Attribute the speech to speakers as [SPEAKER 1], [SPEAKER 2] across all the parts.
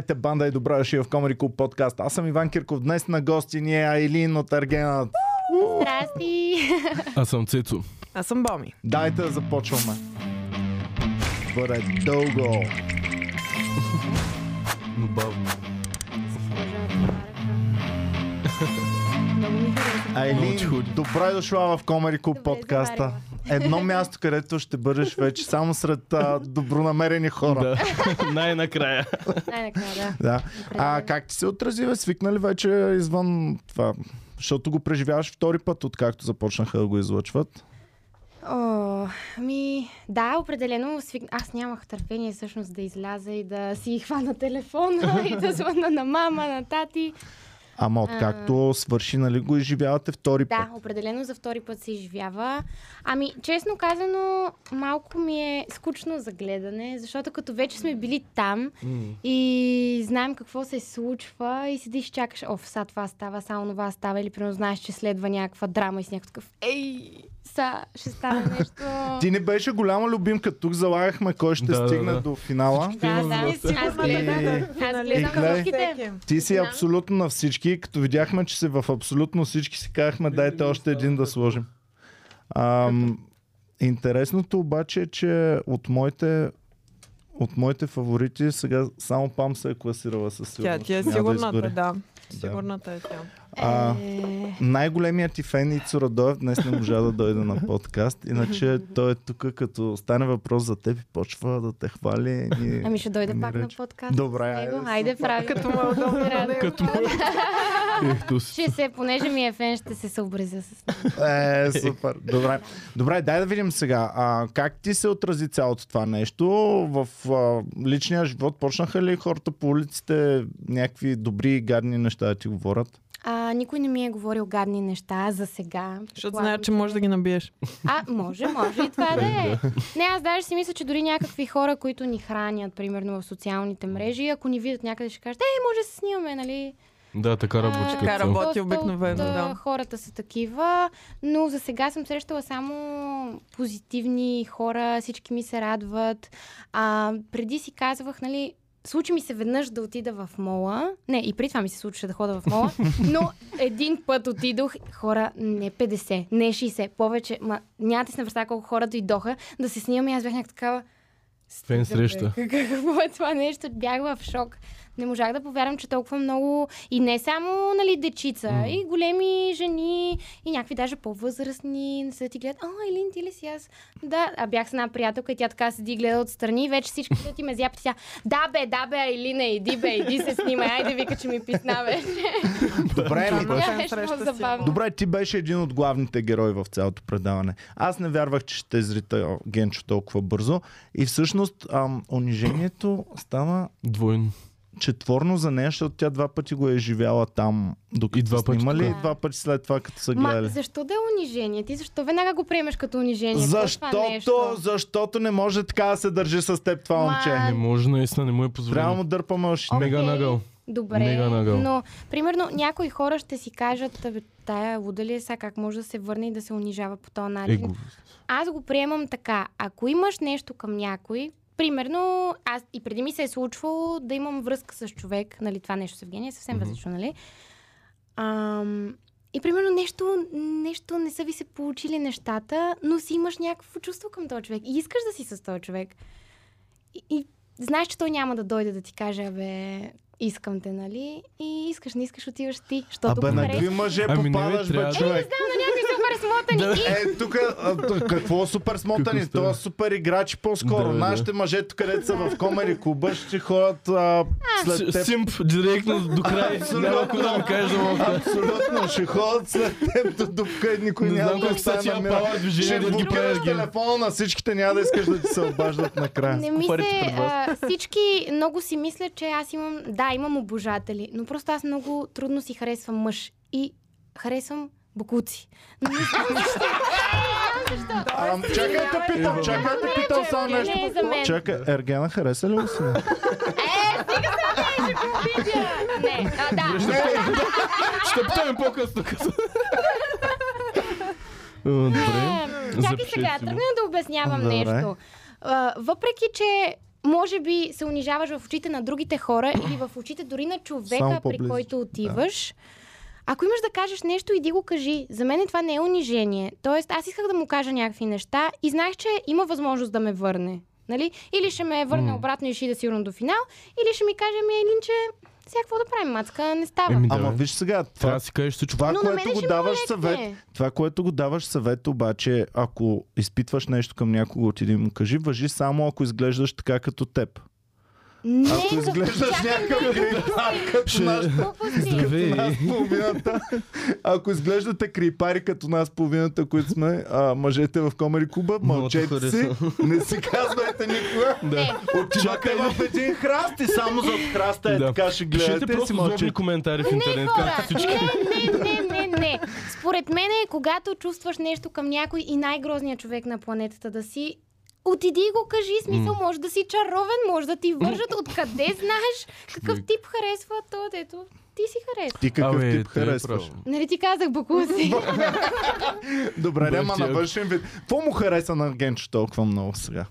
[SPEAKER 1] Здравейте, банда и добра дошли в Comedy Club подкаст. Аз съм Иван Кирков. Днес на гости ни е Айлин от Аргена.
[SPEAKER 2] Здрасти!
[SPEAKER 3] Аз съм Цецо.
[SPEAKER 4] Аз съм Боми.
[SPEAKER 1] Дайте да започваме. Бъде дълго.
[SPEAKER 3] Но бавно.
[SPEAKER 2] Много ми харесва.
[SPEAKER 1] Айлин, добре дошла в Comedy Club
[SPEAKER 2] Добре,
[SPEAKER 1] подкаста. Едно място, където ще бъдеш вече само сред а, добронамерени хора.
[SPEAKER 3] Да. Най-накрая.
[SPEAKER 2] Най-накрая, да.
[SPEAKER 1] Да. А как ти се отрази, бе? Свикна ли вече извън това? Защото го преживяваш втори път, откакто започнаха да го излъчват.
[SPEAKER 2] О, ми, Ами, да, определено. Свик... Аз нямах търпение всъщност да изляза и да си хвана телефона и да звънна на мама, на тати.
[SPEAKER 1] Ама откакто свърши, нали го изживявате втори
[SPEAKER 2] Да,
[SPEAKER 1] път.
[SPEAKER 2] определено за втори път се изживява. Ами, честно казано, малко ми е скучно за гледане, защото като вече сме били там и знаем какво се случва и седиш и чакаш, оф, са това става, само това става, или примерно знаеш, че следва някаква драма и си някакъв такъв, ей, са, ще стане нещо.
[SPEAKER 1] Ти не беше голяма любимка. Тук залагахме кой ще
[SPEAKER 3] Да, да,
[SPEAKER 1] стигне
[SPEAKER 3] да.
[SPEAKER 1] до финала.
[SPEAKER 2] Да, да,
[SPEAKER 4] Ти
[SPEAKER 2] аз
[SPEAKER 4] сигурна
[SPEAKER 1] И-
[SPEAKER 2] гледам, аз гледам
[SPEAKER 1] гледай.
[SPEAKER 2] всичките.
[SPEAKER 1] Ти си
[SPEAKER 2] Да.
[SPEAKER 1] абсолютно на всички. Като видяхме, че си в абсолютно всички, си казахме, дайте още един да сложим. Ам, интересното обаче е, че от моите от моите фаворити сега само Пам се е класирала със
[SPEAKER 4] Тя,
[SPEAKER 1] сигурност.
[SPEAKER 4] тя е
[SPEAKER 1] Няма да
[SPEAKER 4] сигурната,
[SPEAKER 1] изгори.
[SPEAKER 4] да. Сигурната е тя.
[SPEAKER 1] А,
[SPEAKER 2] Е,
[SPEAKER 1] Най-големият ти фен Ицо Радоев днес не можа да дойде на подкаст, иначе той е тук, като стане въпрос за теб и почва да те хвали. Ни...
[SPEAKER 2] Ами ще дойде
[SPEAKER 1] ни
[SPEAKER 2] пак на
[SPEAKER 1] рече.
[SPEAKER 2] подкаст.
[SPEAKER 1] Добре,
[SPEAKER 2] с него.
[SPEAKER 1] айде,
[SPEAKER 2] Айде, прави.
[SPEAKER 4] Като му е удобно на него.
[SPEAKER 3] Като му... Ехто Е, си.
[SPEAKER 2] Ще се, понеже ми е фен, ще се съобразя с него.
[SPEAKER 1] Е, супер. Добре. Добре, дай да видим сега. А, как ти се отрази цялото това нещо? В а, личния живот почнаха ли хората по улиците някакви добри и гадни неща да ти говорят?
[SPEAKER 2] А, никой не ми е говорил гадни неща за сега.
[SPEAKER 4] Защото
[SPEAKER 2] Предполагам,
[SPEAKER 4] знаят, че може да ги набиеш.
[SPEAKER 2] А, може, може и това да е. Не, аз даже си мисля, че дори някакви хора, които ни хранят, примерно в социалните мрежи, ако ни видят някъде, ще кажат, ей, може да се снимаме, нали?
[SPEAKER 3] Да, така работи.
[SPEAKER 2] А,
[SPEAKER 3] като
[SPEAKER 4] Така
[SPEAKER 3] цяло.
[SPEAKER 4] работи.
[SPEAKER 2] доста
[SPEAKER 4] обикновено,
[SPEAKER 2] от, а,
[SPEAKER 4] да.
[SPEAKER 2] Хората са такива, но за сега съм срещала само позитивни хора, всички ми се радват. А, преди си казвах, нали, Случи ми се веднъж да отида в мола. Не, и при това ми се случваше да хода в мола. Но един път отидох, хора не 50, не 60, повече. Ма, няма да си навръста колко хора дойдоха да се снимаме. Аз бях някак такава...
[SPEAKER 3] Фен среща.
[SPEAKER 2] Как- Какво е това нещо? Бях в шок. Не можах да повярвам, че толкова много и не само нали, дечица,
[SPEAKER 3] М.
[SPEAKER 2] и големи жени, и някакви даже по-възрастни не са ти гледат. А, Елин, ти ли си аз? Да, а бях с една приятелка и тя така седи и гледа отстрани и вече всички да ти ме зяпат и тя. Да бе, да бе, Елина, иди бе, иди се снимай, айде вика, че ми писна вече.
[SPEAKER 1] Добре, ми беше.
[SPEAKER 4] Добре.
[SPEAKER 2] Беше много
[SPEAKER 4] среща си.
[SPEAKER 2] забавно.
[SPEAKER 1] Добре, ти беше един от главните герои в цялото предаване. Аз не вярвах, че ще зрита Генчо толкова бързо. И всъщност ам, унижението стана
[SPEAKER 3] Двойно.
[SPEAKER 1] четворно за нея, защото тя два пъти го е живяла там, докато
[SPEAKER 3] И два
[SPEAKER 1] са
[SPEAKER 3] пъти
[SPEAKER 1] снимали,
[SPEAKER 2] тук.
[SPEAKER 1] и два пъти след това, като са
[SPEAKER 2] Ма,
[SPEAKER 1] гледали.
[SPEAKER 2] защо да е унижение? Ти защо веднага го приемаш като унижение? Какво е това
[SPEAKER 1] Защото,
[SPEAKER 2] нещо?
[SPEAKER 1] защото не може така да се държи с теб това
[SPEAKER 2] Ма,
[SPEAKER 1] момче.
[SPEAKER 3] Не може наистина, не му
[SPEAKER 1] Трябва
[SPEAKER 3] е
[SPEAKER 1] да
[SPEAKER 3] позволено.
[SPEAKER 1] му дърпаме още.
[SPEAKER 2] О,
[SPEAKER 3] Мега
[SPEAKER 2] Окей.
[SPEAKER 3] нагъл.
[SPEAKER 2] Добре,
[SPEAKER 3] Мега нагъл.
[SPEAKER 2] но примерно някои хора ще си кажат, «Абе, тая луда ли е сега, как може да се върне и да се унижава по този начин.
[SPEAKER 3] Его.
[SPEAKER 2] Аз го приемам така, ако имаш нещо към някой, примерно, аз и преди ми се е случвало да имам връзка с човек, нали, това нещо с Евгения е съвсем
[SPEAKER 3] Мгм.
[SPEAKER 2] различно, нали? Ам, и примерно нещо, нещо не са ви се получили нещата, но си имаш някакво чувство към този човек и искаш да си с този човек. И, и знаеш, че той няма да дойде да ти каже, абе, искам те, нали? И искаш, не искаш, отиваш ти, защото
[SPEAKER 1] Абе,
[SPEAKER 2] го
[SPEAKER 1] на
[SPEAKER 2] харесваш.
[SPEAKER 1] какви мъже
[SPEAKER 3] Ами не,
[SPEAKER 1] попадаш, бе,
[SPEAKER 3] трябва да-
[SPEAKER 1] човек?
[SPEAKER 2] Да, на някой супер смотани. И
[SPEAKER 1] Е, тук какво супер
[SPEAKER 3] Какво
[SPEAKER 1] смотани?
[SPEAKER 3] става?
[SPEAKER 1] Това супер играчи по-скоро.
[SPEAKER 3] Да, бе, да.
[SPEAKER 1] Нашите мъже тук, където са в комери клуба, ще ходят а, след
[SPEAKER 3] С-
[SPEAKER 1] теб.
[SPEAKER 3] Симп, директно до край.
[SPEAKER 1] Абсолютно.
[SPEAKER 3] Няма какво да му кажеш да му
[SPEAKER 1] Абсолютно, ще ходят след теб до дупка и никой
[SPEAKER 3] Не
[SPEAKER 1] няма
[SPEAKER 3] знам
[SPEAKER 1] да
[SPEAKER 3] как са
[SPEAKER 1] се
[SPEAKER 3] тия
[SPEAKER 1] намира.
[SPEAKER 3] пава
[SPEAKER 1] Ще
[SPEAKER 3] движение да ги
[SPEAKER 1] блокираш
[SPEAKER 3] правиш ги.
[SPEAKER 1] телефона на всичките, няма да искаш да ти се обаждат накрая.
[SPEAKER 2] Не ми
[SPEAKER 3] Парите
[SPEAKER 2] се,
[SPEAKER 3] пред вас.
[SPEAKER 2] а, всички много си мислят, че аз имам, да, имам обожатели, но просто аз много трудно си харесвам мъж и харесвам бокуци. Но не знам защо. Не знам защо.
[SPEAKER 1] Ам, чакай да питам,
[SPEAKER 3] Ева.
[SPEAKER 1] чакай да питам само
[SPEAKER 2] Не,
[SPEAKER 1] нещо.
[SPEAKER 2] не е за мен.
[SPEAKER 1] Чакай, Ергена хареса ли го си?
[SPEAKER 2] Е, стига се мен, ще го видя. Не, а, да.
[SPEAKER 3] Ще питаме- Е! Ще питаме по-късно. като- А, Добре.
[SPEAKER 2] Ем, Е, Чакай
[SPEAKER 3] Запишете
[SPEAKER 2] сега,
[SPEAKER 3] го.
[SPEAKER 2] тръгна да обяснявам
[SPEAKER 1] Добре.
[SPEAKER 2] нещо. А, Въпреки, че може би се унижаваш в очите на другите хора или в очите дори на човека,
[SPEAKER 1] Само
[SPEAKER 2] при
[SPEAKER 1] по-близо.
[SPEAKER 2] който отиваш. Ако имаш да кажеш нещо, иди го кажи. За мен това не е унижение. Тоест, аз исках да му кажа някакви неща и знаех, че има възможност да ме върне. Нали? Или ще ме върне
[SPEAKER 3] М.
[SPEAKER 2] обратно и ще иде сигурно до финал, или ще ми каже, ми Елин, че сега какво да правим, мацка, не става.
[SPEAKER 3] Еми, да,
[SPEAKER 1] Ама
[SPEAKER 3] бе.
[SPEAKER 1] виж сега,
[SPEAKER 3] Трябва
[SPEAKER 1] това,
[SPEAKER 3] да си кажеш всичко.
[SPEAKER 1] това
[SPEAKER 2] Но на мене
[SPEAKER 1] което го
[SPEAKER 2] ще ме
[SPEAKER 1] даваш съвет,
[SPEAKER 2] Не.
[SPEAKER 1] Това, което го даваш съвет обаче, ако изпитваш нещо към някого, ти да му кажи, въжи само ако изглеждаш така като теб.
[SPEAKER 2] Не,
[SPEAKER 1] Ако
[SPEAKER 2] за-
[SPEAKER 1] изглеждаш
[SPEAKER 2] чакай,
[SPEAKER 1] някакъв крипар като нас,
[SPEAKER 2] глупости.
[SPEAKER 3] Здравей!
[SPEAKER 1] като нас половината, ако изглеждате крипари като нас половината, които сме а, мъжете в Комери Куба,
[SPEAKER 3] Много
[SPEAKER 1] мълчете си,
[SPEAKER 3] харесва.
[SPEAKER 1] не си казвайте никога.
[SPEAKER 2] Не.
[SPEAKER 1] Отивате в един храст и само зад храста е
[SPEAKER 3] Да.
[SPEAKER 1] така ще
[SPEAKER 3] Пишете
[SPEAKER 1] гледате и си
[SPEAKER 3] просто злобни
[SPEAKER 1] мълчете.
[SPEAKER 3] коментари в интернет.
[SPEAKER 2] хора.
[SPEAKER 3] както всички.
[SPEAKER 2] Не, не, не, не. Според мен е, когато чувстваш нещо към някой и най-грозният човек на планетата да си, отиди и го кажи, смисъл, може да си чаровен, може да ти вържат, откъде знаеш какъв
[SPEAKER 3] Човек.
[SPEAKER 2] тип харесва то, дето ти си харесва.
[SPEAKER 1] Ти какъв
[SPEAKER 3] Абе,
[SPEAKER 1] тип
[SPEAKER 3] те е
[SPEAKER 1] харесваш?
[SPEAKER 3] право.
[SPEAKER 2] Нали ти казах бакуси?
[SPEAKER 1] Добре,
[SPEAKER 3] Бър
[SPEAKER 1] няма
[SPEAKER 3] ти,
[SPEAKER 1] на
[SPEAKER 3] ако-
[SPEAKER 1] външен вид. Какво му хареса на генче толкова много сега?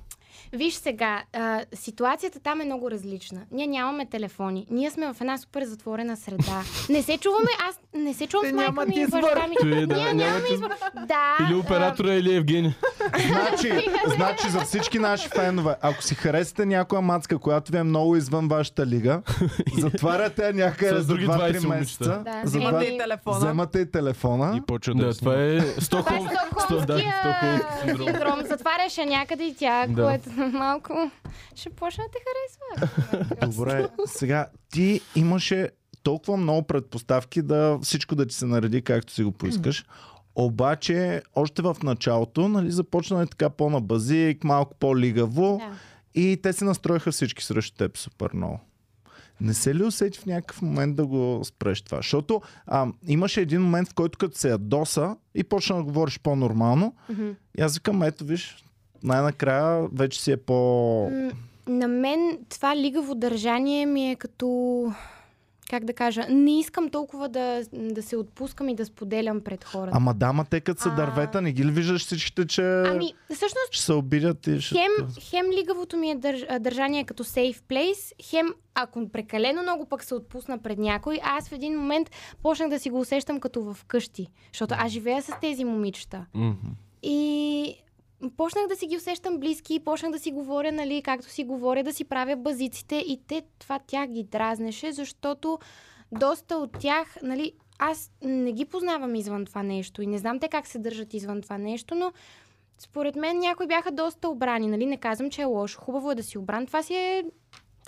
[SPEAKER 2] Виж сега, а, ситуацията там е много различна. Ние нямаме телефони. Ние сме в една супер затворена среда. Не се чуваме, аз не се чувам
[SPEAKER 4] Те
[SPEAKER 2] с майка
[SPEAKER 4] нямат
[SPEAKER 2] ми и
[SPEAKER 4] избор.
[SPEAKER 2] баща ми.
[SPEAKER 3] Той е, да,
[SPEAKER 2] Ние нямаме
[SPEAKER 3] нямат избор.
[SPEAKER 2] избор. Да.
[SPEAKER 3] Или
[SPEAKER 2] а,
[SPEAKER 3] оператора, или Евгений.
[SPEAKER 1] Значи, значи за всички наши фенове, ако си харесате някоя мацка, която ви е много извън вашата лига, затваряте я някъде
[SPEAKER 3] С
[SPEAKER 1] за
[SPEAKER 3] други
[SPEAKER 1] 2-3
[SPEAKER 3] 20
[SPEAKER 1] месеца.
[SPEAKER 2] момичета. Да,
[SPEAKER 1] за
[SPEAKER 2] вземате
[SPEAKER 1] два-
[SPEAKER 4] Имате и телефона.
[SPEAKER 1] Вземате и телефона.
[SPEAKER 5] И почва да
[SPEAKER 3] Да, това е
[SPEAKER 2] Това е
[SPEAKER 3] Стокхолм. Сто- да, Стокхолмски
[SPEAKER 2] стокхолмския
[SPEAKER 3] синдром.
[SPEAKER 2] синдром. Затваряш я някъде и тя,
[SPEAKER 3] Да.
[SPEAKER 2] което малко ще почне да те харесва.
[SPEAKER 1] Добре, сега ти имаше толкова много предпоставки да всичко да ти се нареди както си го поискаш. Обаче, още в началото, нали, започна е така по-на базик, малко по-лигаво.
[SPEAKER 2] Да.
[SPEAKER 1] И те се настроиха всички срещу теб супер много. Не се ли усети в някакъв момент да го спреш това? Защото а, имаше един момент, в който като се ядоса и почна да говориш по-нормално,
[SPEAKER 2] Мгм.
[SPEAKER 1] и аз викам, ето виж, най-накрая вече си е по...
[SPEAKER 2] М, На мен това лигаво държание ми е като... Как да кажа? Не искам толкова да, да се отпускам и да споделям пред хората.
[SPEAKER 1] Ама дама, те като са
[SPEAKER 2] А.
[SPEAKER 1] дървета, не ги ли виждаш всичките, че
[SPEAKER 3] е,
[SPEAKER 2] Ами, всъщност
[SPEAKER 1] ще се обидят и ще...
[SPEAKER 2] Хем, хем лигавото ми е държ, а, държание като safe place, хем ако прекалено много пък се отпусна пред някой, аз в един момент почнах да си го усещам като в къщи, защото аз живея с тези момичета.
[SPEAKER 3] Мгм.
[SPEAKER 2] И почнах да си ги усещам близки, почнах да си говоря, нали, както си говоря, да си правя базиците и те, това тя ги дразнеше, защото доста от тях, нали, аз не ги познавам извън това нещо и не знам те как се държат извън това нещо, но според мен някои бяха доста обрани, нали, не казвам, че е лошо. Хубаво е да си обран, това си е...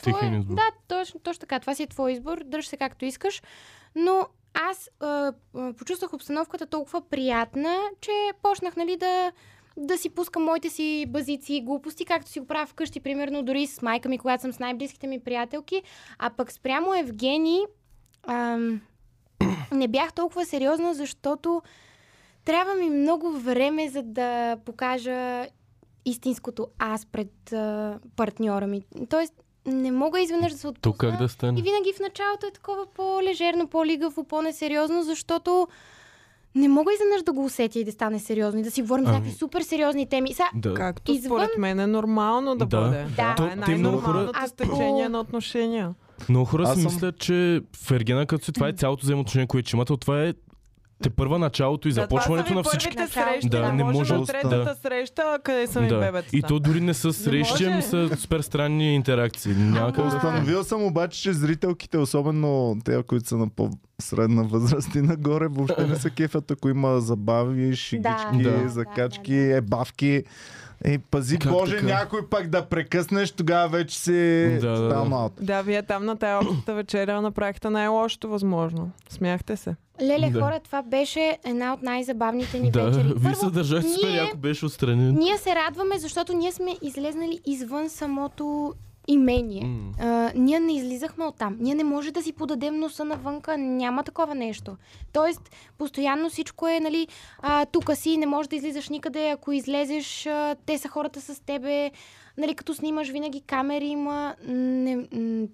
[SPEAKER 3] Техен
[SPEAKER 2] твое-
[SPEAKER 3] избор.
[SPEAKER 2] Да, точно, точно така, това си е твой избор, дръж се както искаш, но аз а, а, почувствах обстановката толкова приятна, че почнах нали, да, да си пускам моите си базици и глупости, както си го правя вкъщи, примерно дори с майка ми, когато съм с най-близките ми приятелки. А пък спрямо Евгений ам, не бях толкова сериозна, защото трябва ми много време, за да покажа истинското аз пред а, партньора ми. Тоест, не мога изведнъж да се
[SPEAKER 3] То
[SPEAKER 2] отпусна.
[SPEAKER 3] как да
[SPEAKER 2] И
[SPEAKER 3] стане?
[SPEAKER 2] винаги в началото е такова по-лежерно, по-лигаво, по-несериозно, защото не мога изведнъж да го усетя и да стане сериозно и да си говорим за
[SPEAKER 3] Ами-
[SPEAKER 2] някакви супер сериозни теми. Са,
[SPEAKER 3] Да.
[SPEAKER 4] Както
[SPEAKER 2] Извън-
[SPEAKER 4] според мен е нормално да,
[SPEAKER 3] Да.
[SPEAKER 4] бъде.
[SPEAKER 2] Да.
[SPEAKER 4] Това е
[SPEAKER 3] То- те много хора-
[SPEAKER 4] най-нормалното
[SPEAKER 2] Ако-
[SPEAKER 4] стечение на отношения.
[SPEAKER 3] Много хора
[SPEAKER 1] Аз
[SPEAKER 3] си
[SPEAKER 1] съм-
[SPEAKER 3] мислят, че в Ергена като си това е цялото взаимоотношение, което имате, но това е те първа началото и започването на всички.
[SPEAKER 4] Първите срещи,
[SPEAKER 3] Да,
[SPEAKER 4] да,
[SPEAKER 3] не
[SPEAKER 4] не може
[SPEAKER 3] може
[SPEAKER 4] на
[SPEAKER 3] да-
[SPEAKER 4] третата
[SPEAKER 3] да.
[SPEAKER 4] среща, къде са ми
[SPEAKER 3] Да.
[SPEAKER 4] бебетата.
[SPEAKER 3] И то дори не са срещи,
[SPEAKER 4] може.
[SPEAKER 3] ами са супер странни интеракции. Някак да стане.
[SPEAKER 1] Установил съм обаче, че зрителките, особено те, които са на по-средна възраст и нагоре, въобще не се кефят, ако има забави, шигички,
[SPEAKER 3] Да.
[SPEAKER 1] да.
[SPEAKER 3] Да,
[SPEAKER 1] закачки, ебавки. И пази
[SPEAKER 3] Как
[SPEAKER 1] Боже,
[SPEAKER 3] така?
[SPEAKER 1] някой пак да прекъснеш, тогава вече си
[SPEAKER 3] Да, да, да.
[SPEAKER 1] тотално аут.
[SPEAKER 4] Да, вие там на тая общата вечеря направихте най-лошото възможно. Смяхте се.
[SPEAKER 2] леле,
[SPEAKER 3] Да.
[SPEAKER 2] хора, това беше една от най-забавните ни
[SPEAKER 3] Да,
[SPEAKER 2] вечери.
[SPEAKER 3] ви се държахте супер,
[SPEAKER 2] ние-
[SPEAKER 3] яко беше отстрани.
[SPEAKER 2] Ние се радваме, защото ние сме излезнали извън самото имение.
[SPEAKER 3] М.
[SPEAKER 2] А, ние не излизахме оттам. Ние не може да си подадем носа навънка. Няма такова нещо. Тоест, постоянно всичко е, нали, а, тука си, не можеш да излизаш никъде. Ако излезеш, а, те са хората с тебе. Нали, като снимаш, винаги камери има. Не, м,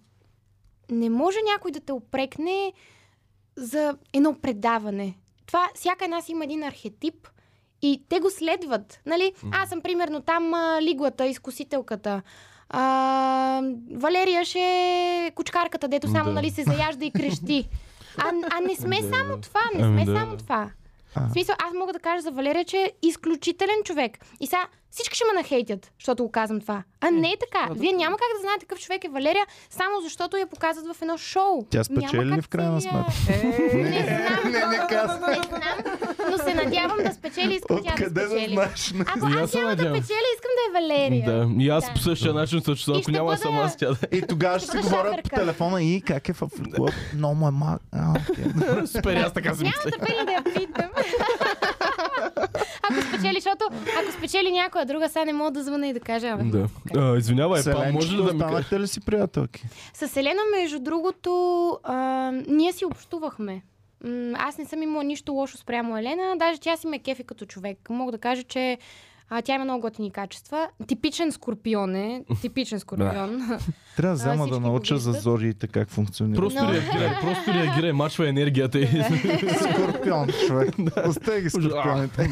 [SPEAKER 2] не може някой да те опрекне за едно предаване. Това, всяка една си има един архетип и те го следват. Нали? Аз съм примерно там а, лиглата, изкусителката. А, А, Валерия ще е кучкарката, дето само
[SPEAKER 3] Да.
[SPEAKER 2] нали, се заяжда и крещи. А, а не сме
[SPEAKER 3] Да.
[SPEAKER 2] само това, не
[SPEAKER 3] Ами
[SPEAKER 2] сме
[SPEAKER 3] да,
[SPEAKER 2] само
[SPEAKER 3] да.
[SPEAKER 2] това.
[SPEAKER 1] А.
[SPEAKER 2] В смисъл, аз мога да кажа за Валерия, че е изключителен човек. И сега всички ще ме нахейтят, защото го казвам това. А не е така.
[SPEAKER 4] да
[SPEAKER 2] Вие няма как да знаете какъв човек е Валерия, само защото я показват в едно шоу.
[SPEAKER 1] Тя
[SPEAKER 2] Няма
[SPEAKER 1] спечели ли
[SPEAKER 2] как
[SPEAKER 1] в крайна
[SPEAKER 2] целия-
[SPEAKER 1] сметка?
[SPEAKER 4] Е,
[SPEAKER 2] Не знам,
[SPEAKER 1] не, не казвам.
[SPEAKER 2] не знам, но се надявам да спечели, искам тя да
[SPEAKER 1] Откъде да
[SPEAKER 2] спечели.
[SPEAKER 1] знаеш?
[SPEAKER 2] Ако
[SPEAKER 3] И аз
[SPEAKER 2] аз
[SPEAKER 3] се
[SPEAKER 2] няма да
[SPEAKER 3] надявам.
[SPEAKER 2] печеля, искам да е Валерия.
[SPEAKER 3] Да, и аз
[SPEAKER 2] Да.
[SPEAKER 3] по същия начин също,
[SPEAKER 2] И
[SPEAKER 3] ако
[SPEAKER 2] ще
[SPEAKER 3] няма
[SPEAKER 2] бъда-
[SPEAKER 3] съм аз тя да
[SPEAKER 1] И тогава ще си
[SPEAKER 2] Ще бъда
[SPEAKER 1] говоря по
[SPEAKER 2] шаперка.
[SPEAKER 1] телефона и как е в клуб. Но му е мак. А, окей.
[SPEAKER 3] е. Супер, и аз така си
[SPEAKER 2] Няма
[SPEAKER 3] мисля.
[SPEAKER 2] търпение да я питам. ако спечели, защото ако спечели някоя друга, сега не мога да звъна и да кажа. абе,
[SPEAKER 3] Да. А, извинявай, па, е може ли
[SPEAKER 1] Селенчето,
[SPEAKER 3] да ми кажеш?
[SPEAKER 1] останахте ли си приятелки?
[SPEAKER 2] С Елена, между другото, а, ние си общувахме. М, Аз не съм имала нищо лошо спрямо Елена, даже тя си ме кефи като човек. Мога да кажа, че а, тя има много готини качества. Типичен скорпион е. Типичен скорпион.
[SPEAKER 1] Трябва да взема да
[SPEAKER 2] Значи всички
[SPEAKER 1] науча
[SPEAKER 2] го
[SPEAKER 1] за
[SPEAKER 2] виждат.
[SPEAKER 1] зориите как функционира.
[SPEAKER 3] Просто
[SPEAKER 2] Но-
[SPEAKER 3] реагирай, просто реагирай, мачва енергията и
[SPEAKER 1] Скорпион, човек. Остави ги
[SPEAKER 3] Ужас.
[SPEAKER 1] скорпионите.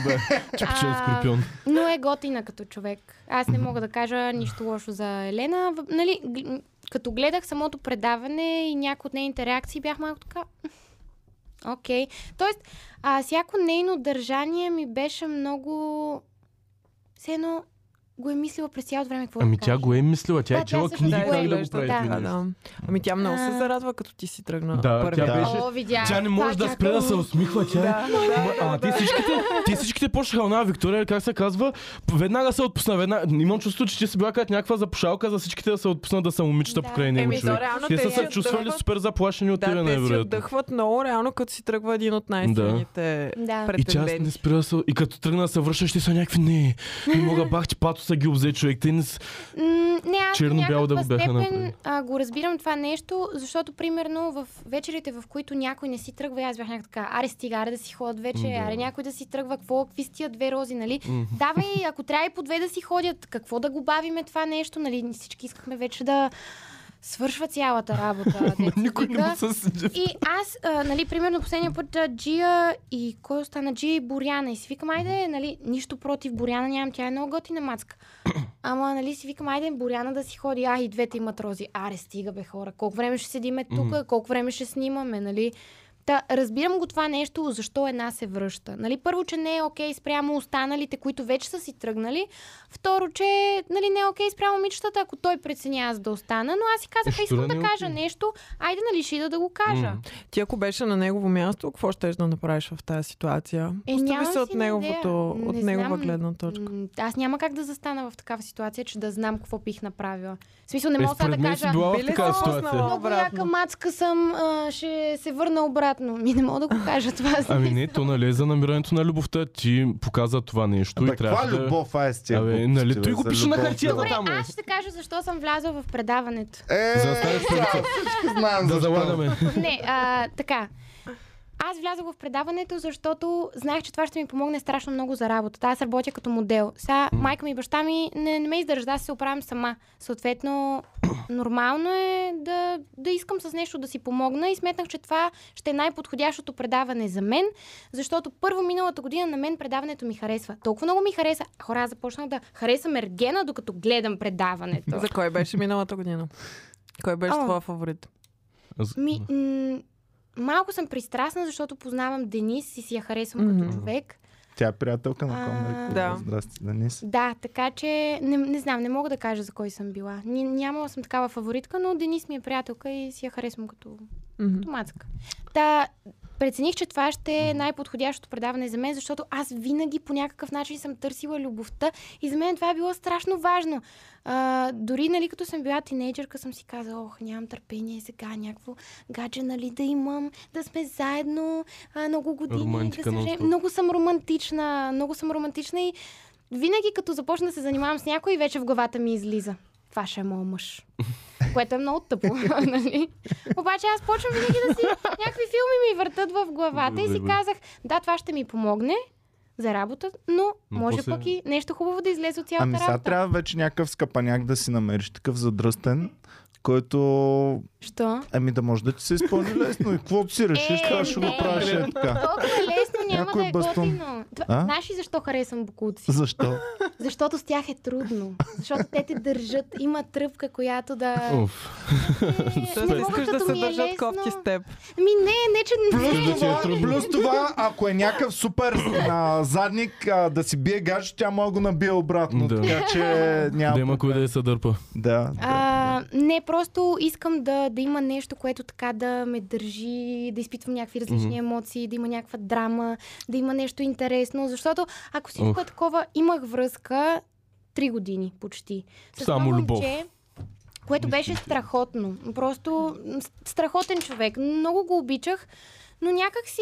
[SPEAKER 3] чупчен
[SPEAKER 2] А,
[SPEAKER 3] скорпион.
[SPEAKER 2] Но е готина като човек. Аз не мога да кажа нищо лошо за Елена. В- Нали, гл- като гледах самото предаване и някои от нейните реакции, бях малко така... Окей. Тоест, а, всяко нейно държание ми беше много... Все едно го е мислила през цялото време какво
[SPEAKER 3] Ами
[SPEAKER 2] да
[SPEAKER 3] тя
[SPEAKER 2] каже.
[SPEAKER 3] го е мислила, тя
[SPEAKER 2] Да,
[SPEAKER 3] е
[SPEAKER 2] тя
[SPEAKER 3] чела
[SPEAKER 2] всъщност
[SPEAKER 3] книги
[SPEAKER 2] го е
[SPEAKER 3] как да го
[SPEAKER 2] изглежда,
[SPEAKER 3] прави.
[SPEAKER 2] да.
[SPEAKER 3] това
[SPEAKER 4] да,
[SPEAKER 3] нещо.
[SPEAKER 4] да. Ами тя много се
[SPEAKER 2] А.
[SPEAKER 4] зарадва, като ти си тръгна.
[SPEAKER 3] Да,
[SPEAKER 4] първия
[SPEAKER 3] тя
[SPEAKER 4] път.
[SPEAKER 3] беше-
[SPEAKER 2] О, видях.
[SPEAKER 3] Тя не може
[SPEAKER 2] Това
[SPEAKER 3] да
[SPEAKER 2] тя
[SPEAKER 3] спре да се
[SPEAKER 2] го-
[SPEAKER 3] усмихва. Тя е...
[SPEAKER 4] Да, да,
[SPEAKER 3] А, ти
[SPEAKER 4] да.
[SPEAKER 3] всичките, ти всичките почнаха една Виктория, как се казва, веднага се отпусна. Веднага. Имам чувство, че ти си била като някаква запушалка за всичките да се отпуснат да са момичета
[SPEAKER 2] Да.
[SPEAKER 3] покрай него
[SPEAKER 4] Еми, то
[SPEAKER 3] човек.
[SPEAKER 4] реално
[SPEAKER 3] Те е
[SPEAKER 4] те
[SPEAKER 3] са
[SPEAKER 4] си
[SPEAKER 3] се чувствали
[SPEAKER 4] отдъхват.
[SPEAKER 3] супер заплашени от тебе,
[SPEAKER 4] Да, те си
[SPEAKER 3] най-вероятно.
[SPEAKER 4] отдъхват много, реално като си тръгва един от най-силните
[SPEAKER 2] Да.
[SPEAKER 3] И тя не
[SPEAKER 4] претенденти.
[SPEAKER 3] спира да се... И като тръгна да се връща, ще са някакви... Не, не мога, бах ти патоса ги обзе човек. Те не... с-
[SPEAKER 2] М, не, аз до
[SPEAKER 3] Черно-бяло да го
[SPEAKER 2] някаква
[SPEAKER 3] бяха направили.
[SPEAKER 2] степен а, го разбирам това нещо, защото примерно в вечерите, в които някой не си тръгва, и аз бях някак така, аре стига, аре да си ходят вече,
[SPEAKER 3] М, да.
[SPEAKER 2] аре някой да си тръгва, какво, какви сте тия две рози, нали?
[SPEAKER 3] М.
[SPEAKER 2] Давай, ако трябва и по две да си ходят, какво да го бавиме това нещо, нали? Ние Всички искахме вече да свършва цялата работа.
[SPEAKER 3] Ма
[SPEAKER 4] Е,
[SPEAKER 2] дето се
[SPEAKER 3] Никой не
[SPEAKER 2] вика.
[SPEAKER 3] му се седи.
[SPEAKER 2] И аз, а, нали, примерно последния път а, Джия и кой остана? Джия и Боряна. И си викам, айде, нали, нищо против Боряна нямам, тя е много готина мацка. Ама, нали, си викам, айде, Боряна да си ходи, а и двете имат рози. Аре, стига бе, хора, колко време ще седиме тук, колко време ще снимаме, нали? Та, разбирам го това нещо, защо една се връща. Нали, първо, че не е окей спрямо останалите, които вече са си тръгнали. Второ, че нали, не е окей спрямо момичетата, ако той преценя аз да остана. Но аз си казах,
[SPEAKER 3] Е,
[SPEAKER 2] е, искам
[SPEAKER 3] що да
[SPEAKER 2] да,
[SPEAKER 3] не е
[SPEAKER 2] кажа
[SPEAKER 3] окей?
[SPEAKER 2] нещо, айде нали шида да го кажа.
[SPEAKER 3] М.
[SPEAKER 4] Ти ако беше на негово място, какво ще да направиш в тази ситуация?
[SPEAKER 2] Е,
[SPEAKER 4] Постави
[SPEAKER 2] нямам
[SPEAKER 4] се от,
[SPEAKER 2] си на идея.
[SPEAKER 4] неговото, от
[SPEAKER 2] Не
[SPEAKER 4] негова
[SPEAKER 2] знам.
[SPEAKER 4] гледна точка.
[SPEAKER 2] М, Аз няма как да застана в такава ситуация, че да знам какво бих направила. В смисъл, не
[SPEAKER 3] Е,
[SPEAKER 2] мога сега да
[SPEAKER 3] според мен си
[SPEAKER 2] кажа.
[SPEAKER 3] била в
[SPEAKER 4] били
[SPEAKER 3] такава
[SPEAKER 4] се
[SPEAKER 3] ситуация.
[SPEAKER 4] пуснала.
[SPEAKER 2] Много
[SPEAKER 4] Обратно.
[SPEAKER 2] яка мацка съм, а, ще се върна обратно. Ми не мога да го кажа това.
[SPEAKER 3] Ами не, то нали е за намирането на любовта. Ти показа това нещо и
[SPEAKER 1] Бе,
[SPEAKER 3] трябва
[SPEAKER 1] Каква
[SPEAKER 3] да...
[SPEAKER 1] любов, ай с тия
[SPEAKER 3] Абе,
[SPEAKER 1] глупости,
[SPEAKER 3] нали,
[SPEAKER 1] бе,
[SPEAKER 3] той го
[SPEAKER 1] за
[SPEAKER 3] пише на
[SPEAKER 1] любов,
[SPEAKER 3] хартията
[SPEAKER 1] да.
[SPEAKER 2] Добре,
[SPEAKER 3] там, е.
[SPEAKER 2] аз ще кажа защо съм влязла в предаването.
[SPEAKER 1] Е,
[SPEAKER 3] За да станеш певица.
[SPEAKER 1] всички знаем
[SPEAKER 3] Да
[SPEAKER 1] защо.
[SPEAKER 3] залагаме.
[SPEAKER 2] Не, а, така. Аз влязох в предаването, защото знаех, че това ще ми помогне страшно много за работата. Аз работя като модел. Сега майка ми и баща ми не, не ме издържа, аз се оправям сама. Съответно, нормално е да, да искам с нещо да си помогна и сметнах, че това ще е най-подходящото предаване за мен, защото първо миналата година на мен предаването ми харесва. Толкова много ми хареса. Хора, аз започнах да харесвам Ергена, докато гледам предаването.
[SPEAKER 4] За кой беше миналата година? Кой беше
[SPEAKER 2] О.
[SPEAKER 4] твоя фаворит?
[SPEAKER 3] Аз-
[SPEAKER 2] Ми, м- малко съм пристрастна, защото познавам Денис и си я харесвам
[SPEAKER 4] Мгм.
[SPEAKER 2] като човек.
[SPEAKER 1] Тя е приятелка на
[SPEAKER 2] А,
[SPEAKER 1] Комбрик.
[SPEAKER 4] да.
[SPEAKER 1] Здрасти, Денис.
[SPEAKER 2] Да, така че не, не знам, не мога да кажа за кой съм била. Ни, нямала съм такава фаворитка, но Денис ми е приятелка и си я харесвам като
[SPEAKER 4] Мгм.
[SPEAKER 2] томацка. Та, прецених, че това ще е най-подходящото предаване за мен, защото аз винаги по някакъв начин съм търсила любовта и за мен това е било страшно важно. А, дори, нали, като съм била тинейджърка, съм си казала, ох, нямам търпение сега, някакво гадже, нали, да имам, да сме заедно а, много години.
[SPEAKER 3] Романтика
[SPEAKER 2] да се
[SPEAKER 3] нон-стоп.
[SPEAKER 2] жен- Много съм романтична, много съм романтична и винаги като започна да се занимавам с някой, вече в главата ми излиза. Това ще е моят мъж. Което е много тъпо, нали? Обаче аз почвам винаги да си... Някакви филми ми въртат в главата и си
[SPEAKER 3] Добре.
[SPEAKER 2] казах, да, това ще ми помогне за работа, но
[SPEAKER 3] Но
[SPEAKER 2] може
[SPEAKER 3] после-
[SPEAKER 2] пък и нещо хубаво да излезе от цялата
[SPEAKER 1] Ами сега
[SPEAKER 2] работа.
[SPEAKER 1] трябва вече някакъв скъпаняк да си намериш такъв задръстен, който
[SPEAKER 2] Що?
[SPEAKER 1] ами да може да ти се изпълни лесно и каквото си решиш,
[SPEAKER 2] Е,
[SPEAKER 1] това ще го
[SPEAKER 2] не.
[SPEAKER 1] правиш е така.
[SPEAKER 2] Толкова лесно няма
[SPEAKER 1] някой
[SPEAKER 2] да е
[SPEAKER 1] бастун.
[SPEAKER 2] готино. Това,
[SPEAKER 1] А?
[SPEAKER 2] знаеш ли защо харесвам букуци?
[SPEAKER 1] Защо?
[SPEAKER 2] Защото с тях е трудно. Защото те те държат. Има тръпка, която да...
[SPEAKER 3] Уф.
[SPEAKER 2] Е,
[SPEAKER 4] Тоест
[SPEAKER 2] не
[SPEAKER 4] не
[SPEAKER 2] мога,
[SPEAKER 4] искаш да
[SPEAKER 2] като
[SPEAKER 4] се
[SPEAKER 2] ми е
[SPEAKER 4] държат
[SPEAKER 2] лесно.
[SPEAKER 4] кофти с теб.
[SPEAKER 2] Ми не, не, че не.
[SPEAKER 1] Плюс
[SPEAKER 3] Да ти е
[SPEAKER 1] това,
[SPEAKER 3] трудно.
[SPEAKER 1] плюс това, ако е някакъв супер а, задник а, да си бие гаджет, тя може да го набие обратно.
[SPEAKER 3] Да.
[SPEAKER 1] Така че няма.
[SPEAKER 3] Да има кой да е. я се дърпа.
[SPEAKER 1] Да.
[SPEAKER 2] А, не, просто искам да, да има нещо, което така да ме държи, да изпитвам някакви различни
[SPEAKER 3] Мгм.
[SPEAKER 2] емоции, да има някаква драма, да има нещо интересно. Защото ако всичко
[SPEAKER 3] Ох.
[SPEAKER 2] е такова, имах връзка три години почти. С
[SPEAKER 3] Само
[SPEAKER 2] едно
[SPEAKER 3] любов.
[SPEAKER 2] момче, което беше страхотно. Просто м, с- страхотен човек. Много го обичах, но някак си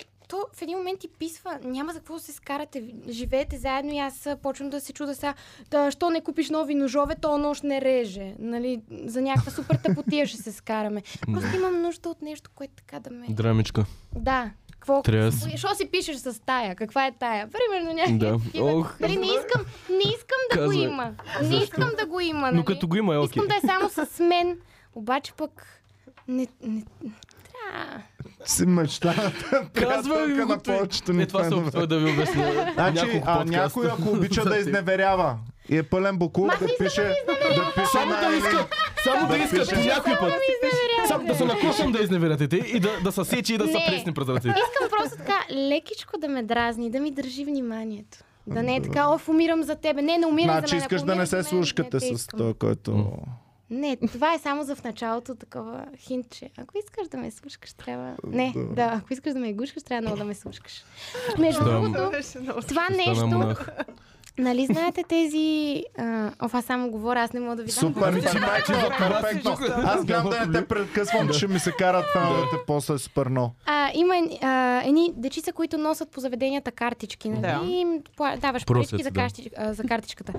[SPEAKER 2] е, то в един момент ти писва, няма за какво да се скарате, живеете заедно и аз а, почвам да се чуда сега, да, що не купиш нови ножове, то нощ не реже. Нали, за някаква супер тъпотия ще се скараме. Просто имам нужда от нещо, което така да ме...
[SPEAKER 3] Драмичка.
[SPEAKER 2] Да. Какво? е?
[SPEAKER 3] Трябва да
[SPEAKER 2] Що си пишеш с тая? Каква е тая? Примерно някакви
[SPEAKER 3] Да.
[SPEAKER 2] такива.
[SPEAKER 3] Ох.
[SPEAKER 2] Нали, не искам, не искам да
[SPEAKER 3] Казвай.
[SPEAKER 2] го има. Не
[SPEAKER 3] Защо?
[SPEAKER 2] искам да го има. Нали?
[SPEAKER 3] Но като го има е окей.
[SPEAKER 2] Искам да е само с мен. Обаче пък не, не, трябва.
[SPEAKER 1] Си мечтаната приятелка на
[SPEAKER 3] той.
[SPEAKER 1] повечето
[SPEAKER 3] Е,
[SPEAKER 1] ни
[SPEAKER 3] това се
[SPEAKER 1] фенове.
[SPEAKER 3] опитвах да ви обясня.
[SPEAKER 1] Значи,
[SPEAKER 3] няколко
[SPEAKER 1] а
[SPEAKER 3] подкаста.
[SPEAKER 1] някой, ако обича да изневерява и е пълен
[SPEAKER 2] Ма,
[SPEAKER 1] буклук, да
[SPEAKER 2] не искам
[SPEAKER 1] пише... Да пише
[SPEAKER 3] Само
[SPEAKER 1] на
[SPEAKER 3] да
[SPEAKER 1] Елин.
[SPEAKER 3] искат. Само да
[SPEAKER 1] Да
[SPEAKER 3] искат
[SPEAKER 1] пише.
[SPEAKER 3] по някой път. Само да се
[SPEAKER 2] Разбира
[SPEAKER 3] накушам да изневерятете и да, да са сечи и да са
[SPEAKER 2] Не.
[SPEAKER 3] пресни през ръцете.
[SPEAKER 2] Искам просто така лекичко да ме дразни, да ми държи вниманието. Да не е така, оф, умирам за тебе. Не, не умирам за
[SPEAKER 1] Значи
[SPEAKER 2] мен. ако
[SPEAKER 1] искаш да не
[SPEAKER 2] умираш
[SPEAKER 1] се
[SPEAKER 2] за мен,
[SPEAKER 1] слушкате
[SPEAKER 2] не те
[SPEAKER 1] с
[SPEAKER 2] искам.
[SPEAKER 1] това, който...
[SPEAKER 2] Не, това е само за в началото такова хинтче. Ако искаш да ме слушкаш, трябва... Не,
[SPEAKER 1] Да.
[SPEAKER 2] да, ако искаш да ме гушкаш, трябва много да ме слушкаш. Между
[SPEAKER 3] Да.
[SPEAKER 2] другото, това
[SPEAKER 3] Стана
[SPEAKER 2] нещо...
[SPEAKER 3] монах.
[SPEAKER 2] Нали знаете тези... а, Оф, аз само говоря, аз не мога да ви дам...
[SPEAKER 1] Супер,
[SPEAKER 4] за
[SPEAKER 1] перфектно,
[SPEAKER 4] това си
[SPEAKER 1] перфектно.
[SPEAKER 4] тук.
[SPEAKER 1] Аз гледам да не те прекъсвам, че ми се карат феновете после супер много.
[SPEAKER 2] А, има а, едни дечица, които носят по заведенията картички. Нали?
[SPEAKER 4] Да.
[SPEAKER 2] И им пла- даваш
[SPEAKER 3] Просят,
[SPEAKER 2] парички за,
[SPEAKER 3] да.
[SPEAKER 2] картич... а, за картичката.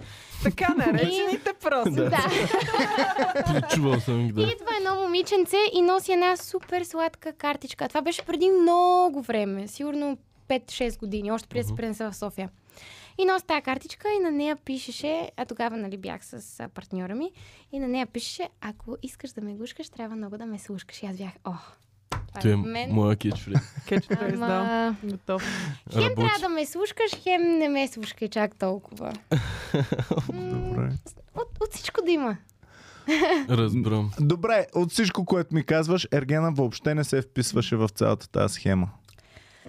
[SPEAKER 4] Така наречените просто.
[SPEAKER 3] Да.
[SPEAKER 2] Да.
[SPEAKER 3] Чувал съм ги,
[SPEAKER 2] И
[SPEAKER 3] да.
[SPEAKER 2] идва е едно момиченце и носи една супер сладка картичка. Това беше преди много време, сигурно 5-6 години, още преди да се пренеса в София. И носи тази картичка и на нея пишеше, а тогава нали бях с а, партньора ми, и на нея пишеше, ако искаш да ме гушкаш, трябва много да ме слушкаш. И аз бях, о, това
[SPEAKER 3] Той
[SPEAKER 2] е
[SPEAKER 3] е
[SPEAKER 2] за мен.
[SPEAKER 3] моя кетчфри.
[SPEAKER 4] Кетчфрейз, да.
[SPEAKER 2] Ама...
[SPEAKER 4] Готов.
[SPEAKER 2] Хем трябва
[SPEAKER 3] Работи.
[SPEAKER 2] да ме слушкаш, хем не ме слушкай чак толкова. М,
[SPEAKER 1] Добре.
[SPEAKER 2] от, от всичко да има.
[SPEAKER 3] Разбирам.
[SPEAKER 1] Добре, от всичко, което ми казваш, Ергена въобще не се вписваше в цялата тази схема.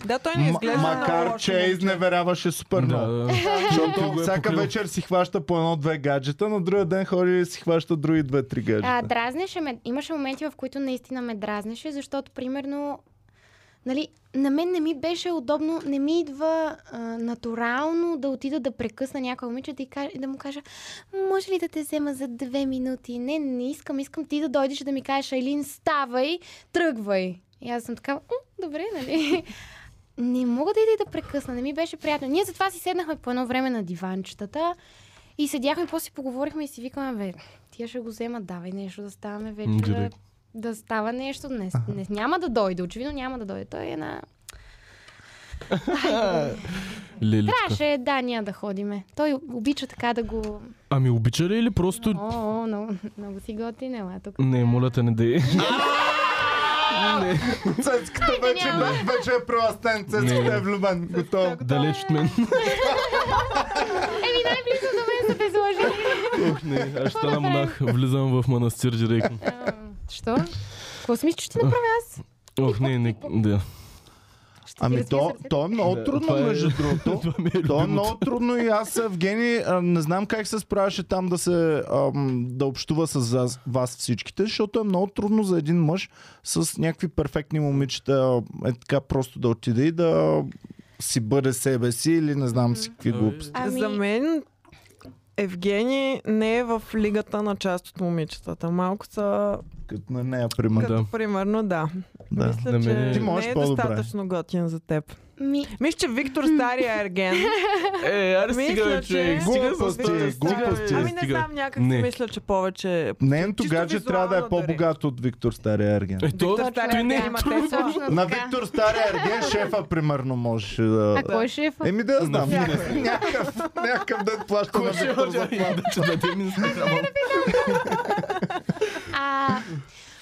[SPEAKER 4] Да, той не
[SPEAKER 1] М-
[SPEAKER 4] изглежда много
[SPEAKER 1] макар,
[SPEAKER 4] лошо
[SPEAKER 1] че
[SPEAKER 3] е
[SPEAKER 4] момче.
[SPEAKER 1] изневеряваше супер
[SPEAKER 3] Да,
[SPEAKER 1] много.
[SPEAKER 3] да. Той
[SPEAKER 1] Защото
[SPEAKER 3] го е
[SPEAKER 1] всяка
[SPEAKER 3] покрил.
[SPEAKER 1] вечер си хваща по едно-две гаджета, на другия ден ходи и си хваща други две-три
[SPEAKER 2] А,
[SPEAKER 1] гаджета.
[SPEAKER 2] дразнеше ме. Имаше моменти, в които наистина ме дразнеше, защото, примерно, нали, на мен не ми беше удобно, не ми идва а, натурално да отида да прекъсна някой момиче да, и кажа, да му кажа, може ли да те взема за две минути? Не, не искам, искам ти да дойдеш и да ми кажеш, Айлин, ставай, тръгвай. И аз съм така, «М, добре, нали? Не мога да ида и да прекъсна, не ми беше приятно. Ние затова си седнахме по едно време на диванчетата и седяхме, после си поговорихме и си викаме, бе, тия ще го вземат, давай нещо да ставаме вече. Да,
[SPEAKER 3] Директно.
[SPEAKER 2] да става нещо днес. Не, няма да дойде, очевидно няма да дойде. Той е една...
[SPEAKER 3] Леличка.
[SPEAKER 2] Трябваше, да, ние да ходиме. Той обича така да го...
[SPEAKER 3] Ами обича ли или просто...
[SPEAKER 2] О, о, много, много си готин, ела тук.
[SPEAKER 3] Не, моля те, не дей. Не.
[SPEAKER 1] Цецката вече,
[SPEAKER 2] няма.
[SPEAKER 1] бе- вече е преластен, цецката е влюбен, готов.
[SPEAKER 3] Далеч от мен.
[SPEAKER 2] Еми най-близо до мен са те сложили.
[SPEAKER 3] Ох, не. Аз ще стана монах. Влизам в манастир директно.
[SPEAKER 2] А, Що? Какво си мислиш, че ще направя аз?
[SPEAKER 3] Ох, не, не. Да.
[SPEAKER 2] Ще ти
[SPEAKER 1] Ами
[SPEAKER 2] разбия
[SPEAKER 1] то,
[SPEAKER 2] сърцето.
[SPEAKER 1] то е много
[SPEAKER 3] Да,
[SPEAKER 1] трудно,
[SPEAKER 3] това е-
[SPEAKER 1] между другото.
[SPEAKER 3] Това ми е
[SPEAKER 1] То е
[SPEAKER 3] любимото.
[SPEAKER 1] много трудно и аз, Евгений, а, не знам как се справяше там да се ам, да общува с зас- вас всичките, защото е много трудно за един мъж с някакви перфектни момичета е така просто да отиде и да си бъде себе си или не знам си какви
[SPEAKER 3] Ами,
[SPEAKER 1] глупости.
[SPEAKER 2] Ами-
[SPEAKER 4] За мен Евгений не е в лигата на част от момичетата. Малко са,
[SPEAKER 1] Като на нея, примерно.
[SPEAKER 4] като примерно, да.
[SPEAKER 1] Да.
[SPEAKER 4] Мисля,
[SPEAKER 3] На мен е-
[SPEAKER 4] че
[SPEAKER 3] Ти
[SPEAKER 1] можеш
[SPEAKER 4] не е
[SPEAKER 1] по-добре.
[SPEAKER 4] достатъчно готин за теб.
[SPEAKER 2] Ми,
[SPEAKER 4] Мисля, че Виктор Стария Ерген.
[SPEAKER 3] Е, аре
[SPEAKER 4] Мисля,
[SPEAKER 3] стига, бе,
[SPEAKER 4] че-
[SPEAKER 3] човек. Стига с
[SPEAKER 1] Глупости,
[SPEAKER 3] това, стига, бе,
[SPEAKER 1] глупости.
[SPEAKER 4] Ами не
[SPEAKER 3] е, стига.
[SPEAKER 4] знам, някак
[SPEAKER 3] Не.
[SPEAKER 4] си мисля, че повече...
[SPEAKER 1] Нейното
[SPEAKER 4] Чисто
[SPEAKER 1] гадже трябва да е
[SPEAKER 4] визуално дори.
[SPEAKER 1] по-богат от Виктор Стария Ерген.
[SPEAKER 3] Е, то,
[SPEAKER 4] Виктор Стария
[SPEAKER 3] той не е
[SPEAKER 4] няма
[SPEAKER 3] трудно.
[SPEAKER 4] Тесла.
[SPEAKER 2] точно
[SPEAKER 1] На
[SPEAKER 2] така.
[SPEAKER 1] Виктор Стария Ерген шефа, примерно, можеше да...
[SPEAKER 2] А кой е шефа?
[SPEAKER 1] Еми да я знам.
[SPEAKER 3] На
[SPEAKER 1] Някакъв, някакъв да е плаща на
[SPEAKER 3] Кой ще
[SPEAKER 1] Виктор
[SPEAKER 3] може
[SPEAKER 1] за
[SPEAKER 3] да че даде ми на Инстаграма?
[SPEAKER 2] А,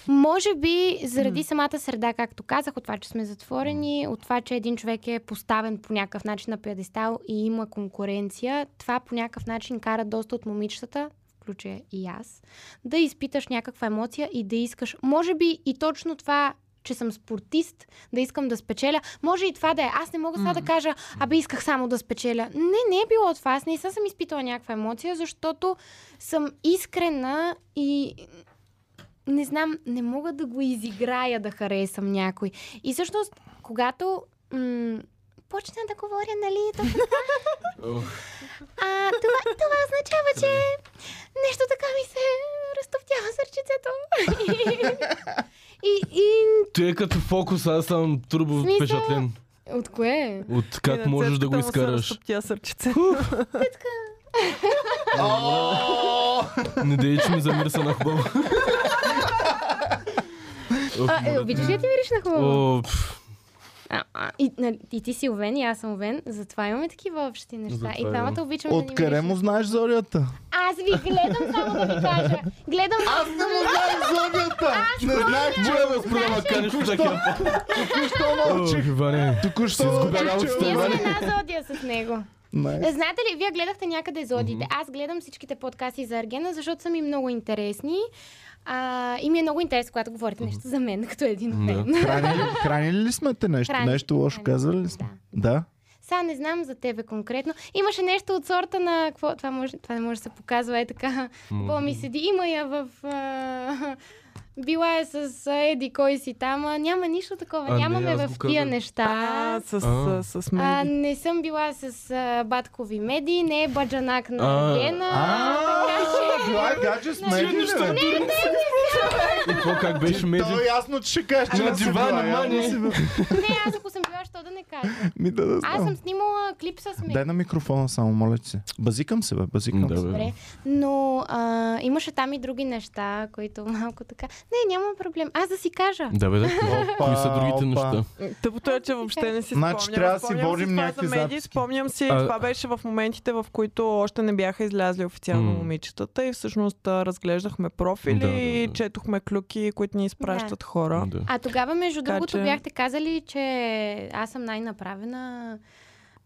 [SPEAKER 2] Може би заради самата среда, както казах, от това, че сме затворени, от това, че един човек е поставен по някакъв начин на пиедестал и има конкуренция, това по някакъв начин кара доста от момичетата, включая и аз, да изпиташ някаква емоция и да искаш. Може би и точно това че съм спортист, да искам да спечеля. Може и това да е. Аз не мога сега да кажа, абе исках само да спечеля. Не, не е било това. Аз не съм съм изпитала някаква емоция, защото съм искрена и не знам, не мога да го изиграя да харесам някой. И всъщност, когато м- почна да говоря, нали, то а, това, това означава, че нещо така ми се разтоптява сърчицето. и, и...
[SPEAKER 3] Ти е като фокус, аз съм турбо
[SPEAKER 2] Смисъл?
[SPEAKER 3] впечатлен.
[SPEAKER 2] От кое?
[SPEAKER 3] От как можеш да го изкараш.
[SPEAKER 4] Тя сърчице.
[SPEAKER 3] Не дей, че ми замирса на хубаво.
[SPEAKER 2] А, е, обичаш ли да ти мириш на хубаво?
[SPEAKER 3] О, пф,
[SPEAKER 2] А, а, и, нали, и ти си овен, и аз съм овен, затова имаме такива общи неща. И
[SPEAKER 3] Затова, е, да.
[SPEAKER 2] двамата обичаме да
[SPEAKER 1] От
[SPEAKER 2] ни
[SPEAKER 1] къде
[SPEAKER 2] мириш.
[SPEAKER 1] му знаеш зорията?
[SPEAKER 2] Аз ви гледам, само да ви кажа. Гледам...
[SPEAKER 1] Аз не му знаех зорията! Не знаех, че
[SPEAKER 3] Моля ме справа, канеш по такива.
[SPEAKER 1] току-що
[SPEAKER 3] О,
[SPEAKER 1] научих.
[SPEAKER 3] Иване.
[SPEAKER 1] Току-що
[SPEAKER 3] Си изгубя
[SPEAKER 1] научих,
[SPEAKER 3] работата,
[SPEAKER 1] че...
[SPEAKER 2] Ние
[SPEAKER 1] е-
[SPEAKER 2] сме една зодия с него.
[SPEAKER 1] Най-
[SPEAKER 2] Знаете ли, вие гледахте някъде зодиите. Аз гледам всичките подкасти за Аргена, защото са ми много интересни. А, и ми е много интересно, когато говорите нещо за мен, като един от
[SPEAKER 3] Да.
[SPEAKER 2] мен.
[SPEAKER 1] Хранили, Е, хранили ли сме те нещо?
[SPEAKER 2] Хранили.
[SPEAKER 1] Нещо лошо казали ли сме? Да.
[SPEAKER 2] Сега не знам за тебе конкретно. Имаше нещо от сорта на... Какво? Това, може, това не може да се показва, е така. Какво ми седи? Има я в... А... Била е с а, Еди, кой си там. а Няма нищо такова.
[SPEAKER 3] А, не,
[SPEAKER 2] Нямаме
[SPEAKER 3] аз
[SPEAKER 2] в
[SPEAKER 3] го
[SPEAKER 2] тия
[SPEAKER 3] казах.
[SPEAKER 2] неща.
[SPEAKER 4] А, с,
[SPEAKER 3] А.
[SPEAKER 4] с, с, с
[SPEAKER 2] А,
[SPEAKER 4] мен.
[SPEAKER 2] не съм била с а, баткови меди, не е баджанак на
[SPEAKER 3] А.
[SPEAKER 2] Гена.
[SPEAKER 1] А, била е гадже с
[SPEAKER 3] Ти
[SPEAKER 1] меди,
[SPEAKER 3] неща
[SPEAKER 1] бе.
[SPEAKER 3] турбо. И какво, как беше меди?
[SPEAKER 1] То е ясно, че ще кажеш, че
[SPEAKER 3] На
[SPEAKER 1] не си
[SPEAKER 3] дивана,
[SPEAKER 1] била, явно
[SPEAKER 3] мани.
[SPEAKER 1] си била.
[SPEAKER 2] Не, аз ако съм била, що да не кажа.
[SPEAKER 1] Ми да, да
[SPEAKER 2] Аз
[SPEAKER 1] знам.
[SPEAKER 2] съм снимала клип с меди.
[SPEAKER 1] Дай на микрофона само, моля ти се. Базикам се, бе, базикам
[SPEAKER 3] Да,
[SPEAKER 1] се.
[SPEAKER 3] бе.
[SPEAKER 2] Добре, но а, имаше там и други неща, които малко така. Не, няма проблем. Аз да си кажа.
[SPEAKER 3] Да, бе, да.
[SPEAKER 1] Опа,
[SPEAKER 3] Кои са другите
[SPEAKER 1] опа.
[SPEAKER 3] неща?
[SPEAKER 4] Тъпото е, че въобще не си спомням.
[SPEAKER 1] Значи, трябва да си
[SPEAKER 4] Спомням
[SPEAKER 1] водим
[SPEAKER 4] това за
[SPEAKER 1] някакви
[SPEAKER 4] медии,
[SPEAKER 1] записки.
[SPEAKER 4] Спомням си,
[SPEAKER 3] А-
[SPEAKER 4] това беше в моментите, в които още не бяха излязли официално
[SPEAKER 3] М.
[SPEAKER 4] момичетата и всъщност а, разглеждахме профили
[SPEAKER 3] Да, да,
[SPEAKER 4] и
[SPEAKER 3] да.
[SPEAKER 4] четохме клюки, които ни изпращат хора.
[SPEAKER 3] Да.
[SPEAKER 2] А тогава, между
[SPEAKER 4] Така
[SPEAKER 2] другото,
[SPEAKER 4] че-
[SPEAKER 2] бяхте казали, че аз съм най-направена.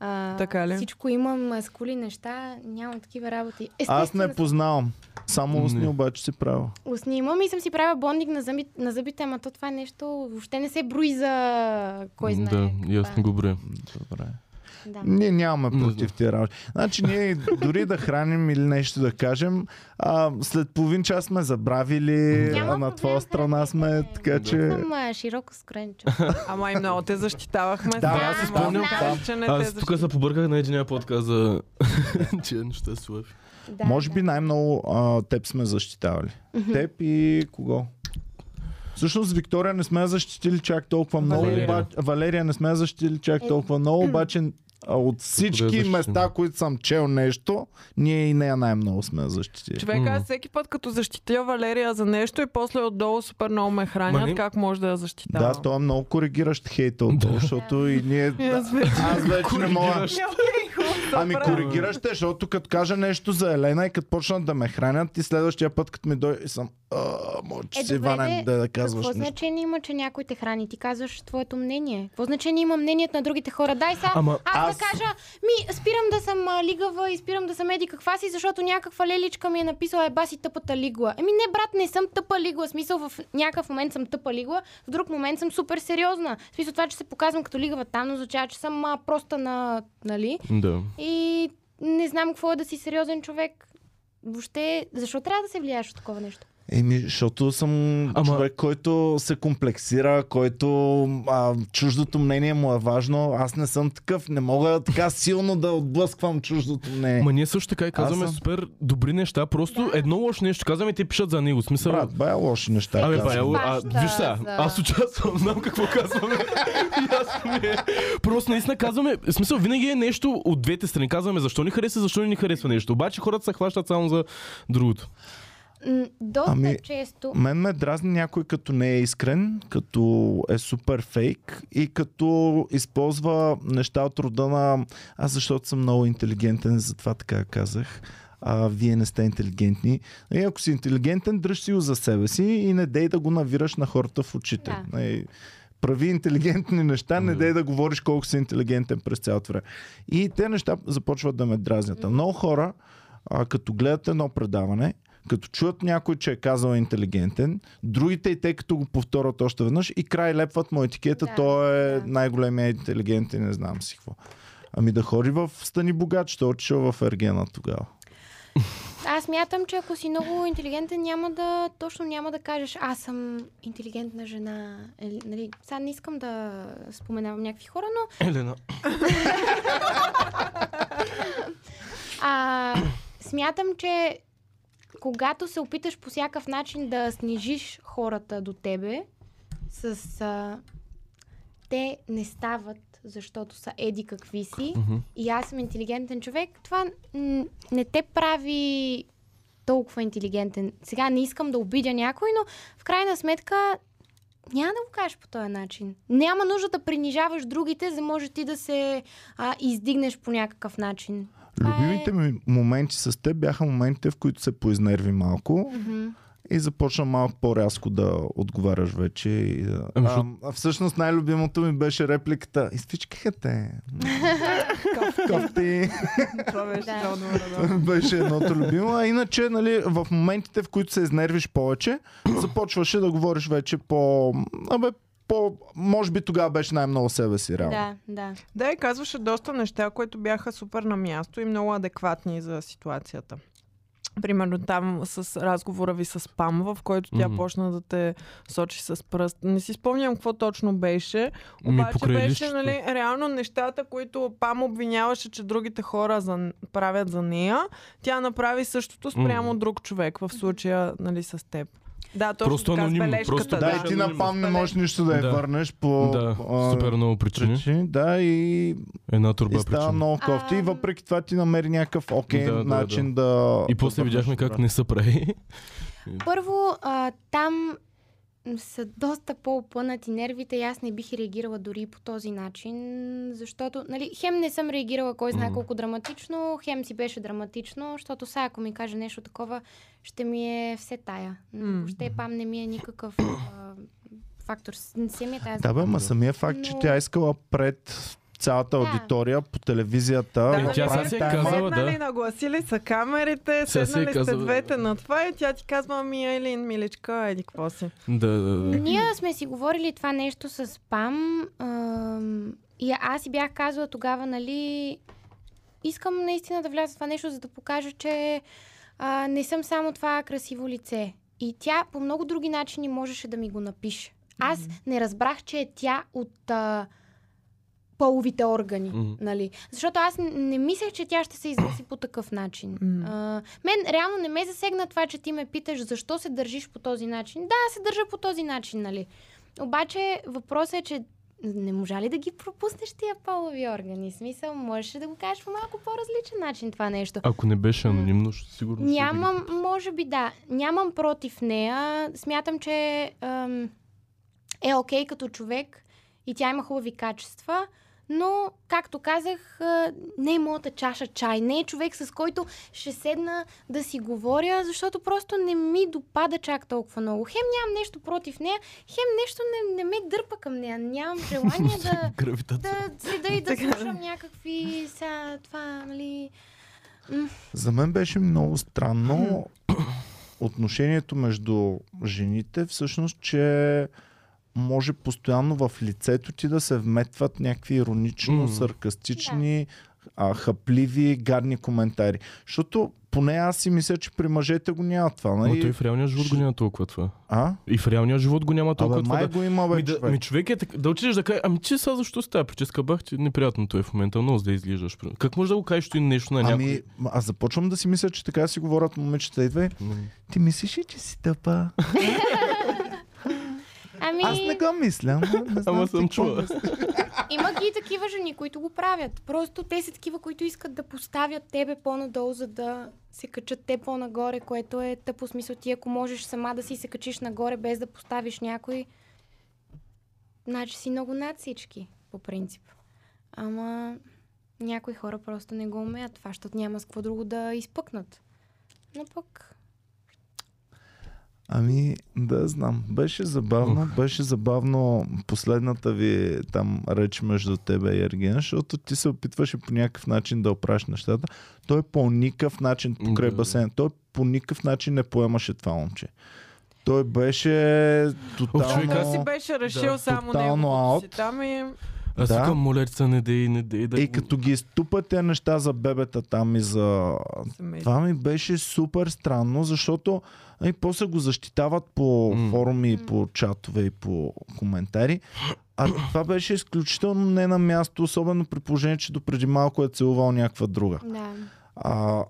[SPEAKER 2] А,
[SPEAKER 4] Така ли?
[SPEAKER 2] Всичко имам а, с коли неща, нямам такива работи. Естествено,
[SPEAKER 1] Аз не познавам. Само устни
[SPEAKER 3] Не.
[SPEAKER 1] обаче си правя.
[SPEAKER 2] устни имам и съм си правя бондинг на, зъби, на зъбите, ама то това нещо въобще не се брои за кой знае.
[SPEAKER 3] Да,
[SPEAKER 2] каква.
[SPEAKER 3] ясно го броя.
[SPEAKER 1] Добре.
[SPEAKER 2] Да.
[SPEAKER 1] Ние нямаме
[SPEAKER 3] Не
[SPEAKER 1] против тия работи. Значи ние дори да храним или нещо да кажем, а, след половин час сме забравили,
[SPEAKER 2] Няма
[SPEAKER 1] а на
[SPEAKER 2] проблем,
[SPEAKER 1] твоя страна сме,
[SPEAKER 2] харесайте.
[SPEAKER 1] така че...
[SPEAKER 2] Съм а, широко скроен човек.
[SPEAKER 4] Ама и много те защитавахме.
[SPEAKER 1] Да,
[SPEAKER 4] Сега
[SPEAKER 1] аз си
[SPEAKER 4] не мога
[SPEAKER 3] спомням.
[SPEAKER 4] да кажа, че не те
[SPEAKER 3] Аз тук се
[SPEAKER 4] защитавахме.
[SPEAKER 3] побърках на единия подкаст за тия неща с лъв.
[SPEAKER 2] Да,
[SPEAKER 1] Може
[SPEAKER 2] да.
[SPEAKER 1] би най-много а, теб сме защитавали. Теб и кого? Всъщност Виктория не сме я защитили чак толкова много,
[SPEAKER 4] Валерия.
[SPEAKER 1] Валерия, Валерия не сме я защитили чак
[SPEAKER 2] Е.
[SPEAKER 1] толкова много, обаче а, от всички
[SPEAKER 3] защитим.
[SPEAKER 1] места, които съм чел нещо, ние и нея най-много сме я защитили.
[SPEAKER 4] Човек, аз
[SPEAKER 3] М.
[SPEAKER 4] всеки път като защитя Валерия за нещо и после отдолу супер много ме хранят,
[SPEAKER 3] Ма не-
[SPEAKER 4] как може да я
[SPEAKER 1] Да,
[SPEAKER 4] защитавам.
[SPEAKER 1] той е много коригиращ хейта отдолу, защото и ние...
[SPEAKER 4] И Аз вече...
[SPEAKER 1] Аз
[SPEAKER 3] Ами,
[SPEAKER 1] вече не мога.
[SPEAKER 3] Коригиращ.
[SPEAKER 1] Ами
[SPEAKER 4] Добре.
[SPEAKER 1] коригираш те, защото като кажа нещо за Елена и като почнат да ме хранят и следващия път като ми дойде съм... А, може, че
[SPEAKER 2] Е,
[SPEAKER 1] си
[SPEAKER 2] добре, де,
[SPEAKER 1] Ванен да, да казваш
[SPEAKER 2] Какво значи?
[SPEAKER 1] нещо.
[SPEAKER 2] значение има, че някой те храни? Ти казваш твоето мнение. Какво значение има мнението на другите хора? Дай сега
[SPEAKER 3] Ама
[SPEAKER 2] аз,
[SPEAKER 1] аз-
[SPEAKER 2] да кажа, ми спирам да съм а, лигава и спирам да съм еди каква си, защото някаква леличка ми е написала еба си тъпата лигла. Еми не, брат, не съм тъпа лигла. В Смисъл в някакъв момент съм тъпа лигла, в друг момент съм супер сериозна. В смисъл това, че се показвам като лигава там, но означава, че съм а, проста на... Нали?
[SPEAKER 3] Да.
[SPEAKER 2] И не знам какво е да си сериозен човек. Въобще, защо трябва да се влияеш от такова нещо?
[SPEAKER 1] Еми, защото съм Ама...
[SPEAKER 3] Ама-
[SPEAKER 1] човек, който се комплексира, който а, чуждото мнение му е важно. Аз не съм такъв, не мога така силно да отблъсквам чуждото мнение.
[SPEAKER 3] Ма ние също така и казваме
[SPEAKER 1] Е. съм-
[SPEAKER 3] супер добри неща, просто едно лошо нещо казваме и те пишат за него. В Смисъл,
[SPEAKER 1] Брат, бая лоши неща.
[SPEAKER 3] Абе,
[SPEAKER 1] казвам.
[SPEAKER 3] бая, а,
[SPEAKER 2] Баща
[SPEAKER 3] виж сега,
[SPEAKER 2] за-
[SPEAKER 3] аз участвам, знам какво казваме. Ясно ми е. Просто наистина казваме, в смисъл винаги е нещо от двете страни. Казваме защо ни харесва, защо не ни харесва нещо. Обаче хората се хващат само за другото.
[SPEAKER 2] М, Доста
[SPEAKER 1] Ами,
[SPEAKER 2] често.
[SPEAKER 1] Мен ме дразни някой като не е искрен, като е супер фейк и като използва неща от рода на аз защото съм много интелигентен, затова така казах. а, вие не сте интелигентни. И ако си интелигентен, дръж си го за себе си и не дей да го навираш на хората в очите.
[SPEAKER 2] Да.
[SPEAKER 1] Нали, прави интелигентни неща, не
[SPEAKER 3] Мгм.
[SPEAKER 1] дей да говориш колко си интелигентен през цялото време. И те неща започват да ме дразнят. А Много хора, а, като гледат едно предаване, като чуят някой, че е казал интелигентен, другите и те като го повторят още веднъж и край лепват му етикета, да,
[SPEAKER 2] Да,
[SPEAKER 1] той е
[SPEAKER 2] да.
[SPEAKER 1] най-големия интелигентен, не знам си какво. Ами да ходи в Стани Богач, той е отишъл в Ергена тогава.
[SPEAKER 2] Аз мятам, че ако си много интелигентен, няма да, точно няма да кажеш, аз съм интелигентна жена. Или, нали, сега не искам да споменавам някакви хора, но
[SPEAKER 3] Елена.
[SPEAKER 2] А, смятам, че когато се опиташ по всякакъв начин да снижиш хората до тебе, с а, те не стават, защото са еди какви си
[SPEAKER 3] Мгм.
[SPEAKER 2] и аз съм интелигентен човек, това м- не те прави толкова интелигентен. Сега не искам да обидя някой, но в крайна сметка няма да го кажеш по този начин. Няма нужда да принижаваш другите, за да може ти да се а, издигнеш по някакъв начин. Това е-
[SPEAKER 1] Любимите ми моменти с теб бяха моментите, в които се поизнерви малко
[SPEAKER 2] Мгм.
[SPEAKER 1] и започна малко по-рязко да отговаряш вече. И, да...
[SPEAKER 3] Ами,
[SPEAKER 1] а,
[SPEAKER 3] защото-
[SPEAKER 1] а, всъщност най-любимото ми беше репликата Изфичкаха те. Кофти.
[SPEAKER 4] Това беше
[SPEAKER 2] Да.
[SPEAKER 4] много добре, да.
[SPEAKER 1] беше едното любимо. А иначе, нали, в моментите, в които се изнервиш повече, започваше да говориш вече по... Абе, по... Може би тогава беше най-много себе си, реално.
[SPEAKER 2] Да, да.
[SPEAKER 4] Да, и казваше доста неща, които бяха супер на място и много адекватни за ситуацията. Примерно там с разговора ви с Пам, в който тя
[SPEAKER 3] Мгм.
[SPEAKER 4] почна да те сочи с пръст. Не си спомням какво точно беше,
[SPEAKER 3] Ми
[SPEAKER 4] обаче
[SPEAKER 3] Ами, покрай
[SPEAKER 4] беше
[SPEAKER 3] листчето.
[SPEAKER 4] нали, реално нещата, които Пам обвиняваше, че другите хора за, правят за нея, тя направи същото спрямо
[SPEAKER 3] Мгм.
[SPEAKER 4] друг човек, в случая нали, с теб. Да, точно
[SPEAKER 3] Просто
[SPEAKER 4] така, с
[SPEAKER 3] анонимно,
[SPEAKER 4] бележката,
[SPEAKER 3] просто
[SPEAKER 1] Да,
[SPEAKER 4] да.
[SPEAKER 1] и ти на Пам не можеш нищо да я
[SPEAKER 3] Да.
[SPEAKER 1] върнеш по...
[SPEAKER 3] Да,
[SPEAKER 1] а,
[SPEAKER 3] супер много причини.
[SPEAKER 1] причини. Да, и,
[SPEAKER 3] Една турба е
[SPEAKER 1] и става
[SPEAKER 3] причини.
[SPEAKER 1] много кофти. И въпреки това ти намери някакъв окей
[SPEAKER 3] Да, да, да.
[SPEAKER 1] начин да, да...
[SPEAKER 3] И после видяхме как не са прави.
[SPEAKER 2] Първо, а, там са доста по-опънати нервите и аз не бих реагирала дори по този начин, защото, нали, хем не съм реагирала кой знае
[SPEAKER 3] Мгм.
[SPEAKER 2] колко драматично, хем си беше драматично, защото сега ако ми каже нещо такова, ще ми е все тая.
[SPEAKER 4] Мгм.
[SPEAKER 2] Въобще пам не ми е никакъв а, фактор. С- Не си ми е тази.
[SPEAKER 1] Да, бе, ма самия факт, че
[SPEAKER 2] Но-
[SPEAKER 1] тя е искала пред цялата
[SPEAKER 2] Да.
[SPEAKER 1] аудитория по телевизията.
[SPEAKER 4] Да,
[SPEAKER 1] в
[SPEAKER 3] Е, тя
[SPEAKER 1] прайм
[SPEAKER 3] се е
[SPEAKER 1] тайм.
[SPEAKER 3] казала,
[SPEAKER 4] Седнали,
[SPEAKER 3] да.
[SPEAKER 4] нагласили са камерите,
[SPEAKER 3] Сега се е
[SPEAKER 4] седнали сте
[SPEAKER 3] казала, да.
[SPEAKER 4] двете на това и тя ти казва, ами Айлин, миличка, еди какво си.
[SPEAKER 3] Да, да, да.
[SPEAKER 2] Ние сме си говорили това нещо с Пам. ам, И аз си бях казала тогава, нали, искам наистина да вляза в това нещо, за да покажа, че а, не съм само това красиво лице. И тя по много други начини можеше да ми го напише. Аз не разбрах, че е тя от а, половите органи.
[SPEAKER 3] Мгм.
[SPEAKER 2] Нали? Защото аз н- не мислех, че тя ще се изрази по такъв начин.
[SPEAKER 4] Мгм.
[SPEAKER 2] А, мен реално не ме засегна това, че ти ме питаш защо се държиш по този начин. Да, аз се държа по този начин, нали? Обаче въпросът е, че не можа ли да ги пропуснеш тия полови органи? В Смисъл, можеше да го кажеш по малко по-различен начин това нещо.
[SPEAKER 3] Ако не беше анонимно, ще- сигурно ще да
[SPEAKER 2] Нямам, може би да. Нямам против нея. Смятам, че ам, е окей като човек и тя има хубави качества, но, както казах, а, не е моята чаша чай. Не е човек, с който ще седна да си говоря, защото просто не ми допада чак толкова много. Хем нямам нещо против нея, хем нещо не, не ме дърпа към нея. Нямам желание да,
[SPEAKER 3] ги- Гравитация.
[SPEAKER 2] да седа и да
[SPEAKER 4] Така.
[SPEAKER 2] слушам някакви сега това, нали...
[SPEAKER 1] За мен беше много странно отношението между жените, всъщност, че може постоянно в лицето ти да се вметват някакви иронично,
[SPEAKER 3] М.
[SPEAKER 1] саркастични, а, хапливи, гадни коментари. Защото поне аз си мисля, че при мъжете го няма това.
[SPEAKER 3] Но той
[SPEAKER 1] Нали?
[SPEAKER 3] в реалния живот го няма толкова това.
[SPEAKER 1] А?
[SPEAKER 3] И в реалния живот го няма толкова
[SPEAKER 1] Абе,
[SPEAKER 3] това.
[SPEAKER 1] май
[SPEAKER 3] да-
[SPEAKER 1] го има бе,
[SPEAKER 3] Ми, да,
[SPEAKER 1] човек.
[SPEAKER 3] ми човек е така, да отидеш да кажеш, ами ти сега защо с тази прическа бах ти неприятното е в момента, много да изглеждаш. примерно. Как може да го кажеш той нещо на някой?
[SPEAKER 1] Ами, м- аз започвам да си мисля, че така си говорят момичета. Идва и,
[SPEAKER 3] М.
[SPEAKER 1] ти мислиш ли, че си тъпа?
[SPEAKER 2] Ами...
[SPEAKER 1] Аз не го мисля. Ама, не знам
[SPEAKER 3] Ама
[SPEAKER 1] ти
[SPEAKER 3] съм
[SPEAKER 1] какво
[SPEAKER 3] чула.
[SPEAKER 1] мислиш.
[SPEAKER 2] Има ги и такива жени, които го правят. Просто те са такива, които искат да поставят тебе по-надолу, за да се качат те по-нагоре, което е тъпо В смисъл. Ти ако можеш сама да си се качиш нагоре, без да поставиш някой, значи си много над всички, по принцип. Ама някои хора просто не го умеят това, защото няма с какво друго да изпъкнат. Но пък...
[SPEAKER 1] Ами, да, знам. Беше забавно. Беше забавно последната ви там реч между тебе и Ергена, защото ти се опитваше по някакъв начин да опраш нещата. Той по никакъв начин покрай
[SPEAKER 3] Да.
[SPEAKER 1] басейна. Той по никакъв начин не поемаше това момче. Той беше
[SPEAKER 3] човек,
[SPEAKER 1] тотално...
[SPEAKER 4] Той си беше решил
[SPEAKER 3] Да.
[SPEAKER 4] само
[SPEAKER 1] Тотално
[SPEAKER 4] неговото си
[SPEAKER 1] out.
[SPEAKER 4] там и...
[SPEAKER 3] Аз
[SPEAKER 1] Да.
[SPEAKER 3] викам, моля, деца, не дей, не дей. Да...
[SPEAKER 1] И като ги ступа тези неща за бебета там и за...
[SPEAKER 4] семейство.
[SPEAKER 1] Това ми беше супер странно, защото и после го защитават по
[SPEAKER 3] М.
[SPEAKER 1] форуми и по чатове и по коментари. А това беше изключително не на място, особено при положение, че допреди малко е целувал някаква друга.
[SPEAKER 2] Да.
[SPEAKER 1] А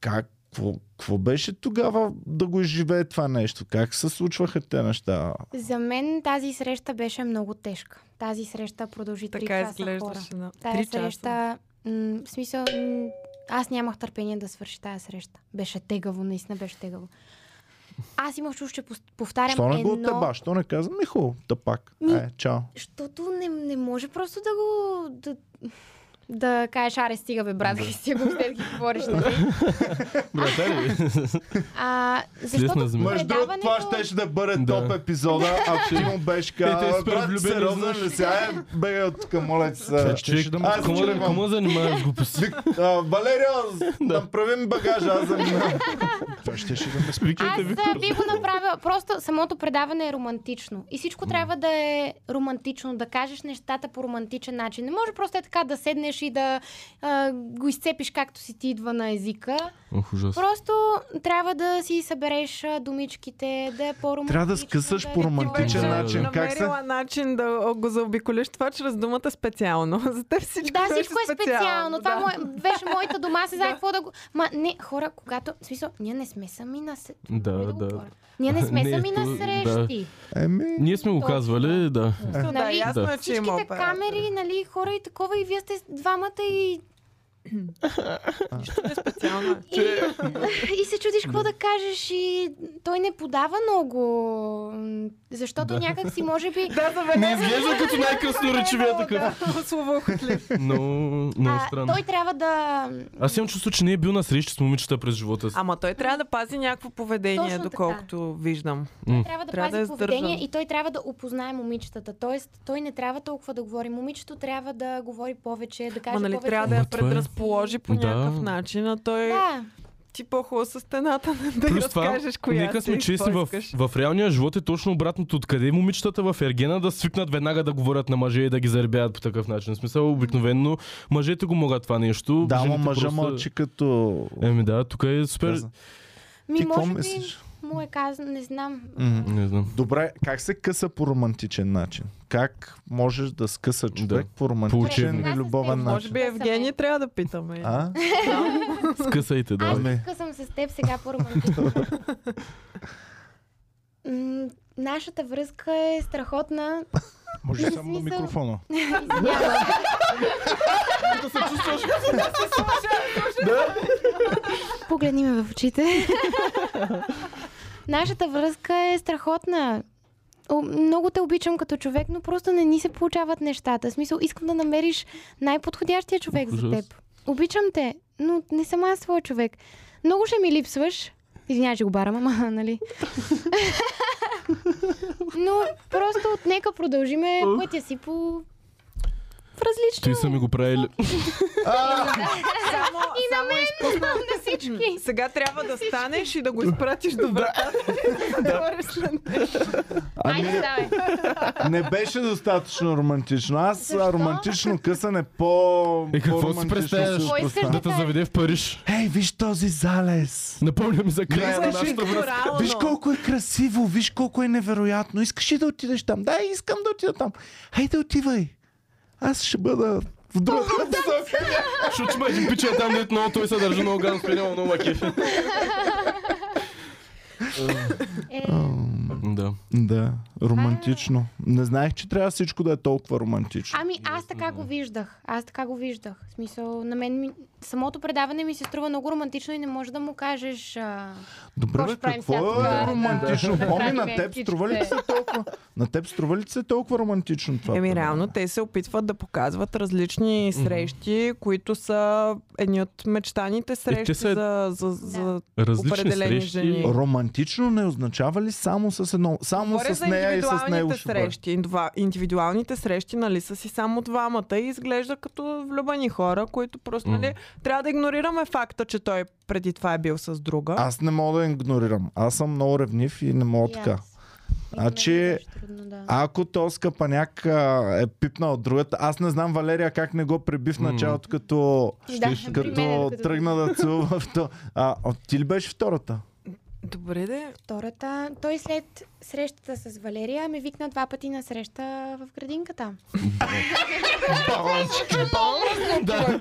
[SPEAKER 1] как, какво, какво беше тогава да го изживее това нещо? Как се случваха те неща?
[SPEAKER 2] За мен тази среща беше много тежка. Тази среща продължи 3
[SPEAKER 4] Така
[SPEAKER 2] часа хора.
[SPEAKER 4] изглеждаше. на-
[SPEAKER 2] Тая
[SPEAKER 4] Три часа.
[SPEAKER 2] среща, м- в смисъл, м- аз нямах търпение да свърши тая среща. Беше тегаво, наистина беше тегаво. Аз имах чувство, че пос- повтарям
[SPEAKER 1] Що не го
[SPEAKER 2] едно...
[SPEAKER 1] отеба? Що не каза? Михо, тъпак.
[SPEAKER 2] Ми-
[SPEAKER 1] Е, чао.
[SPEAKER 2] Защото не, не може просто да го... Да, да кажеш, аре стига бе, брат, да. стига го след ги говориш. нали?
[SPEAKER 3] Брате,
[SPEAKER 2] А,
[SPEAKER 3] Слезна
[SPEAKER 2] защото
[SPEAKER 3] земя.
[SPEAKER 1] Между другото, това
[SPEAKER 2] предаването...
[SPEAKER 1] щеше да бъде
[SPEAKER 3] Да.
[SPEAKER 1] топ епизода, ако ти му беше
[SPEAKER 3] Е, те
[SPEAKER 1] казал,
[SPEAKER 3] сме
[SPEAKER 1] брат,
[SPEAKER 3] влюбени,
[SPEAKER 1] сериозно
[SPEAKER 3] знаеш.
[SPEAKER 1] ли сега е, бегай от тук, моля ти се.
[SPEAKER 3] човек,
[SPEAKER 1] му Аз
[SPEAKER 3] кому
[SPEAKER 1] чувам.
[SPEAKER 3] кому занимаваш глупост?
[SPEAKER 1] Вик- а, Валерио, направи ми багажа, аз заминавам. Това щеше да ме спи.
[SPEAKER 2] Аз а, би го направила. Просто самото предаване е романтично. И всичко трябва да е романтично, да кажеш нещата по романтичен начин. Не може просто е така да седнеш и да а, го изцепиш както си ти идва на езика.
[SPEAKER 3] Ох, ужас.
[SPEAKER 2] Просто трябва да си събереш а, думичките, да е по-романтично.
[SPEAKER 1] Трябва да скъсаш
[SPEAKER 2] е
[SPEAKER 1] по романтичен
[SPEAKER 2] ритуално.
[SPEAKER 1] начин.
[SPEAKER 4] Намерила
[SPEAKER 1] Как се-
[SPEAKER 4] начин да го заобиколиш това чрез думата специално. За теб всичко
[SPEAKER 2] Да,
[SPEAKER 4] беше
[SPEAKER 2] всичко е специално. Това
[SPEAKER 4] да.
[SPEAKER 2] мое- беше моята дома, се знае какво да го... Ма не, хора, когато... В смисъл, ние не сме сами на... се-
[SPEAKER 3] Да,
[SPEAKER 2] Мило,
[SPEAKER 3] да.
[SPEAKER 2] хора. Ние не сме
[SPEAKER 3] Не,
[SPEAKER 2] сами
[SPEAKER 3] то-
[SPEAKER 2] на
[SPEAKER 3] да.
[SPEAKER 2] срещи.
[SPEAKER 1] Еми,
[SPEAKER 3] Ние сме го
[SPEAKER 2] Толкова.
[SPEAKER 3] казвали, да.
[SPEAKER 4] Да,
[SPEAKER 2] Нали?
[SPEAKER 4] ясно е, че има
[SPEAKER 2] Всичките
[SPEAKER 4] опера.
[SPEAKER 2] камери, нали, хора и такова, и вие сте двамата и,
[SPEAKER 4] Специално е.
[SPEAKER 2] и, и се чудиш какво да кажеш и той не подава много, м, защото
[SPEAKER 3] Да.
[SPEAKER 2] някак си може би...
[SPEAKER 4] Да, за
[SPEAKER 3] Не
[SPEAKER 4] веднага.
[SPEAKER 3] изглежда като най-красноречивия
[SPEAKER 2] е
[SPEAKER 3] така.
[SPEAKER 4] Да, словоохотлив.
[SPEAKER 3] Но, много
[SPEAKER 2] а,
[SPEAKER 3] странно.
[SPEAKER 2] той трябва да...
[SPEAKER 3] Аз имам чувство, че не е бил на срещи с момичета през живота си.
[SPEAKER 4] Ама той трябва да пази някакво поведение,
[SPEAKER 2] Точно така.
[SPEAKER 4] доколкото виждам.
[SPEAKER 2] Трябва да
[SPEAKER 4] Трябва да
[SPEAKER 2] пази
[SPEAKER 4] е сдържан.
[SPEAKER 2] поведение и той трябва да опознае момичетата. Тоест, той не трябва толкова да говори. Момичето трябва да говори повече, да каже
[SPEAKER 4] Ма нали
[SPEAKER 2] повече.
[SPEAKER 4] трябва да
[SPEAKER 3] Ма
[SPEAKER 4] я
[SPEAKER 3] това е-
[SPEAKER 4] предразположи по
[SPEAKER 3] Да.
[SPEAKER 4] някакъв начин, а той
[SPEAKER 2] Да,
[SPEAKER 4] ти по-хубаво с стената нали, да й
[SPEAKER 3] Плюс това,
[SPEAKER 4] разкажеш коя
[SPEAKER 3] нека
[SPEAKER 4] си и
[SPEAKER 3] сме
[SPEAKER 4] какво
[SPEAKER 3] честни, в,
[SPEAKER 4] искаш.
[SPEAKER 3] в реалния живот е точно обратното. Откъде момичетата в Ергена да свикнат веднага да говорят на мъже и да ги заребяват по такъв начин? В смисъл, обикновено мъжете го могат това нещо.
[SPEAKER 1] да, ма
[SPEAKER 3] жените
[SPEAKER 1] мъжа
[SPEAKER 3] просто-
[SPEAKER 1] мълчи като...
[SPEAKER 3] Еми да, тук е супер.
[SPEAKER 1] Каза.
[SPEAKER 2] ми
[SPEAKER 1] Ти какво
[SPEAKER 2] може би
[SPEAKER 1] мислиш?
[SPEAKER 2] му е казано, не знам.
[SPEAKER 1] М.
[SPEAKER 3] Не знам.
[SPEAKER 1] Добре, как се къса по романтичен начин? Как можеш да скъса човек по романтичен
[SPEAKER 3] Поучебник.
[SPEAKER 1] и любовен
[SPEAKER 2] Аз
[SPEAKER 4] Може
[SPEAKER 1] начин?
[SPEAKER 4] би Евгений трябва да питаме.
[SPEAKER 1] А?
[SPEAKER 3] Скъсайте, да.
[SPEAKER 2] Аз
[SPEAKER 1] Ами.
[SPEAKER 2] ще късам с теб сега по романтично. М, Нашата връзка е страхотна.
[SPEAKER 5] Може
[SPEAKER 2] Не
[SPEAKER 5] само на
[SPEAKER 2] си за-
[SPEAKER 5] микрофона.
[SPEAKER 2] Извинявам.
[SPEAKER 3] Да се чувстваш.
[SPEAKER 2] Погледни ме в очите. Нашата връзка е страхотна. О, много те обичам като човек, но просто не ни се получават нещата. В смисъл, искам да намериш най-подходящия човек за
[SPEAKER 3] Ужас.
[SPEAKER 2] теб. Обичам те, но не съм аз своя човек. Много ще ми липсваш. Извинявай, че го барам, ама, нали? но просто от нека продължиме
[SPEAKER 3] Ух.
[SPEAKER 2] пътя си по... В различни...
[SPEAKER 3] Ти са ми го правили.
[SPEAKER 4] Само, и на мен,
[SPEAKER 2] на всички.
[SPEAKER 4] Сега трябва да станеш и да го изпратиш до вратата. Да говориш на него.
[SPEAKER 2] Айде, давай.
[SPEAKER 1] Не беше достатъчно романтично. Аз
[SPEAKER 2] Защо?
[SPEAKER 1] романтично късане по...
[SPEAKER 3] Е, какво си
[SPEAKER 1] по-романтично
[SPEAKER 3] представяш?
[SPEAKER 1] се
[SPEAKER 2] Кой искаш
[SPEAKER 1] представя.
[SPEAKER 3] Да те заведе в Париж.
[SPEAKER 1] Ей, виж този залез!
[SPEAKER 3] Напомня ми за края е на
[SPEAKER 1] Не,
[SPEAKER 3] нашата
[SPEAKER 1] не,
[SPEAKER 3] връзка.
[SPEAKER 4] Натурално.
[SPEAKER 1] Виж колко е красиво, виж колко е невероятно. Искаш ли да отидеш там? Да, искам да отида там. Хайде, отивай. Аз ще бъда в другата посока.
[SPEAKER 3] Защото има един пиче там, дето много той се държи много гадно, спрямо много макефи.
[SPEAKER 2] Е,
[SPEAKER 3] Да.
[SPEAKER 1] Да, романтично. Не знаех, че трябва всичко да е толкова романтично.
[SPEAKER 2] Ами аз така го виждах. Аз така го виждах. В смисъл, на мен ми... самото предаване ми се струва много романтично и не можеш да му кажеш... А...
[SPEAKER 1] Добре,
[SPEAKER 2] Какво
[SPEAKER 1] бе,
[SPEAKER 2] ще правим
[SPEAKER 1] какво
[SPEAKER 2] сега тогава,
[SPEAKER 1] е
[SPEAKER 2] да?
[SPEAKER 1] романтично?
[SPEAKER 2] Да
[SPEAKER 1] Боми, на
[SPEAKER 2] правим
[SPEAKER 1] теб
[SPEAKER 2] всичките.
[SPEAKER 1] струва ли ти се толкова? На теб струва ли ти се толкова романтично това?
[SPEAKER 4] Еми
[SPEAKER 1] предаване?
[SPEAKER 4] реално те се опитват да показват различни срещи, които са едни от мечтаните срещи
[SPEAKER 3] Е, са-
[SPEAKER 4] за, за, за
[SPEAKER 3] Различни
[SPEAKER 4] Определени
[SPEAKER 3] срещи.
[SPEAKER 4] жени.
[SPEAKER 1] Романтично не означава ли само с едно, само
[SPEAKER 4] Говоря
[SPEAKER 1] с
[SPEAKER 4] за
[SPEAKER 1] нея и с него
[SPEAKER 4] индивидуалните
[SPEAKER 1] ще бъде?
[SPEAKER 4] срещи. Индва- Индивидуалните срещи, нали, са си само двамата и изглежда като влюбени хора, които просто, нали, трябва да игнорираме факта, че той преди това е бил с друга.
[SPEAKER 1] Аз не мога да игнорирам. Аз съм много ревнив и не мога
[SPEAKER 2] и
[SPEAKER 1] така.
[SPEAKER 2] аз. И
[SPEAKER 1] А,
[SPEAKER 2] мен
[SPEAKER 1] че-
[SPEAKER 2] ми беше трудно, да.
[SPEAKER 1] Ако този скъпаняк а, е пипнал от другата, аз не знам Валерия как не го приби в
[SPEAKER 3] М.
[SPEAKER 1] началото, като,
[SPEAKER 2] Да, при мен е
[SPEAKER 1] като
[SPEAKER 2] докато-
[SPEAKER 1] тръгна да целува в то. А, а ти ли беше втората?
[SPEAKER 4] Добре де.
[SPEAKER 2] Втората, той след срещата с Валерия ми викна два пъти на среща в градинката.
[SPEAKER 3] Да.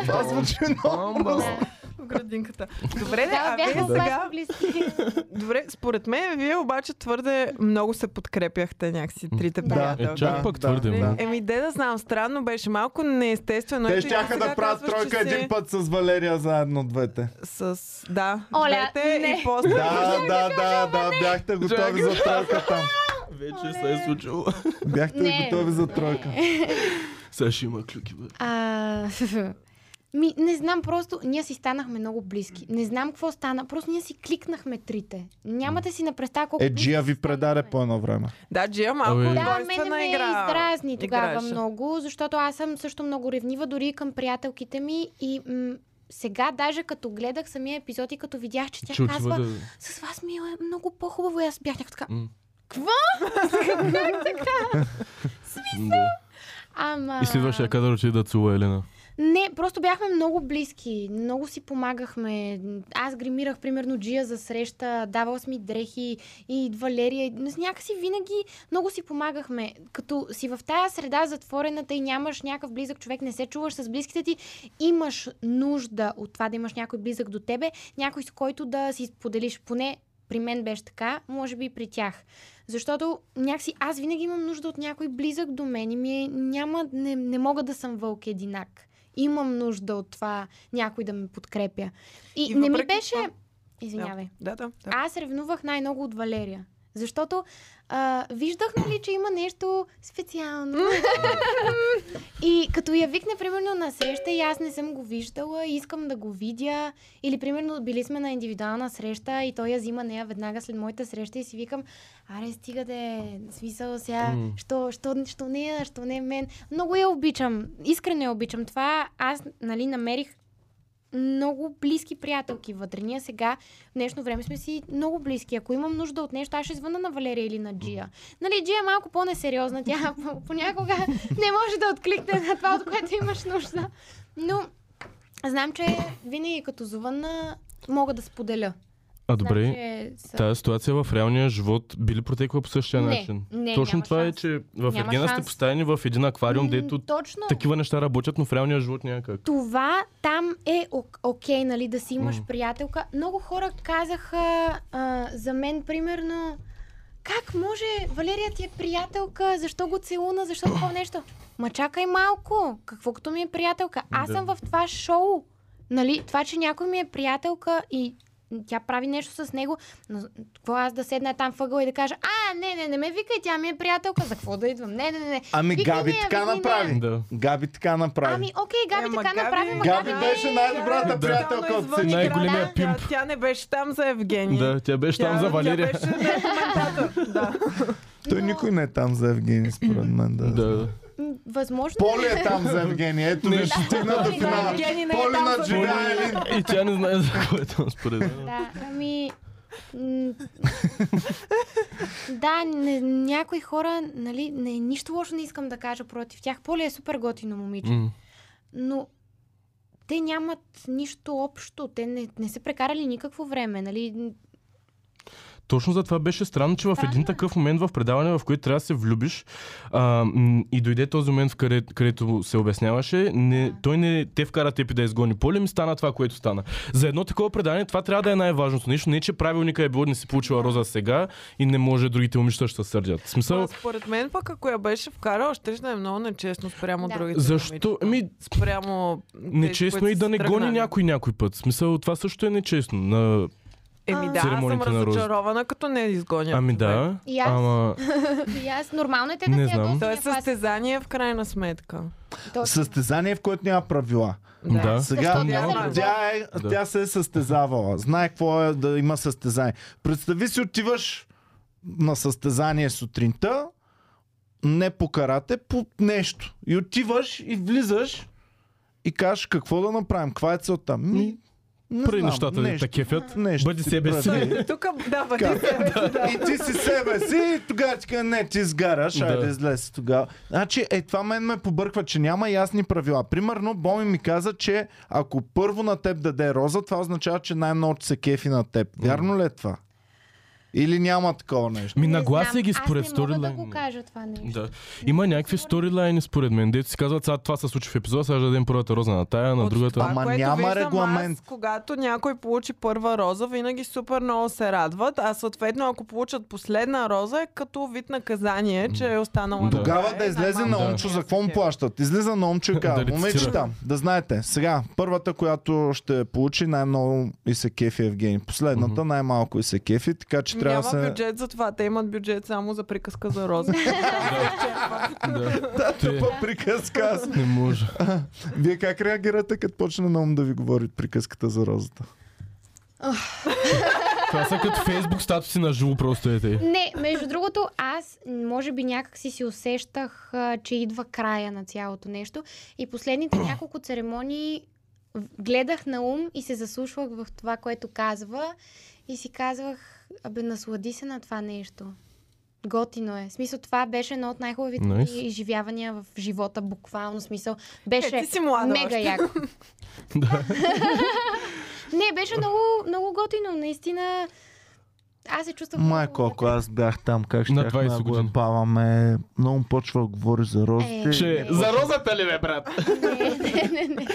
[SPEAKER 1] Това звучи много.
[SPEAKER 3] Бомба.
[SPEAKER 2] Да.
[SPEAKER 4] В градинката. Добре де, Е,
[SPEAKER 2] Да,
[SPEAKER 4] а вие
[SPEAKER 2] бяхме
[SPEAKER 4] сега...
[SPEAKER 2] сега... близки.
[SPEAKER 4] Добре, според мен вие обаче твърде много се подкрепяхте някакси трите
[SPEAKER 2] Да.
[SPEAKER 4] приятелки.
[SPEAKER 3] Е, чак
[SPEAKER 1] Да,
[SPEAKER 3] пък
[SPEAKER 1] да.
[SPEAKER 3] твърде
[SPEAKER 1] Да.
[SPEAKER 3] много.
[SPEAKER 4] Еми, де да знам, странно беше малко неестествено. е,
[SPEAKER 1] Те
[SPEAKER 4] Ето и ти
[SPEAKER 1] щяха
[SPEAKER 4] Значи, сега
[SPEAKER 1] да правят
[SPEAKER 4] казваш, че
[SPEAKER 1] тройка
[SPEAKER 4] си
[SPEAKER 1] един път с Валерия заедно двете.
[SPEAKER 4] С... Да,
[SPEAKER 2] Оля,
[SPEAKER 4] двете
[SPEAKER 2] не.
[SPEAKER 4] и после...
[SPEAKER 1] Да, да, да, да, бяхте готови за тройка там.
[SPEAKER 3] Вече се е случило.
[SPEAKER 1] Бяхте
[SPEAKER 2] Не.
[SPEAKER 1] готови за тройка.
[SPEAKER 3] Сега ще има клюки, бе.
[SPEAKER 2] А, ми, не знам, просто ние си станахме много близки. Не знам какво стана, просто ние си кликнахме трите. Няма да си на представа колко...
[SPEAKER 1] Е,
[SPEAKER 2] близки
[SPEAKER 1] Джия ви
[SPEAKER 2] станахме.
[SPEAKER 1] предаде по едно време.
[SPEAKER 4] Да, Джия малко
[SPEAKER 3] Абе.
[SPEAKER 2] Да,
[SPEAKER 4] удоволствена
[SPEAKER 2] мене ме
[SPEAKER 4] игра.
[SPEAKER 2] издразни тогава
[SPEAKER 4] играеше.
[SPEAKER 2] много, защото аз съм също много ревнива дори към приятелките ми и м- сега даже като гледах самия епизод и като видях, че тя
[SPEAKER 3] Че отива
[SPEAKER 2] казва
[SPEAKER 3] да...
[SPEAKER 2] с вас ми е много по-хубаво и аз бях някаква така.
[SPEAKER 3] М. Да.
[SPEAKER 2] Ама...
[SPEAKER 3] И следващия кадър отиде да целува Елена.
[SPEAKER 2] Не, просто бяхме много близки. Много си помагахме. Аз гримирах, примерно, Джия за среща, давал сме и дрехи и Валерия. и- Но с някакси винаги много си помагахме. Като си в тая среда затворената и нямаш някакъв близък човек, не се чуваш с близките ти, имаш нужда от това да имаш някой близък до тебе, някой с който да си споделиш. Поне при мен беше така, може би и при тях. Защото някакси аз винаги имам нужда от някой близък до мен и ми е, няма, не, не мога да съм вълк единак. Имам нужда от това някой да ме подкрепя. И,
[SPEAKER 4] И
[SPEAKER 2] и не ми
[SPEAKER 4] въпреки
[SPEAKER 2] беше...
[SPEAKER 4] това-
[SPEAKER 2] Извинявай.
[SPEAKER 4] Да, да, да.
[SPEAKER 2] Аз ревнувах най-много от Валерия. Защото а, виждах, нали, че има нещо специално. и като я викне, примерно, на среща и аз не съм го виждала и искам да го видя. Или, примерно, били сме на индивидуална среща и той я взима нея веднага след моята среща и си викам, аре, стига де, смисъл сега,
[SPEAKER 3] М.
[SPEAKER 2] що, що, що не е, що не е мен. Много я обичам, искрено я обичам. Това аз, нали, намерих много близки приятелки вътре. Ние сега, в днешно време сме си много близки. Ако имам нужда от нещо, аз ще звъна на Валерия или на Джия. Нали, Джия е малко по-несериозна. Тя по- понякога не може да откликне на това, от което имаш нужда. Но знам, че винаги като звъна, мога да споделя. Значи, е,
[SPEAKER 3] А добре,
[SPEAKER 2] Знам, че са-
[SPEAKER 3] Тая ситуация в реалния живот би ли протекла по същия
[SPEAKER 2] Не,
[SPEAKER 3] начин?
[SPEAKER 2] не,
[SPEAKER 3] Точно
[SPEAKER 2] няма
[SPEAKER 3] това
[SPEAKER 2] шанс.
[SPEAKER 3] е, че в
[SPEAKER 2] Няма
[SPEAKER 3] Ергена сте
[SPEAKER 2] шанс.
[SPEAKER 3] поставени в един аквариум,
[SPEAKER 2] М,
[SPEAKER 3] дето
[SPEAKER 2] Точно.
[SPEAKER 3] такива неща работят, но в реалния живот някак.
[SPEAKER 2] това там е ок- окей, нали, да си имаш
[SPEAKER 3] Мгм.
[SPEAKER 2] приятелка. Много хора казаха а, за мен, примерно, как може Валерия ти е приятелка, защо го целуна, защо такова нещо? Ма чакай малко, какво като ми е приятелка? Аз
[SPEAKER 3] Да.
[SPEAKER 2] съм в това шоу. Нали, това, че някой ми е приятелка и тя прави нещо с него, но какво аз да седна там въгъл и да кажа, а, не, не, не ме викай, тя ми е приятелка, за какво да идвам? Не, не, не, не.
[SPEAKER 1] Ами
[SPEAKER 2] Викай
[SPEAKER 1] Габи
[SPEAKER 2] нея,
[SPEAKER 1] така
[SPEAKER 2] викай
[SPEAKER 1] направи.
[SPEAKER 3] Да.
[SPEAKER 1] Gabi така направи.
[SPEAKER 2] Ами, окей, Габи,
[SPEAKER 4] Ема,
[SPEAKER 2] така
[SPEAKER 4] Габи-
[SPEAKER 2] направи, ма
[SPEAKER 1] Габи
[SPEAKER 2] Габи е.
[SPEAKER 1] беше най-добрата
[SPEAKER 4] Тя
[SPEAKER 1] приятелка
[SPEAKER 4] тотално
[SPEAKER 1] от
[SPEAKER 4] извън
[SPEAKER 1] всички.
[SPEAKER 4] играта.
[SPEAKER 3] Най-големия
[SPEAKER 4] Тя-
[SPEAKER 3] пимп.
[SPEAKER 4] Тя не беше там за Евгения.
[SPEAKER 3] Да, тя беше там за Валерия.
[SPEAKER 4] Тя беше коментатор. Да.
[SPEAKER 1] Той
[SPEAKER 2] но-
[SPEAKER 1] никой не е там за Евгений, според мен. Да.
[SPEAKER 3] Да, да.
[SPEAKER 2] М, Възможно
[SPEAKER 1] Поли е там за Евгений. Ето не ще стигна до
[SPEAKER 4] Поли, да,
[SPEAKER 1] финала.
[SPEAKER 4] Евгений не е
[SPEAKER 1] Поли
[SPEAKER 4] там за
[SPEAKER 1] над живея Елин.
[SPEAKER 3] И тя не знае за кой е там според мен.
[SPEAKER 2] Да, ами... м, да, не, някои хора, нали, не, нищо лошо не искам да кажа против тях. Поле е супер готино момиче,
[SPEAKER 3] М.
[SPEAKER 2] но те нямат нищо общо, те не, не са прекарали никакво време, нали?
[SPEAKER 3] Точно за това беше странно, че в един
[SPEAKER 2] Странно е.
[SPEAKER 3] такъв момент в предаване, в който трябва да се влюбиш, а, м, и дойде този момент, в къде, където се обясняваше, не, той не те вкара теб и да изгони поле, ми стана това, което стана. За едно такова предаване това трябва да е най-важното нещо. Не, че правилника е било, не си получила роза сега и не може другите момичета ще се сърдят. В
[SPEAKER 4] So...
[SPEAKER 3] смисъл,
[SPEAKER 4] Според мен пък, ако я беше вкарал, ще да е много нечестно спрямо
[SPEAKER 2] Да.
[SPEAKER 4] другите.
[SPEAKER 3] защо?
[SPEAKER 4] момичета.
[SPEAKER 3] Ами,
[SPEAKER 4] Спрямо. тези, които
[SPEAKER 3] нечестно е
[SPEAKER 4] са
[SPEAKER 3] и да не гони
[SPEAKER 4] тръгнали.
[SPEAKER 3] някой някой път. В смисъл, това също е нечестно. На...
[SPEAKER 4] Еми да, аз съм
[SPEAKER 3] Церемониите на розите.
[SPEAKER 4] разочарована, като не изгоня.
[SPEAKER 3] Ами да,
[SPEAKER 2] И аз.
[SPEAKER 3] ама...
[SPEAKER 2] И аз нормално е те да
[SPEAKER 3] Не
[SPEAKER 2] се
[SPEAKER 3] знам.
[SPEAKER 2] ядосат.
[SPEAKER 4] То е състезание в крайна сметка.
[SPEAKER 2] Точно.
[SPEAKER 1] Състезание, в което няма правила.
[SPEAKER 3] Да.
[SPEAKER 1] Сега,
[SPEAKER 2] Защо
[SPEAKER 4] няма
[SPEAKER 1] тя,
[SPEAKER 4] да
[SPEAKER 1] тя, е,
[SPEAKER 3] Да.
[SPEAKER 1] тя се е състезавала. Знае какво е да има състезание. Представи си, отиваш на състезание сутринта, не по карате, по нещо. И отиваш и влизаш и кажеш какво да направим, каква е целта. Ми, не
[SPEAKER 3] Прави
[SPEAKER 1] знам,
[SPEAKER 3] нещата да
[SPEAKER 1] нещо,
[SPEAKER 3] те кефят.
[SPEAKER 1] нещо
[SPEAKER 3] Бъди себе си.
[SPEAKER 1] прави.
[SPEAKER 4] е Тук, да, бъде
[SPEAKER 1] Така.
[SPEAKER 4] себе си, да.
[SPEAKER 1] И ти си себе си и тогава ти кажа, не, ти сгараш,
[SPEAKER 3] Да.
[SPEAKER 1] айде излез тогава. Значи, е, това мен ме побърква, че няма ясни правила. Примерно, Боми ми каза, че ако първо на теб даде роза, това означава, че най-много ще се кефи на теб. Вярно ли е това? Или няма такова нещо?
[SPEAKER 3] Ми
[SPEAKER 2] Не
[SPEAKER 3] наглася
[SPEAKER 2] знам,
[SPEAKER 3] Ами, ги според
[SPEAKER 2] Аз не мога да
[SPEAKER 3] сторилайн.
[SPEAKER 2] го кажа това нещо.
[SPEAKER 3] Да. Има някакви сторилайни според мен, дето си казват, сега това се случи в епизода, сега ще дадем първата роза на тая, на
[SPEAKER 4] От
[SPEAKER 3] другата.
[SPEAKER 4] това,
[SPEAKER 1] Ама
[SPEAKER 4] което
[SPEAKER 1] няма
[SPEAKER 4] виждам
[SPEAKER 1] регламент.
[SPEAKER 4] Аз, когато някой получи първа роза, винаги супер много се радват, а съответно ако получат последна роза е като вид наказание, че е останала.
[SPEAKER 3] Да.
[SPEAKER 1] Тогава
[SPEAKER 4] накрая.
[SPEAKER 1] да излезе
[SPEAKER 4] Най-малко
[SPEAKER 1] на
[SPEAKER 3] Да.
[SPEAKER 1] Омчо, за
[SPEAKER 4] е
[SPEAKER 1] какво му
[SPEAKER 4] такива.
[SPEAKER 1] плащат? Излиза на Омчо и казва,
[SPEAKER 3] Да
[SPEAKER 1] момичета,
[SPEAKER 3] рецитира.
[SPEAKER 1] да знаете, сега, първата, която ще получи най-много и се кефи Евгений. Последната най-малко и се кефи, така че трябва
[SPEAKER 4] Няма
[SPEAKER 1] да се...
[SPEAKER 4] бюджет за това. Те имат бюджет само за приказка за роза.
[SPEAKER 3] Да. Те-
[SPEAKER 1] Тъпа приказка, аз
[SPEAKER 3] Не може.
[SPEAKER 1] Вие как реагирате, като почне на ум да ви говори приказката за розата?
[SPEAKER 3] Това са като фейсбук статуси на живо просто е те.
[SPEAKER 2] Не, между другото, аз може би някак си си усещах, а, че идва края на цялото нещо. И последните няколко церемонии в- гледах на ум и се заслушвах в това, което казва. И си казвах, абе, наслади се на това нещо. Готино е. В Смисъл, това беше едно от най-хубавите
[SPEAKER 3] Найс.
[SPEAKER 2] nice. изживявания в живота, буквално. в Смисъл,
[SPEAKER 4] Е,
[SPEAKER 2] беше
[SPEAKER 4] ти си млада
[SPEAKER 2] мега
[SPEAKER 4] още.
[SPEAKER 2] яко. Не, беше много, много готино, наистина. Аз се чувствам... много
[SPEAKER 1] Майко, ако аз бях там, как ще
[SPEAKER 3] На
[SPEAKER 1] щяхме
[SPEAKER 3] 20
[SPEAKER 1] да го
[SPEAKER 3] години.
[SPEAKER 1] епаваме? е. Много почва да говори за розите.
[SPEAKER 2] Е,
[SPEAKER 3] Че
[SPEAKER 2] Не.
[SPEAKER 3] за розата ли бе, брат?
[SPEAKER 2] Не, не, не, не.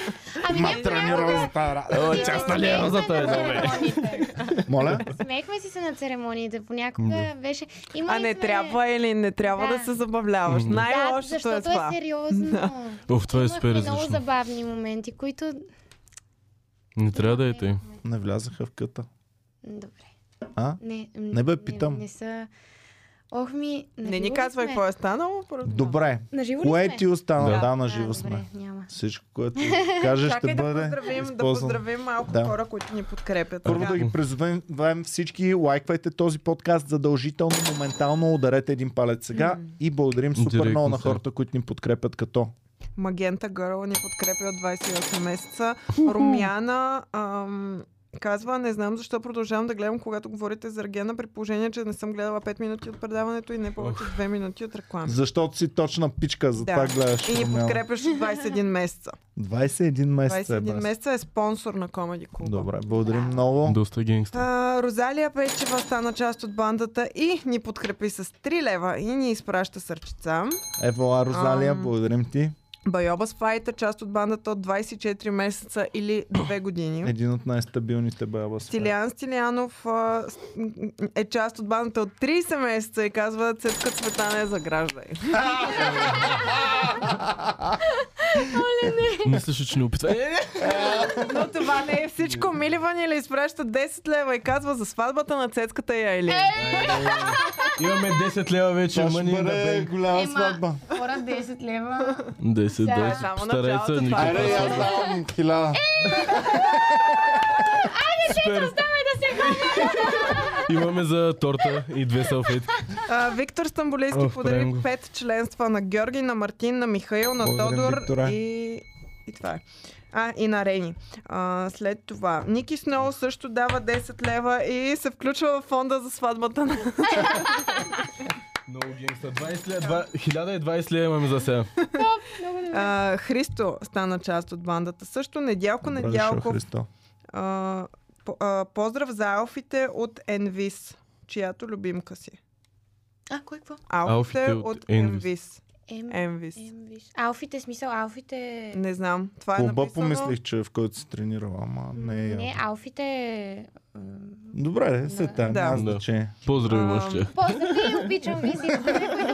[SPEAKER 2] Ами
[SPEAKER 1] Ма
[SPEAKER 2] не
[SPEAKER 1] тренира
[SPEAKER 2] трябва
[SPEAKER 1] розата.
[SPEAKER 3] О,
[SPEAKER 2] да...
[SPEAKER 3] частна ли е
[SPEAKER 2] Смехме
[SPEAKER 3] розата?
[SPEAKER 2] се
[SPEAKER 3] Е,
[SPEAKER 2] на
[SPEAKER 3] добре.
[SPEAKER 2] церемониите.
[SPEAKER 1] Моля?
[SPEAKER 2] Смехме си се на церемониите. Понякога беше... Имали
[SPEAKER 4] а не
[SPEAKER 2] сме-
[SPEAKER 4] трябва или не трябва да,
[SPEAKER 2] Да.
[SPEAKER 4] се забавляваш.
[SPEAKER 3] М. Да,
[SPEAKER 2] Да,
[SPEAKER 4] Най-лошото
[SPEAKER 2] защото
[SPEAKER 4] е
[SPEAKER 2] е
[SPEAKER 4] това.
[SPEAKER 2] сериозно.
[SPEAKER 3] Оф, това е
[SPEAKER 2] Имахме
[SPEAKER 3] супер
[SPEAKER 2] много
[SPEAKER 3] различно.
[SPEAKER 2] забавни моменти, които...
[SPEAKER 3] Не трябва да е те.
[SPEAKER 1] Не влязаха в къта.
[SPEAKER 2] Добре.
[SPEAKER 1] А?
[SPEAKER 2] Не, м,
[SPEAKER 1] Не бе, питам.
[SPEAKER 2] Не, са... Ох ми...
[SPEAKER 4] Не ни казвай какво е станало. просто-
[SPEAKER 1] Добре.
[SPEAKER 2] На живо ли
[SPEAKER 1] Кое
[SPEAKER 2] сме?
[SPEAKER 1] ти остана?
[SPEAKER 3] Да.
[SPEAKER 1] Да,
[SPEAKER 2] А,
[SPEAKER 1] на живо сме.
[SPEAKER 2] Добре, няма.
[SPEAKER 1] Всичко, което кажеш, ще
[SPEAKER 4] Чакай да
[SPEAKER 1] бъде.
[SPEAKER 4] поздравим, да
[SPEAKER 1] използвано.
[SPEAKER 4] поздравим малко
[SPEAKER 1] Да.
[SPEAKER 4] хора, които ни подкрепят.
[SPEAKER 1] Първо
[SPEAKER 4] Така.
[SPEAKER 1] да ги призовем всички, лайквайте този подкаст задължително, моментално ударете един палец сега и благодарим супер
[SPEAKER 3] Директно
[SPEAKER 1] много на
[SPEAKER 3] сега.
[SPEAKER 1] хората, които ни подкрепят като
[SPEAKER 4] Магента Гърл ни подкрепи от 28 месеца. Румяна ам, казва, не знам защо продължавам да гледам, когато говорите за Аргена, при положение, че не съм гледала 5 минути от предаването и не повече от 2 минути от реклами.
[SPEAKER 1] Защото си точна пичка, затова
[SPEAKER 4] Да.
[SPEAKER 1] гледаш.
[SPEAKER 4] И ни
[SPEAKER 1] Румяна.
[SPEAKER 4] подкрепяш от 21 месеца.
[SPEAKER 1] 21 месеца е
[SPEAKER 4] 21
[SPEAKER 1] бас.
[SPEAKER 4] месеца е спонсор на Комеди Клуба.
[SPEAKER 1] Добре, благодарим много.
[SPEAKER 3] Доста генгста.
[SPEAKER 4] А, Розалия Пещева стана част от бандата и ни подкрепи с 3 лева и ни изпраща сърчица.
[SPEAKER 1] Евола Розалия,
[SPEAKER 4] Ам.
[SPEAKER 1] благодарим ти.
[SPEAKER 4] Байоба Спайт е част от бандата от 24 месеца или 2 години.
[SPEAKER 1] Един от най-стабилните баба.
[SPEAKER 4] Стилян Стилянов а, с- м- м- е част от бандата от 30 месеца и казва Цетка Цветана е заграждай.
[SPEAKER 3] Мислиш, че не опитва. Е,
[SPEAKER 4] Но това не е всичко. Миливан или изпраща 10 лева и казва за сватбата на Цецката и Айлин.
[SPEAKER 3] Имаме 10 лева вече,
[SPEAKER 1] Това ще
[SPEAKER 3] мъни на
[SPEAKER 1] бъде
[SPEAKER 3] бен.
[SPEAKER 1] голяма
[SPEAKER 2] Ема.
[SPEAKER 1] сватба.
[SPEAKER 2] Хора 10 лева.
[SPEAKER 3] 10,
[SPEAKER 2] Да,
[SPEAKER 3] 10.
[SPEAKER 4] е само
[SPEAKER 3] Постарай
[SPEAKER 4] началото,
[SPEAKER 3] се,
[SPEAKER 4] това е.
[SPEAKER 3] Никита.
[SPEAKER 1] Айде, аз давам хиляда.
[SPEAKER 3] Супер. Имаме за торта и две салфетки.
[SPEAKER 4] А, Виктор Стамбулийски
[SPEAKER 3] Ох,
[SPEAKER 4] подари
[SPEAKER 3] правим го.
[SPEAKER 4] 5 членства на Георги, на Мартин, на Михаил, на
[SPEAKER 1] Благодарим,
[SPEAKER 4] Тодор
[SPEAKER 1] Виктора.
[SPEAKER 4] и... и това е. А, и на Рени. А, след това. Ники Сноу също дава 10 лева и се включва в фонда за сватбата на
[SPEAKER 3] Много генгста. 20 лева, 1020 лева имаме за сега.
[SPEAKER 4] А, Христо стана част от бандата. Също Недялко
[SPEAKER 1] Добре дошъл,
[SPEAKER 4] Недялков.
[SPEAKER 1] Христо.
[SPEAKER 4] А, по, а, поздрав за алфите от Енвис. чиято любимка си?
[SPEAKER 2] А, кой какво?
[SPEAKER 4] Алфите
[SPEAKER 3] Алфите от
[SPEAKER 4] от
[SPEAKER 3] Envis.
[SPEAKER 4] Envis.
[SPEAKER 2] Ем,
[SPEAKER 4] Envis.
[SPEAKER 2] ем, виж. Алфите, смисъл, алфите...
[SPEAKER 4] Не знам. Това е
[SPEAKER 1] Клуба
[SPEAKER 4] написано...
[SPEAKER 1] помислих, че е в който си тренирал, ама не е.
[SPEAKER 2] Не,
[SPEAKER 1] Не. алфите.
[SPEAKER 2] алфите...
[SPEAKER 1] Добре, се
[SPEAKER 2] Да.
[SPEAKER 1] там.
[SPEAKER 4] Да.
[SPEAKER 1] Да.
[SPEAKER 3] Да.
[SPEAKER 1] Значи.
[SPEAKER 3] Поздрави,
[SPEAKER 4] Ам,
[SPEAKER 3] мъжче.
[SPEAKER 2] Поздрави, обичам ви всички.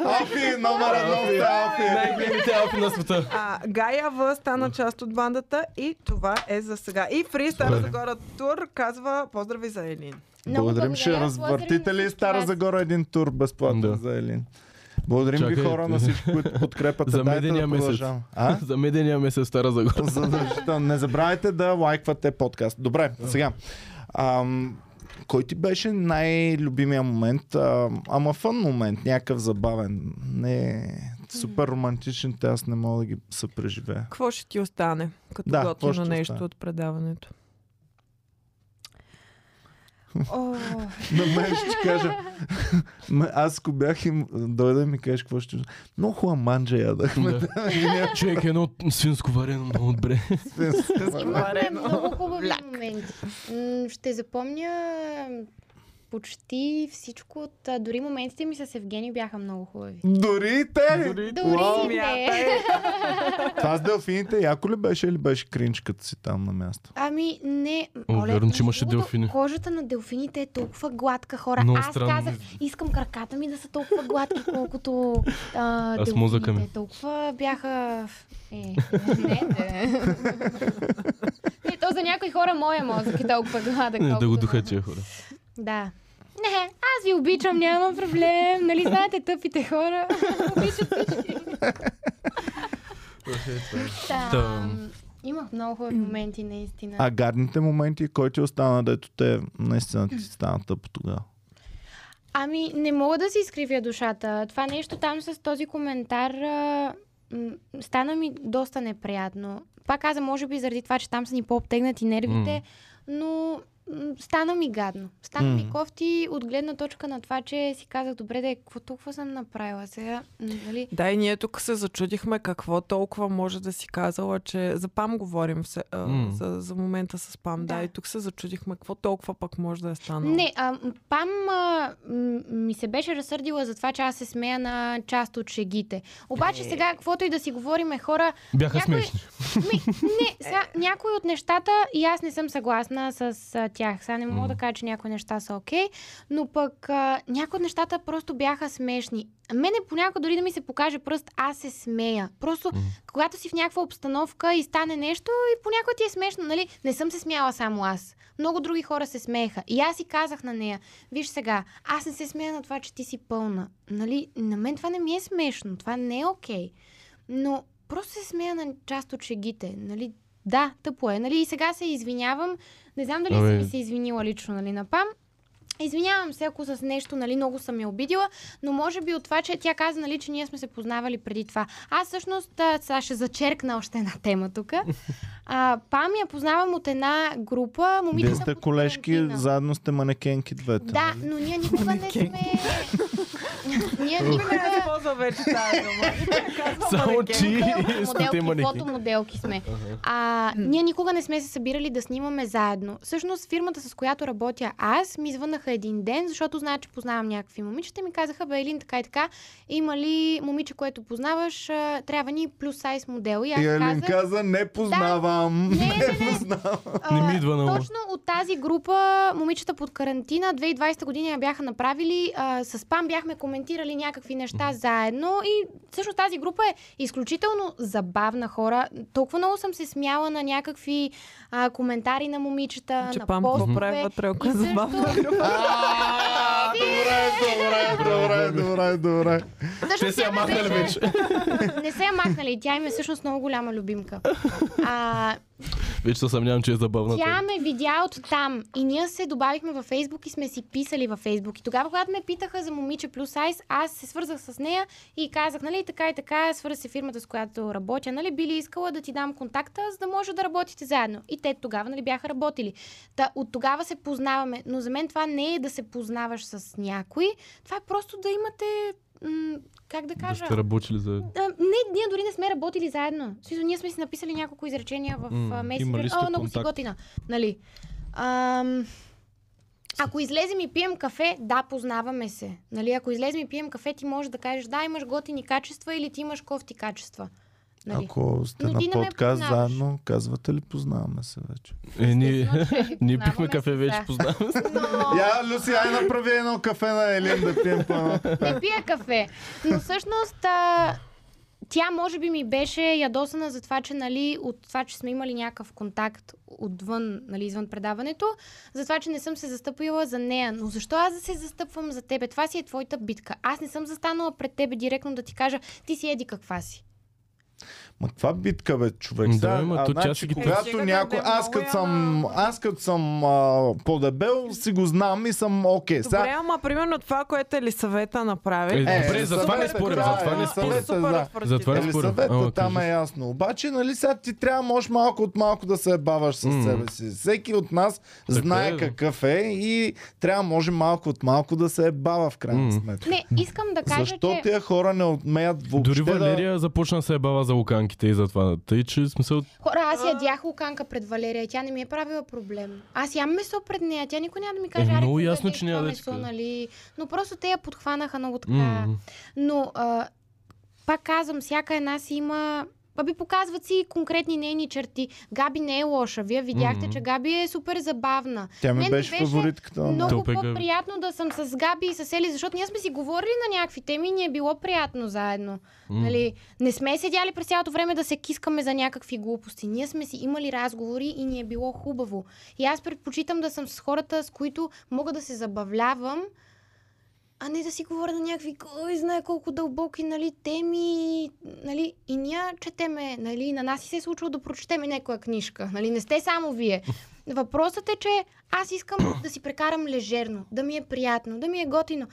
[SPEAKER 1] Алфи, номер едно сте Алфи.
[SPEAKER 3] Най-големите алфи на света.
[SPEAKER 4] А, Гая В стана част от бандата и това е за сега. И Фри Стара
[SPEAKER 1] Супер.
[SPEAKER 4] Загора Тур казва поздрави за Елин.
[SPEAKER 2] Много
[SPEAKER 1] Благодарим, ще
[SPEAKER 2] благодаря,
[SPEAKER 1] развъртите
[SPEAKER 2] благодарим на
[SPEAKER 1] ли
[SPEAKER 2] всички
[SPEAKER 1] Стара
[SPEAKER 2] вас.
[SPEAKER 1] Загора един тур безплатен
[SPEAKER 3] Да.
[SPEAKER 1] за Елин. Благодарим ви
[SPEAKER 3] Чакай,
[SPEAKER 1] хора на всички, които подкрепата.
[SPEAKER 3] За
[SPEAKER 1] Дайте да
[SPEAKER 3] медения месец.
[SPEAKER 1] продължавам. А?
[SPEAKER 3] За медения месец Стара Загора.
[SPEAKER 1] Задължително. Не забравяйте да лайквате подкаст. Добре, сега. Ам, кой ти беше най-любимия момент? А, ама фън момент, някакъв забавен. Не, супер романтичните, аз не мога да ги съпреживея.
[SPEAKER 4] Какво ще ти остане като
[SPEAKER 1] Да,
[SPEAKER 4] да,
[SPEAKER 1] какво ще
[SPEAKER 4] готвено
[SPEAKER 1] ти
[SPEAKER 4] нещо
[SPEAKER 1] остане?
[SPEAKER 4] от предаването?
[SPEAKER 2] О,
[SPEAKER 1] На мен ще ти кажа. М- Аз ако бях им, дойда и ми кажеш какво ще... Много хубава манджа ядахме.
[SPEAKER 3] Да. е Човек едно свинско варено много добре.
[SPEAKER 2] имахме много хубави моменти. М, Ще запомня почти всичко от... а, Дори моментите ми с Евгений бяха много хубави.
[SPEAKER 1] Дори и те! Уау!
[SPEAKER 2] Е, Дори не.
[SPEAKER 1] Това с делфините, яко ли беше или беше кринч, като си там на място?
[SPEAKER 2] Ами не,
[SPEAKER 3] О,
[SPEAKER 2] Оле,
[SPEAKER 3] вярно, че
[SPEAKER 2] между
[SPEAKER 3] имаше
[SPEAKER 2] другото,
[SPEAKER 3] делфини.
[SPEAKER 2] Кожата на делфините е толкова гладка хора.
[SPEAKER 3] Много
[SPEAKER 2] Аз
[SPEAKER 3] странно.
[SPEAKER 2] казах, искам краката ми да са толкова гладки, колкото а,
[SPEAKER 3] Аз
[SPEAKER 2] делфините.
[SPEAKER 3] мозъка ми.
[SPEAKER 2] Толкова бяха... Е, не, не. не, то за някои хора моя мозък е толкова гладък.
[SPEAKER 3] Не, да го
[SPEAKER 2] колкото
[SPEAKER 3] духа
[SPEAKER 2] на-
[SPEAKER 3] тия хора.
[SPEAKER 2] Да. Не, аз ви обичам, няма проблем. Нали знаете тъпите хора? Обичат всички. Та,
[SPEAKER 3] е, Та.
[SPEAKER 2] Имах много хубави моменти, наистина.
[SPEAKER 1] А гадните моменти, кой ти остана, дето те наистина ти стана тъпо тогава?
[SPEAKER 2] Ами, не мога да си изкривя душата. Това нещо там с този коментар а, м, стана ми доста неприятно. Пак каза, може би заради това, че там са ни по-обтегнати нервите, но м, стана ми гадно. Стана ми
[SPEAKER 1] М.
[SPEAKER 2] кофти от гледна точка на това, че си казах, добре, да, какво толкова съм направила сега? М, Нали?
[SPEAKER 4] Да, и ние тук се зачудихме какво толкова може да си казала, че за пам говорим все, а,
[SPEAKER 3] М.
[SPEAKER 4] за, за момента с пам. Да.
[SPEAKER 2] Да.
[SPEAKER 4] и тук се зачудихме какво толкова пък може да е станало.
[SPEAKER 2] Не, а, м, Пам а, м, ми се беше разсърдила за това, че аз се смея на част от шегите. Обаче сега, каквото и да си говориме, хора,
[SPEAKER 3] Бяха
[SPEAKER 2] Някой-
[SPEAKER 3] смешни.
[SPEAKER 2] Ми, не, сега, някои от нещата и аз не съм съгласна с а, тях. Сега не мога да кажа, че някои неща са окей, но пък а, някои от нещата просто бяха смешни. Мене понякога дори да ми се покаже пръст, аз се смея. Просто,
[SPEAKER 3] Мгм.
[SPEAKER 2] когато си в някаква обстановка и стане нещо, и понякога ти е смешно, нали? Не съм се смяла само аз. Много други хора се смееха. И аз си казах на нея, виж сега, аз не се смея на това, че ти си пълна. Нали? На мен това не ми е смешно. Това не е окей. Но просто се смея на част от шегите. Нали? Да, тъпо е. Нали? И сега се извинявам. Не знам дали
[SPEAKER 3] Абе.
[SPEAKER 2] съм ми се извинила лично нали, на ПАМ. Извинявам се, ако с нещо нали, много съм я обидила, но може би от това, че тя каза, нали, че ние сме се познавали преди това. Аз всъщност а, сега ще зачеркна още една тема тук. А, Пам я познавам от една група. Момичета
[SPEAKER 1] Вие сте
[SPEAKER 2] под
[SPEAKER 1] колежки,
[SPEAKER 2] карантина.
[SPEAKER 1] заедно сте манекенки двете.
[SPEAKER 2] Да,
[SPEAKER 1] нали?
[SPEAKER 2] но ние никога не сме... ние
[SPEAKER 4] Не
[SPEAKER 2] никога...
[SPEAKER 4] използва вече тази дума.
[SPEAKER 3] Само чи
[SPEAKER 2] Моделки,
[SPEAKER 3] сте манеки.
[SPEAKER 2] фотомоделки сме. А, ние никога не сме се събирали да снимаме заедно. Всъщност фирмата, с която работя аз, ми звънаха един ден, защото знаят, че познавам някакви момичета. и Ми казаха, бе, Елин, така и така, има ли момиче, което познаваш, а, трябва ни плюс сайз модел. И аз
[SPEAKER 1] И Елин
[SPEAKER 2] казах,
[SPEAKER 1] каза, не познавам.
[SPEAKER 2] не, не, не,
[SPEAKER 1] Познавам.
[SPEAKER 2] а,
[SPEAKER 3] Не ми идва на ум.
[SPEAKER 2] Точно от тази група, момичета под карантина, 2020 година я бяха направили. А, с Пам бяхме коментирали някакви неща заедно. И всъщност тази група е изключително забавна хора. Толкова много съм се смяла на някакви а, коментари на момичета,
[SPEAKER 4] Че
[SPEAKER 2] на
[SPEAKER 4] пам
[SPEAKER 2] постове.
[SPEAKER 4] какво прави вътре, ако е
[SPEAKER 2] И също-
[SPEAKER 4] забавно.
[SPEAKER 1] А, Добре, добре, добре, добре, добре.
[SPEAKER 2] Всъщност
[SPEAKER 3] Те се
[SPEAKER 2] тя
[SPEAKER 3] я
[SPEAKER 2] ме
[SPEAKER 3] махнали
[SPEAKER 2] беше-
[SPEAKER 3] вече.
[SPEAKER 2] Не се я махнали. Тя им е всъщност много голяма любимка. А,
[SPEAKER 3] Вече се съмнявам, че е забавна.
[SPEAKER 2] Тя
[SPEAKER 3] тема.
[SPEAKER 2] ме видя от там и ние се добавихме във Фейсбук и сме си писали във Фейсбук. И тогава, когато ме питаха за момиче плюс айс, аз се свързах с нея и казах, нали, така и така, свърза се фирмата, с която работя, нали, би ли искала да ти дам контакта, за да може да работите заедно. И те тогава, нали, бяха работили. Та, от тогава се познаваме, но за мен това не е да се познаваш с някой, това е просто да имате, м- как да
[SPEAKER 3] Да
[SPEAKER 2] кажа,
[SPEAKER 3] сте работили за...
[SPEAKER 2] а, не, ние дори не сме работили заедно. В Смисъл, ние сме си написали няколко изречения в
[SPEAKER 3] М,
[SPEAKER 2] mm,
[SPEAKER 3] имали
[SPEAKER 2] месенджер.
[SPEAKER 3] сте
[SPEAKER 2] О, много си
[SPEAKER 3] контакт.
[SPEAKER 2] готина. Нали? Ам, Нали? Ако излезем и пием кафе, да, познаваме се. Нали? Ако излезем и пием кафе, ти можеш да кажеш, да, имаш готини качества или ти имаш кофти качества. Нали?
[SPEAKER 1] Ако сте
[SPEAKER 2] Но
[SPEAKER 1] на
[SPEAKER 2] ти не ме
[SPEAKER 1] подкаст
[SPEAKER 2] познаваш.
[SPEAKER 1] заедно, казвате ли познаваме се вече?
[SPEAKER 3] Е, ние,
[SPEAKER 2] Естествено, че
[SPEAKER 3] ние
[SPEAKER 2] познаваме
[SPEAKER 3] пихме кафе
[SPEAKER 2] се,
[SPEAKER 3] вече,
[SPEAKER 2] да.
[SPEAKER 3] познаваме се.
[SPEAKER 2] Но...
[SPEAKER 1] Я, Люси, ай направи едно кафе на Елин да пием по едно.
[SPEAKER 2] не пия кафе. Но всъщност а, тя може би ми беше ядосана за това, че нали, от това, че сме имали някакъв контакт отвън, нали, извън предаването, за това, че не съм се застъпила за нея. Но защо аз да се застъпвам за тебе? Това си е твоята битка. Аз не съм застанала пред тебе директно да ти кажа, ти си еди каква си.
[SPEAKER 1] Ма това битка, бе, човек.
[SPEAKER 3] Да,
[SPEAKER 1] Сега,
[SPEAKER 3] ма,
[SPEAKER 1] а,
[SPEAKER 3] то тя
[SPEAKER 1] значи,
[SPEAKER 3] си ги
[SPEAKER 4] търси.
[SPEAKER 1] когато
[SPEAKER 4] Е,
[SPEAKER 1] някой...
[SPEAKER 4] да, да,
[SPEAKER 1] Аз като
[SPEAKER 4] много
[SPEAKER 1] съм,
[SPEAKER 4] яма.
[SPEAKER 1] аз като съм а, по-дебел, си го знам и съм окей. Сега,
[SPEAKER 4] Добре, ама примерно това, което Елисавета направи.
[SPEAKER 3] Е, добре, за това не
[SPEAKER 1] Елисавета,
[SPEAKER 3] спорим,
[SPEAKER 1] да,
[SPEAKER 3] за това не
[SPEAKER 1] Елисавета,
[SPEAKER 3] спорим.
[SPEAKER 1] да.
[SPEAKER 3] За това не
[SPEAKER 1] Ами
[SPEAKER 3] спорим.
[SPEAKER 1] съвета,
[SPEAKER 3] Ама,
[SPEAKER 1] там
[SPEAKER 3] кажи.
[SPEAKER 1] е ясно. Обаче, нали сега ти трябва, може малко от малко да се баваш с
[SPEAKER 3] М.
[SPEAKER 1] себе си. Всеки от нас знае
[SPEAKER 3] е, да.
[SPEAKER 1] какъв е и трябва, може малко от малко да се бава в крайна
[SPEAKER 3] М.
[SPEAKER 1] сметка.
[SPEAKER 2] Не, искам да кажа,
[SPEAKER 1] Защо
[SPEAKER 2] че...
[SPEAKER 1] тия хора не отмеят въобще
[SPEAKER 3] Дори
[SPEAKER 1] да...
[SPEAKER 3] Валерия започна да се ебава за луканките и за това. Тъй, че в смисъл...
[SPEAKER 2] Хора, аз ядях луканка пред Валерия и тя не ми е правила проблем. Аз ям месо пред нея, тя никой няма да ми каже,
[SPEAKER 3] Е,
[SPEAKER 2] аре,
[SPEAKER 3] много
[SPEAKER 2] какво
[SPEAKER 3] ясно,
[SPEAKER 2] ядеш
[SPEAKER 3] че няма
[SPEAKER 2] това
[SPEAKER 3] да ти
[SPEAKER 2] месо,
[SPEAKER 3] кажа.
[SPEAKER 2] нали? Но просто те я подхванаха много така.
[SPEAKER 3] м,
[SPEAKER 2] Но, а, пак казвам, всяка една си има... Аби показват си конкретни нейни черти. Gabi не е лоша. Вие видяхте,
[SPEAKER 3] Мгм.
[SPEAKER 2] че Gabi е супер забавна.
[SPEAKER 1] Тя ми
[SPEAKER 2] Мен ми
[SPEAKER 1] беше
[SPEAKER 2] беше
[SPEAKER 1] фаворитката. на
[SPEAKER 2] Много
[SPEAKER 3] Топе, Габи.
[SPEAKER 2] по-приятно да съм с Габи и с Ели, защото ние сме си говорили на някакви теми и ни е било приятно заедно.
[SPEAKER 3] м.
[SPEAKER 2] Нали, не сме седяли през цялото време да се кискаме за някакви глупости. Ние сме си имали разговори и ни е било хубаво. И аз предпочитам да съм с хората, с които мога да се забавлявам, а не да си говоря на някакви, кой знае колко дълбоки нали, теми. Нали, и ние четеме, нали, на нас и се е случило да прочетеме някоя книжка. Нали, не сте само вие. Въпросът е, че аз искам да си прекарам лежерно, да ми е приятно, да ми е готино.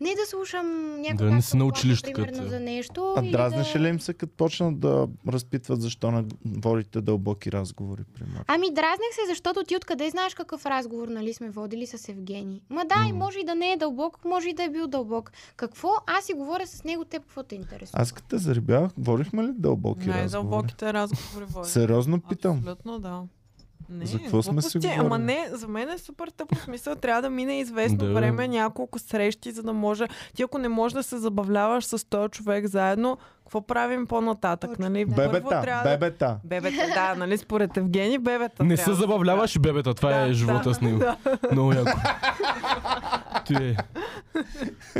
[SPEAKER 2] Не да слушам някой
[SPEAKER 3] Да не
[SPEAKER 2] как
[SPEAKER 3] си
[SPEAKER 2] се
[SPEAKER 3] на
[SPEAKER 2] оплаква,
[SPEAKER 3] училището,
[SPEAKER 2] примерно,
[SPEAKER 3] като-
[SPEAKER 2] за нещо.
[SPEAKER 1] А
[SPEAKER 2] или
[SPEAKER 1] дразнеше
[SPEAKER 2] Ами, да...
[SPEAKER 1] ли им се, като почнат да разпитват защо не водите дълбоки разговори, примерно?
[SPEAKER 2] Ами дразнех се, защото ти откъде знаеш какъв разговор, нали, сме водили с Евгений. Ма да, и
[SPEAKER 3] М.
[SPEAKER 2] може и да не е дълбок, може и да е бил дълбок. Какво? Аз си говоря с него, теб какво те интересува?
[SPEAKER 1] Аз като те заребявах, говорихме ли дълбоки разговори?
[SPEAKER 4] Най-дълбоките разговори водят.
[SPEAKER 1] Сериозно питам.
[SPEAKER 4] Абсолютно, да. Не,
[SPEAKER 1] За какво сме си
[SPEAKER 4] глупости. Ама
[SPEAKER 1] говорили?
[SPEAKER 4] не, за мен е супер тъпо в смисъл. Трябва да мине известно
[SPEAKER 3] Да, бе.
[SPEAKER 4] време, няколко срещи, за да може. Ти ако не можеш да се забавляваш с този човек заедно, какво правим по-нататък?
[SPEAKER 2] Точно.
[SPEAKER 4] Нали? Първо
[SPEAKER 1] Бебета,
[SPEAKER 4] трябва да-
[SPEAKER 1] бебета.
[SPEAKER 4] Бебета, да, нали? Според Евгений, бебета.
[SPEAKER 3] Не се
[SPEAKER 4] трябва да
[SPEAKER 3] забавляваш бебета, това
[SPEAKER 4] Да,
[SPEAKER 3] е живота
[SPEAKER 4] да,
[SPEAKER 3] с него.
[SPEAKER 4] да.
[SPEAKER 3] Много яко. Ти е.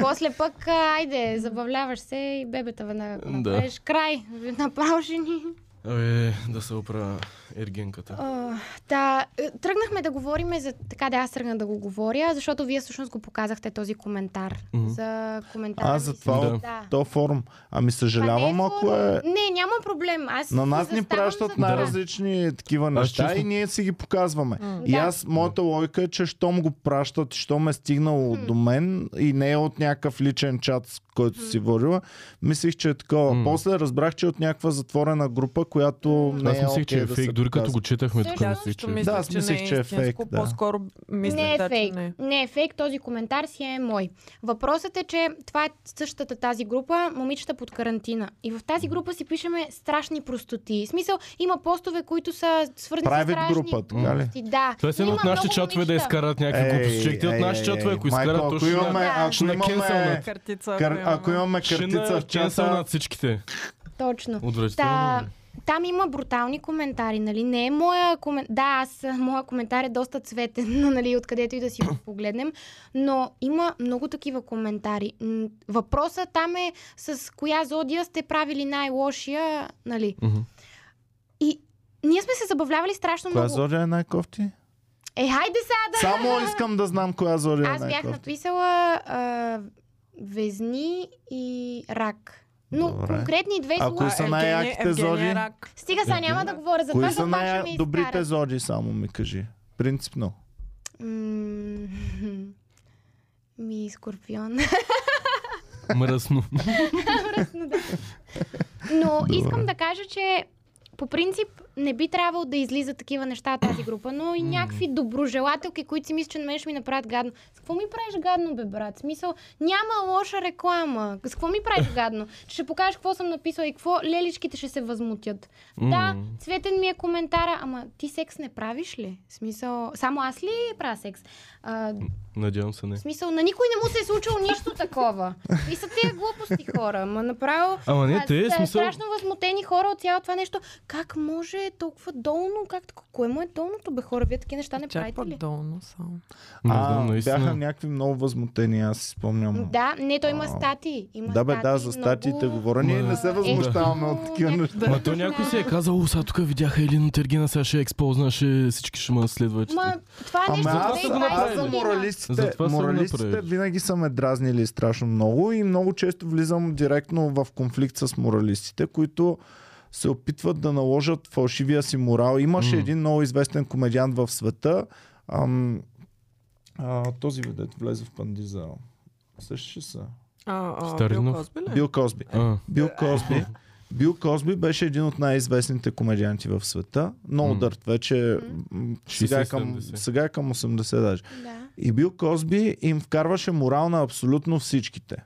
[SPEAKER 2] После пък, а, айде, забавляваш се и бебета веднага. го
[SPEAKER 3] Да.
[SPEAKER 2] Направиш край, направо ще ни.
[SPEAKER 3] Абе, да се оправя ергенката.
[SPEAKER 2] А, Та, е, тръгнахме да говорим за... Така да, аз тръгнах да го говоря, защото вие всъщност го показахте този коментар.
[SPEAKER 3] Мгм.
[SPEAKER 2] За коментар.
[SPEAKER 1] А, за това
[SPEAKER 3] Да.
[SPEAKER 1] от то форум. Ами съжалявам,
[SPEAKER 2] Това не е
[SPEAKER 1] ако е...
[SPEAKER 2] Не, няма проблем. Аз
[SPEAKER 1] На нас ни
[SPEAKER 2] заставам
[SPEAKER 1] пращат
[SPEAKER 2] зад това.
[SPEAKER 1] най-различни такива неща
[SPEAKER 3] честно-
[SPEAKER 1] и ние си ги показваме.
[SPEAKER 4] М.
[SPEAKER 1] И
[SPEAKER 2] Да.
[SPEAKER 1] аз, моята логика е, че щом го пращат, щом е стигнало до мен и не е от някакъв личен чат, с който си водила, мислих, че е такова.
[SPEAKER 3] М.
[SPEAKER 1] После разбрах, че е от някаква затворена група, която не
[SPEAKER 3] Аз
[SPEAKER 1] е
[SPEAKER 3] мислих, че
[SPEAKER 1] окей
[SPEAKER 3] е
[SPEAKER 1] да
[SPEAKER 3] фейк,
[SPEAKER 1] се
[SPEAKER 3] дори като
[SPEAKER 1] показва.
[SPEAKER 3] го четахме тук.
[SPEAKER 2] Също
[SPEAKER 4] Да,
[SPEAKER 3] мислих, че
[SPEAKER 4] също
[SPEAKER 3] е
[SPEAKER 4] мислих,
[SPEAKER 1] Да,
[SPEAKER 4] да,
[SPEAKER 1] аз
[SPEAKER 4] че
[SPEAKER 1] мислих,
[SPEAKER 4] не е,
[SPEAKER 1] че е
[SPEAKER 4] истинско,
[SPEAKER 1] фейк, да.
[SPEAKER 4] По-скоро мисля,
[SPEAKER 2] Не е
[SPEAKER 4] че
[SPEAKER 2] фейк.
[SPEAKER 4] не е.
[SPEAKER 2] Не е фейк, този коментар си е мой. Въпросът е, че това е същата тази група, момичета под карантина. И в тази група си пишеме страшни простоти. В смисъл, има постове, които са свързани с
[SPEAKER 1] Private
[SPEAKER 2] страшни
[SPEAKER 1] група, така ли?
[SPEAKER 2] глупости. Да.
[SPEAKER 3] Това е едно
[SPEAKER 2] Има
[SPEAKER 3] от нашите
[SPEAKER 2] много
[SPEAKER 3] чатове да
[SPEAKER 2] момичета.
[SPEAKER 3] изкарат някакви
[SPEAKER 1] Ей,
[SPEAKER 3] глупости. Човек, те Е, от
[SPEAKER 1] ей,
[SPEAKER 3] нашите чатове,
[SPEAKER 1] ей,
[SPEAKER 3] ако
[SPEAKER 1] майко,
[SPEAKER 3] изкарат,
[SPEAKER 1] ако
[SPEAKER 3] то ще
[SPEAKER 1] имаме-
[SPEAKER 3] на-
[SPEAKER 2] ако
[SPEAKER 3] ще на
[SPEAKER 1] имаме-
[SPEAKER 3] кенселнат.
[SPEAKER 4] е Картица.
[SPEAKER 1] Кар...
[SPEAKER 4] примерно.
[SPEAKER 1] Ако имаме
[SPEAKER 3] Ще
[SPEAKER 1] картица
[SPEAKER 3] на
[SPEAKER 1] в чата,
[SPEAKER 3] кенселнат всичките.
[SPEAKER 2] Точно.
[SPEAKER 3] Отвратително.
[SPEAKER 2] Та,
[SPEAKER 3] бе.
[SPEAKER 1] е.
[SPEAKER 2] там има брутални коментари, нали? Не е моя коментар. Да, аз, а, моя коментар е доста цветен, нали? Откъдето и да си го погледнем. Но има много такива коментари. М, Въпросът там е с коя зодия сте правили най-лошия, нали?
[SPEAKER 3] Мгм.
[SPEAKER 2] И ние сме се забавлявали страшно
[SPEAKER 1] коя
[SPEAKER 2] много.
[SPEAKER 1] зория е най-кофти?
[SPEAKER 2] Е, хайде сега да...
[SPEAKER 1] Само искам да знам коя зория е
[SPEAKER 2] Аз бях
[SPEAKER 1] най-кофти.
[SPEAKER 2] написала а, Везни и Рак. Но
[SPEAKER 1] Добре.
[SPEAKER 2] конкретни две
[SPEAKER 1] Ако
[SPEAKER 2] слова.
[SPEAKER 1] Кои са
[SPEAKER 4] А,
[SPEAKER 1] най-яките
[SPEAKER 4] Евгения-
[SPEAKER 1] зоди?
[SPEAKER 4] Евгения Рак.
[SPEAKER 2] Стига сега, няма да говоря за това,
[SPEAKER 1] Кои
[SPEAKER 2] защото
[SPEAKER 1] са
[SPEAKER 2] пак ще ме
[SPEAKER 1] най-добрите
[SPEAKER 2] изкарат.
[SPEAKER 1] зоди, само ми кажи. Принципно.
[SPEAKER 2] М, Ми, Скорпион.
[SPEAKER 3] Мръсно.
[SPEAKER 2] Мръсно, да. Но
[SPEAKER 1] Добре.
[SPEAKER 2] искам да кажа, че по принцип не би трябвало да излизат такива неща от тази група, но и
[SPEAKER 3] М.
[SPEAKER 2] някакви доброжелателки, които си мислят, че на мен ще ми направят гадно. С какво ми правиш гадно, бе, брат? В Смисъл, няма лоша реклама. С какво ми правиш гадно? Че ще покажеш какво съм написала и какво леличките ще се възмутят. Да,
[SPEAKER 3] М.
[SPEAKER 2] цветен ми е коментара, ама ти секс не правиш ли? В Смисъл, само аз ли правя секс? А,
[SPEAKER 3] Надявам се не.
[SPEAKER 2] в смисъл, на никой не му се е случило нищо такова. И са тия глупости хора. Ма направо...
[SPEAKER 3] Ама не,
[SPEAKER 2] а,
[SPEAKER 3] те,
[SPEAKER 2] са
[SPEAKER 3] смисъл-
[SPEAKER 2] Страшно възмутени хора от цялото това нещо. Как може толкова долно? Как така? Кое му е долното, бе хора? Вие такива неща не
[SPEAKER 4] Чак
[SPEAKER 2] правите ли?
[SPEAKER 4] по-долно само.
[SPEAKER 3] Не
[SPEAKER 1] а,
[SPEAKER 3] знам, наистина.
[SPEAKER 1] бяха някакви много възмутени, аз си спомням.
[SPEAKER 2] Да, не, той има
[SPEAKER 1] Вау.
[SPEAKER 2] статии. Има
[SPEAKER 1] да бе, да,
[SPEAKER 2] статии,
[SPEAKER 1] за статиите
[SPEAKER 2] много...
[SPEAKER 1] говоря. Ние
[SPEAKER 3] Ма,
[SPEAKER 1] не се
[SPEAKER 3] е,
[SPEAKER 1] възмущаваме от такива
[SPEAKER 2] някакви-
[SPEAKER 1] неща.
[SPEAKER 3] Ма то някой се е казал, «О, сега тук видяха Елина Тергина, сега ще я експозна, ще всички ще ме следват.
[SPEAKER 2] Ма, това е
[SPEAKER 1] Ама
[SPEAKER 2] нещо
[SPEAKER 1] аз,
[SPEAKER 2] за
[SPEAKER 1] съм- аз
[SPEAKER 2] 2020
[SPEAKER 1] за
[SPEAKER 2] година.
[SPEAKER 1] моралистите,
[SPEAKER 3] Затова са го
[SPEAKER 1] моралистите
[SPEAKER 3] направили.
[SPEAKER 1] винаги са ме дразнили страшно много и много често влизам директно в конфликт с моралистите, които се опитват да наложат фалшивия си морал. Имаше
[SPEAKER 3] М.
[SPEAKER 1] един много известен комедиант в света. Ам, а, този ведет влезе в пандиза. Същи са.
[SPEAKER 4] А, а, Бил
[SPEAKER 3] Старинов.
[SPEAKER 4] Козби ли?
[SPEAKER 1] Бил Косби.
[SPEAKER 2] Е.
[SPEAKER 3] А,
[SPEAKER 1] Бил Косби. Бил Козби беше един от най-известните комедианти в света. Много
[SPEAKER 3] М.
[SPEAKER 1] дърт вече. м, Сега е, към,
[SPEAKER 3] 60-70.
[SPEAKER 1] сега е към 80 даже.
[SPEAKER 2] Да.
[SPEAKER 1] И Бил Козби им вкарваше морал на абсолютно всичките.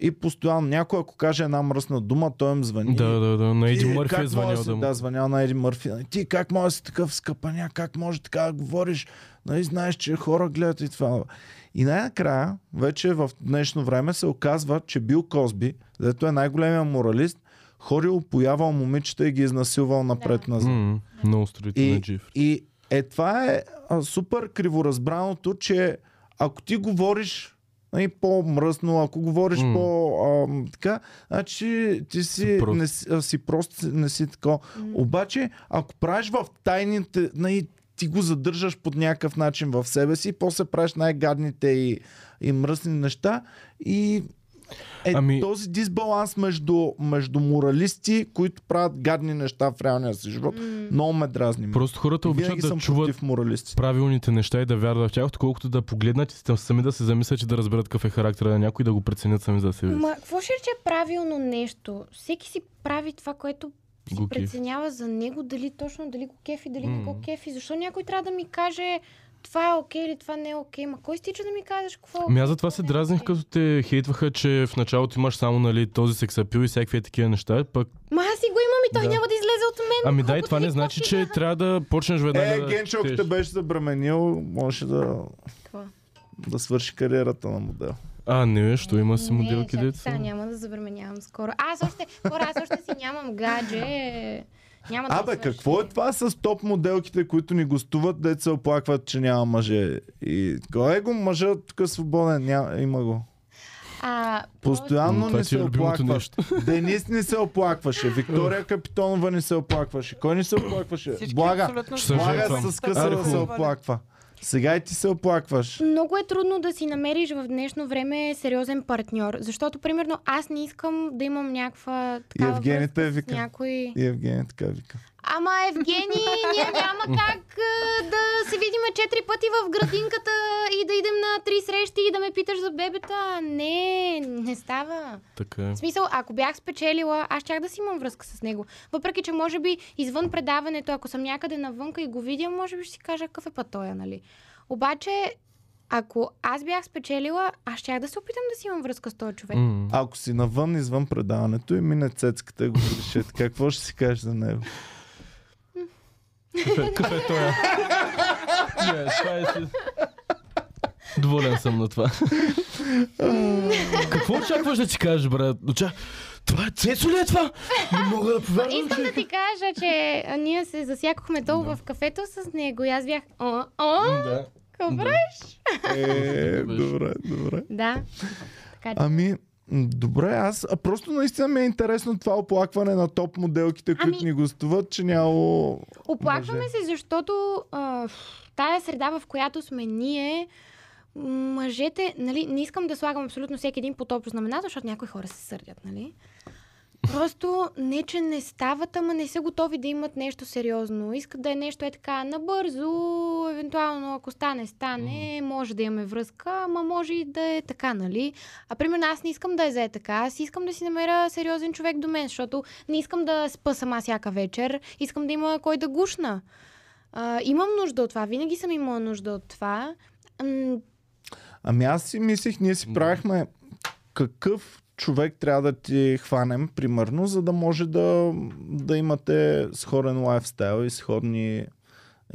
[SPEAKER 1] И постоянно някой, ако каже една мръсна дума, той им звъни.
[SPEAKER 3] да, да, да, на
[SPEAKER 1] Ти
[SPEAKER 3] Еди Мърфи
[SPEAKER 1] как
[SPEAKER 3] е звънял
[SPEAKER 1] може
[SPEAKER 3] да му.
[SPEAKER 1] Да, звънял на Еди Мърфи. Ти как може да си такъв скъпаня, как може така да говориш? Нали знаеш, че хора гледат и това. И най-накрая, вече в днешно време се оказва, че Бил Козби, дето е най-големия моралист, хорил появал момичета и ги е изнасилвал напред-назад.
[SPEAKER 3] М, Много строите
[SPEAKER 1] И,
[SPEAKER 3] на Джиф.
[SPEAKER 1] и е това е а, супер криворазбраното, че ако ти говориш и по-мръсно, ако говориш
[SPEAKER 3] М.
[SPEAKER 1] по а, така, значи ти си,
[SPEAKER 3] прост.
[SPEAKER 1] не, си- а, си прост, не си така. Обаче, ако правиш в тайните, най- ти го задържаш под някакъв начин в себе си, после правиш най-гадните и, и мръсни неща и е, ами...
[SPEAKER 3] Ами-
[SPEAKER 1] този дисбаланс между, между моралисти, които правят гадни неща в реалния си живот, много ме дразни.
[SPEAKER 3] Просто хората
[SPEAKER 1] И
[SPEAKER 3] обичат
[SPEAKER 1] винаги
[SPEAKER 3] да
[SPEAKER 1] съм
[SPEAKER 3] чуват
[SPEAKER 1] против моралисти.
[SPEAKER 3] правилните неща и да вярват в тях, отколкото да погледнат и ста- сами да се замислят и да разберат какъв е характера на някой и да го преценят сами за себе си.
[SPEAKER 2] Ма, какво ще рече правилно нещо? Всеки си прави това, което си
[SPEAKER 3] Го кефи.
[SPEAKER 2] преценява за него, дали точно, дали го кефи, дали не го
[SPEAKER 3] Мгм.
[SPEAKER 2] кефи. Защо някой трябва да ми каже това е окей или това не е окей? Ма кой стича да ми кажеш какво е
[SPEAKER 3] Ами
[SPEAKER 2] окей,
[SPEAKER 3] аз затова
[SPEAKER 2] какво
[SPEAKER 3] се
[SPEAKER 2] не е
[SPEAKER 3] дразнах,
[SPEAKER 2] окей?
[SPEAKER 3] като те хейтваха, че в началото имаш само нали, този сексапил и всякакви такива неща. Пък...
[SPEAKER 2] Ма аз си го имам и той
[SPEAKER 3] Да.
[SPEAKER 2] няма да излезе от мен.
[SPEAKER 3] Ами да, и
[SPEAKER 2] колкото
[SPEAKER 3] това
[SPEAKER 2] ли
[SPEAKER 3] не значи,
[SPEAKER 2] кофи
[SPEAKER 3] че
[SPEAKER 2] да-
[SPEAKER 3] трябва да почнеш веднага
[SPEAKER 1] Е,
[SPEAKER 3] да
[SPEAKER 1] Генчо, ако
[SPEAKER 3] четеш.
[SPEAKER 1] те беше забременил, можеше да,
[SPEAKER 2] Какво?
[SPEAKER 1] да свърши кариерата на модел.
[SPEAKER 3] А, не, бе, що има си
[SPEAKER 2] Не,
[SPEAKER 3] моделки
[SPEAKER 2] чакай,
[SPEAKER 3] деца.
[SPEAKER 2] сега няма да забременявам скоро. Аз още, хора, аз още си нямам гадже. Няма да
[SPEAKER 1] Абе,
[SPEAKER 2] свърши.
[SPEAKER 1] какво е това с топ моделките, които ни гостуват, дето се оплакват, че няма мъже? И кой е го мъжа, тук е свободен, няма, има го.
[SPEAKER 2] А,
[SPEAKER 1] Постоянно
[SPEAKER 3] Това
[SPEAKER 1] ни
[SPEAKER 3] ти е
[SPEAKER 1] се
[SPEAKER 3] любимото
[SPEAKER 1] оплакваш.
[SPEAKER 3] нещо. Е.
[SPEAKER 1] Денис ни се оплакваше, Виктория Капитонова ни се оплакваше. Кой ни се оплакваше?
[SPEAKER 4] Всички
[SPEAKER 1] Блага.
[SPEAKER 4] абсолютно
[SPEAKER 3] Ще се
[SPEAKER 1] Блага
[SPEAKER 3] жертвам.
[SPEAKER 1] с къса да се оплаква. Сега и ти се оплакваш.
[SPEAKER 2] Много е трудно да си намериш в днешно време сериозен партньор, защото, примерно, аз не искам да имам някаква такава
[SPEAKER 1] Евгений те
[SPEAKER 2] връзка с
[SPEAKER 1] вика.
[SPEAKER 2] някой...
[SPEAKER 1] И Евгений така вика.
[SPEAKER 2] Ама, Евгений, ние няма как а, да се видиме четири пъти в градинката и да идем на три срещи и да ме питаш за бебета. Не, не става.
[SPEAKER 3] Така е.
[SPEAKER 2] В смисъл, ако бях спечелила, аз щях да си имам връзка с него. Въпреки, че може би извън предаването, ако съм някъде навънка и го видя, може би ще си кажа какъв е пътоя, нали? Обаче, ако аз бях спечелила, аз щях да се опитам да си имам връзка с този човек.
[SPEAKER 3] М.
[SPEAKER 1] Ако си навън, извън предаването и мине цецката и го видиш, така, какво ще си кажеш за него?
[SPEAKER 3] Какъв е той? Не, това е си. Доволен съм на това. Какво очакваш да ти кажеш, брат? Оча... Това е Цецо ли е това? Не мога да повярвам,
[SPEAKER 2] Искам да
[SPEAKER 3] че...
[SPEAKER 2] ти кажа, че а, ние се засякохме толкова в кафето с него и аз бях... О, о,
[SPEAKER 3] Да.
[SPEAKER 2] добре.
[SPEAKER 1] Е,
[SPEAKER 3] беше.
[SPEAKER 1] добре, добре.
[SPEAKER 2] Да. Така че...
[SPEAKER 1] Ами, м, добре, аз а просто наистина ми е интересно това оплакване на топ моделките, които
[SPEAKER 2] Ами-
[SPEAKER 1] ни гостуват, че няма...
[SPEAKER 2] Оплакваме
[SPEAKER 1] Мъже.
[SPEAKER 2] се, защото а, в тая среда, в която сме ние, мъжете, нали, не искам да слагам абсолютно всеки един под общо знаменател, защото някои хора се сърдят, нали? Просто не, че не стават, ама не са готови да имат нещо сериозно. Искат да е нещо е така набързо, евентуално ако стане, стане, може да имаме връзка, ама може и да е така, нали? А примерно аз не искам да е зае така, аз искам да си намеря сериозен човек до мен, защото не искам да спа сама всяка вечер, искам да има кой да гушна. А, имам нужда от това, винаги съм имала нужда от това. М,
[SPEAKER 1] Ами аз си мислих, ние си
[SPEAKER 3] Да.
[SPEAKER 1] правихме какъв човек трябва да ти хванем, примерно, за да може да, да имате сходен лайфстайл и сходни...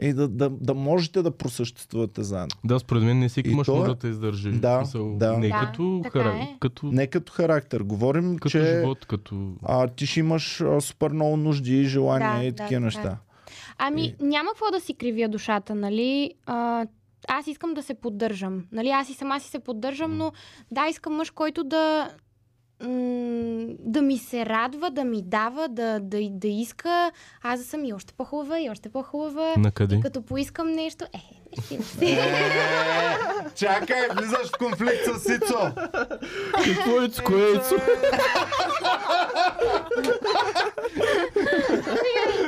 [SPEAKER 1] И да, да, да можете да просъществувате заедно.
[SPEAKER 3] Да, според мен не всеки
[SPEAKER 1] И
[SPEAKER 3] мъж
[SPEAKER 1] то е-
[SPEAKER 3] може да издържи.
[SPEAKER 1] Да,
[SPEAKER 3] В смисъл,
[SPEAKER 1] да.
[SPEAKER 3] Не
[SPEAKER 2] Да,
[SPEAKER 3] като,
[SPEAKER 2] така
[SPEAKER 3] хара...
[SPEAKER 2] е.
[SPEAKER 3] като,
[SPEAKER 1] Не като характер. Говорим,
[SPEAKER 3] като
[SPEAKER 1] че
[SPEAKER 3] живот, като...
[SPEAKER 1] а, ти ще имаш а, супер много нужди и желания
[SPEAKER 2] Да,
[SPEAKER 1] и
[SPEAKER 2] да,
[SPEAKER 1] такива
[SPEAKER 2] така е.
[SPEAKER 1] неща.
[SPEAKER 2] Ами,
[SPEAKER 1] И-
[SPEAKER 2] няма какво да си кривя душата, нали? А, аз искам да се поддържам. Нали? Аз и сама си се поддържам, но да, искам мъж, който да м, да ми се радва, да ми дава, да, да, да иска. Аз да съм и още по-хубава, и още по-хубава.
[SPEAKER 3] На къде?
[SPEAKER 2] И като поискам нещо, е, не си, не си.
[SPEAKER 1] Е, чакай, влизаш в конфликт с Сицо.
[SPEAKER 3] Какво е кое е
[SPEAKER 2] Е,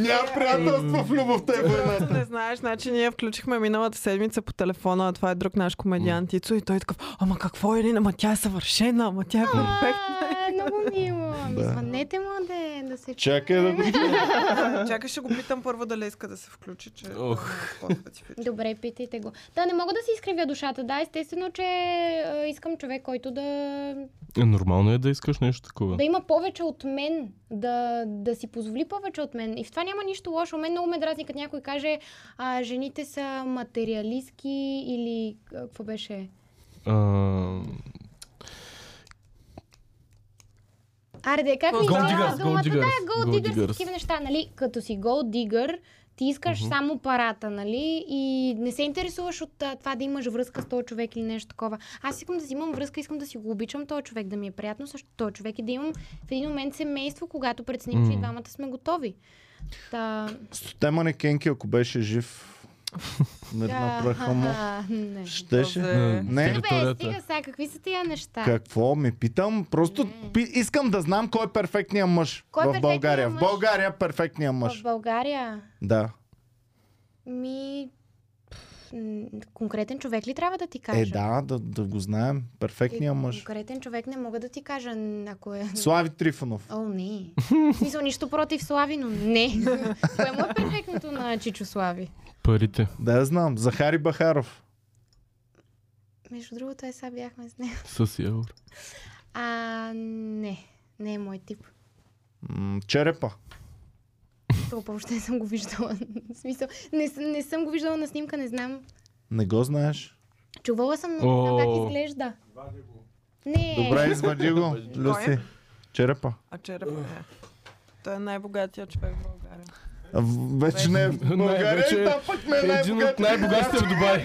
[SPEAKER 1] Няма приятелство в любовта и войната.
[SPEAKER 4] Не знаеш, значи ние включихме миналата седмица по телефона, а това е друг наш комедиан Тицо и той е такъв, ама какво е Елина, ама тя е съвършена, ама тя е перфектна.
[SPEAKER 2] А, много мило. Ами,
[SPEAKER 1] Да.
[SPEAKER 2] Звъннете му да, да се
[SPEAKER 1] Чакай да го
[SPEAKER 4] Чакай, ще го питам първо дали иска да се включи, че... е
[SPEAKER 3] Ох.
[SPEAKER 4] после да ти питам.
[SPEAKER 2] Добре, питайте го. Да, не мога да си изкривя душата. Да, естествено, че а, искам човек, който да
[SPEAKER 3] Е, Нормално е да искаш нещо такова.
[SPEAKER 2] да има повече от мен, да, да си позволи повече от мен. И в това няма нищо лошо. Мен много ме дразни, като някой каже, а, жените са материалистки или а, какво беше?
[SPEAKER 3] А,
[SPEAKER 2] Арде, как ми
[SPEAKER 4] Gold
[SPEAKER 2] изгоря
[SPEAKER 3] diggers,
[SPEAKER 2] думата?
[SPEAKER 3] gold
[SPEAKER 2] Да,
[SPEAKER 3] diggers,
[SPEAKER 2] gold
[SPEAKER 3] gold
[SPEAKER 2] digger,
[SPEAKER 3] diggers.
[SPEAKER 2] такива неща, нали? Като си gold digger, ти искаш
[SPEAKER 3] Мгм.
[SPEAKER 2] само парата, нали? И не се интересуваш от а, това да имаш връзка с този човек или нещо такова. Аз искам да си имам връзка, искам да си го обичам този човек, да ми е приятно с този човек и да имам в един момент семейство, когато преценим, че и
[SPEAKER 3] М.
[SPEAKER 2] двамата сме готови. Та...
[SPEAKER 1] Стотема Кенки, ако беше жив, мирна пръха му,
[SPEAKER 2] А, не.
[SPEAKER 1] щеше.
[SPEAKER 4] Е.
[SPEAKER 1] Не.
[SPEAKER 3] на
[SPEAKER 2] Добре,
[SPEAKER 3] територията.
[SPEAKER 2] стига сега, какви са тия неща?
[SPEAKER 1] Какво ми питам? Просто
[SPEAKER 2] Не.
[SPEAKER 1] пи- искам да знам кой е перфектният мъж
[SPEAKER 2] Кой
[SPEAKER 1] в
[SPEAKER 2] е перфектният
[SPEAKER 1] България. В
[SPEAKER 2] мъж?
[SPEAKER 1] България е перфектният
[SPEAKER 2] В
[SPEAKER 1] мъж.
[SPEAKER 2] България?
[SPEAKER 1] Да.
[SPEAKER 2] Ми... пф, н- Конкретен човек ли трябва да ти кажа?
[SPEAKER 1] Е, да, да, да го знаем. Перфектният
[SPEAKER 2] Е,
[SPEAKER 1] мъж.
[SPEAKER 2] Конкретен човек не мога да ти кажа, н- ако е...
[SPEAKER 1] Слави Трифонов.
[SPEAKER 2] О, не. В смисъл, нищо против Слави, но не. Кое му е перфектното на Чичо Слави?
[SPEAKER 3] Парите.
[SPEAKER 1] Да, я знам. Захари Бахаров.
[SPEAKER 2] Между другото, е сега бяхме с него.
[SPEAKER 3] С евро.
[SPEAKER 2] А, не. Не е мой тип.
[SPEAKER 1] М, черепа.
[SPEAKER 2] Толкова въобще не съм го виждала. В смисъл, не, с- не съм го виждала на снимка, не знам.
[SPEAKER 1] Не го знаеш.
[SPEAKER 2] Чувала съм, но не знам
[SPEAKER 3] О.
[SPEAKER 2] как изглежда. Не.
[SPEAKER 1] Добре, извади го,
[SPEAKER 4] Кой
[SPEAKER 1] Люси.
[SPEAKER 4] е?
[SPEAKER 1] Черепа.
[SPEAKER 4] А черепа е. Той е най-богатия човек в България.
[SPEAKER 1] А, в- Вече не е в
[SPEAKER 3] Не,
[SPEAKER 1] България,
[SPEAKER 3] вече е
[SPEAKER 1] там пък не е
[SPEAKER 3] Един от
[SPEAKER 1] най-богатия.
[SPEAKER 3] най-богатите в Дубай.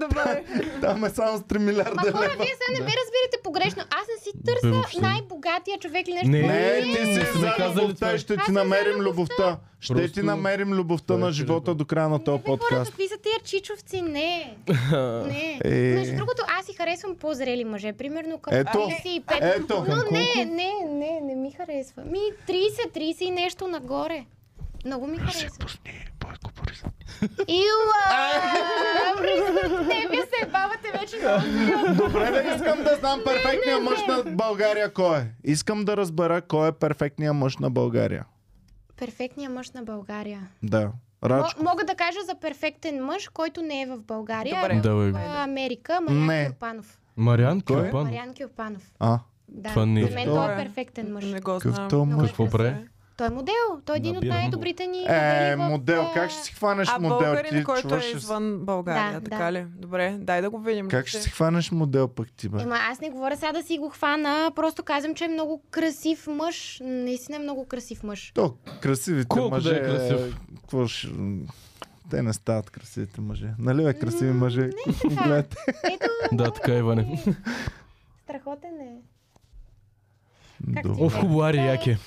[SPEAKER 4] Добре.
[SPEAKER 1] Там е само с 3
[SPEAKER 2] Ма
[SPEAKER 1] милиарда
[SPEAKER 2] хора,
[SPEAKER 1] лева.
[SPEAKER 2] вие сега не ме разбирате погрешно. Аз не си
[SPEAKER 3] Бе,
[SPEAKER 2] търся
[SPEAKER 3] въобще.
[SPEAKER 2] най-богатия човек или нещо.
[SPEAKER 3] Не,
[SPEAKER 2] такова.
[SPEAKER 1] Е, Не, ти
[SPEAKER 3] Не
[SPEAKER 1] си
[SPEAKER 3] сме
[SPEAKER 1] за
[SPEAKER 3] казали
[SPEAKER 1] любовта
[SPEAKER 3] това.
[SPEAKER 1] и ще
[SPEAKER 2] Аз
[SPEAKER 1] ти
[SPEAKER 2] съм за
[SPEAKER 1] намерим любовта. Ще ти
[SPEAKER 3] Просто-
[SPEAKER 1] намерим любовта
[SPEAKER 3] Това
[SPEAKER 1] на
[SPEAKER 3] е
[SPEAKER 1] живота
[SPEAKER 3] черепа.
[SPEAKER 1] до края на този
[SPEAKER 2] Бе, хора,
[SPEAKER 1] подкаст.
[SPEAKER 2] какви са тия чичовци? Не. Не.
[SPEAKER 1] Е.
[SPEAKER 2] Между другото, аз си харесвам по-зрели мъже. Примерно към
[SPEAKER 1] Ето.
[SPEAKER 2] 35.
[SPEAKER 1] Ето. Към
[SPEAKER 2] Но
[SPEAKER 1] колко?
[SPEAKER 2] не, не, не, не ми харесва. Ми 30, 30 и нещо нагоре. Много ми харесва. Ила! Присът, не, вие се бавате вече много.
[SPEAKER 1] Добре, да искам да знам перфектния мъж на България кой е. Искам да разбера кой е перфектния мъж на България.
[SPEAKER 2] Перфектният мъж на България.
[SPEAKER 1] Да.
[SPEAKER 2] М-
[SPEAKER 1] Рачко.
[SPEAKER 2] мога да кажа за перфектен мъж, който не е в България,
[SPEAKER 4] Добре.
[SPEAKER 2] а
[SPEAKER 3] Давай го.
[SPEAKER 2] в а, Америка. Мариан
[SPEAKER 1] Не.
[SPEAKER 2] Кюрпанов.
[SPEAKER 3] Мариан
[SPEAKER 1] Кой е?
[SPEAKER 3] Кюрпан.
[SPEAKER 2] Мариан Кюрпанов.
[SPEAKER 1] А,
[SPEAKER 2] Да.
[SPEAKER 3] Това не е.
[SPEAKER 2] За мен той е
[SPEAKER 4] Добре.
[SPEAKER 2] перфектен мъж.
[SPEAKER 4] Нали Не го
[SPEAKER 1] какъв
[SPEAKER 4] знам.
[SPEAKER 1] то мъж.
[SPEAKER 3] Какво прави?
[SPEAKER 2] Той е модел. Той е един от
[SPEAKER 3] Набирам го.
[SPEAKER 2] най-добрите ни
[SPEAKER 1] Е,
[SPEAKER 2] модели в,
[SPEAKER 1] модел.
[SPEAKER 2] а,
[SPEAKER 1] Как ще си хванеш
[SPEAKER 4] А
[SPEAKER 1] модел?
[SPEAKER 4] българин,
[SPEAKER 1] Ти
[SPEAKER 4] който е
[SPEAKER 1] чуваш ли с-
[SPEAKER 4] извън България,
[SPEAKER 2] Да,
[SPEAKER 4] така
[SPEAKER 2] да.
[SPEAKER 4] ли? Добре, дай да го видим.
[SPEAKER 1] Как ще си хванеш модел пък ти, бе?
[SPEAKER 2] Ема аз не говоря сега да си го хвана, просто казвам, че е много красив мъж. Наистина е много красив мъж.
[SPEAKER 1] То, красивите
[SPEAKER 3] Колко да
[SPEAKER 1] мъже...
[SPEAKER 3] е красив?
[SPEAKER 1] е, Какво ще... Те не стават красивите мъже. Нали бе, красиви
[SPEAKER 2] М,
[SPEAKER 1] мъже?
[SPEAKER 2] Не е така.
[SPEAKER 1] Гледате.
[SPEAKER 2] Ето,
[SPEAKER 3] Да, така Иване.
[SPEAKER 2] страхотен е. Как ти
[SPEAKER 1] Добре.
[SPEAKER 3] О, хубаво, Ари, яке.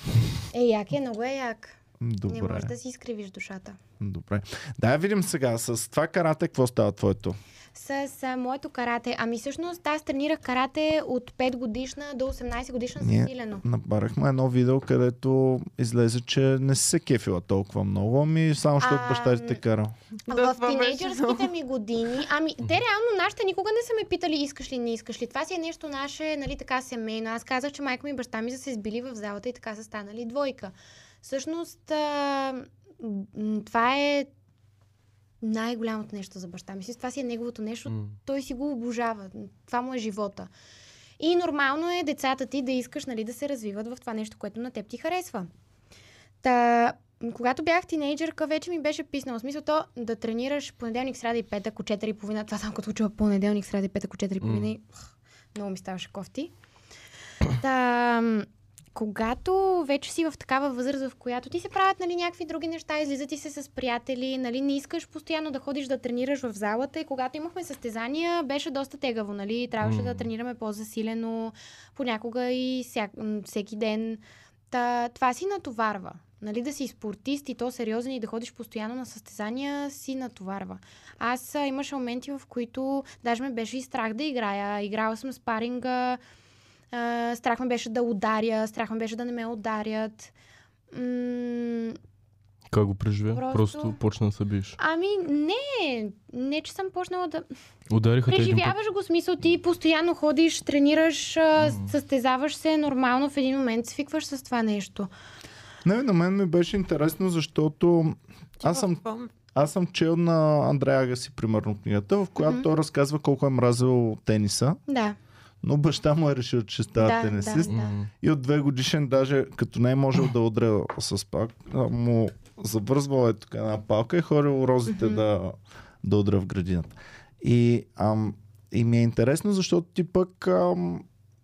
[SPEAKER 2] Е, як е, много е як. Не
[SPEAKER 1] Добре,
[SPEAKER 2] можеш да си изкривиш душата.
[SPEAKER 1] добре. Да, я видим сега. С това карате, какво става твоето?
[SPEAKER 2] С а, моето карате. Ами всъщност аз тренирах карате от 5 годишна до 18 годишна
[SPEAKER 1] Ние-
[SPEAKER 2] засилено.
[SPEAKER 1] Набарахме едно видео, където излезе, че не си се кефила толкова много, ами само защото
[SPEAKER 2] А,
[SPEAKER 1] баща ти те карал.
[SPEAKER 4] Да,
[SPEAKER 2] Да,
[SPEAKER 4] това
[SPEAKER 2] в
[SPEAKER 4] беше
[SPEAKER 2] тинейджърските
[SPEAKER 4] много.
[SPEAKER 2] ми години, ами те реално нашите никога не са ме питали искаш ли, не искаш ли. Това си е нещо наше, нали така семейно. Аз казах, че майка ми и баща ми са се избили в залата и така са станали двойка. Всъщност, а, м, това е най-голямото нещо за баща ми. Всъщност, Това си е неговото нещо.
[SPEAKER 3] М.
[SPEAKER 2] Той си го обожава. Това му е живота. И нормално е децата ти да искаш нали, да се развиват в това нещо, което на теб ти харесва. Та, м, когато бях тинейджърка, вече ми беше писнало. В Смисъл то да тренираш понеделник, сряда и петък от 4,5. Това само като учила понеделник, сряда и петък от 4,5. Mm. Много ми ставаше кофти. Та, м, когато вече си в такава възраст, в която ти се правят нали, някакви други неща, излизат ти се с приятели, нали, не искаш постоянно да ходиш да тренираш в залата и когато имахме състезания, беше доста тегаво. Нали? Трябваше
[SPEAKER 3] М.
[SPEAKER 2] да тренираме по-засилено, понякога и ся, м, всеки ден. Та, това си натоварва. Нали, да си спортист и то сериозен и да ходиш постоянно на състезания си натоварва. Аз а, имаше моменти, в които даже ме беше и страх да играя. Играла съм спаринга, а, страх ме беше да ударя, страх ме беше да не ме ударят. М-
[SPEAKER 3] Как го преживя? Просто,
[SPEAKER 2] Просто-
[SPEAKER 3] почна да се биеш.
[SPEAKER 2] ами не, не че съм почнала да...
[SPEAKER 3] Удариха те един път.
[SPEAKER 2] Преживяваш го в смисъл, ти постоянно ходиш, тренираш, а, състезаваш се, нормално в един момент свикваш с това нещо.
[SPEAKER 1] Не, на мен ми беше интересно, защото аз съм,
[SPEAKER 4] Спомням.
[SPEAKER 1] аз съм чел на Андрея Агаси, примерно, книгата, в която
[SPEAKER 2] Мгм.
[SPEAKER 1] той разказва колко е мразил тениса,
[SPEAKER 2] Да,
[SPEAKER 1] но баща му е решил, че става
[SPEAKER 2] Да,
[SPEAKER 1] тенисист.
[SPEAKER 2] да.
[SPEAKER 3] М.
[SPEAKER 1] И от две годишен, даже като не е можел да удря с пак, а, му завързвал е тук една палка и хорил розите
[SPEAKER 2] Мгм.
[SPEAKER 1] да, да удря в градината. И, ам, и ми е интересно, защото ти пък ам,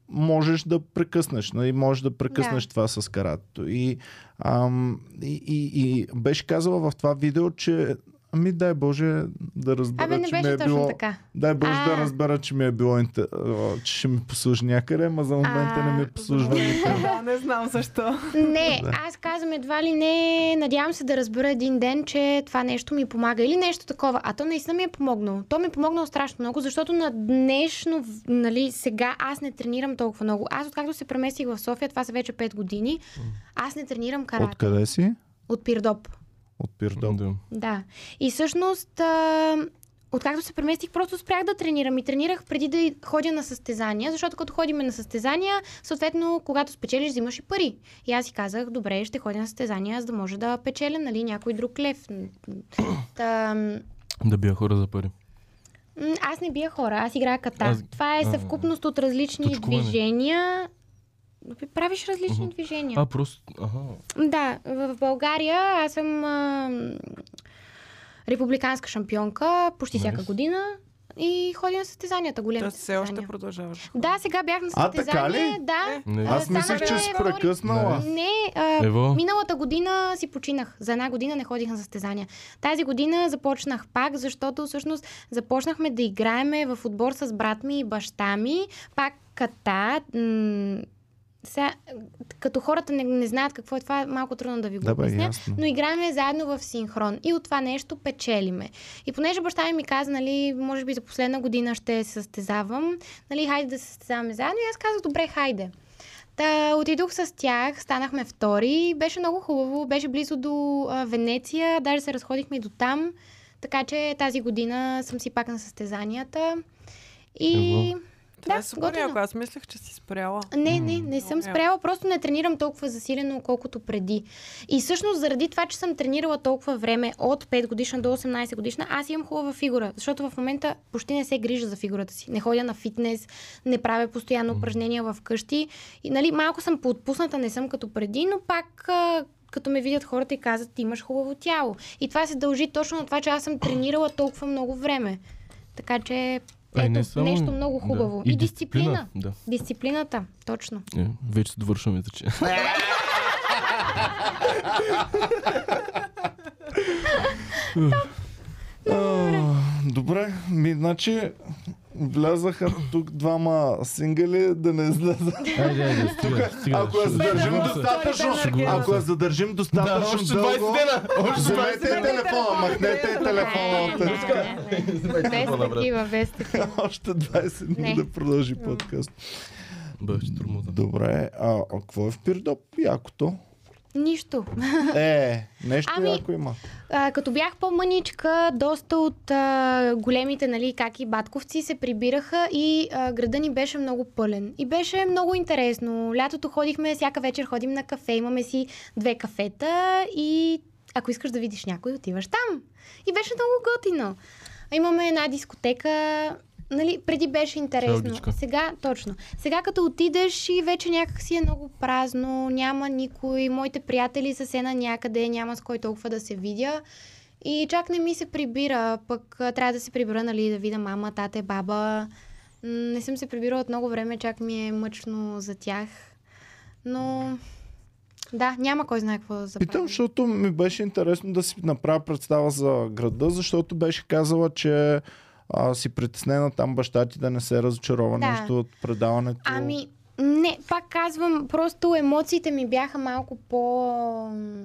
[SPEAKER 1] можеш да прекъснеш, нали? можеш да прекъснеш да. това с каратето. И, ам, и, и, и беше казала в това видео, че ами дай Боже да разбера,
[SPEAKER 2] Абе, не
[SPEAKER 1] че ми е
[SPEAKER 2] беше точно
[SPEAKER 1] било...
[SPEAKER 2] така.
[SPEAKER 1] Дай Боже да
[SPEAKER 2] А.
[SPEAKER 1] разбера, че ми е било... Инте... а, че ще ми послужи някъде, ама за момента не ми е
[SPEAKER 2] А,
[SPEAKER 1] послужва никъде.
[SPEAKER 4] Да, не знам защо.
[SPEAKER 2] Не,
[SPEAKER 1] Да.
[SPEAKER 2] аз казвам едва ли не. Надявам се да разбера един ден, че това нещо ми помага или нещо такова. А то наистина ми е помогнало. То ми е помогнало страшно много, защото на днешно, в- нали, сега аз не тренирам толкова много. Аз откакто се преместих в София, това са вече 5 години, аз не тренирам карате.
[SPEAKER 1] От
[SPEAKER 2] От,
[SPEAKER 1] къде си?
[SPEAKER 2] от Пирдоп.
[SPEAKER 1] От Пирдоп.
[SPEAKER 3] Да.
[SPEAKER 2] Да. И всъщност, а, откакто се преместих, просто спрях да тренирам. И тренирах преди да и- ходя на състезания, защото като ходим на състезания, съответно, когато спечелиш, взимаш и пари. И аз си казах, добре, ще ходя на състезания, за да може да печеля, нали, някой друг лев. М, Та, м,
[SPEAKER 3] Да бия хора за пари.
[SPEAKER 2] м, аз не бия хора, аз играя ката.
[SPEAKER 3] Аз-
[SPEAKER 2] Това е
[SPEAKER 3] а,
[SPEAKER 2] съвкупност от различни
[SPEAKER 3] точкуване.
[SPEAKER 2] движения. Правиш различни движения.
[SPEAKER 3] А, просто... Аха.
[SPEAKER 2] Да, в в България аз съм а, м, републиканска шампионка почти
[SPEAKER 3] Nice.
[SPEAKER 2] всяка година и ходя на състезанията, големите
[SPEAKER 4] Та все още
[SPEAKER 2] състезания.
[SPEAKER 4] продължаваш.
[SPEAKER 2] Да, сега бях на
[SPEAKER 1] А, така
[SPEAKER 2] състезание.
[SPEAKER 1] ли?
[SPEAKER 2] Да.
[SPEAKER 3] Не.
[SPEAKER 1] Аз
[SPEAKER 2] Е,
[SPEAKER 1] мислех,
[SPEAKER 2] станахме
[SPEAKER 1] че си
[SPEAKER 2] фаворит.
[SPEAKER 1] прекъснала.
[SPEAKER 3] Не.
[SPEAKER 2] Не, а,
[SPEAKER 3] Ево.
[SPEAKER 2] миналата година си починах. За една година не ходих на състезания. Тази година започнах пак, защото всъщност започнахме да играеме в отбор с брат ми и баща ми. Пак ката. М- сега, като хората не, не знаят какво е това, е малко трудно да ви го
[SPEAKER 1] Да, бе,
[SPEAKER 2] обясня
[SPEAKER 1] ясно.
[SPEAKER 2] но играеме заедно в синхрон и от това нещо печелиме. И понеже баща ми ми каза, нали, може би за последна година ще се състезавам, нали, хайде да се състезаваме заедно и аз казах, добре, хайде. Та, отидох с тях, станахме втори, беше много хубаво, беше близо до а, Венеция, даже се разходихме и до там, така че тази година съм си пак на състезанията. И...
[SPEAKER 3] Ево.
[SPEAKER 4] Това
[SPEAKER 2] Да,
[SPEAKER 4] е супер
[SPEAKER 2] готино.
[SPEAKER 4] яко. Аз мислех, че си спряла.
[SPEAKER 2] Не, не, не
[SPEAKER 4] М,
[SPEAKER 2] съм спряла, просто не тренирам толкова засилено, колкото преди. И всъщност заради това, че съм тренирала толкова време от 5 годишна до 18 годишна, аз имам хубава фигура, защото в момента почти не се грижа за фигурата си. Не ходя на фитнес, не правя постоянно упражнения в къщи. И, нали, малко съм поотпусната, не съм като преди, но пак а, като ме видят хората и казват, ти имаш хубаво тяло. И това се дължи точно на това, че аз съм тренирала толкова много време. Така че
[SPEAKER 3] Е,
[SPEAKER 2] ето,
[SPEAKER 3] не само-
[SPEAKER 2] нещо много хубаво.
[SPEAKER 3] Да.
[SPEAKER 2] И, дисциплина.
[SPEAKER 3] Да.
[SPEAKER 2] Дисциплината, точно.
[SPEAKER 3] Е, вече се довършваме, че.
[SPEAKER 1] А, Добре, ми, значи Влязаха тук двама сингъли, да не излязат.
[SPEAKER 3] Айде, айде, стига, стига.
[SPEAKER 1] Ако я
[SPEAKER 3] ще-
[SPEAKER 1] задържим
[SPEAKER 3] ще-
[SPEAKER 2] да-
[SPEAKER 1] достатъчно,
[SPEAKER 2] Шегувам се.
[SPEAKER 1] ако я задържим
[SPEAKER 3] Да,
[SPEAKER 1] достатъчно
[SPEAKER 3] още
[SPEAKER 1] дълго,
[SPEAKER 3] 20 дена! Още 20
[SPEAKER 1] вземете
[SPEAKER 4] Вземете
[SPEAKER 1] телефона,
[SPEAKER 4] телефона,
[SPEAKER 1] махнете
[SPEAKER 4] да
[SPEAKER 1] телефона от
[SPEAKER 2] Не, не,
[SPEAKER 1] телефона.
[SPEAKER 2] не, не. Без такива, без такива.
[SPEAKER 1] Още 20 дни
[SPEAKER 2] Не.
[SPEAKER 1] да продължи подкаст.
[SPEAKER 3] Беше турмоза.
[SPEAKER 1] Добре, а, а какво е в Пирдоп? Якото.
[SPEAKER 2] Нищо.
[SPEAKER 1] Е, нещо
[SPEAKER 2] Ами-
[SPEAKER 1] яко има.
[SPEAKER 2] А, като бях по-мъничка, доста от а, големите, нали, как и батковци се прибираха и а, града ни беше много пълен. И беше много интересно. Лятото ходихме, всяка вечер ходим на кафе, имаме си две кафета и ако искаш да видиш някой, отиваш там. И беше много готино. А, Имаме една дискотека, нали, преди беше интересно.
[SPEAKER 3] Челгичка.
[SPEAKER 2] Сега, точно. Сега като отидеш и вече някакси е много празно, няма никой, моите приятели са се на някъде, няма с кой толкова да се видя. И чак не ми се прибира, пък а, трябва да се прибера, нали, да видя мама, тате, баба. М, Не съм се прибирала от много време, чак ми е мъчно за тях. Но да, няма кой знае какво да забравя.
[SPEAKER 1] Питам, защото ми беше интересно да си направя представа за града, защото беше казала, че а, си притеснена там баща ти да не се разочарова
[SPEAKER 2] Да.
[SPEAKER 1] нещо от предаването.
[SPEAKER 2] Ами, не, пак казвам, просто емоциите ми бяха малко по... м,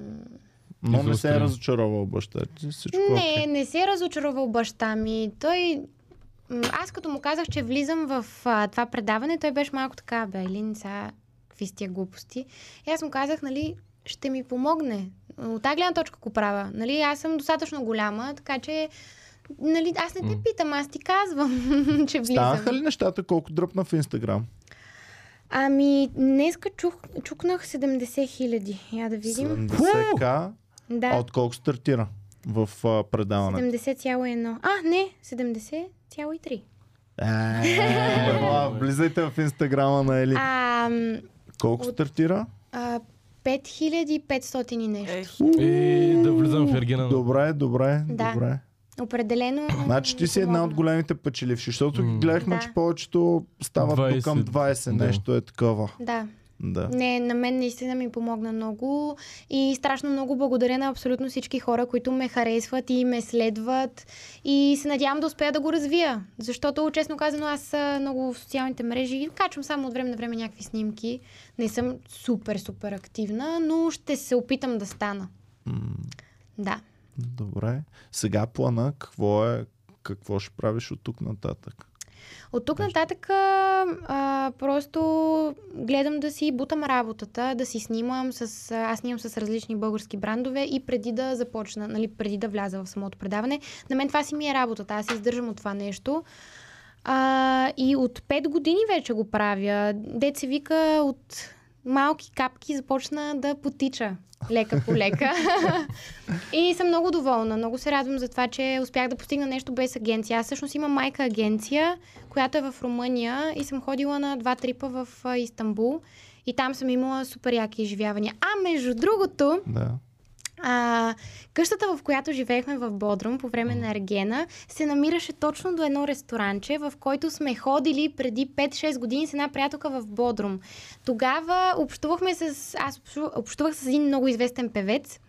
[SPEAKER 1] Но не се е
[SPEAKER 3] Изострена.
[SPEAKER 1] разочаровал баща ти. Всичко
[SPEAKER 2] Не,
[SPEAKER 1] окей.
[SPEAKER 2] не се е разочаровал баща ми. Той... м, Аз като му казах, че влизам в а, това предаване, той беше малко така, бе, Елин, сега какви сте глупости. И аз му казах, нали, ще ми помогне. От тази гледна точка го правя. Нали, аз съм достатъчно голяма, така че Нали, аз не те
[SPEAKER 3] М. питам,
[SPEAKER 2] питам, аз ти казвам, че влизам.
[SPEAKER 1] Станаха ли нещата колко дръпна в Инстаграм?
[SPEAKER 2] Ами, днеска чух, чукнах 70 хиляди. Я да видим.
[SPEAKER 1] 70к.
[SPEAKER 2] Да,
[SPEAKER 1] А от колко стартира в а, предаването?
[SPEAKER 2] 70,1. А, не, 70,3.
[SPEAKER 1] Е, бла, Влизайте в Инстаграма на Ели.
[SPEAKER 2] А, м,
[SPEAKER 1] Колко
[SPEAKER 2] от-
[SPEAKER 1] стартира?
[SPEAKER 2] а, 5500 и нещо.
[SPEAKER 4] Ех,
[SPEAKER 3] Е, да влизам в Ергена.
[SPEAKER 1] Добре, добре,
[SPEAKER 2] Да.
[SPEAKER 1] добре.
[SPEAKER 2] Определено.
[SPEAKER 1] Значи ти си една от
[SPEAKER 2] помогна.
[SPEAKER 1] големите печеливши, защото ги
[SPEAKER 3] М.
[SPEAKER 1] гледахме,
[SPEAKER 2] Да.
[SPEAKER 1] че повечето стават до към
[SPEAKER 3] 20,
[SPEAKER 1] 20,
[SPEAKER 3] да.
[SPEAKER 1] нещо е такова.
[SPEAKER 2] Да,
[SPEAKER 1] Да.
[SPEAKER 2] не, на мен наистина ми помогна много и страшно много благодаря на абсолютно всички хора, които ме харесват и ме следват и се надявам да успея да го развия, защото честно казано аз а, много в социалните мрежи качвам само от време на време някакви снимки, не съм супер-супер активна, но ще се опитам да стана.
[SPEAKER 1] М,
[SPEAKER 2] Да.
[SPEAKER 1] Добре. Сега плана, какво е, какво ще правиш от тук нататък?
[SPEAKER 2] От тук нататък а, а, просто гледам да си бутам работата, да си снимам с... а, Аз снимам с различни български брандове и преди да започна, нали, преди да вляза в самото предаване, на мен това си ми е работата. Аз се издържам от това нещо. А, и от 5 години вече го правя. Дет се вика от малки капки започна да потича лека по лека. И съм много доволна. Много се радвам за това, че успях да постигна нещо без агенция. Аз всъщност имам майка агенция, която е в Румъния и съм ходила на два трипа в а, Истанбул. И там съм имала супер яки изживявания. А между другото,
[SPEAKER 1] Да.
[SPEAKER 2] а, къщата, в която живеехме в Бодрум по време на Аргена, се намираше точно до едно ресторанче, в който сме ходили преди 5-6 години с една приятелка в Бодрум. Тогава общувахме с... Аз общу- общувах с един много известен певец.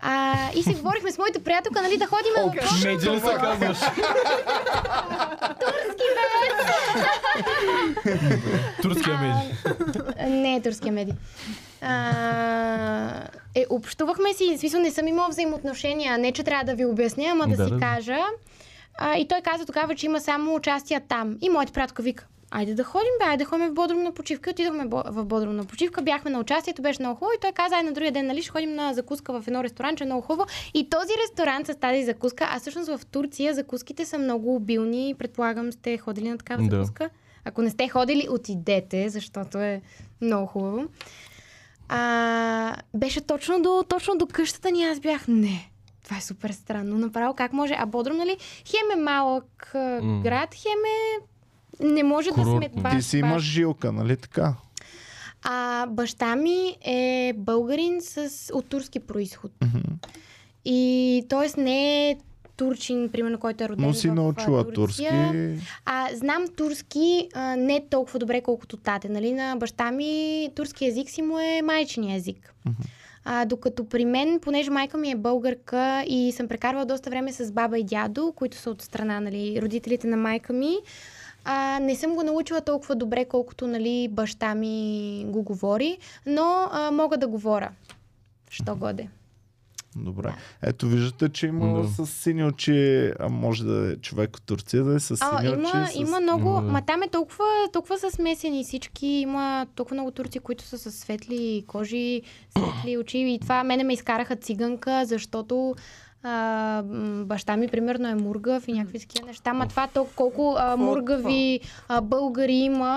[SPEAKER 2] А, и си говорихме с моята приятелка, нали, да ходим на Бодрум.
[SPEAKER 3] Меди ли се казваш? Турския меди.
[SPEAKER 2] А, Не е турския меди. А, е, общувахме си, в смисъл не съм имала взаимоотношения, не че трябва да ви обясня, ама да,
[SPEAKER 3] Да,
[SPEAKER 2] си
[SPEAKER 3] да, да.
[SPEAKER 2] кажа. А, и той каза тогава, че има само участия там. И моят приятелка вика, айде да ходим, бе, айде да ходим в Бодрум на почивка. И Отидохме бо- в Бодрум на почивка, бяхме на участието, беше много хубаво. И той каза, ай на другия ден, нали, ще ходим на закуска в едно ресторанче, много хубаво. И този ресторант с тази закуска, а всъщност в Турция закуските са много обилни. Предполагам, сте ходили на такава
[SPEAKER 3] Да.
[SPEAKER 2] закуска. Ако не сте ходили, отидете, защото е много хубаво. А, беше точно до, точно до къщата ни. Аз бях, не, това е супер странно. Направо как може? А Бодрум, нали? Хем е малък а,
[SPEAKER 3] М.
[SPEAKER 2] град, хем е... Не може да
[SPEAKER 3] Курортно.
[SPEAKER 2] сме баш,
[SPEAKER 1] Ти си
[SPEAKER 2] баш.
[SPEAKER 1] имаш жилка, нали така?
[SPEAKER 2] А баща ми е българин с, от турски происход.
[SPEAKER 1] Мгм.
[SPEAKER 2] И т.е. не е турчин, примерно, който е роден
[SPEAKER 1] Но си
[SPEAKER 2] в а,
[SPEAKER 1] научила турски.
[SPEAKER 2] Турция. А, знам турски а, не толкова добре, колкото тате. Нали? На баща ми турски язик си му е майчиния език. А, докато при мен, понеже майка ми е българка и съм прекарвала доста време с баба и дядо, които са от страна, нали, родителите на майка ми, А, не съм го научила толкова добре, колкото нали, баща ми го говори, но а, мога да говоря. Що годе.
[SPEAKER 1] Добре. Ето виждате, че има
[SPEAKER 3] Да.
[SPEAKER 1] с сини очи, а може да е човек от Турция да е с
[SPEAKER 2] А,
[SPEAKER 1] сини очи.
[SPEAKER 2] има,
[SPEAKER 1] с...
[SPEAKER 2] има много,
[SPEAKER 3] М, да.
[SPEAKER 2] ма там е толкова, толкова са смесени всички, има толкова много турци, които са с светли кожи, светли очи и това мене ме изкараха циганка, защото а, м, баща ми примерно е мургав и някакви такива неща, ма това толкова колко а,
[SPEAKER 4] Какво е
[SPEAKER 2] мургави а, българи има,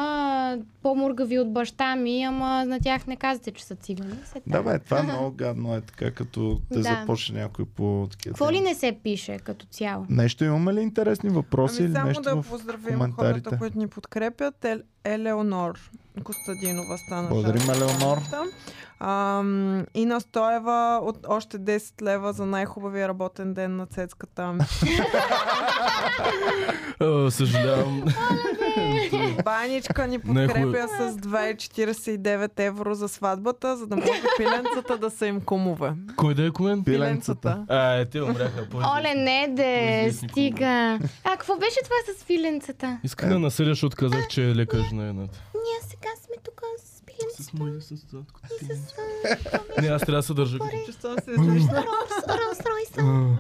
[SPEAKER 2] а, по-мургави от баща ми, ама на тях не казвате, че са цигани. Се
[SPEAKER 1] Да,
[SPEAKER 2] тая.
[SPEAKER 1] бе, това е много гадно, е така, като те
[SPEAKER 2] Да.
[SPEAKER 1] започне някой по такива.
[SPEAKER 2] Какво
[SPEAKER 1] теми.
[SPEAKER 2] ли не се пише като цяло?
[SPEAKER 1] Нещо имаме ли интересни въпроси
[SPEAKER 4] Ами
[SPEAKER 1] или
[SPEAKER 4] само
[SPEAKER 1] нещо
[SPEAKER 4] да
[SPEAKER 1] в...
[SPEAKER 4] поздравим
[SPEAKER 1] коментарите.
[SPEAKER 4] хората, които ни подкрепят. Ел- Елеонор Костадинова стана.
[SPEAKER 1] Благодарим,
[SPEAKER 4] жертва на
[SPEAKER 1] Елеонор.
[SPEAKER 4] камерата. Ам, Ина Стоева от още 10 лева за най-хубавия работен ден на цецката.
[SPEAKER 3] А, Съжалявам.
[SPEAKER 4] Баничка ни
[SPEAKER 3] Най-хубав-
[SPEAKER 4] подкрепя с 2,49 евро за сватбата, за да могат пиленцата да са им кумове.
[SPEAKER 3] Кой да е комен?
[SPEAKER 1] Пиленцата.
[SPEAKER 3] А, е, те умряха. по-известни.
[SPEAKER 2] Оле, не де,
[SPEAKER 3] Известни
[SPEAKER 2] стига. А, какво беше това с филенцата?
[SPEAKER 3] Исках да насъдя, защото казах, че е лекаш на едната.
[SPEAKER 2] Ние сега сме тук с
[SPEAKER 3] С
[SPEAKER 2] пиленцата.
[SPEAKER 3] моя с Не, аз трябва да се държа. като-
[SPEAKER 4] Чувствам се
[SPEAKER 3] Mm.
[SPEAKER 4] излишна.
[SPEAKER 2] Ролс-Ройса.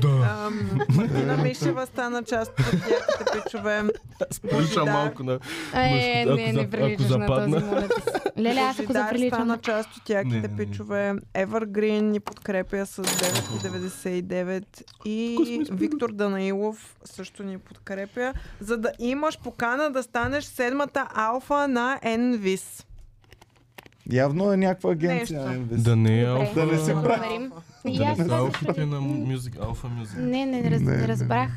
[SPEAKER 3] Да.
[SPEAKER 4] Ам, Мартина Мишева стана част от ярките пичове.
[SPEAKER 3] Прилича
[SPEAKER 4] Божидар.
[SPEAKER 3] малко на...
[SPEAKER 2] Е,
[SPEAKER 3] ако
[SPEAKER 2] не,
[SPEAKER 3] за-
[SPEAKER 2] не
[SPEAKER 3] ако
[SPEAKER 2] приличаш на
[SPEAKER 3] западна.
[SPEAKER 2] този, моля те се. Леле, аз ако
[SPEAKER 4] Божидар
[SPEAKER 2] заприличам...
[SPEAKER 4] стана част от
[SPEAKER 3] Не,
[SPEAKER 4] яките
[SPEAKER 3] не, не.
[SPEAKER 4] пичове. Evergreen ни подкрепя с 9,99 и Виктор Данаилов също ни подкрепя. За да имаш покана да станеш седмата алфа на Envis.
[SPEAKER 1] Явно е някаква агенция.
[SPEAKER 4] Нещо.
[SPEAKER 1] на инвестиции.
[SPEAKER 3] Да не е
[SPEAKER 2] Добре,
[SPEAKER 3] алфа.
[SPEAKER 1] Да не се
[SPEAKER 2] да
[SPEAKER 1] прави.
[SPEAKER 2] проверим. И
[SPEAKER 3] Да не
[SPEAKER 2] аз
[SPEAKER 3] са
[SPEAKER 2] това също...
[SPEAKER 3] алфите на мюзик, алфа мюзик.
[SPEAKER 2] Не, не, не, раз,
[SPEAKER 1] Не, не, не.
[SPEAKER 2] не разбрах.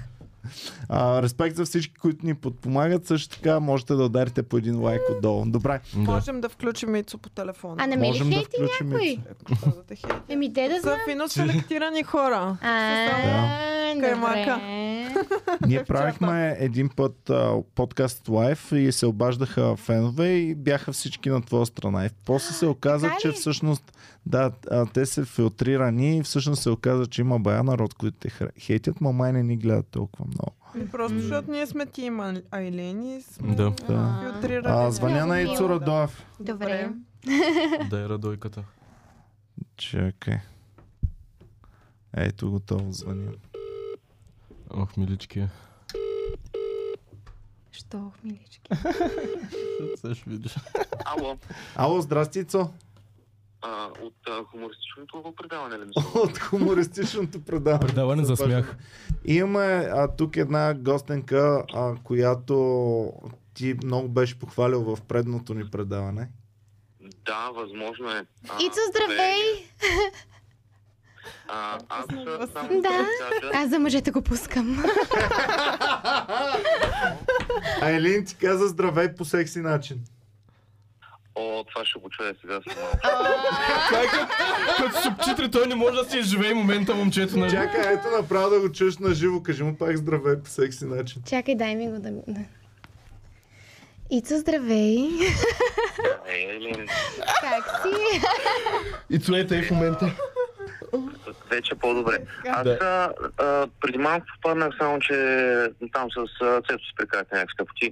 [SPEAKER 1] А, респект за всички, които ни подпомагат. Също така можете да ударите по един лайк отдолу. Добре,
[SPEAKER 3] Да.
[SPEAKER 4] Можем да включим Ицо по телефона.
[SPEAKER 2] А не ме ли
[SPEAKER 1] можем да
[SPEAKER 2] хейти
[SPEAKER 1] включим
[SPEAKER 2] някой?
[SPEAKER 1] и-
[SPEAKER 4] Ако да те хейти.
[SPEAKER 2] Еми, те да
[SPEAKER 4] За
[SPEAKER 2] знаят.
[SPEAKER 4] фино селектирани хора.
[SPEAKER 2] А,
[SPEAKER 4] Каймака.
[SPEAKER 2] добре.
[SPEAKER 1] Ние правихме един път а, подкаст лайв и се обаждаха фенове и бяха всички на твоя страна. И после се оказа,
[SPEAKER 2] Така ли?
[SPEAKER 1] че всъщност да, а, те са филтрирани и всъщност се оказа, че има бая народ, които те хра- хейтят, ма май не ни гледат толкова много.
[SPEAKER 4] Ми Просто защото ние сме тим Ан- Айлен и сме
[SPEAKER 3] Да.
[SPEAKER 2] Да.
[SPEAKER 4] филтрирани.
[SPEAKER 1] А, звъня на Ицо Радоев.
[SPEAKER 2] Добре.
[SPEAKER 3] Дай радойката.
[SPEAKER 1] Чакай. Ето готово, звъня.
[SPEAKER 3] Ох, милички.
[SPEAKER 2] Що, милички?
[SPEAKER 3] Сега ще видиш.
[SPEAKER 5] Ало,
[SPEAKER 1] Ало, здрасти, Ицо.
[SPEAKER 5] а, от а, хумористичното предаване ли ми се
[SPEAKER 1] От хумористичното предаване.
[SPEAKER 3] Предаване за смях.
[SPEAKER 1] Имаме а, тук една гостенка, а, която ти много беше похвалил в предното ни предаване.
[SPEAKER 5] Да, възможно е. А,
[SPEAKER 2] Ицо,
[SPEAKER 5] бе,
[SPEAKER 2] здравей!
[SPEAKER 5] А, аз а, само
[SPEAKER 2] Да.
[SPEAKER 5] да. кажа,
[SPEAKER 2] Аз за мъжете го пускам.
[SPEAKER 1] А Елин ти каза здравей по секси начин.
[SPEAKER 5] о, това ще го чуя сега с малко.
[SPEAKER 3] Като субтитри той не може да си изживее момента момчето нали? на...
[SPEAKER 1] Чакай, ето направо да го чуеш на живо. Кажи му пак здравей по секси начин.
[SPEAKER 2] Чакай, дай ми го да... да. Ицо, здравей!
[SPEAKER 5] Е, Елин,
[SPEAKER 2] Как си?
[SPEAKER 3] И цуета е в момента.
[SPEAKER 5] вече по-добре. Аз
[SPEAKER 3] Да.
[SPEAKER 5] а, а, преди малко попаднах само, че там с а, Цецо се прекарахте някакви скъпоти.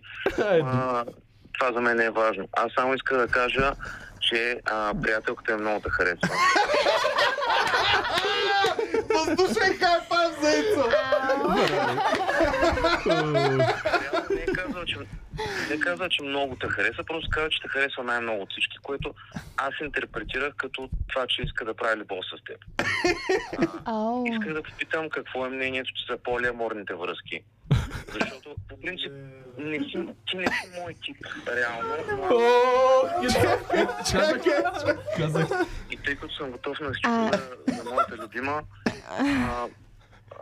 [SPEAKER 3] Е,
[SPEAKER 5] А, това за мен е важно. Аз само искам да кажа, че а, приятелката е много те харесва.
[SPEAKER 1] Въздушен хайпав за Ицо!
[SPEAKER 5] не е казал, че, не е казал, че много те хареса, просто каза, че те харесва най-много от всички, което аз интерпретирах като това, че иска да прави любов с теб.
[SPEAKER 2] Ау.
[SPEAKER 5] Исках да попитам какво е мнението ти за полиаморните връзки. Защото, по принцип, не си, ти не си мой тип, реално. но-
[SPEAKER 3] Чакай, казах.
[SPEAKER 5] И тъй като съм готов на всичко
[SPEAKER 2] А.
[SPEAKER 5] за, за моята любима, а,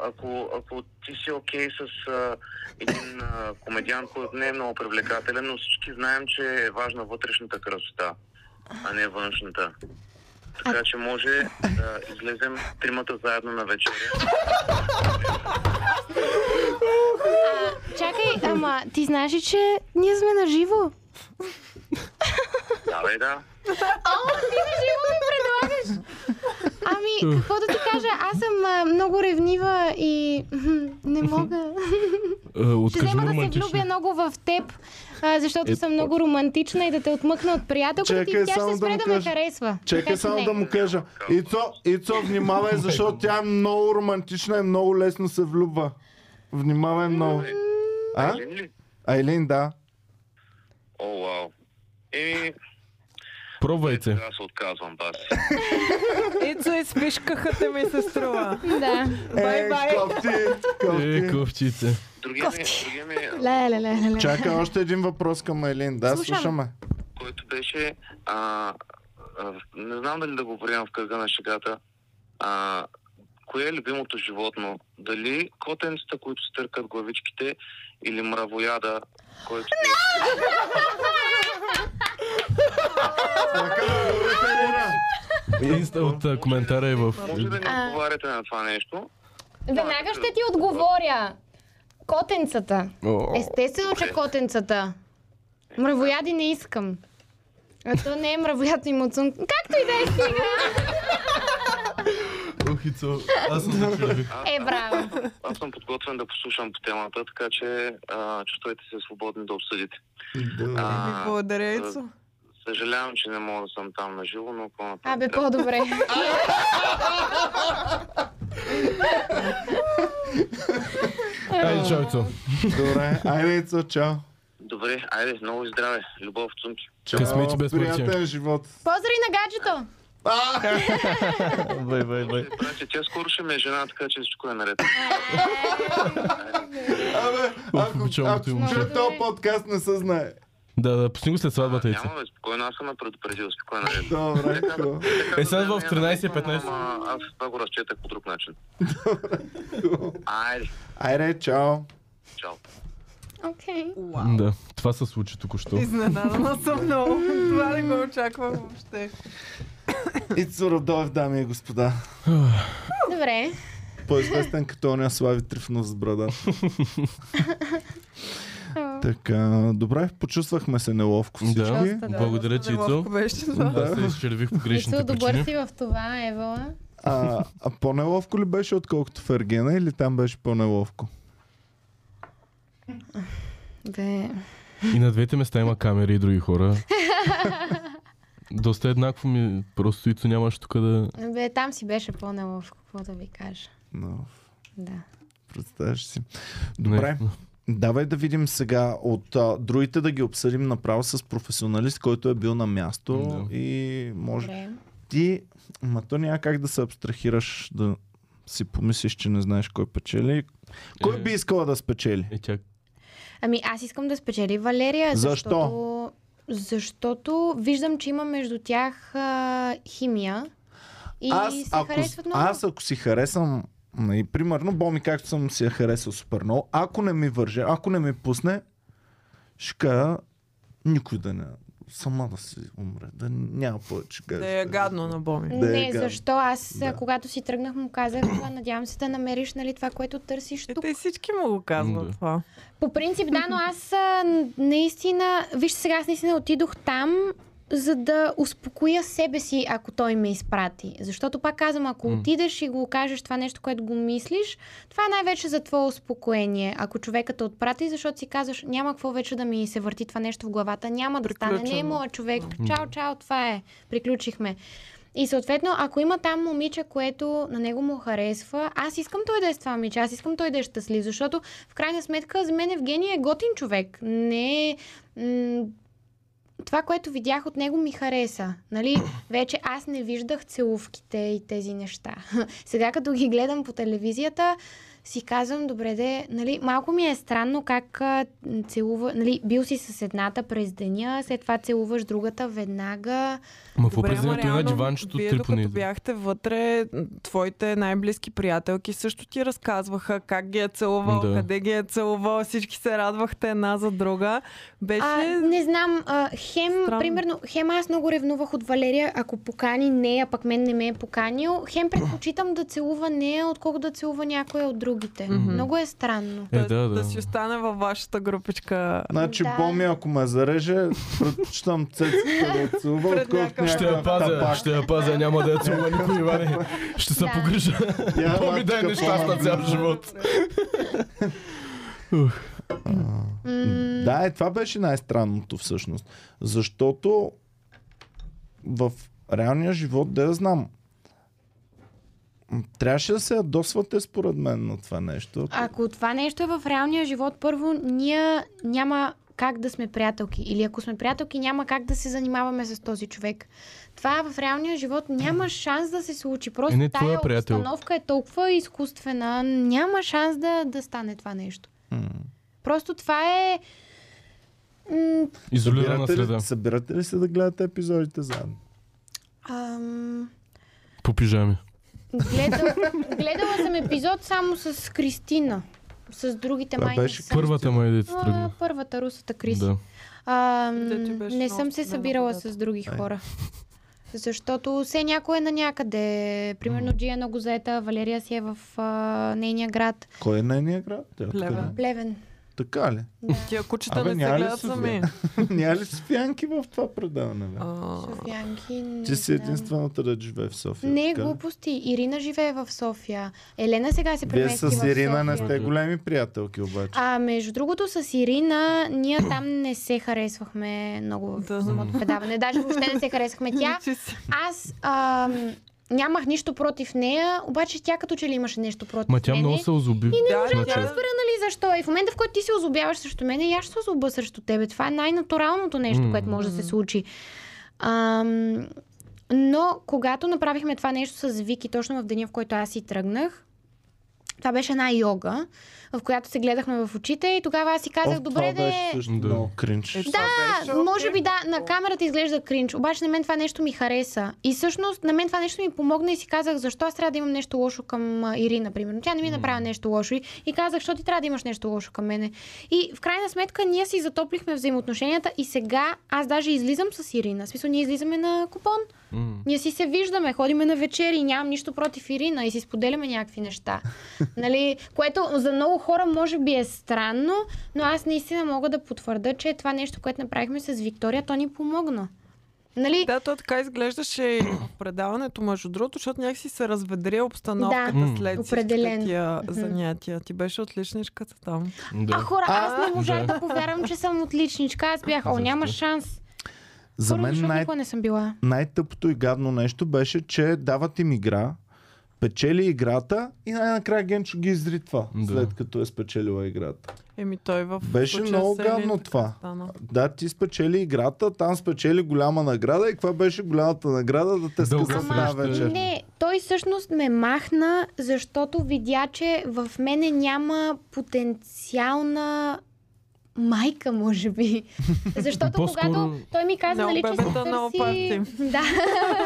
[SPEAKER 5] ако, ако ти си окей с а, един а, комедиан, който не е много привлекателен, но всички знаем, че е важна вътрешната красота, а не външната. Така че може да излезем тримата заедно на вечеря.
[SPEAKER 2] Чакай, ама ти знаеш ли, че ние сме на живо?
[SPEAKER 5] Да, бе, да.
[SPEAKER 2] О, ти на живо ми предлагаш! Ами, какво да ти кажа, аз съм а, много ревнива и мгм, не мога.
[SPEAKER 3] е,
[SPEAKER 2] Ще
[SPEAKER 3] откажем
[SPEAKER 2] взема да се
[SPEAKER 3] романтично.
[SPEAKER 2] влюбя много в теб, а, защото
[SPEAKER 3] Е,
[SPEAKER 2] съм много романтична и да те отмъкна от приятелката ти
[SPEAKER 1] Чакай
[SPEAKER 2] и тя ще
[SPEAKER 1] само
[SPEAKER 2] се
[SPEAKER 1] да
[SPEAKER 2] спре
[SPEAKER 1] му
[SPEAKER 2] да, ме
[SPEAKER 1] кажа.
[SPEAKER 2] харесва.
[SPEAKER 1] Чакай
[SPEAKER 2] Така че
[SPEAKER 1] само
[SPEAKER 2] не.
[SPEAKER 1] да му кажа. Ицо, Ицо, внимавай, защото тя е много романтична и много лесно се влюбва. Внимавай много. А?
[SPEAKER 5] Айлин ли?
[SPEAKER 1] Айлин, да.
[SPEAKER 5] О, вау. Еми,
[SPEAKER 3] Пробвайте.
[SPEAKER 5] аз се отказвам, баси.
[SPEAKER 4] Ицо, изпишкахата ми се струва.
[SPEAKER 2] Да.
[SPEAKER 4] Бай-бай.
[SPEAKER 1] Е, кофти,
[SPEAKER 3] Е,
[SPEAKER 1] кофти.
[SPEAKER 3] ковчите.
[SPEAKER 5] Другия ми, другия ми, е-
[SPEAKER 2] Ле, ле, ле, ле, ле.
[SPEAKER 1] Чакай още един въпрос към Айлин. Да,
[SPEAKER 2] Слушам.
[SPEAKER 1] слушаме.
[SPEAKER 5] който беше, а, а, не знам дали да го приема в кръга на шегата, а, кое е любимото животно? Дали котенцата, които стъркат главичките, или мравояда, който...
[SPEAKER 3] Е, Инста от а, коментара е в...
[SPEAKER 5] Може да не отговаряте на това нещо.
[SPEAKER 2] Веднага ще ти отговоря. Котенцата.
[SPEAKER 3] О,
[SPEAKER 2] Естествено, че котенцата. Мравояди не искам. А то не е мравояд и муцун. Както и да е стига.
[SPEAKER 3] Ох, Ицо, аз съм се чудих.
[SPEAKER 2] Е, браво.
[SPEAKER 5] Аз съм подготвен да послушам по темата, така че а, чувствайте се свободни да обсъдите.
[SPEAKER 4] Ами,
[SPEAKER 5] А,
[SPEAKER 4] Благодаря, Ицо.
[SPEAKER 5] съжалявам, че не мога да съм там на живо, но по-нататък.
[SPEAKER 2] Абе, по-добре.
[SPEAKER 3] Айде, чао, Ицо.
[SPEAKER 1] Добре, айде, Ицо, чао.
[SPEAKER 5] Добре, айде, много и здраве. Любов, цунки.
[SPEAKER 1] Чао,
[SPEAKER 3] Късмет и безпречие.
[SPEAKER 1] Приятен живот.
[SPEAKER 2] Поздрави на гаджето.
[SPEAKER 1] Бай, бай, бай.
[SPEAKER 5] Братя, тя скоро ще ме е жена, така че всичко е наред.
[SPEAKER 1] Абе, ако,
[SPEAKER 3] обичам
[SPEAKER 1] ако
[SPEAKER 3] ти, момче.
[SPEAKER 1] чуе този подкаст, не се знае.
[SPEAKER 3] Да, да, пусни го след сватбата, Ицо.
[SPEAKER 5] Няма бе, спокойно, аз съм ме предупредил, спокойно. е.
[SPEAKER 1] Добре, хубаво.
[SPEAKER 3] Е, сега в 13.15.
[SPEAKER 5] Ама Аз това го разчетах по друг начин. Айде,
[SPEAKER 1] Айде, чао.
[SPEAKER 5] чао.
[SPEAKER 2] Окей.
[SPEAKER 4] Вау.
[SPEAKER 3] Да, това се случи току-що.
[SPEAKER 4] Изненадана съм много. Това не го очаквам въобще.
[SPEAKER 1] Ицо Радоев, дами и господа.
[SPEAKER 2] Добре.
[SPEAKER 1] По-известен като оня Слави Трифнов с брада. така, добре, почувствахме се неловко всички.
[SPEAKER 3] Да,
[SPEAKER 2] Доста, да.
[SPEAKER 3] благодаря ти, Ицо.
[SPEAKER 4] Неловко беше това.
[SPEAKER 3] Аз се изчервих по
[SPEAKER 2] Мисля,
[SPEAKER 3] грешните
[SPEAKER 2] добър
[SPEAKER 3] причини.
[SPEAKER 2] си в това, Евала.
[SPEAKER 1] А, а по-неловко ли беше отколкото Фергена или там беше по-неловко?
[SPEAKER 2] Бе.
[SPEAKER 3] И на двете места има камери и други хора. Доста еднакво ми, просто Ицо нямаше тук да...
[SPEAKER 2] Бе, там си беше по-неловко, какво да ви кажа.
[SPEAKER 1] Но,
[SPEAKER 2] Да.
[SPEAKER 1] представяш си. Добре, давай да видим сега от а, другите да ги обсъдим направо с професионалист, който е бил на място
[SPEAKER 3] Да.
[SPEAKER 1] и може
[SPEAKER 2] Добре.
[SPEAKER 1] ти, ма то няма как да се абстрахираш, да си помислиш, че не знаеш кой печели. Кой
[SPEAKER 3] Е.
[SPEAKER 1] би искала да спечели?
[SPEAKER 3] Е, чак.
[SPEAKER 2] Ами аз искам да спечели Валерия,
[SPEAKER 1] Защо?
[SPEAKER 2] защото... Защото виждам, че има между тях а, химия и се харесват много.
[SPEAKER 1] аз ако си харесам, и примерно, Боми, както съм си я харесал супер много, ако не ми върже, ако не ми пусне, ще кажа никой да не сама да си умре, да няма повече
[SPEAKER 4] Да е гадно на Боми.
[SPEAKER 1] да е
[SPEAKER 2] не,
[SPEAKER 1] гадно.
[SPEAKER 2] защо? Аз,
[SPEAKER 1] Да.
[SPEAKER 2] да. когато си тръгнах, му казах, «А, надявам се да намериш нали, това, което търсиш
[SPEAKER 4] Е,
[SPEAKER 2] тук.
[SPEAKER 4] те всички му го
[SPEAKER 3] Да.
[SPEAKER 4] казват това.
[SPEAKER 2] По принцип, да, но аз а, наистина, вижте сега, аз наистина отидох там, за да успокоя себе си, ако той ме изпрати. Защото пак казвам, ако
[SPEAKER 3] М.
[SPEAKER 2] отидеш и го кажеш това нещо, което го мислиш, това е най-вече за твое успокоение. Ако човекът те отпрати, защото си казваш, няма какво вече да ми се върти това нещо в главата, няма да стане, не е
[SPEAKER 4] Приключено.
[SPEAKER 2] моя човек.
[SPEAKER 3] М.
[SPEAKER 2] Чао, чао, това е. Приключихме. И съответно, ако има там момиче, което на него му харесва, аз искам той да е с това момиче, аз искам той да е щастлив, защото в крайна сметка за мен Евгений е готин човек. Не е... м, това, което видях от него ми хареса. Нали? Вече аз не виждах целувките и тези неща. Сега като ги гледам по телевизията, си казвам, добре де, нали, малко ми е странно как а, м, целува, нали, бил си с едната през деня, след това целуваш другата веднага.
[SPEAKER 3] Ма какво
[SPEAKER 4] Добре,
[SPEAKER 3] през
[SPEAKER 4] ама
[SPEAKER 3] денето на
[SPEAKER 4] реално
[SPEAKER 3] диванчето
[SPEAKER 4] вие,
[SPEAKER 3] три поне.
[SPEAKER 4] докато бяхте вътре, твоите най-близки приятелки също ти разказваха как ги е целувал,
[SPEAKER 3] Да.
[SPEAKER 4] къде ги е целувал, всички се радвахте една за друга. Беше...
[SPEAKER 2] А, не знам, а, хем,
[SPEAKER 4] Странно.
[SPEAKER 2] Странно. примерно, хем аз много ревнувах от Валерия, ако покани нея, пък мен не ме е поканил. Хем предпочитам да целува нея, отколкото да целува някоя от другите.
[SPEAKER 4] Мгм.
[SPEAKER 2] Много е странно.
[SPEAKER 3] Е,
[SPEAKER 4] т.е.
[SPEAKER 3] да, да.
[SPEAKER 4] да си остане във вашата групичка.
[SPEAKER 1] Значи,
[SPEAKER 2] Да.
[SPEAKER 1] Боми, ако ме зареже, предпочитам цецката да целува,
[SPEAKER 4] Пред
[SPEAKER 1] отколкото
[SPEAKER 4] някакъв-
[SPEAKER 3] Ще я
[SPEAKER 1] някакъв
[SPEAKER 3] пазя,
[SPEAKER 1] тапак.
[SPEAKER 3] ще я пазя, няма да я целува никой, Иване. Ще се
[SPEAKER 2] Да.
[SPEAKER 3] погрижа.
[SPEAKER 1] Я,
[SPEAKER 3] Боми да е
[SPEAKER 1] лапка,
[SPEAKER 3] нещастна
[SPEAKER 1] по-малко.
[SPEAKER 3] цял живот.
[SPEAKER 1] А, да, е, това беше най-странното всъщност. Защото в реалния живот, да я знам, м, трябваше да се ядосвате според мен на това нещо.
[SPEAKER 2] Ако това нещо е в реалния живот, първо, ние няма как да сме приятелки. Или ако сме приятелки, няма как да се занимаваме с този човек. Това в реалния живот няма шанс да се случи. Просто
[SPEAKER 3] Е, не, твоя
[SPEAKER 2] тая
[SPEAKER 3] приятел.
[SPEAKER 2] обстановка е толкова изкуствена. Няма шанс да, да стане това нещо.
[SPEAKER 1] М.
[SPEAKER 2] Просто това е... м,
[SPEAKER 3] Изолирана
[SPEAKER 1] Събирате ли-
[SPEAKER 3] среда.
[SPEAKER 1] Събирате ли се да гледате епизодите заедно?
[SPEAKER 2] Ам...
[SPEAKER 3] По пижами.
[SPEAKER 2] Гледал, гледала съм епизод само с Кристина. С другите
[SPEAKER 1] Това
[SPEAKER 2] май не
[SPEAKER 1] беше
[SPEAKER 2] съм.
[SPEAKER 3] Първата ма идете
[SPEAKER 2] А,
[SPEAKER 3] тръгна.
[SPEAKER 2] първата русата Крис.
[SPEAKER 3] Да.
[SPEAKER 2] А,
[SPEAKER 4] Да, ти беше
[SPEAKER 2] не
[SPEAKER 4] много
[SPEAKER 2] съм се
[SPEAKER 4] студена
[SPEAKER 2] събирала
[SPEAKER 4] водата.
[SPEAKER 2] с други
[SPEAKER 1] Ай.
[SPEAKER 2] хора. Защото все някой е на някъде. Примерно Джия е много заета, Валерия си е в а, нейния град.
[SPEAKER 1] Кой е нейният град? Тя откъде
[SPEAKER 4] Плевен.
[SPEAKER 1] е?
[SPEAKER 2] Плевен.
[SPEAKER 1] Така ли?
[SPEAKER 4] Тия кучета
[SPEAKER 1] Абе,
[SPEAKER 4] не се
[SPEAKER 1] няма ли
[SPEAKER 4] гледат
[SPEAKER 1] се
[SPEAKER 4] сами.
[SPEAKER 1] гледа? Няма ли Софиянки в това предаване? Бе?
[SPEAKER 4] А,
[SPEAKER 2] Софиянки. не
[SPEAKER 1] Ти си
[SPEAKER 2] знам.
[SPEAKER 1] единствената да живее в София.
[SPEAKER 2] Не,
[SPEAKER 1] така ли?
[SPEAKER 2] глупости. Ирина живее в София. Елена сега се
[SPEAKER 1] Вие
[SPEAKER 2] премести
[SPEAKER 1] с
[SPEAKER 2] в
[SPEAKER 1] Ирина не
[SPEAKER 2] София.
[SPEAKER 1] сте големи приятелки обаче.
[SPEAKER 2] А между другото с Ирина, ние там не се харесвахме много в
[SPEAKER 4] Да.
[SPEAKER 2] самото предаване. Даже въобще не се харесвахме. Тя
[SPEAKER 4] личи значи си.
[SPEAKER 2] Аз ам, нямах нищо против нея, обаче тя като че ли имаше нещо против
[SPEAKER 3] Ма тя
[SPEAKER 2] мене.
[SPEAKER 3] много се озоби.
[SPEAKER 4] Да,
[SPEAKER 2] Може да
[SPEAKER 3] Значи-
[SPEAKER 4] тя-
[SPEAKER 2] разбера, нали, защо. И в момента, в който ти се озобяваш срещу мене, и аз ще се озоба срещу тебе. Това е най-натуралното нещо,
[SPEAKER 3] М.
[SPEAKER 2] което може да се
[SPEAKER 4] М.
[SPEAKER 2] случи. Ам, но когато направихме това нещо с Вики, точно в деня, в който аз си тръгнах, това беше една йога, в която се гледахме в очите и тогава аз си казах,
[SPEAKER 1] О,
[SPEAKER 2] добре,
[SPEAKER 1] това
[SPEAKER 2] да
[SPEAKER 1] беше също
[SPEAKER 3] Да.
[SPEAKER 1] много кринч.
[SPEAKER 4] Е, това беше
[SPEAKER 2] да, може
[SPEAKER 4] окей.
[SPEAKER 2] би да, на камерата изглежда кринч, обаче на мен това нещо ми хареса. И всъщност на мен това нещо ми помогна и си казах, защо аз трябва да имам нещо лошо към а, Ирина, примерно. Тя не ми направи нещо лошо. И, и казах, защо ти трябва да имаш нещо лошо към мене. И в крайна сметка ние си затоплихме взаимоотношенията и сега аз даже излизам с Ирина. В смисъл, ние излизаме на купон.
[SPEAKER 3] М.
[SPEAKER 2] Ние си се виждаме, ходиме на вечери, нямам нищо против Ирина и си споделяме някакви неща. нали, което за много хора може би е странно, но аз наистина мога да потвърда, че това нещо, което направихме с Виктория, то ни помогна. Нали?
[SPEAKER 4] Да, то така изглеждаше и в предаването, между другото, защото някакси се разведри обстановката
[SPEAKER 3] Да,
[SPEAKER 4] след
[SPEAKER 2] определено.
[SPEAKER 4] всичките тия занятия. Ти беше отличничката там.
[SPEAKER 2] А
[SPEAKER 3] Да.
[SPEAKER 2] хора, аз не можах
[SPEAKER 3] Да.
[SPEAKER 2] да повярвам, че съм отличничка. Аз бях, о, няма
[SPEAKER 3] Защо?
[SPEAKER 2] шанс.
[SPEAKER 1] За
[SPEAKER 2] Първо,
[SPEAKER 1] мен
[SPEAKER 2] защото
[SPEAKER 1] най-
[SPEAKER 2] никога не съм била.
[SPEAKER 1] най-тъпото и гадно нещо беше, че дават им игра, печели играта и най-накрая Генчо ги изритва,
[SPEAKER 3] Да.
[SPEAKER 1] след като е спечелила играта.
[SPEAKER 4] Еми той в
[SPEAKER 1] Беше
[SPEAKER 4] случая
[SPEAKER 1] много
[SPEAKER 4] с Елин
[SPEAKER 1] гадно
[SPEAKER 4] така
[SPEAKER 1] това.
[SPEAKER 4] стана.
[SPEAKER 1] Да, ти спечели играта, там спечели голяма награда и каква беше голямата награда да те
[SPEAKER 3] Дълга
[SPEAKER 1] скъсат
[SPEAKER 3] среща.
[SPEAKER 1] тази вечер.
[SPEAKER 2] Не, той всъщност ме махна, защото видя, че в мене няма потенциална майка, може би. Защото
[SPEAKER 3] По-скоро-
[SPEAKER 2] когато той ми каза,
[SPEAKER 4] No,
[SPEAKER 2] нали, че се
[SPEAKER 4] бебета, no
[SPEAKER 2] търси... Да,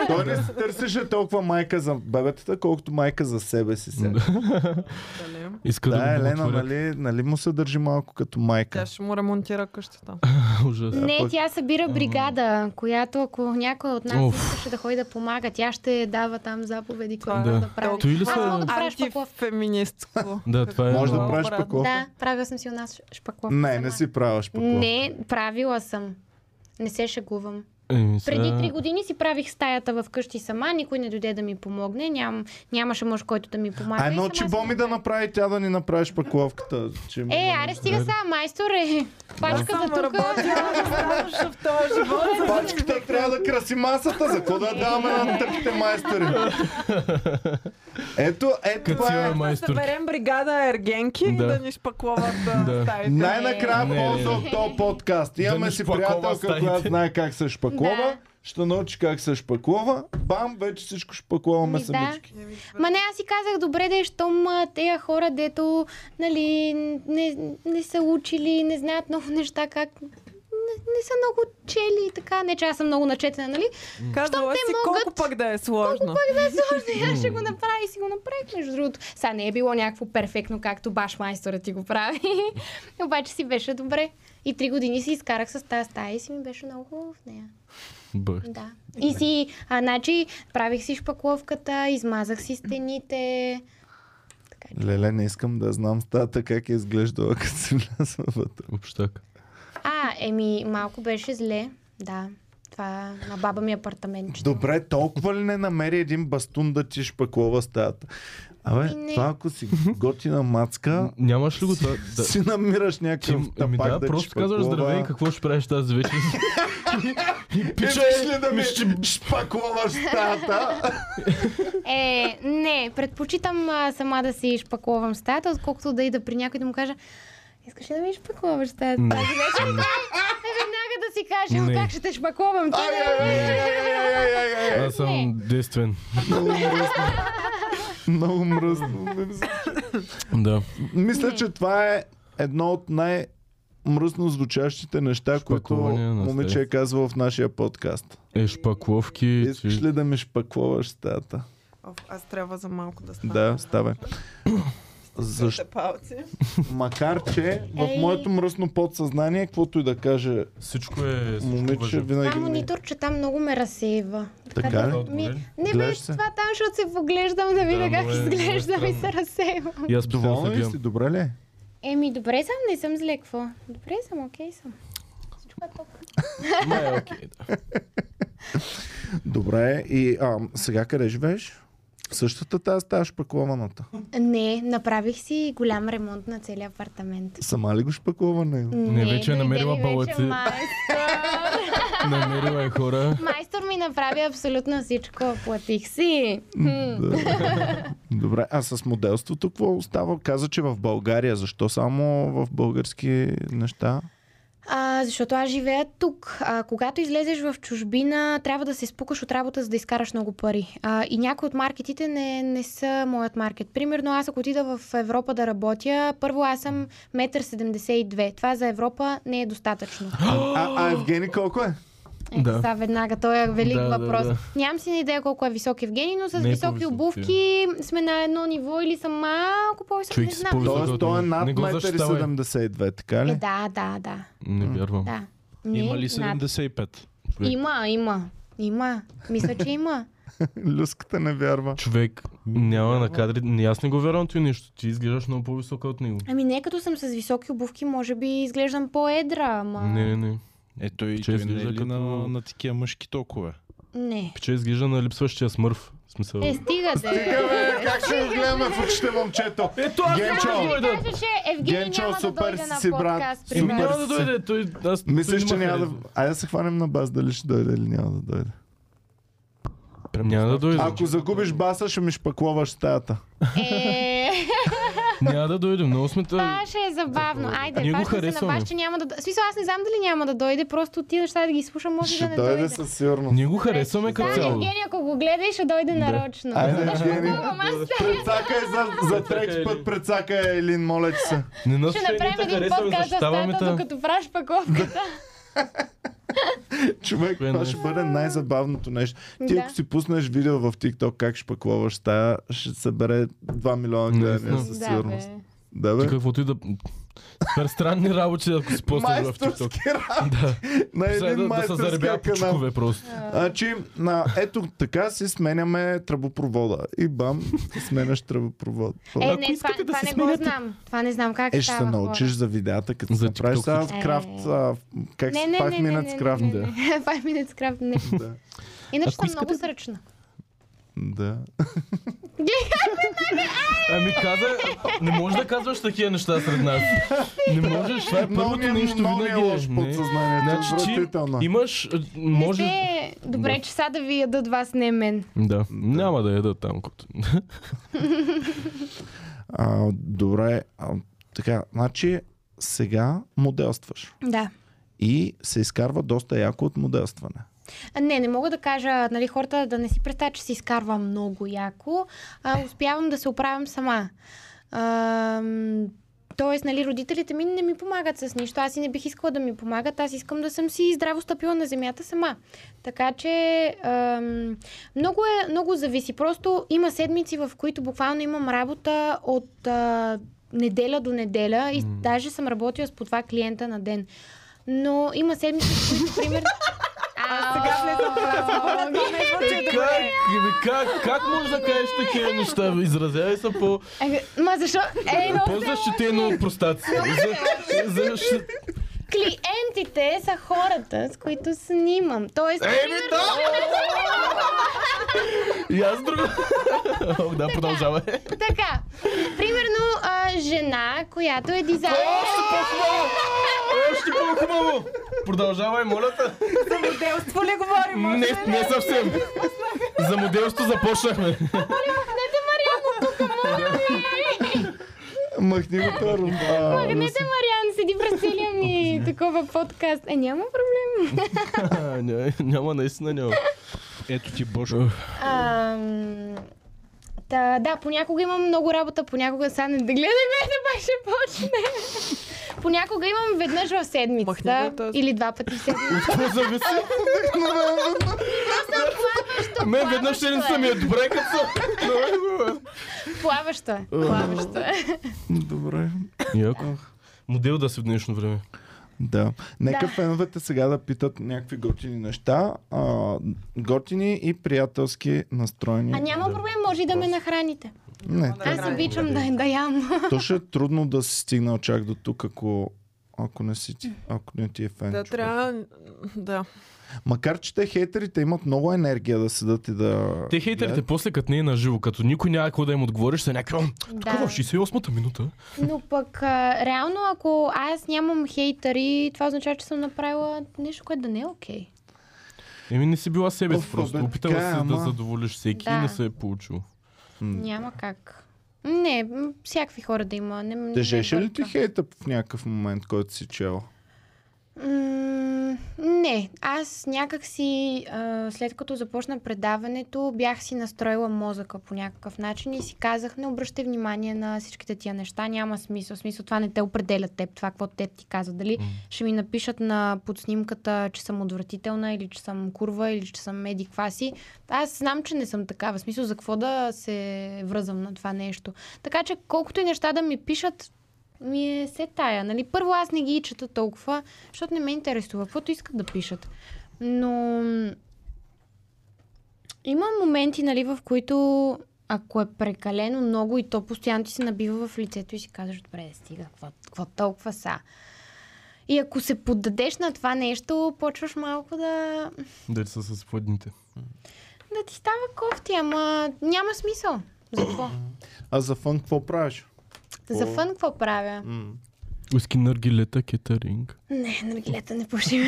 [SPEAKER 1] Той не се търсеше толкова майка за бебетата, колкото майка за себе си сега.
[SPEAKER 4] Дали?
[SPEAKER 3] Иска да,
[SPEAKER 1] Да,
[SPEAKER 3] да
[SPEAKER 1] Елена,
[SPEAKER 3] Елена, нали?
[SPEAKER 1] нали, нали му се държи малко като майка?
[SPEAKER 4] Тя ще му ремонтира къщата.
[SPEAKER 1] нали?
[SPEAKER 3] Ужас.
[SPEAKER 2] не,
[SPEAKER 1] пък-
[SPEAKER 2] тя събира бригада, която ако някой от нас
[SPEAKER 3] Уф.
[SPEAKER 2] искаше да ходи да помага, тя ще дава там заповеди,
[SPEAKER 4] Това
[SPEAKER 2] какво
[SPEAKER 4] е
[SPEAKER 2] да,
[SPEAKER 3] да.
[SPEAKER 2] да прави.
[SPEAKER 3] Той ли
[SPEAKER 2] Аз
[SPEAKER 3] са-
[SPEAKER 2] мога да правя шпаклов.
[SPEAKER 4] Антифеминистко.
[SPEAKER 3] Да, това е...
[SPEAKER 1] Може да
[SPEAKER 3] много-
[SPEAKER 1] правиш
[SPEAKER 4] обратно.
[SPEAKER 1] паклов.
[SPEAKER 2] Да, правила съм си у нас шпаклов.
[SPEAKER 1] Не,
[SPEAKER 2] сама.
[SPEAKER 1] не си правиш паклов.
[SPEAKER 2] Не, правила съм. Не се шегувам.
[SPEAKER 3] Еми,
[SPEAKER 2] Преди
[SPEAKER 3] сега-
[SPEAKER 2] три години си правих стаята в къщи сама, никой не дойде да ми помогне, ням, нямаше мъж, който да ми помага.
[SPEAKER 1] А
[SPEAKER 2] и
[SPEAKER 1] едно,
[SPEAKER 2] сама
[SPEAKER 1] че
[SPEAKER 2] си
[SPEAKER 1] Боми да направи тя да ни направиш пакловката. Че има
[SPEAKER 2] Е,
[SPEAKER 1] много-
[SPEAKER 2] аре стига сега, майстор е. Пачката
[SPEAKER 4] Само
[SPEAKER 2] тук.
[SPEAKER 4] работи, ама оставаш в този живот. Значи,
[SPEAKER 1] Пачката е трябва да краси масата, за какво да я даваме на тъпите майстори? Ето, ето
[SPEAKER 3] Като
[SPEAKER 1] това е.
[SPEAKER 3] имаме
[SPEAKER 4] Да
[SPEAKER 3] майстор.
[SPEAKER 4] съберем бригада ергенки и
[SPEAKER 3] Да.
[SPEAKER 4] да ни шпакловат
[SPEAKER 3] Да.
[SPEAKER 4] да. стаите.
[SPEAKER 1] Най-накрая
[SPEAKER 3] Не, не, не.
[SPEAKER 1] полза от този подкаст.
[SPEAKER 3] ни
[SPEAKER 1] Имаме си
[SPEAKER 3] шпаклова
[SPEAKER 1] приятелка,
[SPEAKER 3] стаите.
[SPEAKER 1] която знае как се шпаклова.
[SPEAKER 2] Да.
[SPEAKER 1] Ще научи как се шпаклова. Бам, вече всичко шпакловаме
[SPEAKER 2] Ми Ами да.
[SPEAKER 1] самички.
[SPEAKER 2] Ма не, аз си казах, добре да е, щом а, тея хора, дето нали, не, не са учили, не знаят много неща, как не, не са много чели и така. Не, че аз съм много начетена, нали?
[SPEAKER 4] Казала си колко
[SPEAKER 2] могат-
[SPEAKER 4] пък да е сложно.
[SPEAKER 2] Не, сложно, аз ще го направя и си го направих, между другото. Сега не е било някакво перфектно, както баш майстора ти го прави. Обаче си беше добре. И три години си изкарах с тази стая и си ми беше много хубаво в нея.
[SPEAKER 3] Бъх.
[SPEAKER 2] Да. И си, а, значи, правих си шпакловката, измазах си стените.
[SPEAKER 1] Леле, не искам да знам стата как е изглеждала, като си влязла вътре.
[SPEAKER 3] Общак.
[SPEAKER 2] А, еми, малко беше зле. Да. Това на баба ми апартамент.
[SPEAKER 1] Добре, толкова ли не намери един бастун да ти шпаклова стаята? Абе,
[SPEAKER 2] Ми не.
[SPEAKER 1] това ако си готина мацка,
[SPEAKER 3] Нямаш ли го това? Да.
[SPEAKER 1] си намираш
[SPEAKER 3] Ти,
[SPEAKER 1] някакъв
[SPEAKER 3] ми,
[SPEAKER 1] тапак
[SPEAKER 3] да,
[SPEAKER 1] да
[SPEAKER 3] просто
[SPEAKER 1] ти
[SPEAKER 3] казваш
[SPEAKER 1] шпаклова.
[SPEAKER 3] здравей, какво ще правиш тази вечер?
[SPEAKER 1] Пичаш Е, ли да ми шпакловаш стаята?
[SPEAKER 2] Е, не, предпочитам а, сама да си шпакловам стаята, отколкото да ида при някой да му кажа Искаш ли да ми шпакловаш стаята?
[SPEAKER 3] Не.
[SPEAKER 2] Тази вечер той веднага да си каже,
[SPEAKER 3] Не.
[SPEAKER 2] «Ама как ще те шпакловам? Ти
[SPEAKER 1] Ай,
[SPEAKER 2] не
[SPEAKER 1] ай, ай, ай, ай, ай, ай, ай, ай.
[SPEAKER 3] Аз съм действен.
[SPEAKER 1] Много мръсно. Много мръсно.
[SPEAKER 3] Да.
[SPEAKER 1] Мисля, че това е едно от най- мръсно звучащите неща, които
[SPEAKER 3] Шпакования на
[SPEAKER 1] момиче е
[SPEAKER 3] стаята.
[SPEAKER 1] казвал в нашия подкаст.
[SPEAKER 3] Е, шпакловки.
[SPEAKER 1] Искаш
[SPEAKER 3] че-
[SPEAKER 1] ли да ми шпакловаш стаята?
[SPEAKER 4] Оф, аз трябва за малко да стана.
[SPEAKER 1] Да, ставай.
[SPEAKER 3] Е,
[SPEAKER 1] Защо?
[SPEAKER 4] Ще палци.
[SPEAKER 1] Макар, че в
[SPEAKER 2] Ей.
[SPEAKER 1] моето мръсно подсъзнание, каквото и да каже
[SPEAKER 3] Всичко е... всичко
[SPEAKER 1] момиче,
[SPEAKER 3] въжи.
[SPEAKER 1] винаги...
[SPEAKER 2] Това
[SPEAKER 1] ми- е.
[SPEAKER 2] мониторчета много ме разсейва.
[SPEAKER 1] Така
[SPEAKER 2] да-
[SPEAKER 1] ли?
[SPEAKER 2] Ми, не
[SPEAKER 1] Гледаш
[SPEAKER 2] беше
[SPEAKER 1] се?
[SPEAKER 2] това там, защото се поглеждам да видя
[SPEAKER 3] Да,
[SPEAKER 2] как
[SPEAKER 3] много е- много е
[SPEAKER 2] изглеждам и се
[SPEAKER 3] странно.
[SPEAKER 2] разсейвам.
[SPEAKER 3] И аз постоянно
[SPEAKER 1] Доволна
[SPEAKER 3] се
[SPEAKER 1] ли
[SPEAKER 3] гледам.
[SPEAKER 1] си? Добре ли? е?
[SPEAKER 2] Еми, добре съм, не съм злеква. Добре съм, окей съм.
[SPEAKER 3] Ма, е, окей, да.
[SPEAKER 1] Добре. И а, сега къде живееш? В същата тази стая шпаклованата.
[SPEAKER 2] Не, направих си голям ремонт на целия апартамент.
[SPEAKER 1] Сама ли го шпаклова него?
[SPEAKER 2] Не,
[SPEAKER 3] вече
[SPEAKER 2] дойде
[SPEAKER 3] е намерила
[SPEAKER 2] ми вече
[SPEAKER 3] балаци.
[SPEAKER 2] Майстор.
[SPEAKER 3] Намерила е хора.
[SPEAKER 2] майстор ми направи абсолютно всичко. Платих си.
[SPEAKER 1] Да. Добре. А с моделството какво остава? Каза, че в България. Защо само в български неща?
[SPEAKER 2] А, защото аз живея тук. А, когато излезеш в чужбина, трябва да се спукаш от работа, за да изкараш много пари. А, и някои от маркетите не, не са моят маркет. Примерно аз ако отида в Европа да работя, първо аз съм 1,72 м. Това за Европа не е достатъчно.
[SPEAKER 1] А, а Евгений колко е?
[SPEAKER 2] Е,
[SPEAKER 3] Да.
[SPEAKER 2] да. Сега веднага, той е велик
[SPEAKER 3] Да, да,
[SPEAKER 2] да, въпрос. Да,
[SPEAKER 3] да.
[SPEAKER 2] да. Нямам си на идея колко е висок Евгений, но с
[SPEAKER 3] Не е
[SPEAKER 2] високи
[SPEAKER 3] по-висок,
[SPEAKER 2] обувки сме на едно ниво или съм малко по-висок,
[SPEAKER 3] Човек
[SPEAKER 2] не
[SPEAKER 3] си
[SPEAKER 2] знам.
[SPEAKER 3] по-висок.
[SPEAKER 1] Тоест, той е над
[SPEAKER 3] Не го защитавай.
[SPEAKER 1] 1,72, така
[SPEAKER 2] Е,
[SPEAKER 1] ли?
[SPEAKER 2] да, да, да.
[SPEAKER 3] Не вярвам.
[SPEAKER 2] да. Не,
[SPEAKER 6] Има ли
[SPEAKER 2] над-
[SPEAKER 6] 75?
[SPEAKER 2] Има, има. Има. Мисля, че има.
[SPEAKER 1] Люската не вярва.
[SPEAKER 3] Човек няма на кадри. Не, Аз не го вярвам той нещо. Ти изглеждаш много по-висока от него.
[SPEAKER 2] Ами не като съм с високи обувки, може би изглеждам по-едра, ама...
[SPEAKER 3] Не, не, не.
[SPEAKER 6] Ето и
[SPEAKER 3] Че
[SPEAKER 6] той не
[SPEAKER 3] изглежда
[SPEAKER 6] е ли
[SPEAKER 3] като-
[SPEAKER 6] на, на такива мъжки токове.
[SPEAKER 2] не.
[SPEAKER 3] Пиче изглежда на липсващия смърф. В смисъл.
[SPEAKER 2] Е, стига
[SPEAKER 1] Стига,
[SPEAKER 2] да
[SPEAKER 1] бе, как ще го гледаме в очите, момчето?
[SPEAKER 3] Ето аз
[SPEAKER 1] Генчо!
[SPEAKER 2] Само
[SPEAKER 3] няма
[SPEAKER 2] да
[SPEAKER 3] да
[SPEAKER 2] ви
[SPEAKER 3] дойда.
[SPEAKER 2] кажа, че Евгений
[SPEAKER 1] Генчо,
[SPEAKER 2] няма да
[SPEAKER 1] супер
[SPEAKER 2] дойде
[SPEAKER 1] си,
[SPEAKER 2] на
[SPEAKER 1] брат.
[SPEAKER 2] подкаст при
[SPEAKER 3] Еми,
[SPEAKER 1] Супер.
[SPEAKER 2] мен.
[SPEAKER 3] няма да дойде. Той, аз,
[SPEAKER 1] Мислиш,
[SPEAKER 3] той
[SPEAKER 1] че
[SPEAKER 3] имах
[SPEAKER 1] няма да...
[SPEAKER 3] резерв.
[SPEAKER 1] Айде да се хванем на бас, дали ще дойде или няма да дойде.
[SPEAKER 3] Няма да дойде.
[SPEAKER 1] Ако загубиш баса, ще ми шпакловаш стаята.
[SPEAKER 2] Е,
[SPEAKER 3] Няма да дойде. Много сме...
[SPEAKER 2] това ще е забавно. Айде,
[SPEAKER 3] Ние го
[SPEAKER 2] паште се на
[SPEAKER 3] харесваме.
[SPEAKER 2] вас, че няма да... В смисъл, аз не знам дали няма да дойде, просто ти неща да ги слушам, може да
[SPEAKER 1] Ще
[SPEAKER 2] не
[SPEAKER 1] дойде
[SPEAKER 2] дойде.
[SPEAKER 1] със сигурност.
[SPEAKER 3] Ние го харесваме като
[SPEAKER 2] Да,
[SPEAKER 3] цяло.
[SPEAKER 2] Значи, Евгений, ако го гледай, ще дойде нарочно.
[SPEAKER 1] Айде, Евгений.
[SPEAKER 2] Ама аз
[SPEAKER 1] Прецакай за, за трети път, прецакай Елин, моля ти се.
[SPEAKER 3] Не нас
[SPEAKER 2] ще
[SPEAKER 3] ще ни
[SPEAKER 2] направим
[SPEAKER 3] те
[SPEAKER 2] един
[SPEAKER 3] харесваме,
[SPEAKER 2] подкаст за
[SPEAKER 3] защитаваме
[SPEAKER 2] стаята,
[SPEAKER 3] те.
[SPEAKER 2] докато праш паковката.
[SPEAKER 1] Човек,
[SPEAKER 3] Кое
[SPEAKER 1] това
[SPEAKER 3] не?
[SPEAKER 1] ще бъде най-забавното нещо. Ти
[SPEAKER 2] Да.
[SPEAKER 1] ако си пуснеш видео в TikTok как шпакловаш стая, ще събере 2 милиона гледания
[SPEAKER 3] Наистина.
[SPEAKER 1] със
[SPEAKER 2] Да, бе.
[SPEAKER 1] сигурност. Да,
[SPEAKER 3] Ти
[SPEAKER 1] бе.
[SPEAKER 3] каквото и да... Супер странни работи, ако си посташ в TikTok.
[SPEAKER 1] Майсторски работи.
[SPEAKER 3] Да.
[SPEAKER 1] На
[SPEAKER 3] Сега
[SPEAKER 1] един
[SPEAKER 3] да, да се
[SPEAKER 1] майсторския
[SPEAKER 3] заребя по
[SPEAKER 1] канал.
[SPEAKER 3] чукове просто.
[SPEAKER 1] Значи, на, ето така си сменяме тръбопровода. И бам, сменяш тръбопровод.
[SPEAKER 2] Е,
[SPEAKER 1] Е,
[SPEAKER 2] не, това, това не го знам. Това не знам как
[SPEAKER 1] е ще се
[SPEAKER 2] става. хора.
[SPEAKER 1] научиш за видеята, като
[SPEAKER 3] За
[SPEAKER 1] за направиш
[SPEAKER 3] TikTok.
[SPEAKER 1] сега в
[SPEAKER 2] Е.
[SPEAKER 1] крафт, а, как
[SPEAKER 2] Не,
[SPEAKER 1] си
[SPEAKER 2] не,
[SPEAKER 1] 5
[SPEAKER 2] не, не, не,
[SPEAKER 1] minutes
[SPEAKER 2] не,
[SPEAKER 1] крафт.
[SPEAKER 2] не, не. Five minutes craft, не.
[SPEAKER 1] Да.
[SPEAKER 2] Иначе
[SPEAKER 3] Ако
[SPEAKER 2] съм
[SPEAKER 3] искате-
[SPEAKER 2] много зръчна.
[SPEAKER 1] Да.
[SPEAKER 3] Ами каза, не можеш да казваш такива неща сред нас. Не можеш, това е
[SPEAKER 1] Много ни
[SPEAKER 3] първото
[SPEAKER 1] е-
[SPEAKER 3] нещо
[SPEAKER 1] много ни е
[SPEAKER 3] винаги.
[SPEAKER 1] лошо
[SPEAKER 3] Не.
[SPEAKER 1] подсъзнанието.
[SPEAKER 3] Значи ти
[SPEAKER 1] Отвратително.
[SPEAKER 3] имаш, е,
[SPEAKER 2] Не
[SPEAKER 3] може...
[SPEAKER 2] сте добре, че са да ви ядат вас, не мен.
[SPEAKER 3] Да, няма да еда там. Като...
[SPEAKER 1] А, Добре. а, Така, значи сега моделстваш.
[SPEAKER 2] Да.
[SPEAKER 1] И се изкарва доста яко от моделстване.
[SPEAKER 2] А, Не, не мога да кажа, нали, хората да не си представят, че се изкарвам много яко. А, успявам да се оправям сама. Ам, Тоест, нали, родителите ми не ми помагат с нищо. Аз и не бих искала да ми помагат. Аз искам да съм си здраво стъпила на земята сама. Така че ам, много е, много зависи. Просто има седмици, в които буквално имам работа от а, неделя до неделя и даже съм работила с по два клиента на ден. Но има седмици, в които, примерно... А,
[SPEAKER 4] Сега влезам в разговора,
[SPEAKER 2] е
[SPEAKER 4] това ме звучи
[SPEAKER 3] Как,
[SPEAKER 4] добре.
[SPEAKER 3] бе, как, как можеш да кажеш такива неща? бе? Изразявай се по...
[SPEAKER 2] Е, Ма защо? Ей, но
[SPEAKER 3] По-защитено от простаци. За, за, за,
[SPEAKER 2] клиентите са хората, с които
[SPEAKER 3] Е,
[SPEAKER 2] снимам. Тоест,
[SPEAKER 3] Еми да! И аз друго. Е, Ох, да, продължавай.
[SPEAKER 2] Така, примерно а, жена, която е дизайнер.
[SPEAKER 3] Още по-хубаво! Още по-хубаво! Продължавай, моля те.
[SPEAKER 4] За моделство ли говорим?
[SPEAKER 3] Не,
[SPEAKER 4] още ли?
[SPEAKER 3] не съвсем. За моделство започнахме.
[SPEAKER 2] Махнете Мариан от тук, моля, нали?
[SPEAKER 1] Махни го Торо. А,
[SPEAKER 2] Махнете Мариан, седи през целия ми такова подкаст. Е, няма проблем.
[SPEAKER 3] А, ня- Няма, наистина няма.
[SPEAKER 6] Ето ти Бошо.
[SPEAKER 2] Ам, Та, да, понякога имам много работа, понякога сега не да гледай ме, да пак ще почне. Понякога имам веднъж в
[SPEAKER 4] Махни
[SPEAKER 2] седмицата
[SPEAKER 4] го този.
[SPEAKER 2] или два пъти в седмицата.
[SPEAKER 3] Какво зависи? Мен веднъж ще не съм ми е добре, като съм.
[SPEAKER 2] Плаващо е. Плаващо е.
[SPEAKER 1] Добре.
[SPEAKER 3] Яко. Модел да си в днешно време.
[SPEAKER 1] Да. Нека
[SPEAKER 2] Да.
[SPEAKER 1] феновете сега да питат някакви готини неща. А, готини и приятелски настроени.
[SPEAKER 2] А няма проблем, може и да ме нахраните.
[SPEAKER 1] Не,
[SPEAKER 2] Аз обичам да, да ям.
[SPEAKER 1] то ще е трудно да си стигнал чак до тук, ако, ако, не, си, ти- ако не ти е фен.
[SPEAKER 4] Да,
[SPEAKER 1] човек.
[SPEAKER 4] трябва... Да.
[SPEAKER 1] Макар, че те хейтерите имат много енергия да седат и да...
[SPEAKER 3] Те хейтерите
[SPEAKER 1] гледат.
[SPEAKER 3] после като не е на живо, като никой няма какво да им отговориш, са някакви «Ам, тук
[SPEAKER 2] Да.
[SPEAKER 3] в 68-та минута.
[SPEAKER 2] Но пък, а, реално, ако аз нямам хейтъри, това означава, че съм направила нещо, което да не е окей.
[SPEAKER 3] Еми не си била себе си
[SPEAKER 1] Оф,
[SPEAKER 3] просто.
[SPEAKER 1] бе,
[SPEAKER 3] Опитала
[SPEAKER 1] така е,
[SPEAKER 3] се да
[SPEAKER 1] ама.
[SPEAKER 3] задоволиш всеки и
[SPEAKER 2] Да.
[SPEAKER 3] не се е получило.
[SPEAKER 2] Няма как. Не, м, всякакви хора да има. Не, не
[SPEAKER 1] Тежеше ли ти
[SPEAKER 2] бърка.
[SPEAKER 1] хейта в някакъв момент, който си чела?
[SPEAKER 2] М, не, аз някакси а, след като започна предаването, бях си настроила мозъка по някакъв начин и си казах, не обръщай внимание на всичките тия неща, няма смисъл. В Смисъл, това не те определя теб, това какво те ти казват. Дали ще ми напишат на подснимката, че съм отвратителна или че съм курва или че съм меди кваси. Аз знам, че не съм такава. В Смисъл, за какво да се връзвам на това нещо. Така че колкото и неща да ми пишат, ми е се тая. Нали? Първо аз не ги чета толкова, защото не ме интересува. Каквото искат да пишат. Но м, има моменти, нали, в които ако е прекалено много и то постоянно ти се набива в лицето и си казваш, добре, да стига, какво, какво толкова са. И ако се поддадеш на това нещо, почваш малко да,
[SPEAKER 3] Дали са с плъдните.
[SPEAKER 2] да ти става кофти, ама няма смисъл. За какво?
[SPEAKER 1] А за фън какво правиш?
[SPEAKER 2] За фън какво правя?
[SPEAKER 1] М.
[SPEAKER 3] Уиски наргилета кетеринг.
[SPEAKER 2] Не, наргилета не пушим.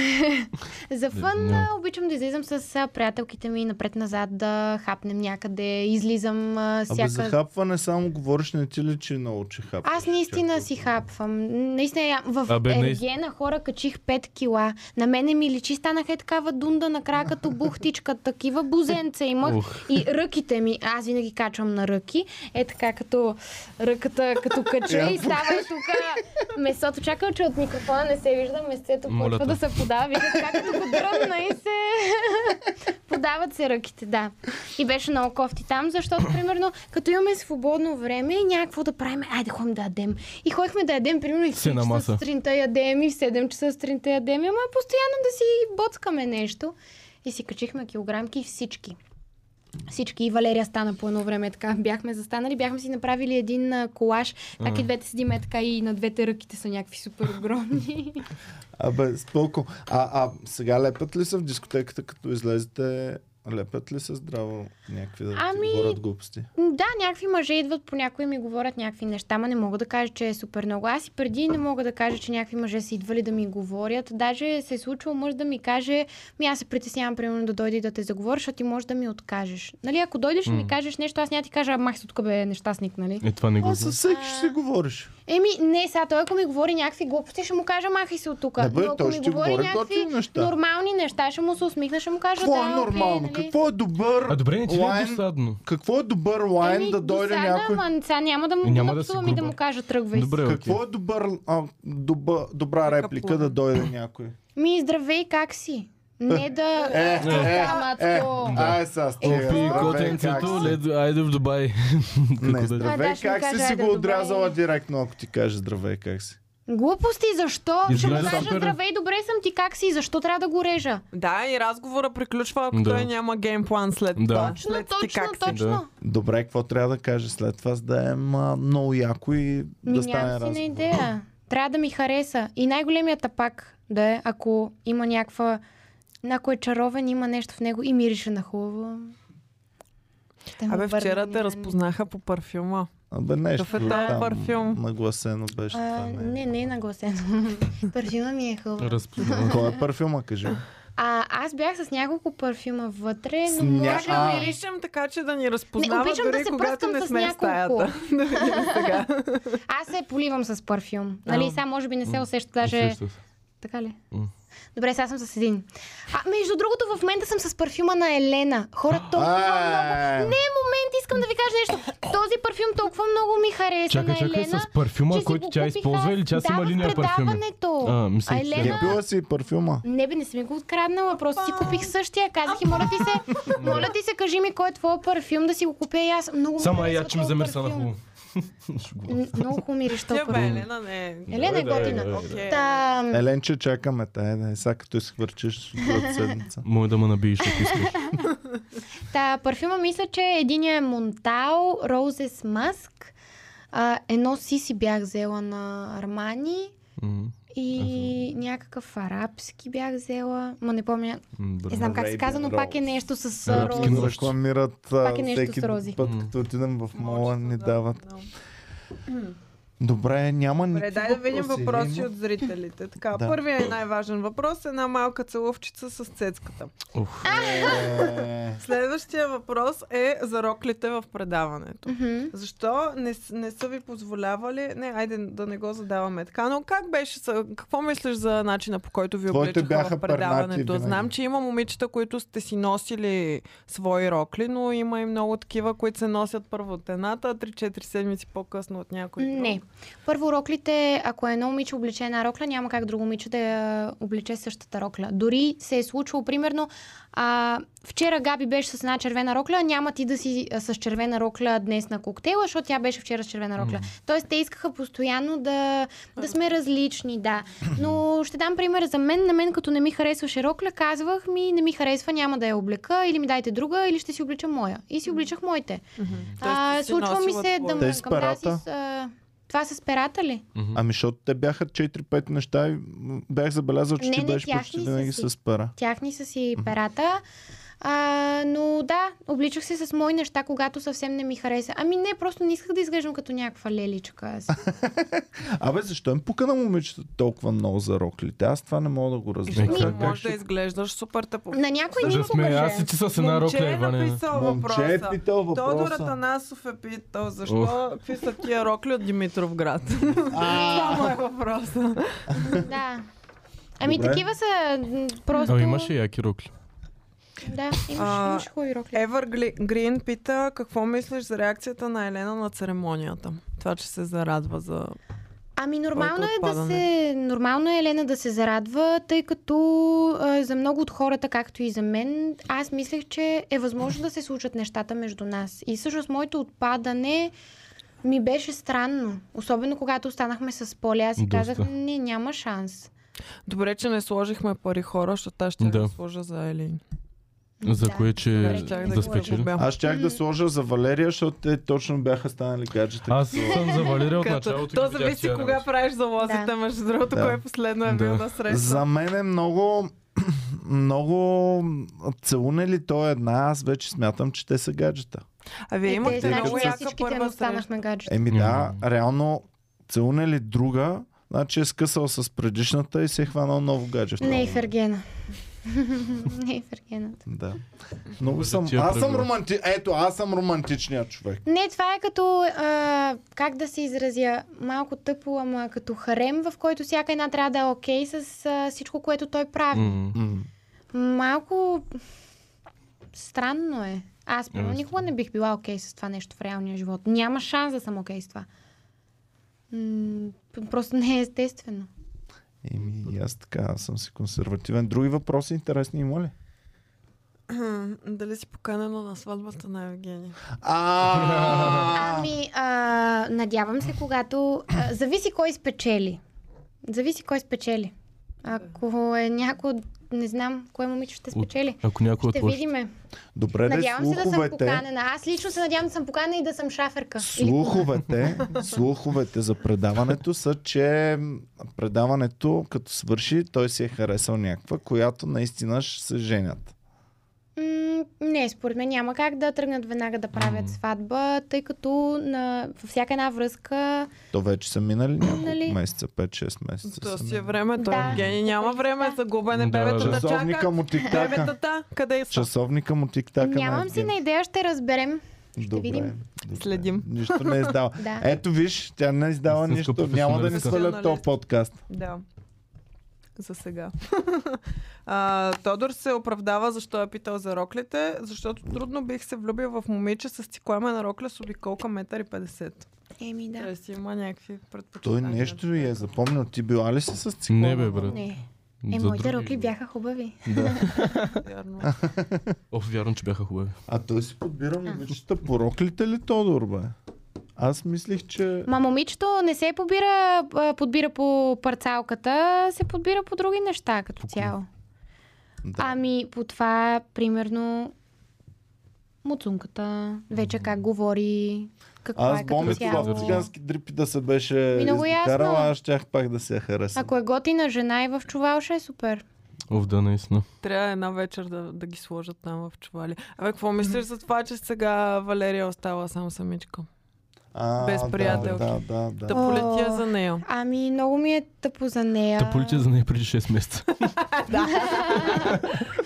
[SPEAKER 2] За фън
[SPEAKER 3] Не.
[SPEAKER 2] а, обичам да излизам с а, приятелките ми напред-назад, да хапнем някъде, излизам а,
[SPEAKER 1] Абе за
[SPEAKER 2] всяка...
[SPEAKER 1] хапване само говориш, не ти ли, че много че хапваш?
[SPEAKER 2] Аз наистина си хапвам. Наистина, я- в
[SPEAKER 3] Абе, наистина.
[SPEAKER 2] Ергена хора качих 5 кила. На мене ми личи, станаха е такава дунда на края като бухтичка. Такива бузенца имах.
[SPEAKER 3] Ух.
[SPEAKER 2] И ръките ми, аз винаги качвам на ръки. Е така, като ръката, като кача и става и тук месото. Чакай, че от микрофона не се вижда месцето,
[SPEAKER 3] Моля
[SPEAKER 2] почва
[SPEAKER 3] те.
[SPEAKER 2] да се подава. Вижда така, като го дръпна и се... Подават се ръките, да. И беше много кофти там, защото, примерно, като имаме свободно време и някакво да правим, айде ходим да ядем. И ходихме да ядем, примерно, и в
[SPEAKER 3] Се на
[SPEAKER 2] 3 часа
[SPEAKER 3] маса.
[SPEAKER 2] сутринта ядем, и в 7 часа сутринта ядем, ама постоянно да си боцкаме нещо. И си качихме килограмки всички. Всички и Валерия стана по едно време така. Бяхме застанали, бяхме си направили един а, колаж. Как и двете седиме така и на двете ръките са някакви супер огромни.
[SPEAKER 1] Абе, споко. А, а сега лепят ли са в дискотеката, като излезете? Лепят ли са здраво някакви да
[SPEAKER 2] Ами-
[SPEAKER 1] ти говорят глупости?
[SPEAKER 2] Да, някакви мъже идват по някои ми говорят някакви неща, ама не мога да кажа, че е супер много. Аз и преди не мога да кажа, че някакви мъже са идвали да ми говорят. Даже се е случило мъж да ми каже, ми аз се притеснявам примерно да дойде и да те заговориш, защото ти можеш да ми откажеш. Нали, ако дойдеш и ми кажеш нещо, аз няма ти кажа, «А, мах се от бе, нещастник, нали?
[SPEAKER 3] Е, това не го
[SPEAKER 1] Аз със
[SPEAKER 3] знам.
[SPEAKER 1] всеки ще си говориш.
[SPEAKER 2] Еми, не, сега той ако ми говори някакви глупости, ще му кажа, махай се от тук.
[SPEAKER 1] Не бе,
[SPEAKER 2] Но ако
[SPEAKER 1] той
[SPEAKER 2] ми
[SPEAKER 1] ще ти
[SPEAKER 2] говори
[SPEAKER 1] говори
[SPEAKER 2] някакви
[SPEAKER 1] готини неща.
[SPEAKER 2] нормални неща, ще му се усмихна, ще му кажа,
[SPEAKER 1] Какво
[SPEAKER 2] да,
[SPEAKER 1] е
[SPEAKER 2] окей,
[SPEAKER 1] нормално?
[SPEAKER 2] нали?
[SPEAKER 1] Какво е добър
[SPEAKER 3] А добре, не ти ли е
[SPEAKER 1] лайн?
[SPEAKER 3] досадно?
[SPEAKER 1] Какво е добър лайн
[SPEAKER 2] Еми,
[SPEAKER 1] да дойде
[SPEAKER 2] досадно,
[SPEAKER 1] някой?
[SPEAKER 2] Ама, сега Ами, няма да му
[SPEAKER 3] Е, няма
[SPEAKER 2] го
[SPEAKER 3] да си
[SPEAKER 2] напсувам и да
[SPEAKER 3] груба.
[SPEAKER 2] му кажа, тръгвай си.
[SPEAKER 3] Добре, окей.
[SPEAKER 1] Какво е добър, а, добър, добра реплика
[SPEAKER 4] план.
[SPEAKER 1] да дойде някой?
[SPEAKER 2] Ми, здравей, как си? Не да...
[SPEAKER 1] Е, е, е, е,
[SPEAKER 2] Мацко.
[SPEAKER 1] ай сега стига.
[SPEAKER 3] Опи
[SPEAKER 1] Здравей, е? как
[SPEAKER 3] котенцето,
[SPEAKER 1] си?
[SPEAKER 3] лед, айде в Дубай.
[SPEAKER 1] Не,
[SPEAKER 3] Какво да- е.
[SPEAKER 2] А,
[SPEAKER 1] здравей,
[SPEAKER 2] да, ще му
[SPEAKER 1] как си
[SPEAKER 2] кажа,
[SPEAKER 1] си
[SPEAKER 2] айде,
[SPEAKER 1] го
[SPEAKER 2] добре.
[SPEAKER 1] отрязала директно, ако ти каже здравей, как си?
[SPEAKER 2] Глупости, защо? Ще му
[SPEAKER 3] Изглежда
[SPEAKER 2] кажа,
[SPEAKER 3] супер.
[SPEAKER 2] здравей, добре съм ти, как си? Защо трябва да го режа?
[SPEAKER 4] Да, и разговора приключва, ако
[SPEAKER 3] Да.
[SPEAKER 4] той няма геймплан след
[SPEAKER 3] Да.
[SPEAKER 4] това.
[SPEAKER 3] Точно,
[SPEAKER 2] Точно,
[SPEAKER 4] след ти
[SPEAKER 2] точно,
[SPEAKER 4] как си.
[SPEAKER 2] точно.
[SPEAKER 3] Да.
[SPEAKER 1] Добре, какво трябва да каже след това, за да е ма, много яко и
[SPEAKER 2] Ми
[SPEAKER 1] да стане
[SPEAKER 2] нямам си на
[SPEAKER 1] разговор?
[SPEAKER 2] идея. Трябва да ми хареса. И най-големият тапак да е, ако има някаква... Ако е чаровен, има нещо в него и мирише на хубаво. Ще му
[SPEAKER 4] Абе,
[SPEAKER 2] обърна
[SPEAKER 4] вчера те
[SPEAKER 2] внимание.
[SPEAKER 4] разпознаха по парфюма.
[SPEAKER 1] Абе, нещо
[SPEAKER 4] Какъв е този
[SPEAKER 1] там
[SPEAKER 4] парфюм?
[SPEAKER 1] нагласено беше.
[SPEAKER 2] А,
[SPEAKER 1] това
[SPEAKER 2] не, не е нагласено. Парфюма ми е хубав.
[SPEAKER 3] Разпознавам.
[SPEAKER 1] Кой е парфюма, кажи?
[SPEAKER 2] А, аз бях с няколко парфюма вътре,
[SPEAKER 1] С
[SPEAKER 2] но
[SPEAKER 1] ня-
[SPEAKER 2] може
[SPEAKER 4] Може
[SPEAKER 1] А.
[SPEAKER 4] да миришем така, че да ни разпознават,
[SPEAKER 2] обичам да
[SPEAKER 4] дори
[SPEAKER 2] се
[SPEAKER 4] когато
[SPEAKER 2] пръскам
[SPEAKER 4] не
[SPEAKER 2] с
[SPEAKER 4] сме в
[SPEAKER 2] няколко.
[SPEAKER 4] стаята. да видим сега.
[SPEAKER 2] Аз се поливам с парфюм. Нали,
[SPEAKER 4] А.
[SPEAKER 2] сега може би не се усеща, даже...
[SPEAKER 3] Усеща се.
[SPEAKER 2] Така ли?
[SPEAKER 3] М.
[SPEAKER 2] Добре, сега съм с един. А, между другото, в момента съм с парфюма на Елена. Хора, толкова много...
[SPEAKER 1] Е,
[SPEAKER 2] Не, момент, искам да ви кажа нещо. Този парфюм толкова много ми хареса
[SPEAKER 3] Чакай,
[SPEAKER 2] на
[SPEAKER 3] чакай,
[SPEAKER 2] Елена.
[SPEAKER 3] с парфюма,
[SPEAKER 2] че си
[SPEAKER 3] който
[SPEAKER 2] го
[SPEAKER 3] тя
[SPEAKER 2] купиха.
[SPEAKER 3] използва или тя си
[SPEAKER 2] да,
[SPEAKER 3] има
[SPEAKER 2] в
[SPEAKER 3] линия парфюми?
[SPEAKER 2] предаването.
[SPEAKER 3] А, мислех,
[SPEAKER 2] а
[SPEAKER 3] че-
[SPEAKER 2] Елена...
[SPEAKER 1] Купила си парфюма.
[SPEAKER 2] Не бе, не си ми го откраднала, просто си купих същия. Казах и моля ти се, моля ти се, кажи ми кой е твой парфюм да си го купя и аз. Много ми
[SPEAKER 3] Само е
[SPEAKER 2] харесва
[SPEAKER 3] ячим
[SPEAKER 2] този
[SPEAKER 3] за мирса на
[SPEAKER 2] парфюм.
[SPEAKER 3] хубаво.
[SPEAKER 2] Н- Много хубаво мириш този
[SPEAKER 4] Тя бе,
[SPEAKER 2] парфюм.
[SPEAKER 4] Елена не е.
[SPEAKER 2] Елена е
[SPEAKER 3] Добре, добре,
[SPEAKER 2] готина.
[SPEAKER 3] добре.
[SPEAKER 4] Окей.
[SPEAKER 2] Та,
[SPEAKER 1] Еленче, чакаме тая. Да, сега като изхвърчиш от седмица.
[SPEAKER 3] Мой да ме набиеш, ако искаш.
[SPEAKER 2] та, парфюма мисля, че единия е Монтал, Roses Mask, а, едно си си бях взела на Армани
[SPEAKER 3] М,
[SPEAKER 2] и някакъв арабски бях взела, ма не помня,
[SPEAKER 3] м,
[SPEAKER 2] не
[SPEAKER 3] Добре.
[SPEAKER 2] знам как се
[SPEAKER 1] Arabian
[SPEAKER 2] казва, но пак е
[SPEAKER 1] Rose.
[SPEAKER 2] нещо с а,
[SPEAKER 3] Арабски
[SPEAKER 2] рози.
[SPEAKER 3] нож.
[SPEAKER 1] Рекламират а,
[SPEAKER 2] Пак е нещо
[SPEAKER 1] всеки
[SPEAKER 2] с рози.
[SPEAKER 1] път,
[SPEAKER 3] М.
[SPEAKER 1] като отидем в мола,
[SPEAKER 4] Мочето,
[SPEAKER 1] ни
[SPEAKER 4] да,
[SPEAKER 1] дават.
[SPEAKER 4] да.
[SPEAKER 1] Добре, няма
[SPEAKER 4] Добре, дай да видим въпроси
[SPEAKER 1] от...
[SPEAKER 4] от зрителите. Така,
[SPEAKER 1] Да.
[SPEAKER 4] първият и най-важен въпрос е една малка целувчица с цецката.
[SPEAKER 3] Ух.
[SPEAKER 4] Следващия въпрос е за роклите в предаването.
[SPEAKER 2] Мгм.
[SPEAKER 4] Защо не, с- не са ви позволявали? Не, айде да не го задаваме така, но как беше? са- Какво мислиш за начина по който ви
[SPEAKER 1] Твоите
[SPEAKER 4] обличаха
[SPEAKER 1] бяха
[SPEAKER 4] в
[SPEAKER 1] пърнати
[SPEAKER 4] предаването?
[SPEAKER 1] винаги.
[SPEAKER 4] Знам, че има момичета, които сте си носили свои рокли, но има и много такива, които се носят първо от едната, а 3-4 седмици по-късно от някой. друг.
[SPEAKER 2] Не. Първо, роклите, ако едно момиче облече една рокля, няма как друго момиче да я облече същата рокля. Дори се е случвало, примерно, а, вчера Габи беше с една червена рокля, няма ти да си а, с червена рокля днес на коктейла, защото тя беше вчера с червена рокля. Тоест, те искаха постоянно да, да сме различни, да. Но ще дам пример за мен. На мен, като не ми харесваше рокля, казвах ми, не ми харесва, няма да я облека, или ми дайте друга, или ще си облича моя. И си обличах моите.
[SPEAKER 4] Мгм.
[SPEAKER 2] А,
[SPEAKER 4] Тоест ти си
[SPEAKER 2] случва ми
[SPEAKER 4] носила
[SPEAKER 2] се
[SPEAKER 4] твоя-
[SPEAKER 2] да
[SPEAKER 1] Те с
[SPEAKER 2] мрънкам. Да,
[SPEAKER 1] перата?
[SPEAKER 2] с, а, това с перата ли?
[SPEAKER 3] Мгм.
[SPEAKER 1] Ами, защото те бяха 4-5 неща и м, бях забелязал, че
[SPEAKER 2] Не,
[SPEAKER 1] ти
[SPEAKER 2] не,
[SPEAKER 1] беше
[SPEAKER 2] тяхни
[SPEAKER 1] почти
[SPEAKER 2] са
[SPEAKER 1] винаги
[SPEAKER 2] си.
[SPEAKER 1] с пара.
[SPEAKER 2] Тяхни са си перата. А, но да, обличах се с мои неща, когато съвсем не ми хареса. Ами не, просто не исках да изглеждам като някаква леличка. аз.
[SPEAKER 1] Абе, защо им пука на момичетата толкова много за роклите? Аз това не мога да го разбера.
[SPEAKER 4] Защото
[SPEAKER 3] Как- как
[SPEAKER 4] Ами, Може
[SPEAKER 3] ще-
[SPEAKER 4] да изглеждаш супер тъпо.
[SPEAKER 2] На някой не
[SPEAKER 3] Да
[SPEAKER 2] им
[SPEAKER 3] сме аз и
[SPEAKER 2] покаже.
[SPEAKER 3] ти с една
[SPEAKER 4] Момче
[SPEAKER 3] рокля,
[SPEAKER 4] е
[SPEAKER 3] Иване.
[SPEAKER 4] написал
[SPEAKER 1] Момче е
[SPEAKER 4] въпроса.
[SPEAKER 1] питал
[SPEAKER 4] Тодор
[SPEAKER 1] въпроса.
[SPEAKER 4] Атанасов е питал защо какви са тия рокли от Димитровград. Това
[SPEAKER 1] А,
[SPEAKER 4] му е въпроса.
[SPEAKER 2] Да. Ами
[SPEAKER 1] Добре.
[SPEAKER 2] такива са м, просто...
[SPEAKER 3] А имаше яки рокли.
[SPEAKER 2] Да,
[SPEAKER 4] А,
[SPEAKER 2] имаш, имаш хубави рокли.
[SPEAKER 4] Евър Гли- Грин пита какво мислиш за реакцията на Елена на церемонията. Това, че се зарадва за...
[SPEAKER 2] Ами нормално
[SPEAKER 4] Твоето
[SPEAKER 2] е да
[SPEAKER 4] отпадане.
[SPEAKER 2] се. Нормално е Елена да се зарадва, тъй като а, за много от хората, както и за мен, аз мислех, че е възможно да се случат нещата между нас. И всъщност моето отпадане ми беше странно. Особено когато останахме с поле, аз си
[SPEAKER 3] Доста.
[SPEAKER 2] казах, не, няма шанс.
[SPEAKER 4] Добре, че не сложихме пари хора, защото аз ще
[SPEAKER 3] Да. Е,
[SPEAKER 4] да. сложа за Елин.
[SPEAKER 3] За
[SPEAKER 2] Да.
[SPEAKER 3] кое, че
[SPEAKER 2] Добре,
[SPEAKER 4] Щях
[SPEAKER 2] чак
[SPEAKER 3] да
[SPEAKER 4] го
[SPEAKER 3] спечели.
[SPEAKER 4] загубя.
[SPEAKER 1] аз щях да сложа за Валерия, защото те точно бяха станали гаджета.
[SPEAKER 3] Аз съм за Валерия от
[SPEAKER 4] Като...
[SPEAKER 3] началото.
[SPEAKER 4] То
[SPEAKER 3] ги видях,
[SPEAKER 4] зависи
[SPEAKER 3] че я
[SPEAKER 4] кога
[SPEAKER 3] нямаше.
[SPEAKER 4] правиш залозите,
[SPEAKER 2] Да.
[SPEAKER 4] между другото,
[SPEAKER 1] Да.
[SPEAKER 4] кое последно е
[SPEAKER 3] Да.
[SPEAKER 4] бил на среща.
[SPEAKER 1] За мен е много, много целуне ли то една, аз вече смятам, че те са гаджета.
[SPEAKER 4] А вие
[SPEAKER 2] Е, те
[SPEAKER 4] имахте много
[SPEAKER 2] значи, че
[SPEAKER 4] яка
[SPEAKER 2] всичките не
[SPEAKER 4] първа среща.
[SPEAKER 2] останахме гаджета.
[SPEAKER 1] Еми да,
[SPEAKER 3] Мгм.
[SPEAKER 1] реално целуне ли друга, значи е скъсал с предишната и се е хванал ново гадже.
[SPEAKER 2] Не е Фергена. не е Фергена.
[SPEAKER 1] Да. Много
[SPEAKER 3] Обаче
[SPEAKER 1] съм.
[SPEAKER 3] тия
[SPEAKER 1] Аз съм
[SPEAKER 3] правила.
[SPEAKER 1] романти... Ето, аз съм романтичният човек.
[SPEAKER 2] Не, това е като, а, как да се изразя, малко тъпо, ама като харем, в който всяка една трябва да е окей с а, всичко, което той прави. Mm.
[SPEAKER 3] М.
[SPEAKER 1] М.
[SPEAKER 2] Малко странно е. Аз примерно
[SPEAKER 3] Ясно.
[SPEAKER 2] никога не бих била окей с това нещо в реалния живот. Няма шанс да съм окей с това. М- просто не е естествено.
[SPEAKER 1] Еми, и аз така съм си консервативен. Други въпроси интересни има ли?
[SPEAKER 4] Дали си поканена на сватбата на Евгения?
[SPEAKER 1] А,
[SPEAKER 2] Ами, а, надявам се, когато... А, зависи кой спечели. Зависи кой спечели. Ако е някой... от- Не знам кое момиче ще спечели.
[SPEAKER 3] Ако някой е
[SPEAKER 2] Ще
[SPEAKER 3] отложи.
[SPEAKER 2] видиме.
[SPEAKER 1] Добре, да
[SPEAKER 2] Надявам се да съм
[SPEAKER 1] слуховете.
[SPEAKER 2] поканена. Аз лично се надявам да съм поканена и да съм шаферка. Или куха.
[SPEAKER 1] Слуховете, слуховете за предаването са, че м, предаването като свърши, той си е харесал някаква, която наистина ще се женят.
[SPEAKER 2] М, М, Не, според мен няма как да тръгнат веднага да правят
[SPEAKER 3] М.
[SPEAKER 2] сватба, тъй като на, във всяка една връзка
[SPEAKER 1] То вече са минали няколко
[SPEAKER 2] Нали?
[SPEAKER 1] месеца, 5-6 месеца.
[SPEAKER 4] То
[SPEAKER 1] са
[SPEAKER 4] си е
[SPEAKER 1] минали.
[SPEAKER 4] време, той
[SPEAKER 2] Да.
[SPEAKER 4] Евгений няма време за губене.
[SPEAKER 3] Да,
[SPEAKER 4] Бебетата
[SPEAKER 1] Часовника
[SPEAKER 4] чака.
[SPEAKER 1] му тиктака.
[SPEAKER 4] Бебетата, къде са?
[SPEAKER 1] Часовника му тиктака.
[SPEAKER 2] нямам си на идея, ще разберем.
[SPEAKER 1] Добре,
[SPEAKER 2] видим.
[SPEAKER 1] добре.
[SPEAKER 4] Следим.
[SPEAKER 1] Нищо не е издала.
[SPEAKER 2] Да.
[SPEAKER 1] Ето виж, тя не е издала
[SPEAKER 3] Истинска
[SPEAKER 1] нищо. Няма да ни
[SPEAKER 3] професионалистка.
[SPEAKER 1] свалят този подкаст.
[SPEAKER 4] Да. За сега. а, Тодор се оправдава защо е питал за роклите, защото трудно бих се влюбил в момиче с цикламе на рокля с обиколка 1,50 м.
[SPEAKER 2] Еми да.
[SPEAKER 3] Е,
[SPEAKER 4] Да. си има някакви
[SPEAKER 1] Той
[SPEAKER 4] предпочитания.
[SPEAKER 1] нещо и е запомнил. Ти била ли си с циклон?
[SPEAKER 3] Не бе, брат.
[SPEAKER 2] Не. Е,
[SPEAKER 3] За
[SPEAKER 2] моите
[SPEAKER 3] други
[SPEAKER 2] рокли
[SPEAKER 3] го-
[SPEAKER 2] бяха хубави.
[SPEAKER 4] Вярно.
[SPEAKER 3] О, вярно, че бяха хубави.
[SPEAKER 1] А той си подбира момичета по роклите ли, Тодор, бе? Аз мислих, че...
[SPEAKER 2] Ма момичето не се побира, а, подбира по парцалката, се подбира по други неща като
[SPEAKER 3] По кои?
[SPEAKER 2] цяло.
[SPEAKER 1] Да.
[SPEAKER 2] Ами по това, примерно, муцунката, вече как говори, каква
[SPEAKER 1] Аз
[SPEAKER 2] е като
[SPEAKER 1] бомбито
[SPEAKER 2] цяло.
[SPEAKER 1] в цигански дрипи да се беше
[SPEAKER 2] Ми, много
[SPEAKER 1] изкарала,
[SPEAKER 2] ясно.
[SPEAKER 1] аз щях пак да се я харесам.
[SPEAKER 2] Ако е готина жена и в чувал, ще е супер.
[SPEAKER 3] О, да, наистина.
[SPEAKER 4] Трябва една вечер да, да ги сложат там в чували. Абе, какво мислиш за това, че сега Валерия остава само самичка?
[SPEAKER 1] А,
[SPEAKER 4] без
[SPEAKER 1] да,
[SPEAKER 4] приятелки.
[SPEAKER 1] Да, да, да.
[SPEAKER 4] Да полетия
[SPEAKER 2] О.
[SPEAKER 4] за нея.
[SPEAKER 2] Ами много ми е тъпо за нея.
[SPEAKER 3] Та полите за нея преди 6 месеца.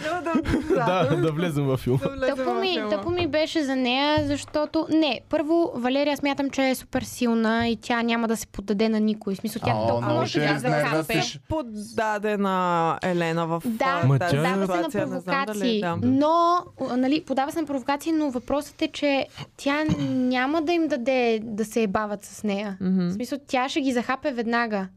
[SPEAKER 4] Да, да,
[SPEAKER 3] да, да влезем във филм.
[SPEAKER 2] Тъпо ми, тъпо ми беше за нея, защото... Не, първо, Валерия смятам, че е супер силна и тя няма да се поддаде на никой. В смисъл, тя
[SPEAKER 1] Ао,
[SPEAKER 2] толкова
[SPEAKER 1] много
[SPEAKER 2] може
[SPEAKER 1] ще
[SPEAKER 2] да
[SPEAKER 1] изнервяте.
[SPEAKER 2] закапе.
[SPEAKER 1] Ще-
[SPEAKER 4] Подаде на Елена в
[SPEAKER 2] Да,
[SPEAKER 4] а,
[SPEAKER 3] Ма
[SPEAKER 4] тази
[SPEAKER 3] тя е-
[SPEAKER 2] подава се на
[SPEAKER 4] ситуация, не знам дали
[SPEAKER 2] провокации.
[SPEAKER 4] е, да.
[SPEAKER 2] Но, а, нали, подава се на провокации, но въпросът е, че тя няма да им даде да се ебават с нея.
[SPEAKER 4] Мгм.
[SPEAKER 2] В смисъл, тя ще ги захапе веднага.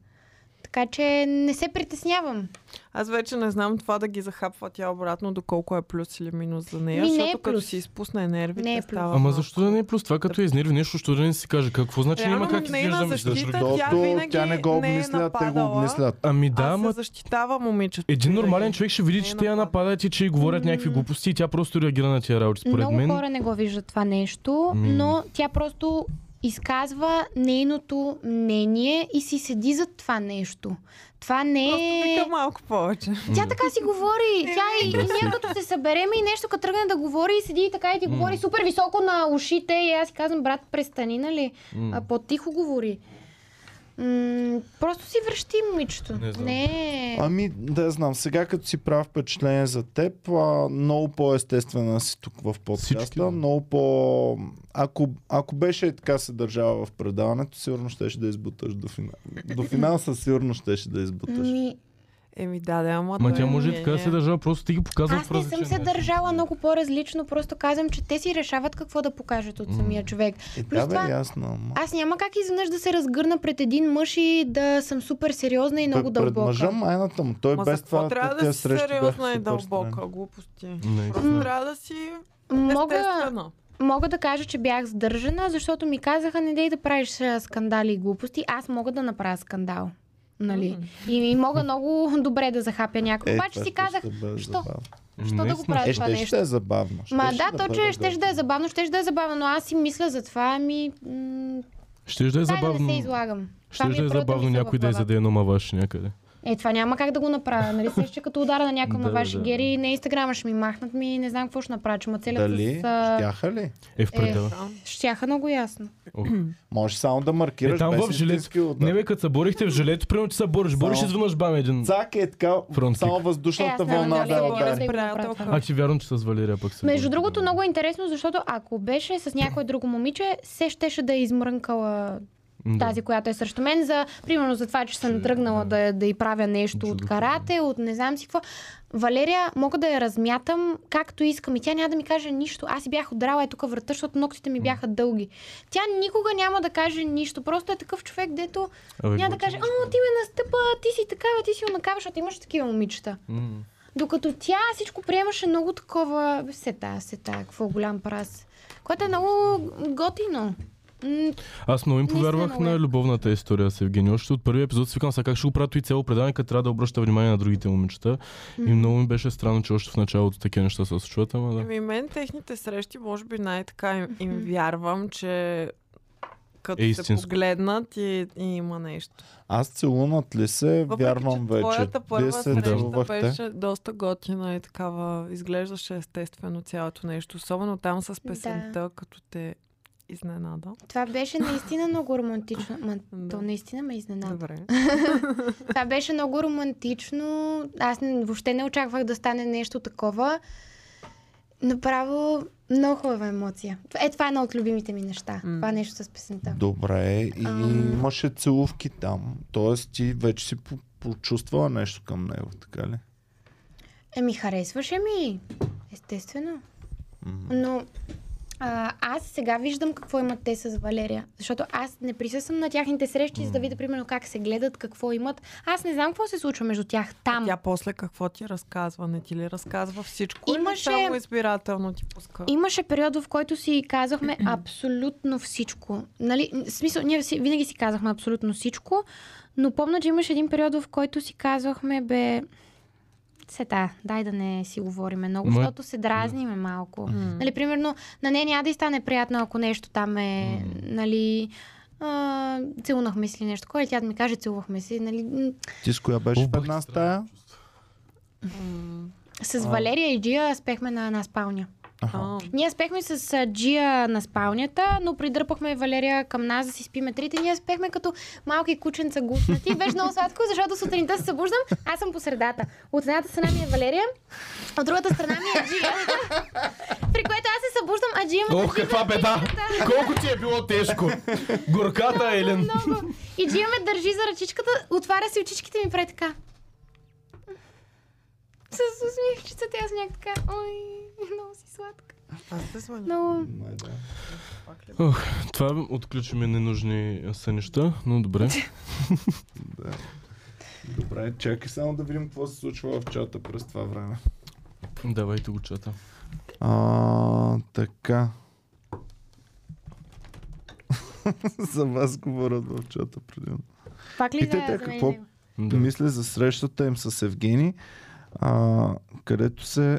[SPEAKER 2] Така че не се притеснявам.
[SPEAKER 4] Аз вече не знам това да ги захапва тя обратно, доколко е плюс или минус за нея,
[SPEAKER 2] Ми, не е
[SPEAKER 4] защото като
[SPEAKER 2] плюс.
[SPEAKER 4] си изпусне нервите,
[SPEAKER 2] Не е плюс.
[SPEAKER 4] става
[SPEAKER 3] Ама
[SPEAKER 4] малко.
[SPEAKER 3] защо да не е плюс това, като е изнерви нещо, що да не си каже? Какво значи
[SPEAKER 4] Реално
[SPEAKER 3] няма как
[SPEAKER 4] нейна
[SPEAKER 3] изглеждам и ще
[SPEAKER 4] защита-
[SPEAKER 3] държа-
[SPEAKER 4] Тя
[SPEAKER 1] Защото
[SPEAKER 4] винаги
[SPEAKER 1] тя не го
[SPEAKER 4] не е
[SPEAKER 1] обмислят, те го
[SPEAKER 4] нападала.
[SPEAKER 1] обмислят.
[SPEAKER 3] Ами да,
[SPEAKER 4] Аз
[SPEAKER 3] ама
[SPEAKER 4] се защитава момичето.
[SPEAKER 3] един
[SPEAKER 4] винаги.
[SPEAKER 3] нормален човек ще види,
[SPEAKER 4] Не
[SPEAKER 3] че
[SPEAKER 4] е
[SPEAKER 3] те я
[SPEAKER 4] нападна.
[SPEAKER 3] нападат и че й говорят някакви глупости и тя просто реагира на тия работи. Според
[SPEAKER 2] Много
[SPEAKER 3] мен,
[SPEAKER 2] хора не го виждат това нещо,
[SPEAKER 4] Ами-
[SPEAKER 3] Ми.
[SPEAKER 2] но тя просто изказва нейното мнение и си седи за това нещо. Това не
[SPEAKER 4] Просто
[SPEAKER 2] е...
[SPEAKER 4] вика малко повече.
[SPEAKER 2] Тя така си говори. Тя и, и ние като се съберем и нещо, като тръгне да говори и седи и така и ти говори супер високо на ушите и аз си казвам, брат, престани, нали?
[SPEAKER 3] М.
[SPEAKER 2] А, по-тихо говори. М- просто си връщи момичето.
[SPEAKER 3] Не знам.
[SPEAKER 2] Не е...
[SPEAKER 1] Ами, да я знам, сега като си правя впечатление за теб, а, много по-естествена си тук в подкаста,
[SPEAKER 3] Всички, да.
[SPEAKER 1] много по... Ако, ако беше и така се държава в предаването, сигурно щеше да избуташ до финал. До финал със сигурно щеше да избуташ.
[SPEAKER 2] Ми,
[SPEAKER 4] Еми да, да, ама...
[SPEAKER 3] Ма
[SPEAKER 4] той
[SPEAKER 3] тя
[SPEAKER 4] е
[SPEAKER 3] може и така да
[SPEAKER 4] мнение.
[SPEAKER 3] се държава, просто ти ги показва
[SPEAKER 2] аз не съм се държала много по-различно, просто казвам, че те си решават какво да покажат от самия човек.
[SPEAKER 1] Е,
[SPEAKER 2] Плюс
[SPEAKER 1] да, бе,
[SPEAKER 2] това-
[SPEAKER 1] ясно. Ама...
[SPEAKER 2] Аз няма как изведнъж да се разгърна пред един мъж и да съм супер сериозна и много
[SPEAKER 1] Бе, пред
[SPEAKER 2] дълбока.
[SPEAKER 1] мъжа майната му. Той
[SPEAKER 4] Ма за
[SPEAKER 1] без
[SPEAKER 4] какво
[SPEAKER 1] това
[SPEAKER 4] трябва
[SPEAKER 1] тия
[SPEAKER 4] да си
[SPEAKER 1] срещи бяха
[SPEAKER 4] сериозна и
[SPEAKER 1] супер
[SPEAKER 4] дълбока?
[SPEAKER 1] странни.
[SPEAKER 4] Глупости.
[SPEAKER 3] Не,
[SPEAKER 4] Просто трябва да си
[SPEAKER 2] Мога,
[SPEAKER 4] естествена.
[SPEAKER 2] мога да кажа, че бях сдържана, защото ми казаха, не дей да правиш а, скандали и глупости. Аз мога да направя скандал. Нали? И, и мога много добре да захапя някой.
[SPEAKER 1] Е,
[SPEAKER 2] Обаче
[SPEAKER 1] това
[SPEAKER 2] си казах,
[SPEAKER 1] щеше да бъде
[SPEAKER 2] що?
[SPEAKER 1] забавно.
[SPEAKER 2] що да го
[SPEAKER 3] Наистина.
[SPEAKER 2] правя
[SPEAKER 1] Е,
[SPEAKER 2] това
[SPEAKER 1] ще,
[SPEAKER 2] нещо?
[SPEAKER 1] ще е забавно.
[SPEAKER 2] Ма
[SPEAKER 1] щеше
[SPEAKER 2] да, то, че
[SPEAKER 1] бъде
[SPEAKER 2] ще да е забавно, ще да е забавно, но аз си мисля за това, ами... м,
[SPEAKER 3] Ще да е
[SPEAKER 2] дай да не
[SPEAKER 3] забавно.
[SPEAKER 2] се излагам. Това
[SPEAKER 3] Ще
[SPEAKER 2] ми
[SPEAKER 3] да е
[SPEAKER 2] първата
[SPEAKER 3] забавно
[SPEAKER 2] мисъл
[SPEAKER 3] някой
[SPEAKER 2] в
[SPEAKER 3] да
[SPEAKER 2] главата.
[SPEAKER 3] изяде едно маваш някъде.
[SPEAKER 2] Е, това няма как да го направя. Нали се ще като удара на някой
[SPEAKER 3] Да,
[SPEAKER 2] на
[SPEAKER 3] да,
[SPEAKER 2] ваши
[SPEAKER 3] да.
[SPEAKER 2] гери, на инстаграма ще ми махнат ми, не знам какво ще направя, че ма целят
[SPEAKER 1] Дали?
[SPEAKER 2] с... а,
[SPEAKER 1] Щяха ли?
[SPEAKER 3] Е, в предела.
[SPEAKER 4] Да.
[SPEAKER 2] Щяха много ясно. Е,
[SPEAKER 1] Може само да маркираш
[SPEAKER 3] Е, там
[SPEAKER 1] без
[SPEAKER 3] в
[SPEAKER 1] истински
[SPEAKER 3] жилето.
[SPEAKER 1] удар.
[SPEAKER 3] Не бе, като се борихте в жилето, примерно, че се бориш. Бориш
[SPEAKER 1] Само-
[SPEAKER 3] изведнъж бам един.
[SPEAKER 1] Цак е така,
[SPEAKER 3] Фронт
[SPEAKER 1] само
[SPEAKER 3] кик.
[SPEAKER 1] въздушната
[SPEAKER 2] Е, аз няма
[SPEAKER 1] вълна
[SPEAKER 2] да
[SPEAKER 1] да
[SPEAKER 2] го
[SPEAKER 1] удари.
[SPEAKER 2] разбера.
[SPEAKER 3] А, ти Значи, вярвам, че с Валерия пък се
[SPEAKER 2] Между
[SPEAKER 3] борите,
[SPEAKER 2] другото,
[SPEAKER 3] да.
[SPEAKER 2] много е интересно, защото ако беше с някое друго момиче, се щеше да е измрънкала
[SPEAKER 3] М, да.
[SPEAKER 2] тази, която е срещу мен, за, примерно за това, че съм тръгнала да, да й правя нещо от
[SPEAKER 3] Чудо,
[SPEAKER 2] карате, от не знам си какво. Валерия, мога да я размятам както искам и тя няма да ми каже нищо. Аз си бях отдрала е тук врата, защото ногтите ми бяха дълги. Тя никога няма да каже нищо. Просто е такъв човек, дето
[SPEAKER 3] Абе,
[SPEAKER 2] няма да
[SPEAKER 3] готино.
[SPEAKER 2] каже, а, ти ме настъпа, ти си такава, ти си онакава, защото имаш такива момичета.
[SPEAKER 3] М.
[SPEAKER 2] Докато тя всичко приемаше много такова, «Бе, се тая, се тая, какво голям праз. Което е много готино. М,
[SPEAKER 3] Аз много им
[SPEAKER 2] Наистина
[SPEAKER 3] повярвах
[SPEAKER 2] много е.
[SPEAKER 3] на любовната история с Евгений. Още от първия епизод си викам сега как ще го правя и цяло предаване, като трябва да обръща внимание на другите момичета. И много ми беше странно, че още в началото такива неща се случват,
[SPEAKER 2] Ами,
[SPEAKER 3] ама да.
[SPEAKER 4] Ами мен техните срещи, може би най-така им, им вярвам, че като
[SPEAKER 3] Е
[SPEAKER 4] се
[SPEAKER 3] истинско.
[SPEAKER 4] погледнат и, и има нещо.
[SPEAKER 1] Аз целунат ли се,
[SPEAKER 4] Въпреки,
[SPEAKER 1] вярвам
[SPEAKER 4] че
[SPEAKER 1] вече.
[SPEAKER 4] твоята
[SPEAKER 1] Вие
[SPEAKER 4] първа
[SPEAKER 1] се
[SPEAKER 4] среща
[SPEAKER 1] целувахте.
[SPEAKER 4] беше доста готина и такава. Изглеждаше естествено цялото нещо. Особено там с песента, като те изненада.
[SPEAKER 2] Това беше наистина много романтично. Ма,
[SPEAKER 4] Да.
[SPEAKER 2] то наистина ме изненада.
[SPEAKER 4] Добре.
[SPEAKER 2] Това беше много романтично. Аз не, въобще не очаквах да стане нещо такова. Направо много хубава емоция. Е, това е една от любимите ми неща.
[SPEAKER 4] М.
[SPEAKER 2] Това нещо с песента.
[SPEAKER 1] Добре, и
[SPEAKER 2] Ам.
[SPEAKER 1] имаше целувки там. Тоест ти вече си по- почувствала нещо към него, така ли?
[SPEAKER 2] Еми, харесваше ми. Естествено.
[SPEAKER 1] М.
[SPEAKER 2] Но а, аз сега виждам какво имат те с Валерия. Защото аз не присъствам на тяхните срещи, за да видя примерно как се гледат, какво имат. Аз не знам какво се случва между тях там.
[SPEAKER 4] Тя после какво ти разказва? Не ти ли разказва всичко?
[SPEAKER 2] Имаше-
[SPEAKER 4] Имаше... Или само избирателно ти пуска?
[SPEAKER 2] Имаше период, в който си казахме абсолютно всичко. Нали? В смисъл, ние си, винаги си казахме абсолютно всичко, но помня, че имаше един период, в който си казвахме, бе, сета, дай да не си говориме много,
[SPEAKER 3] Ма-
[SPEAKER 2] защото се дразниме малко.
[SPEAKER 4] М.
[SPEAKER 2] Нали, примерно, на нея няма да й стане приятно, ако нещо там е, нали, а, целунахме си или нещо. Кой е тя да ми каже, целувахме си, нали, м,
[SPEAKER 1] Ти с коя беше в
[SPEAKER 3] Обърках
[SPEAKER 1] една
[SPEAKER 3] се,
[SPEAKER 1] стая?
[SPEAKER 4] М.
[SPEAKER 2] с Валерия и Джия спехме на една спалня.
[SPEAKER 1] Аха.
[SPEAKER 4] А,
[SPEAKER 2] Ние спехме с а, Джия на спалнята, но придърпахме Валерия към нас да си спиме трите. Ние спехме като малки кученца гуснати. Беше много сладко, защото сутринта се събуждам, аз съм по средата. От едната страна ми е Валерия, от другата страна ми е Джия. При което аз се събуждам, а Джия ме
[SPEAKER 3] Ох,
[SPEAKER 2] държи за
[SPEAKER 3] каква беда! Колко ти е било тежко! Горката, Елен!
[SPEAKER 2] ами, много. И Джия ме държи за ръчичката, отваря си очичките ми прави така. С усмивчицата и аз някак така. Ой, много си сладка.
[SPEAKER 4] аз се звъня.
[SPEAKER 2] Много.
[SPEAKER 1] Май да.
[SPEAKER 3] Това отключваме ненужни са неща, но добре.
[SPEAKER 1] Добре, чакай само да видим какво се случва в чата през това време.
[SPEAKER 3] Давайте го чата.
[SPEAKER 1] А, така. за вас говорят в чата предимно.
[SPEAKER 2] Пак ли
[SPEAKER 1] Питайте
[SPEAKER 2] за, за мен и
[SPEAKER 1] какво
[SPEAKER 2] него?
[SPEAKER 3] Да.
[SPEAKER 1] Мисля за срещата им с Евгений, а, където се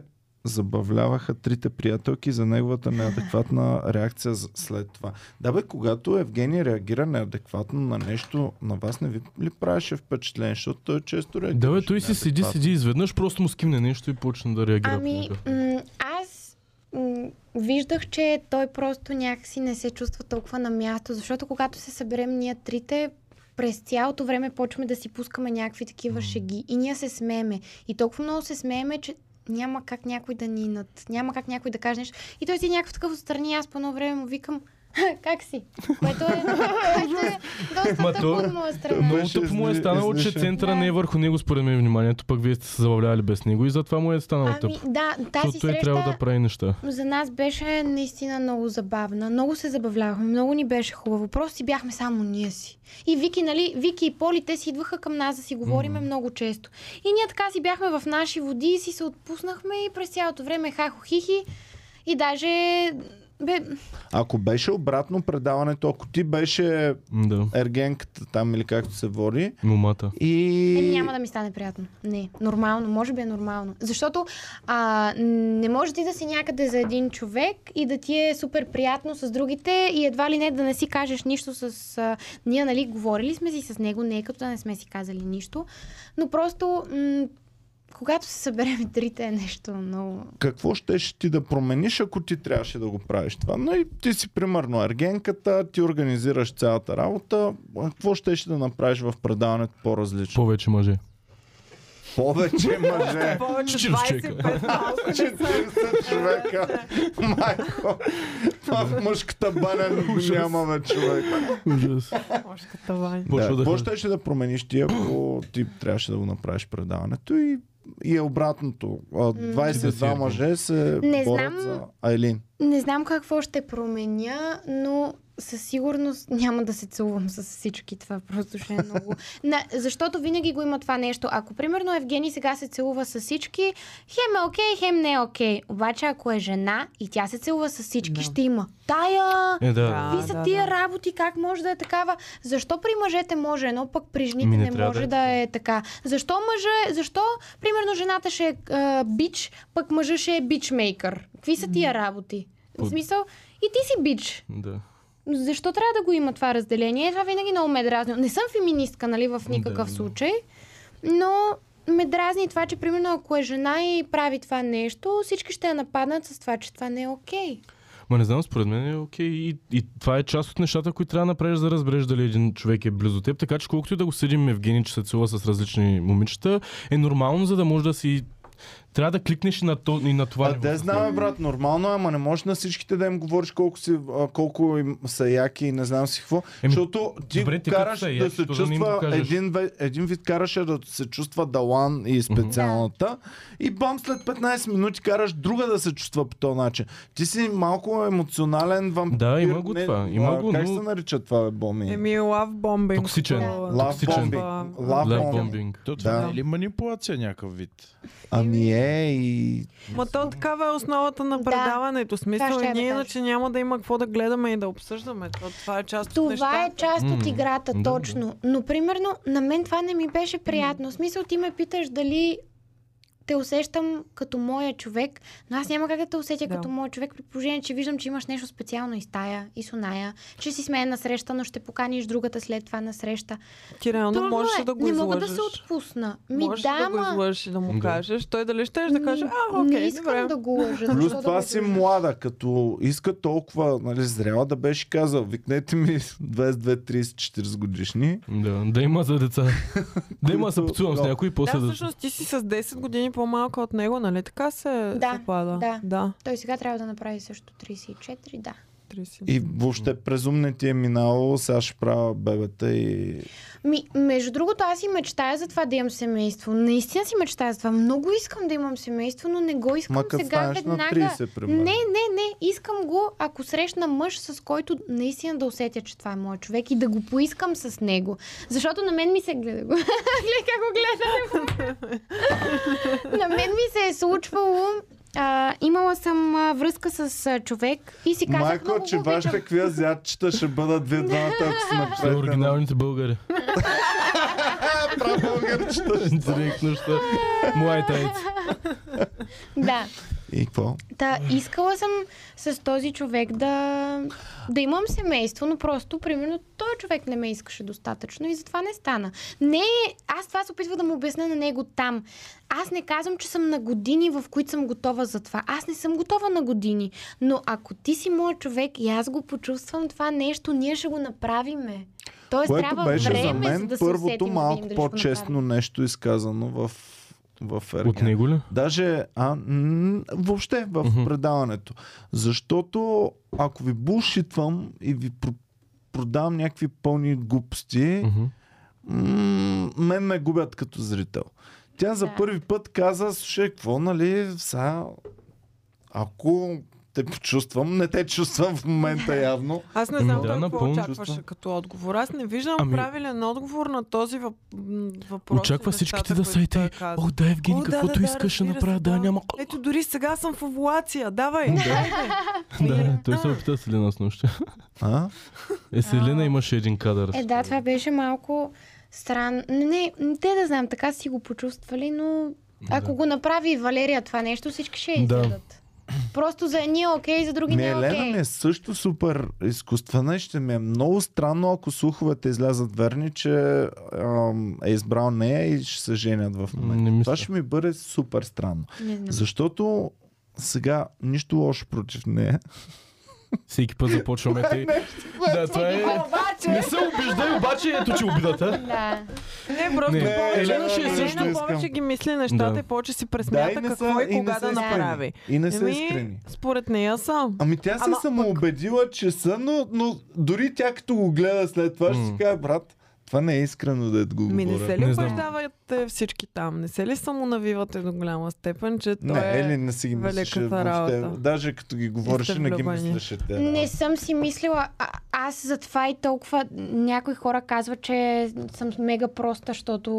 [SPEAKER 1] забавляваха трите приятелки за неговата неадекватна реакция з- след това. Да бе, когато Евгений реагира неадекватно на нещо, на вас не ви ли правеше впечатление, защото той често реагира.
[SPEAKER 3] Да, бе, той си седи, седи изведнъж, просто му скимне нещо и почна да реагира. по
[SPEAKER 2] Ами,
[SPEAKER 3] някакъв начин.
[SPEAKER 2] м- аз м- виждах, че той просто някакси не се чувства толкова на място, защото когато се съберем ние трите, през цялото време почваме да си пускаме някакви такива шеги и ние се смееме. И толкова много се смееме, че няма как някой да ни над, няма как някой да каже нещо. И той си е някакъв такъв отстрани, аз по едно време му викам, «Ха, как си? Което е, което е
[SPEAKER 3] Ма
[SPEAKER 2] доста тъпо
[SPEAKER 3] то-
[SPEAKER 2] от моя страна.
[SPEAKER 3] Много
[SPEAKER 1] Беше
[SPEAKER 3] тъпо му е
[SPEAKER 1] изли-
[SPEAKER 3] станало, че
[SPEAKER 1] излишен.
[SPEAKER 3] центъра
[SPEAKER 2] Да.
[SPEAKER 3] не е върху него, според мен, вниманието, пък вие сте се забавлявали без него и затова му е станало
[SPEAKER 2] Ами
[SPEAKER 3] тъпо.
[SPEAKER 2] да, тази
[SPEAKER 3] Защото той трябва
[SPEAKER 2] среща
[SPEAKER 3] да прави неща.
[SPEAKER 2] За нас беше наистина много забавна. Много се забавлявахме, много ни беше хубаво. Просто си бяхме само ние си. И Вики, нали, Вики и Поли, те си идваха към нас да си говориме много често. И ние така си бяхме в наши води и си се отпуснахме и през цялото време хахо хихи. И даже... Бе,
[SPEAKER 1] Ако беше обратно предаването, ако ти беше
[SPEAKER 3] М, Да,
[SPEAKER 1] ергенката там или както се води,
[SPEAKER 3] момата.
[SPEAKER 1] и...
[SPEAKER 2] е, няма да ми стане приятно. Не, нормално, може би е нормално. Защото а, не може ти да си някъде за един човек и да ти е супер приятно с другите и едва ли не да не си кажеш нищо с... А, ние, нали, говорили сме си с него, не е като да не сме си казали нищо, но просто... М- когато се съберем трите е нещо много...
[SPEAKER 1] какво щеше ти да промениш, ако ти трябваше да го правиш това? Ну и ти си примерно ергенката, ти организираш цялата работа. А Какво щеше да направиш в предаването по-различно?
[SPEAKER 3] Повече мъже.
[SPEAKER 1] Повече
[SPEAKER 2] е,
[SPEAKER 1] мъже.
[SPEAKER 4] Повече
[SPEAKER 3] 40 човека.
[SPEAKER 1] 40 човека. Майко. Това в мъжката баня го нямаме човек.
[SPEAKER 3] Ужас.
[SPEAKER 4] тавани.
[SPEAKER 1] Да,
[SPEAKER 3] Почва да
[SPEAKER 1] какво
[SPEAKER 3] ходи.
[SPEAKER 1] щеше да промениш ти, ако ти трябваше да го направиш предаването и и е обратното. А, 22
[SPEAKER 3] Ергенка.
[SPEAKER 1] мъже се
[SPEAKER 2] Не
[SPEAKER 1] борят
[SPEAKER 2] знам.
[SPEAKER 1] за Айлин.
[SPEAKER 2] Не знам какво ще променя, но със сигурност няма да се целувам с всички. Това просто ще е много. Не, защото винаги го има това нещо. Ако, примерно, Евгений сега се целува с всички, хем е окей, хем не е окей. Обаче, ако е жена и тя се целува с всички,
[SPEAKER 4] Да.
[SPEAKER 2] ще има. Тая!
[SPEAKER 3] Е, да.
[SPEAKER 4] Да.
[SPEAKER 2] Какви са
[SPEAKER 4] да,
[SPEAKER 2] тия
[SPEAKER 4] да.
[SPEAKER 2] работи, как може да е такава? Защо при мъжете може едно, пък при жените
[SPEAKER 3] Ми, не
[SPEAKER 2] не,
[SPEAKER 3] трябва
[SPEAKER 2] може
[SPEAKER 3] да е
[SPEAKER 2] да е така? Защо мъжа, е- защо примерно жената ще е а, бич, пък мъжа ще е бичмейкър? Какви са тия работи? В
[SPEAKER 3] Под-
[SPEAKER 2] смисъл, и ти си бич.
[SPEAKER 3] Да.
[SPEAKER 2] Защо трябва да го има това разделение? Това винаги много ме е дразнило. Не съм феминистка, нали, в никакъв
[SPEAKER 3] Да.
[SPEAKER 2] случай, но ме дразни това, че примерно ако е жена и прави това нещо, всички ще я нападнат с това, че това не е окей.
[SPEAKER 3] Ма не знам, според мен е окей. И, и това е част от нещата, които трябва да направиш, за да разбереш дали един човек е близо теб. Така че колкото и да го съдим Евгений, че се целува с различни момичета, е нормално, за да можеш да си... Трябва да кликнеш и на, то, и на това.
[SPEAKER 1] А,
[SPEAKER 3] ниво.
[SPEAKER 1] да знаме, брат, нормално, е, ама не можеш на всичките да им говориш колко, си, а, колко им са яки и не знам си какво.
[SPEAKER 3] Еми,
[SPEAKER 1] защото ти
[SPEAKER 3] добре,
[SPEAKER 1] го
[SPEAKER 3] ти като
[SPEAKER 1] караш
[SPEAKER 3] са
[SPEAKER 1] да
[SPEAKER 3] яки,
[SPEAKER 1] се
[SPEAKER 3] то да не им го
[SPEAKER 1] чувства,
[SPEAKER 3] кажеш.
[SPEAKER 1] един, ве- един вид караше да се чувства Далан и специалната и бам след 15 минути караш друга да се чувства по този начин. Ти си малко емоционален вампир.
[SPEAKER 3] Да, има го това, има
[SPEAKER 1] а,
[SPEAKER 3] го,
[SPEAKER 1] как
[SPEAKER 3] но-
[SPEAKER 1] се нарича това, бе,
[SPEAKER 2] е.
[SPEAKER 1] Боми?
[SPEAKER 4] Еми, лав бомбинг.
[SPEAKER 3] Токсичен.
[SPEAKER 1] Лав
[SPEAKER 3] токсичен.
[SPEAKER 1] бомбинг. Лав
[SPEAKER 3] Лав
[SPEAKER 1] бомбинг.
[SPEAKER 3] бомбинг.
[SPEAKER 6] То това
[SPEAKER 1] Да.
[SPEAKER 6] не е ли манипулация някакъв вид?
[SPEAKER 1] Ами е и...
[SPEAKER 4] Ма то такава е основата на
[SPEAKER 2] Да.
[SPEAKER 4] предаването. Смисъл,
[SPEAKER 2] Това ще
[SPEAKER 4] и
[SPEAKER 2] я да
[SPEAKER 4] ние
[SPEAKER 2] кажа.
[SPEAKER 4] иначе няма да има какво да гледаме и да обсъждаме. То, това е част от
[SPEAKER 2] Това
[SPEAKER 4] нещата.
[SPEAKER 2] е част от
[SPEAKER 3] М,
[SPEAKER 2] играта,
[SPEAKER 3] да, да.
[SPEAKER 2] точно. Но примерно на мен това не ми беше приятно. В смисъл ти ме питаш дали те усещам като моя човек, но аз няма как да те усетя
[SPEAKER 4] Да.
[SPEAKER 2] като моя човек, при положение, че виждам, че имаш нещо специално и с тая, и с оная, че си с мен на среща, но ще поканиш другата след това на среща.
[SPEAKER 4] Ти реално
[SPEAKER 2] Трудно
[SPEAKER 4] можеш
[SPEAKER 2] е.
[SPEAKER 4] да го
[SPEAKER 2] не
[SPEAKER 4] излъжеш.
[SPEAKER 2] мога да се отпусна. Ми
[SPEAKER 4] можеш
[SPEAKER 2] да,
[SPEAKER 4] да го
[SPEAKER 2] ма...
[SPEAKER 4] излъжеш и да му
[SPEAKER 3] Да.
[SPEAKER 4] кажеш. Той дали ще да каже, а,
[SPEAKER 2] не
[SPEAKER 4] окей,
[SPEAKER 2] искам
[SPEAKER 4] добре.
[SPEAKER 2] да го лъжа.
[SPEAKER 1] Плюс
[SPEAKER 2] защо да
[SPEAKER 1] това
[SPEAKER 2] го
[SPEAKER 1] си
[SPEAKER 2] излъжа?
[SPEAKER 1] млада, като иска толкова нали, зряла да беше казал, викнете ми 22, 30, 40 годишни.
[SPEAKER 3] Да, да има за деца. да има да се
[SPEAKER 1] Които-
[SPEAKER 3] поцелувам с
[SPEAKER 1] да.
[SPEAKER 3] някой и после
[SPEAKER 4] Да,
[SPEAKER 3] да...
[SPEAKER 4] всъщност ти си с 10 години по-малка от него, нали? Така се
[SPEAKER 2] Да,
[SPEAKER 4] запада.
[SPEAKER 2] да.
[SPEAKER 4] да.
[SPEAKER 2] Той сега трябва да направи също 34, да.
[SPEAKER 4] 30.
[SPEAKER 1] И въобще през ум не ти е минало, сега ще правя бебета и...
[SPEAKER 2] Ми, между другото, аз и мечтая за това да имам семейство. Наистина си мечтая за това. Много искам да имам семейство, но не го искам
[SPEAKER 1] Макар
[SPEAKER 2] сега
[SPEAKER 1] станеш на
[SPEAKER 2] веднага.
[SPEAKER 1] 30, примерно.
[SPEAKER 2] Не, не, не. Искам го, ако срещна мъж, с който наистина да усетя, че това е моят човек и да го поискам с него. Защото на мен ми се гледа го. Гледай как го гледа. на мен ми се е случвало. А, имала съм а, връзка с а, човек и си казах
[SPEAKER 1] Майко,
[SPEAKER 2] много
[SPEAKER 1] че
[SPEAKER 2] го обичам.
[SPEAKER 1] ваш какви азиатчета ще бъдат вие двамата, ако се
[SPEAKER 3] Са
[SPEAKER 1] направите.
[SPEAKER 3] оригиналните българи.
[SPEAKER 1] А, право българчета.
[SPEAKER 3] Директно ще... Млай тайци.
[SPEAKER 2] Да.
[SPEAKER 1] И какво?
[SPEAKER 2] Та, искала съм с този човек да, да имам семейство, но просто, примерно, той човек не ме искаше достатъчно и затова не стана. Не, аз това се опитвах да му обясня на него там. Аз не казвам, че съм на години, в които съм готова за това. Аз не съм готова на години. Но ако ти си моят човек и аз го почувствам това нещо, ние ще го направиме. Тоест,
[SPEAKER 1] Което
[SPEAKER 2] трябва
[SPEAKER 1] беше
[SPEAKER 2] време,
[SPEAKER 1] за
[SPEAKER 2] за
[SPEAKER 1] мен
[SPEAKER 2] да се
[SPEAKER 1] първото
[SPEAKER 2] усетим, да
[SPEAKER 1] малко
[SPEAKER 2] видим дали ще го
[SPEAKER 1] по-честно нещо изказано в, в
[SPEAKER 3] От
[SPEAKER 1] Ерген.
[SPEAKER 3] него ли?
[SPEAKER 1] Даже а, м- въобще в
[SPEAKER 3] Мгм.
[SPEAKER 1] предаването. Защото ако ви бушитвам и ви про- продавам някакви пълни глупости,
[SPEAKER 3] Мгм.
[SPEAKER 1] м- мен ме губят като зрител. Тя за
[SPEAKER 2] Да.
[SPEAKER 1] първи път каза, слушай, какво, нали, сега, ако те почувствам, не те чувствам в момента явно.
[SPEAKER 4] Аз не
[SPEAKER 3] Ами
[SPEAKER 4] знам
[SPEAKER 3] да,
[SPEAKER 4] да, какво
[SPEAKER 3] напълно.
[SPEAKER 4] очакваше като отговор. Аз не виждам
[SPEAKER 3] Ами-
[SPEAKER 4] правилен отговор на този въп... м, въпрос. и
[SPEAKER 3] Очаква всичките
[SPEAKER 4] нещата,
[SPEAKER 3] да
[SPEAKER 4] които
[SPEAKER 3] са и
[SPEAKER 4] той
[SPEAKER 3] те.
[SPEAKER 4] каза.
[SPEAKER 3] О, да, Евгений,
[SPEAKER 4] О, да,
[SPEAKER 3] каквото
[SPEAKER 4] да, да,
[SPEAKER 3] искаш ще
[SPEAKER 4] разбира
[SPEAKER 3] направя.
[SPEAKER 4] се,
[SPEAKER 3] Да,
[SPEAKER 4] да.
[SPEAKER 3] няма...
[SPEAKER 4] Ето дори сега съм в овулация. Давай!
[SPEAKER 3] Да, той се опита с Елена с нощта.
[SPEAKER 1] А?
[SPEAKER 3] Е, с Елена имаше един кадър.
[SPEAKER 2] Е, да, това беше малко странно. Не, не, те да знам, така си го почувствали, но ако го направи и Валерия това нещо, всички ще я
[SPEAKER 3] Да.
[SPEAKER 2] издадат. Просто за едни е окей, за други
[SPEAKER 1] Ми
[SPEAKER 2] не е окей.
[SPEAKER 1] Елена ми е също супер изкуствена и ще ми е много странно, ако слуховете излязат верни, че ам, е избрал нея и ще се женят в
[SPEAKER 3] Не
[SPEAKER 1] момента.
[SPEAKER 3] мисля.
[SPEAKER 1] Това ще ми бъде супер странно.
[SPEAKER 2] Не знам.
[SPEAKER 1] Защото сега нищо лошо против нея.
[SPEAKER 3] Всеки път започваме. те- Да, това е. Не се обиждай, обаче ето че обидата.
[SPEAKER 2] Да.
[SPEAKER 4] Не, просто
[SPEAKER 3] Не,
[SPEAKER 4] повече,
[SPEAKER 3] Елена ще е
[SPEAKER 4] Елена
[SPEAKER 3] също
[SPEAKER 4] повече
[SPEAKER 1] искам.
[SPEAKER 4] ги мисли нещата
[SPEAKER 3] Да.
[SPEAKER 4] и повече си
[SPEAKER 1] Да,
[SPEAKER 4] пресмята
[SPEAKER 1] и не
[SPEAKER 4] какво
[SPEAKER 1] са,
[SPEAKER 4] и
[SPEAKER 1] и не
[SPEAKER 4] кога
[SPEAKER 1] са
[SPEAKER 4] да
[SPEAKER 1] искрени.
[SPEAKER 4] направи.
[SPEAKER 1] И не са
[SPEAKER 4] Ами,
[SPEAKER 1] искрени.
[SPEAKER 4] Според нея са.
[SPEAKER 1] Ами тя се
[SPEAKER 4] Ама
[SPEAKER 1] Ама, самоубедила, че са, но, но дори тя като го гледа след това ще си
[SPEAKER 3] М.
[SPEAKER 1] каже, брат, това не е искрено да го
[SPEAKER 4] Ми Ами не
[SPEAKER 1] говоря.
[SPEAKER 4] се ли
[SPEAKER 3] Не знам.
[SPEAKER 4] убеждавате всички там? Не се ли само навивате до голяма степен, че той
[SPEAKER 1] Не,
[SPEAKER 4] е...
[SPEAKER 1] Ели не си ги мислеше
[SPEAKER 4] великата
[SPEAKER 1] въобще.
[SPEAKER 4] работа.
[SPEAKER 1] Даже като ги говореше, не ги
[SPEAKER 4] Изтъпление.
[SPEAKER 1] мислеше. Те,
[SPEAKER 2] Не съм си мислила. А, аз затова и толкова. Някои хора казват, че съм мега проста, защото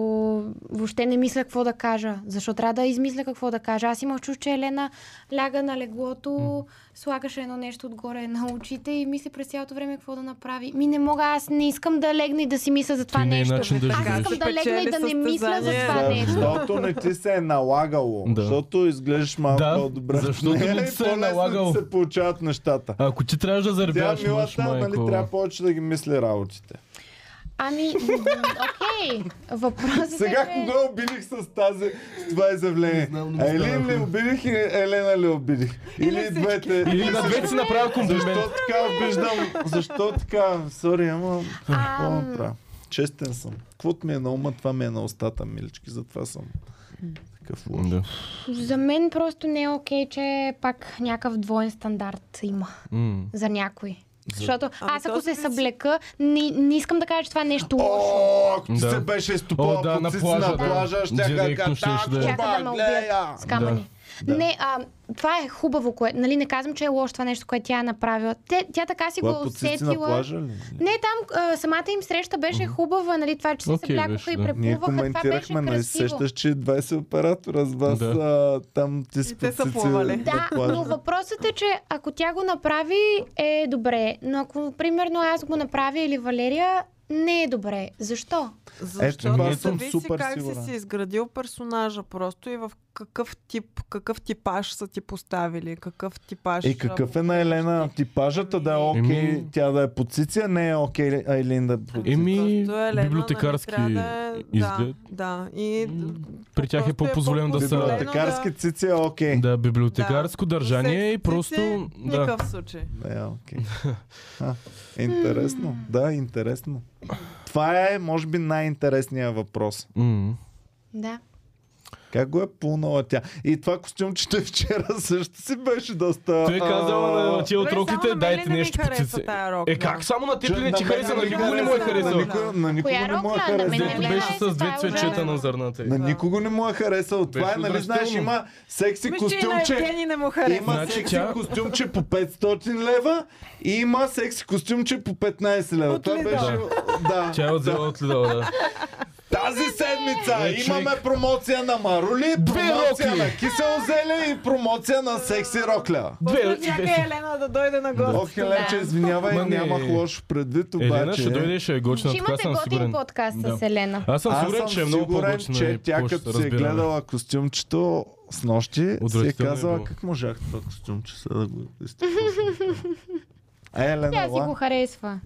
[SPEAKER 2] въобще не мисля какво да кажа. Защо трябва да измисля какво да кажа? Аз имах чуш, че Елена ляга на леглото, слагаше едно нещо отгоре на очите и мисли през цялото време какво да направи. Ми не мога, аз не искам да легна и да си мисля мисля за това
[SPEAKER 3] не е
[SPEAKER 2] нещо.
[SPEAKER 3] начин да
[SPEAKER 2] Аз
[SPEAKER 3] живееш.
[SPEAKER 2] искам да легна и да не
[SPEAKER 4] Печели
[SPEAKER 2] мисля за
[SPEAKER 4] състезание.
[SPEAKER 2] това нещо.
[SPEAKER 1] Защото не ти се е налагало.
[SPEAKER 3] Да.
[SPEAKER 1] Защото изглеждаш малко
[SPEAKER 3] Да,
[SPEAKER 1] по-добре.
[SPEAKER 3] защото не ти се е
[SPEAKER 1] по-лесно
[SPEAKER 3] налагало.
[SPEAKER 1] ти се получават нещата.
[SPEAKER 3] Ако ти трябваш да
[SPEAKER 1] Тя
[SPEAKER 3] заребяваш мъж,
[SPEAKER 1] милата, нали,
[SPEAKER 3] майко...
[SPEAKER 1] трябва повече да ги мисли работите.
[SPEAKER 2] Ами, м, окей. Въпросът
[SPEAKER 1] Сега
[SPEAKER 2] е...
[SPEAKER 1] кога обидих с тази, с това изявление?
[SPEAKER 3] знам, не ми стана
[SPEAKER 1] Елин ли
[SPEAKER 3] хубаво. обидих
[SPEAKER 1] обидих и Елена ли обидих? Или, и двете?
[SPEAKER 3] Или на двете си направя комплимент.
[SPEAKER 1] Защо така обиждам? Защо така? Сори, ама... какво
[SPEAKER 2] Ам.
[SPEAKER 1] направя? Честен съм. Каквото ми е на ума, това ми е на устата, милички. Затова съм такъв лош.
[SPEAKER 3] Да.
[SPEAKER 2] За мен просто не е окей, че пак някакъв двоен стандарт има
[SPEAKER 3] М.
[SPEAKER 2] за някой. Защото
[SPEAKER 4] Ами
[SPEAKER 2] аз ако
[SPEAKER 4] този
[SPEAKER 2] се
[SPEAKER 4] вид си-
[SPEAKER 2] съблека, не, не искам да кажа, че това е нещо лошо.
[SPEAKER 1] О, ако ти
[SPEAKER 3] Да.
[SPEAKER 1] се беше
[SPEAKER 3] О,
[SPEAKER 1] изтопала
[SPEAKER 3] да,
[SPEAKER 1] да,
[SPEAKER 3] на
[SPEAKER 1] на
[SPEAKER 3] плажа,
[SPEAKER 1] плажа,
[SPEAKER 3] да.
[SPEAKER 1] на плажа, ще
[SPEAKER 3] Директно
[SPEAKER 1] да
[SPEAKER 3] щеше да е.
[SPEAKER 2] Чака да ме убият с камъни.
[SPEAKER 1] Да.
[SPEAKER 2] Не, а, това е хубаво, кое, нали, не казвам, че е лошо това нещо, което тя е направила. Те, тя така си го
[SPEAKER 1] Когато цици на
[SPEAKER 2] усетила.
[SPEAKER 1] плажа ли?
[SPEAKER 2] Не, там а, самата им среща беше хубава, нали, това, че се
[SPEAKER 3] Окей
[SPEAKER 2] съблякоха
[SPEAKER 3] беше,
[SPEAKER 2] и
[SPEAKER 3] да.
[SPEAKER 1] Ние
[SPEAKER 2] преплуваха, това беше
[SPEAKER 1] коментирахме, нали се
[SPEAKER 2] красиво.
[SPEAKER 1] сещаш, че 20 оператора с вас
[SPEAKER 3] Да.
[SPEAKER 1] а, там ти си
[SPEAKER 4] И те са
[SPEAKER 1] подцици
[SPEAKER 4] плували.
[SPEAKER 1] на
[SPEAKER 2] Да,
[SPEAKER 1] плажа.
[SPEAKER 2] но въпросът е, че ако тя го направи, е добре. Но ако, примерно, аз го направя или Валерия, не е добре. Защо?
[SPEAKER 4] Защо?
[SPEAKER 1] това
[SPEAKER 4] Ето,
[SPEAKER 1] съм
[SPEAKER 4] зависи
[SPEAKER 1] супер
[SPEAKER 4] как
[SPEAKER 1] сигурен.
[SPEAKER 4] си си изградил персонажа просто и в какъв тип, какъв типаж са ти поставили, какъв типаж...
[SPEAKER 1] И какъв е на Елена типажата да е окей,
[SPEAKER 2] Ами-
[SPEAKER 3] Еми-
[SPEAKER 1] тя да е подсиция, не е окей а Елин да е
[SPEAKER 3] Ами
[SPEAKER 1] подсиция.
[SPEAKER 3] Еми,
[SPEAKER 4] Просто Елена, нали,
[SPEAKER 3] библиотекарски
[SPEAKER 4] трябва да е-
[SPEAKER 3] изглед.
[SPEAKER 4] Да, да. И...
[SPEAKER 3] М, при тях е
[SPEAKER 4] просто
[SPEAKER 3] по-позволено да са-
[SPEAKER 4] по-позволено
[SPEAKER 1] Библиотекарски цици е окей.
[SPEAKER 3] Да, библиотекарско
[SPEAKER 4] Да.
[SPEAKER 3] държание и
[SPEAKER 4] Секс, цици,
[SPEAKER 3] просто... Да.
[SPEAKER 4] Никакъв случай.
[SPEAKER 1] Не е окей. А, интересно, да, интересно. Това е, може би, най-интересният въпрос.
[SPEAKER 3] М.
[SPEAKER 2] Да.
[SPEAKER 1] Как го е пълнала тя? И това костюмчето вчера също си беше доста...
[SPEAKER 3] Той е казал
[SPEAKER 1] а,
[SPEAKER 3] на тия от
[SPEAKER 4] Добре, само
[SPEAKER 3] роките,
[SPEAKER 4] на мен ли
[SPEAKER 3] дайте
[SPEAKER 4] не ми
[SPEAKER 3] нещо по
[SPEAKER 4] хареса
[SPEAKER 3] цице.
[SPEAKER 4] тая рокля?
[SPEAKER 3] Е как само на теб ли не ти
[SPEAKER 1] на мен
[SPEAKER 3] хареса, на
[SPEAKER 1] не ми
[SPEAKER 3] никого не му
[SPEAKER 1] харесва, На никого, на никого не му
[SPEAKER 2] Коя
[SPEAKER 3] е харесал.
[SPEAKER 1] е
[SPEAKER 2] рокля? На мен не ми
[SPEAKER 1] харесал.
[SPEAKER 3] Дето беше
[SPEAKER 2] Хареса,
[SPEAKER 3] с две
[SPEAKER 2] това е
[SPEAKER 3] цветчета
[SPEAKER 2] ужасно.
[SPEAKER 3] на зърната.
[SPEAKER 1] На никого не му е харесал. Това е,
[SPEAKER 3] Беше
[SPEAKER 1] нали, знаеш,
[SPEAKER 3] отвратително.
[SPEAKER 1] има секси
[SPEAKER 4] Мисля,
[SPEAKER 2] е
[SPEAKER 4] че и на
[SPEAKER 1] костюмче.
[SPEAKER 4] Евгений не му хареса.
[SPEAKER 1] Има
[SPEAKER 3] Значи
[SPEAKER 1] секси
[SPEAKER 3] тя-
[SPEAKER 1] костюмче по 500 лева и има секси костюмче по 15 лева.
[SPEAKER 4] От
[SPEAKER 1] Това
[SPEAKER 4] Лидъл.
[SPEAKER 1] беше... Да.
[SPEAKER 3] Тя е отзела от Лидъл, да.
[SPEAKER 1] Тази седмица
[SPEAKER 3] Е, човек.
[SPEAKER 1] имаме промоция на марули, промоция
[SPEAKER 3] рокли.
[SPEAKER 1] на кисело зеле и промоция на секси рокля.
[SPEAKER 3] Две,
[SPEAKER 4] Просто чакай Е, Елена да дойде на гост.
[SPEAKER 1] Ох, Хеленче, извинявай,
[SPEAKER 3] Ма не.
[SPEAKER 1] нямах лошо предвид,
[SPEAKER 3] Елена ще дойде
[SPEAKER 1] обаче...
[SPEAKER 3] и ще е гочна,
[SPEAKER 2] Ще
[SPEAKER 3] така
[SPEAKER 2] имате
[SPEAKER 3] съм
[SPEAKER 2] готин
[SPEAKER 3] сигурен.
[SPEAKER 2] подкаст с
[SPEAKER 3] Да.
[SPEAKER 2] Елена.
[SPEAKER 3] Аз съм
[SPEAKER 1] Аз
[SPEAKER 3] сигурен,
[SPEAKER 1] съм
[SPEAKER 3] че е много
[SPEAKER 1] сигурен,
[SPEAKER 3] по-гочна
[SPEAKER 1] че
[SPEAKER 3] и
[SPEAKER 1] тя
[SPEAKER 3] повече
[SPEAKER 1] като
[SPEAKER 3] се
[SPEAKER 1] си е
[SPEAKER 3] разбираме.
[SPEAKER 1] гледала костюмчето с нощи, си е
[SPEAKER 3] Отвратително е
[SPEAKER 1] казала
[SPEAKER 3] било.
[SPEAKER 1] как можах това костюмче сега да го изтъпвам. Е, Елена,
[SPEAKER 2] Тя си
[SPEAKER 1] ела.
[SPEAKER 2] го харесва.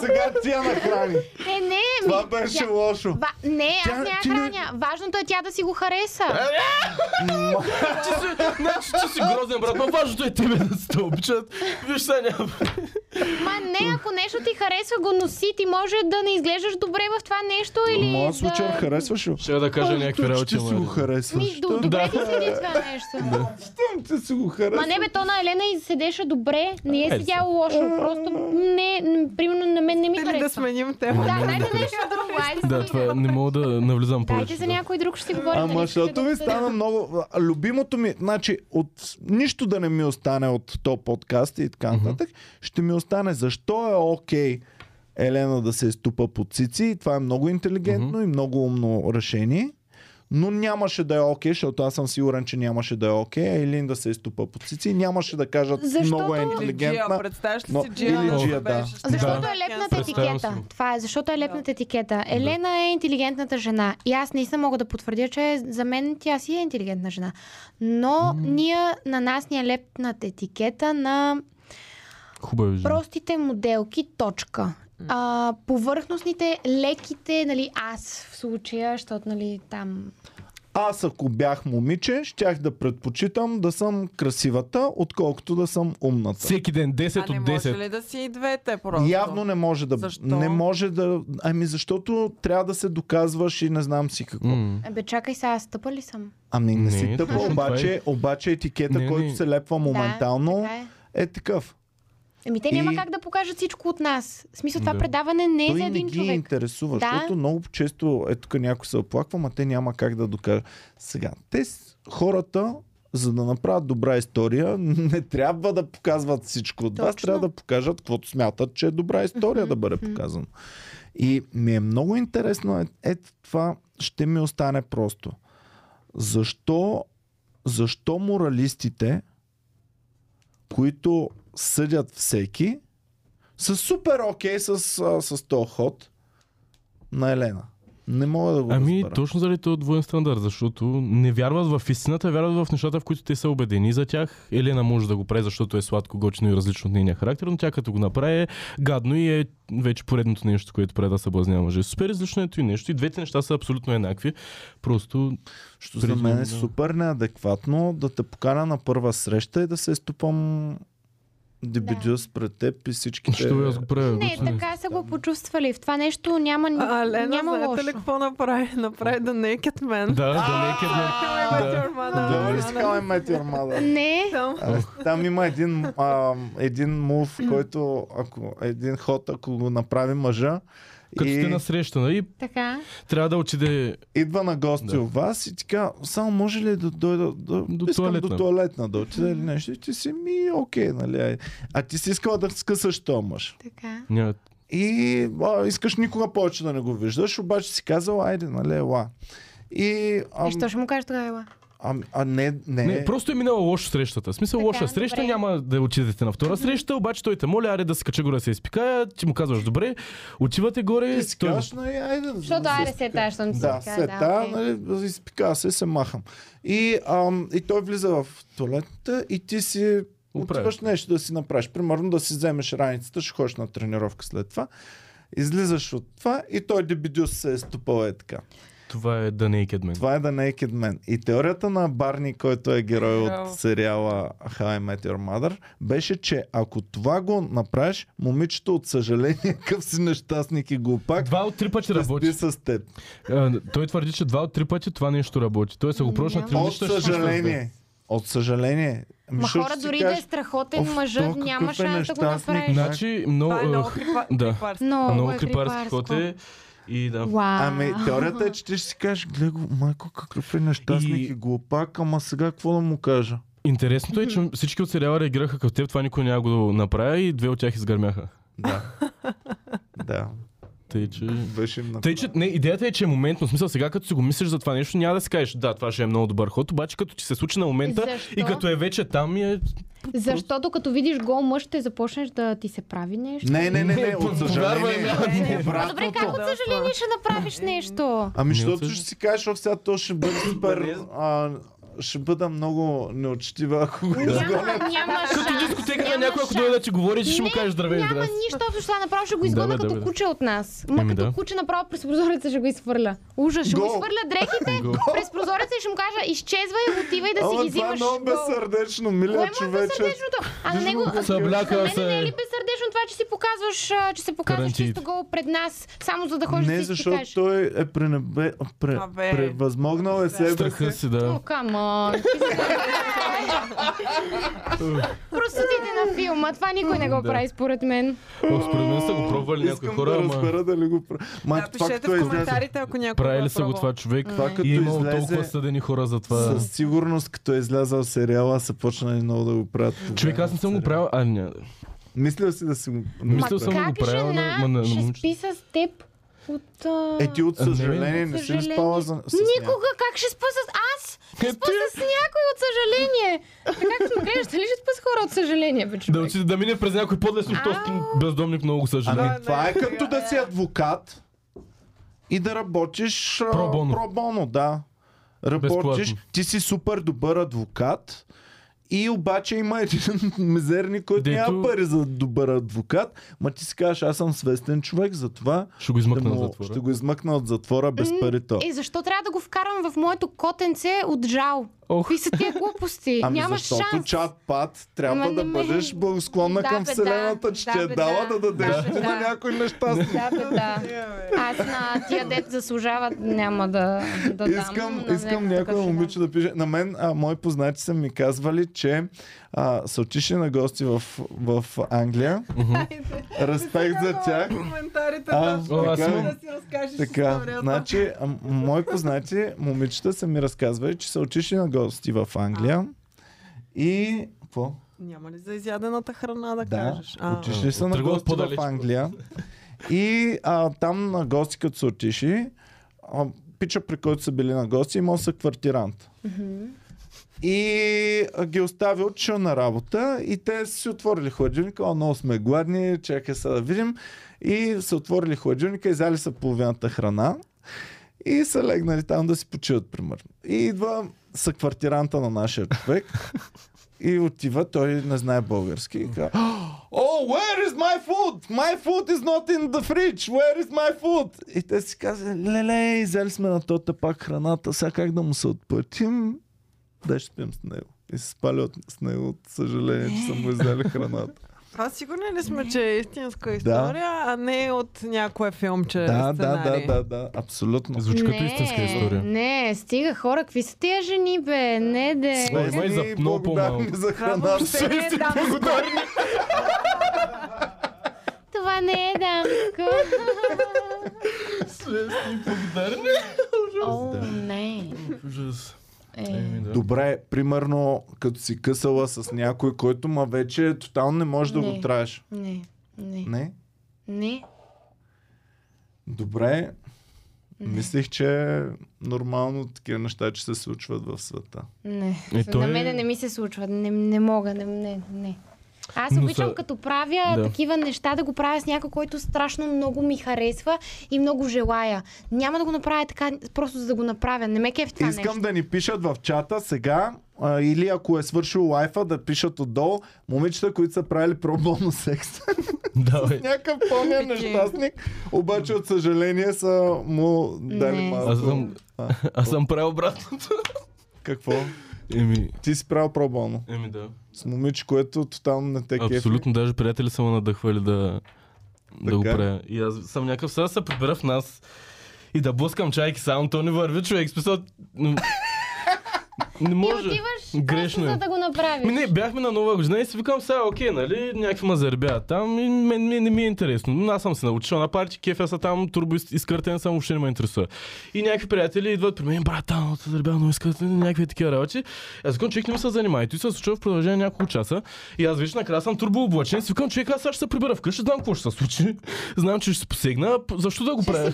[SPEAKER 1] сега тя нахрани.
[SPEAKER 2] Е, Не, не, ми,
[SPEAKER 1] Това беше
[SPEAKER 2] тя...
[SPEAKER 1] лошо.
[SPEAKER 2] Ва... Не, аз
[SPEAKER 1] Тя-
[SPEAKER 2] не я
[SPEAKER 1] ти не- Е!
[SPEAKER 2] храня. Важното е тя да си го хареса.
[SPEAKER 3] Ти си- Значи, че си грозен, брат, но важното е тебе да се те обичат. Виж сега няма.
[SPEAKER 2] Ма не, ако нещо ти харесва, го носи. Ти може да не изглеждаш добре в това нещо или
[SPEAKER 1] В моя случай
[SPEAKER 2] да...
[SPEAKER 1] харесваш ли?
[SPEAKER 3] Ще да кажа някакви работи.
[SPEAKER 1] Ти си го
[SPEAKER 3] ама-
[SPEAKER 1] харесваш.
[SPEAKER 2] Ми, до- добре ти седи това нещо.
[SPEAKER 1] Ти си го
[SPEAKER 2] Ма
[SPEAKER 1] харесваш.
[SPEAKER 2] не бе, то на Елена и седеше добре. Не е
[SPEAKER 3] Хайде
[SPEAKER 2] седяло лошо. Просто не, м, примерно на мен не ми
[SPEAKER 4] Или да
[SPEAKER 2] харесва.
[SPEAKER 4] сменим тема.
[SPEAKER 2] Да, дайте нещо друго. Айде да
[SPEAKER 3] Да,
[SPEAKER 2] си-
[SPEAKER 3] това е- не мога да навлизам
[SPEAKER 2] Дайте
[SPEAKER 3] повече.
[SPEAKER 2] за някой друг, ще си говорим.
[SPEAKER 1] Ама
[SPEAKER 2] нали, ще
[SPEAKER 1] защото
[SPEAKER 2] го
[SPEAKER 1] ми
[SPEAKER 2] обсъдим.
[SPEAKER 1] стана много... а, Любимото ми, значи, от нищо да не ми остане от то подкаст и така нататък, ще ми остане защо е окей Елена да се изтупа по цици. Това е много интелигентно и много умно решение. Но нямаше да е окей, защото аз съм сигурен, че нямаше да е окей, а Елин да се изтупа по цици. и Нямаше да кажат
[SPEAKER 2] Защото-
[SPEAKER 1] много е
[SPEAKER 2] Или
[SPEAKER 4] Или Джия,
[SPEAKER 1] интелигентна.
[SPEAKER 4] представяш ли
[SPEAKER 1] но-
[SPEAKER 4] си Джия?
[SPEAKER 1] или
[SPEAKER 4] да
[SPEAKER 1] Джия, да.
[SPEAKER 4] беше с-
[SPEAKER 2] Защото
[SPEAKER 4] Да.
[SPEAKER 2] е лепната
[SPEAKER 3] Представям си
[SPEAKER 2] етикета.
[SPEAKER 3] го.
[SPEAKER 2] Това е, защото е лепната етикета. Елена е интелигентната жена. И аз наистина мога да потвърдя, че за мен тя си е интелигентна жена. Но ние, на нас ни е лепната етикета на
[SPEAKER 3] Хубави жени.
[SPEAKER 2] простите моделки, точка. А, повърхностните, леките, нали, аз в случая, защото, нали, там...
[SPEAKER 1] Аз ако бях момиче, щях да предпочитам да съм красивата, отколкото да съм умната.
[SPEAKER 3] Всеки ден, 10
[SPEAKER 4] А не
[SPEAKER 3] от
[SPEAKER 4] може
[SPEAKER 3] 10.
[SPEAKER 4] ли да си и двете просто?
[SPEAKER 1] Явно не може да.
[SPEAKER 4] Защо?
[SPEAKER 1] Не може да. Ами защото трябва да се доказваш и не знам си какво. Mm.
[SPEAKER 3] М.
[SPEAKER 2] Бе, чакай сега, аз стъпа ли съм?
[SPEAKER 1] Ами не,
[SPEAKER 3] Не,
[SPEAKER 1] си тъпо,
[SPEAKER 3] точно това е.
[SPEAKER 1] обаче, обаче етикета,
[SPEAKER 3] Не,
[SPEAKER 1] който
[SPEAKER 3] не.
[SPEAKER 1] се лепва моментално,
[SPEAKER 2] Да, така е.
[SPEAKER 1] е. такъв.
[SPEAKER 2] Еми, те няма
[SPEAKER 1] И-
[SPEAKER 2] как да покажат всичко от нас. В смисъл, това
[SPEAKER 3] Да.
[SPEAKER 2] предаване не е
[SPEAKER 1] Той
[SPEAKER 2] за
[SPEAKER 1] не
[SPEAKER 2] един
[SPEAKER 1] ги
[SPEAKER 2] човек.
[SPEAKER 1] интересува,
[SPEAKER 2] Да.
[SPEAKER 1] защото много често е тук някой се оплаква, ма те няма как да докажат. Сега, те с- хората, за да направят добра история, не трябва да показват всичко от вас,
[SPEAKER 2] Точно.
[SPEAKER 1] трябва да покажат каквото смятат, че е добра история да бъде показана. И ми е много интересно, е- ето това ще ми остане просто. Защо, защо моралистите, които съдят всеки, С супер окей с, а, с този ход на Елена. Не мога да го
[SPEAKER 3] Ами,
[SPEAKER 1] разбера.
[SPEAKER 3] точно заради този двоен стандарт, защото не вярват в истината, вярват в нещата, в които те са убедени за тях. Елена може да го прави, защото е сладко, гочно и различно от нейния характер, но тя като го направи е гадно и е вече поредното нещо, което прави да съблазнява мъже. Супер излишно е и нещо. И двете неща са абсолютно еднакви. Просто...
[SPEAKER 1] Що за
[SPEAKER 3] Признам,
[SPEAKER 1] мен е
[SPEAKER 3] да.
[SPEAKER 1] супер неадекватно да те поканя на първа среща и да се стопам дебидюс пред теб и всичките...
[SPEAKER 3] Що бе, аз го правя?
[SPEAKER 2] Не,
[SPEAKER 3] готино е.
[SPEAKER 2] така са го почувствали. В това нещо няма,
[SPEAKER 4] А, Лена,
[SPEAKER 2] няма
[SPEAKER 4] знаете
[SPEAKER 2] лошо.
[SPEAKER 4] ли какво направи? Направи The Naked Man.
[SPEAKER 3] Да, да, нека една.
[SPEAKER 2] е
[SPEAKER 3] Да.
[SPEAKER 4] How I Met Your Mother.
[SPEAKER 1] Гледали ли си
[SPEAKER 4] Лена.
[SPEAKER 1] How I Met Your Mother?
[SPEAKER 2] Не,
[SPEAKER 4] Там.
[SPEAKER 1] Ах, Там има един, а, един мув, който ако, един ход, ако го направи мъжа,
[SPEAKER 3] Като сте
[SPEAKER 1] и
[SPEAKER 3] на среща, нали?
[SPEAKER 2] така.
[SPEAKER 3] Трябва да отиде
[SPEAKER 1] идва на гости
[SPEAKER 3] Да.
[SPEAKER 1] у вас и така, само може ли да дойда да,
[SPEAKER 3] До
[SPEAKER 1] искам до
[SPEAKER 3] тоалетна.
[SPEAKER 1] туалетна да отида или нещо? И ти си ми, окей, нали? ай. А ти си искала да скъсаш този мъж.
[SPEAKER 2] Така.
[SPEAKER 3] Няма.
[SPEAKER 1] И а, искаш никога повече да не го виждаш, обаче си казал, айде, нали, ела. И,
[SPEAKER 2] Е,
[SPEAKER 1] ам,
[SPEAKER 2] що ще му кажеш тогава, ела?
[SPEAKER 1] а, а не, не,
[SPEAKER 3] Не, просто е минала лошо срещата. В смисъл
[SPEAKER 2] Така,
[SPEAKER 3] лоша е среща,
[SPEAKER 2] добре.
[SPEAKER 3] няма да отидете на втора среща, обаче той те моля, аре да се кача горе да се изпикая, ти му казваш добре, отивате горе,
[SPEAKER 1] ти си
[SPEAKER 3] той
[SPEAKER 1] казваш, нали, айде. да
[SPEAKER 2] Защото
[SPEAKER 1] се
[SPEAKER 2] аре
[SPEAKER 1] изпика.
[SPEAKER 2] се е тая, щом ти се
[SPEAKER 1] Да,
[SPEAKER 2] каза,
[SPEAKER 1] се е
[SPEAKER 2] да,
[SPEAKER 1] тая,
[SPEAKER 2] окей.
[SPEAKER 1] нали, изпика се, се махам. И, ам, и той влиза в туалетната и ти си
[SPEAKER 3] Оправя.
[SPEAKER 1] отиваш нещо да си направиш. Примерно да си вземеш раницата, ще ходиш на тренировка след това. Излизаш от това и той дебидюс се е стопал е така.
[SPEAKER 3] това е The Naked Man.
[SPEAKER 1] Това е The Naked Man. И теорията на Барни, който е герой
[SPEAKER 4] Браво.
[SPEAKER 1] от сериала How I Met Your Mother, беше, че ако това го направиш, момичето от съжаление къв си нещастник и глупак,
[SPEAKER 3] Два от три пъти
[SPEAKER 1] е ще спи
[SPEAKER 3] работи.
[SPEAKER 1] с теб.
[SPEAKER 3] А, той твърди, че два от три пъти това нещо работи. Той се го прошна
[SPEAKER 2] Няма.
[SPEAKER 3] три
[SPEAKER 1] От
[SPEAKER 3] неща. ще спиш с теб.
[SPEAKER 1] съжаление. От съжаление. Ами,
[SPEAKER 2] Ма
[SPEAKER 1] защото
[SPEAKER 2] хора,
[SPEAKER 1] си
[SPEAKER 2] дори да е
[SPEAKER 1] кажеш,
[SPEAKER 2] страхотен
[SPEAKER 1] «Оф,
[SPEAKER 2] мъжът,
[SPEAKER 1] то,
[SPEAKER 2] няма
[SPEAKER 1] какъв е
[SPEAKER 2] шанс да го
[SPEAKER 1] нещастник,
[SPEAKER 2] направиш.
[SPEAKER 1] на-
[SPEAKER 3] Значи, много,
[SPEAKER 4] Това е много
[SPEAKER 3] ах,
[SPEAKER 4] крипа-
[SPEAKER 3] да,
[SPEAKER 4] крипарско.
[SPEAKER 2] Но
[SPEAKER 3] много крипарски ход е. И да.
[SPEAKER 2] Вау.
[SPEAKER 1] Ами, теорията е, че ти ще си кажеш, гледай го, майко, какъв е нещастник и...
[SPEAKER 3] И-
[SPEAKER 1] и глупак, ама сега какво да му кажа?
[SPEAKER 3] Интересното е, че всички от сериала реагираха като теб, това никой няма го направи и две от тях изгърмяха.
[SPEAKER 1] Да. да.
[SPEAKER 3] Тъй, че...
[SPEAKER 1] Беше много.
[SPEAKER 3] Тъй, че, не, идеята е, че е моментно. В смисъл, сега като си го мислиш за това нещо, няма да си кажеш, да, това ще е много добър ход, обаче като ти се случи на момента
[SPEAKER 2] Защо?
[SPEAKER 3] и като е вече там, е...
[SPEAKER 2] Защото като видиш гол мъж, ще започнеш да ти се прави нещо.
[SPEAKER 1] Не, не, не, не,
[SPEAKER 3] Не,
[SPEAKER 1] от
[SPEAKER 3] повярвай ми,
[SPEAKER 1] съжаление.
[SPEAKER 3] аз
[SPEAKER 4] не.
[SPEAKER 1] Обратното.
[SPEAKER 2] Добре, как от съжаление ще направиш нещо?
[SPEAKER 1] Ами,
[SPEAKER 3] Не,
[SPEAKER 1] защото
[SPEAKER 3] отсъжда.
[SPEAKER 1] ще си кажеш, ох, сега то ще бъде супер. а, ще бъда много неучтива, ако го изгоня.
[SPEAKER 2] Няма, няма шанс.
[SPEAKER 3] Като дискотека на
[SPEAKER 2] няма
[SPEAKER 3] някой, ако
[SPEAKER 2] шанс.
[SPEAKER 3] дойде да ти говори, ще му
[SPEAKER 2] Не,
[SPEAKER 3] кажеш здравей,
[SPEAKER 2] Няма
[SPEAKER 3] здрасти.
[SPEAKER 2] нищо общо, ще направо ще го
[SPEAKER 3] Да,
[SPEAKER 2] изгоня
[SPEAKER 3] бе, да,
[SPEAKER 2] като
[SPEAKER 3] бе, да.
[SPEAKER 2] куче от нас. Ма
[SPEAKER 3] Еми,
[SPEAKER 2] като
[SPEAKER 3] да.
[SPEAKER 2] куче направо през прозореца ще го изхвърля. Ужас, ще го
[SPEAKER 1] Гол.
[SPEAKER 2] изхвърля дрехите през прозореца и ще му кажа изчезвай, отивай да си
[SPEAKER 1] Ама
[SPEAKER 2] ги
[SPEAKER 1] това е
[SPEAKER 2] взимаш.
[SPEAKER 1] много безсърдечно, милия
[SPEAKER 2] Кое му е
[SPEAKER 1] човече.
[SPEAKER 2] безсърдечното? А на
[SPEAKER 1] Виж
[SPEAKER 2] него...
[SPEAKER 1] го
[SPEAKER 3] Са
[SPEAKER 2] За
[SPEAKER 3] бляка,
[SPEAKER 2] мен не е ли
[SPEAKER 3] се...
[SPEAKER 2] безсърдечно това, че си показваш, а, че се показваш
[SPEAKER 3] Карантин.
[SPEAKER 2] чисто гол пред нас, само за да ходиш
[SPEAKER 1] Не,
[SPEAKER 2] да си
[SPEAKER 1] защото
[SPEAKER 2] изпитаеш?
[SPEAKER 1] той е пренебе... Пре...
[SPEAKER 4] Абе.
[SPEAKER 1] превъзмогнал е себе
[SPEAKER 3] Страха
[SPEAKER 1] си.
[SPEAKER 3] си, да.
[SPEAKER 2] О, камон! Простотите на филма, това никой не го
[SPEAKER 3] Да.
[SPEAKER 2] прави според мен.
[SPEAKER 3] О, според мен са го пробвали някои
[SPEAKER 1] Искам
[SPEAKER 3] хора,
[SPEAKER 1] да
[SPEAKER 3] ама...
[SPEAKER 1] разбера дали го прави. Ма, това
[SPEAKER 4] Напишете
[SPEAKER 1] като
[SPEAKER 4] в
[SPEAKER 1] е излезе,
[SPEAKER 4] коментарите, ако някой го е
[SPEAKER 3] Правили са го
[SPEAKER 4] пробвал.
[SPEAKER 3] това човек
[SPEAKER 1] това като
[SPEAKER 3] и е имало толкова
[SPEAKER 1] излезе,
[SPEAKER 3] съдени хора за това.
[SPEAKER 1] със сигурност, като е излязъл сериала, са почнали много да го правят. по
[SPEAKER 3] Човек,
[SPEAKER 1] време
[SPEAKER 3] аз не
[SPEAKER 1] на
[SPEAKER 3] съм го
[SPEAKER 1] сериала.
[SPEAKER 3] правил. А, не.
[SPEAKER 1] Мислил си да си го...
[SPEAKER 3] Мисля- Мислил
[SPEAKER 2] Ма
[SPEAKER 3] съм да
[SPEAKER 2] как
[SPEAKER 3] го правя, но-
[SPEAKER 2] жена
[SPEAKER 3] ма Е, не- не
[SPEAKER 2] ще
[SPEAKER 3] момиче.
[SPEAKER 2] спи с теб от... а,
[SPEAKER 1] Е, ти от
[SPEAKER 3] А, не,
[SPEAKER 1] съжаление
[SPEAKER 3] от
[SPEAKER 1] не си ли
[SPEAKER 2] съжаление?
[SPEAKER 1] спала за... с нея?
[SPEAKER 2] Никога как ще спа с... Аз
[SPEAKER 3] Е,
[SPEAKER 2] ще спа с някой от съжаление. Така като ме гледаш, дали ще спа с хора от съжаление, бе,
[SPEAKER 3] Да
[SPEAKER 2] човек?
[SPEAKER 3] отиде да мине през някой подлесник, този
[SPEAKER 2] Ау.
[SPEAKER 3] бездомник много го съжаление.
[SPEAKER 1] Ами, това е
[SPEAKER 4] не,
[SPEAKER 1] като да си адвокат и да работиш а,
[SPEAKER 3] Про боно.
[SPEAKER 1] про боно, да. Работиш,
[SPEAKER 3] Безплатно.
[SPEAKER 1] ти си супер добър адвокат и обаче има един мизерник, който
[SPEAKER 3] Дето-
[SPEAKER 1] няма пари за добър адвокат, ма ти си кажеш, аз съм свестен човек, затова
[SPEAKER 3] Ще го
[SPEAKER 1] да
[SPEAKER 3] измъкна на
[SPEAKER 1] му, ще
[SPEAKER 3] затвора.
[SPEAKER 1] го измъкна от затвора без
[SPEAKER 2] М,
[SPEAKER 1] пари то.
[SPEAKER 2] Е, защо трябва да го вкарвам в моето котенце от жал?
[SPEAKER 3] Ох,
[SPEAKER 2] Какви са тия глупости?
[SPEAKER 1] Ами
[SPEAKER 2] Нямаш
[SPEAKER 1] защото
[SPEAKER 2] е, шанс.
[SPEAKER 1] чат пат трябва
[SPEAKER 2] Ама
[SPEAKER 1] да
[SPEAKER 2] не ме-
[SPEAKER 1] бъдеш благосклонна
[SPEAKER 2] Да,
[SPEAKER 1] към
[SPEAKER 2] бе, да.
[SPEAKER 1] вселената, че
[SPEAKER 2] Да,
[SPEAKER 1] ти е
[SPEAKER 2] бе,
[SPEAKER 1] дала
[SPEAKER 2] да.
[SPEAKER 1] да дадеш
[SPEAKER 2] Да,
[SPEAKER 1] ти на
[SPEAKER 2] бе, да.
[SPEAKER 1] някой нещастник.
[SPEAKER 2] Да, бе, да.
[SPEAKER 4] Е, бе.
[SPEAKER 2] Аз на тия дет заслужават няма да, да дам.
[SPEAKER 1] Искам,
[SPEAKER 2] но на
[SPEAKER 1] искам
[SPEAKER 2] някой
[SPEAKER 1] някой
[SPEAKER 2] такъв ще
[SPEAKER 1] момиче
[SPEAKER 2] дам.
[SPEAKER 1] да пише. На мен, а, мои познати са ми казвали, че а, са отишли на гости в, в Англия. Респект за тях.
[SPEAKER 4] В коментарите
[SPEAKER 1] А,
[SPEAKER 4] точно
[SPEAKER 3] О, аз
[SPEAKER 1] така,
[SPEAKER 3] имам-
[SPEAKER 4] да си разкажеш
[SPEAKER 2] е
[SPEAKER 1] така.
[SPEAKER 4] историята.
[SPEAKER 1] Значи, а, м- мои познати момичета са ми разказвали, че са отишли на гости в Англия. И... Какво?
[SPEAKER 4] Няма ли за изядената храна да,
[SPEAKER 1] Да,
[SPEAKER 4] кажеш?
[SPEAKER 1] Отишли са на
[SPEAKER 3] Тръгват
[SPEAKER 1] гости в
[SPEAKER 3] по-далеч.
[SPEAKER 1] Англия. И а, там на гости, като са отиши, а, пича, при който са били на гости, имал са квартирант. И а, ги остави отишъл на работа и те са си отворили хладилника. О, много сме гладни, чакай сега да видим. И са отворили хладилника, изяли са половината храна и са легнали там да си почиват, примерно. И идва съквартиранта на нашия човек и отива, той не знае български и казва Oh, where is my food? My food is not in the fridge. Where is my food? И те си казали, леле, изяли сме на тота пак храната, сега как да му се отплатим? Да ще спим с него. И се спали от, с него от съжаление, че са му изяли храната.
[SPEAKER 4] Това сигурни ли сме, че е истинска история, а не от някое филмче
[SPEAKER 1] да, да, да,
[SPEAKER 4] Е, сценарий?
[SPEAKER 1] да, да, абсолютно.
[SPEAKER 3] Звучи като истинска история.
[SPEAKER 2] Не, стига хора, какви са тия жени, бе? Не, де.
[SPEAKER 3] Слай- Ема и за
[SPEAKER 1] Лесни,
[SPEAKER 3] много
[SPEAKER 1] благодарни
[SPEAKER 3] по-малко.
[SPEAKER 1] за
[SPEAKER 4] Това
[SPEAKER 1] храната.
[SPEAKER 4] въобще не е там.
[SPEAKER 2] Това не е дамско.
[SPEAKER 3] Благодарни.
[SPEAKER 2] О, не.
[SPEAKER 3] Ужас.
[SPEAKER 2] Е.
[SPEAKER 3] Еми, да.
[SPEAKER 1] Добре, примерно, като си късала с някой, който ма вече тотално не може да го
[SPEAKER 2] Не.
[SPEAKER 1] траеш.
[SPEAKER 2] Не, не,
[SPEAKER 1] Не?
[SPEAKER 2] не.
[SPEAKER 1] Добре. Мислих, че е нормално такива неща, че се случват в света.
[SPEAKER 2] Не.
[SPEAKER 3] Е,
[SPEAKER 2] Е,
[SPEAKER 3] той
[SPEAKER 2] На
[SPEAKER 3] е-
[SPEAKER 2] мене не ми се случва. Не, не мога. Не, не, не. Аз
[SPEAKER 3] Но
[SPEAKER 2] обичам
[SPEAKER 3] са-
[SPEAKER 2] като правя
[SPEAKER 3] Да.
[SPEAKER 2] да. такива неща да го правя с някой, който страшно много ми харесва и много желая. Няма да го направя така, просто за да го направя. Не ме кеф това
[SPEAKER 1] Искам
[SPEAKER 2] нещо.
[SPEAKER 1] да ни пишат в чата сега, а, или ако е свършил лайфа, да пишат отдолу момичета, които са правили пробълно секс.
[SPEAKER 3] Да, бе.
[SPEAKER 1] Някакъв пълния нещастник, обаче от съжаление са му дали
[SPEAKER 2] Не.
[SPEAKER 1] малко.
[SPEAKER 3] Аз съм-
[SPEAKER 1] А,
[SPEAKER 3] Аз съм правил обратното.
[SPEAKER 1] Какво?
[SPEAKER 3] Еми,
[SPEAKER 1] Ти си правил пробълно.
[SPEAKER 3] еми да.
[SPEAKER 1] С момиче, което тотално не те Е, кефи.
[SPEAKER 3] Абсолютно, даже приятели са ме надъхвали да, да го
[SPEAKER 1] Така.
[SPEAKER 3] правя. И аз съм някакъв, сега да се прибера в нас и да блъскам чайки само, то не върви човек, смисъл... н- Не
[SPEAKER 2] И
[SPEAKER 3] може.
[SPEAKER 2] отиваш
[SPEAKER 3] Грешно
[SPEAKER 2] просто
[SPEAKER 3] е.
[SPEAKER 2] за да го направиш.
[SPEAKER 3] Ми не, бяхме на нова година и си викам сега, окей, нали, някакви мазербя там и мен ми, не ми е интересно. Но Аз съм се научил на парти, кефя са там, турбо из- изкъртен съм, въобще не ме интересува. И някакви приятели идват при мен, брат, там от заребя, но искат някакви такива работи. Аз викам, човек не ми се занимава. И той се случва в продължение на няколко часа. И аз вече накрая съм турбо облачен. Си викам, човек, аз сега ще се прибера вкъщи, знам какво ще се случи. Знам, че ще се посегна. п- Защо да го правя?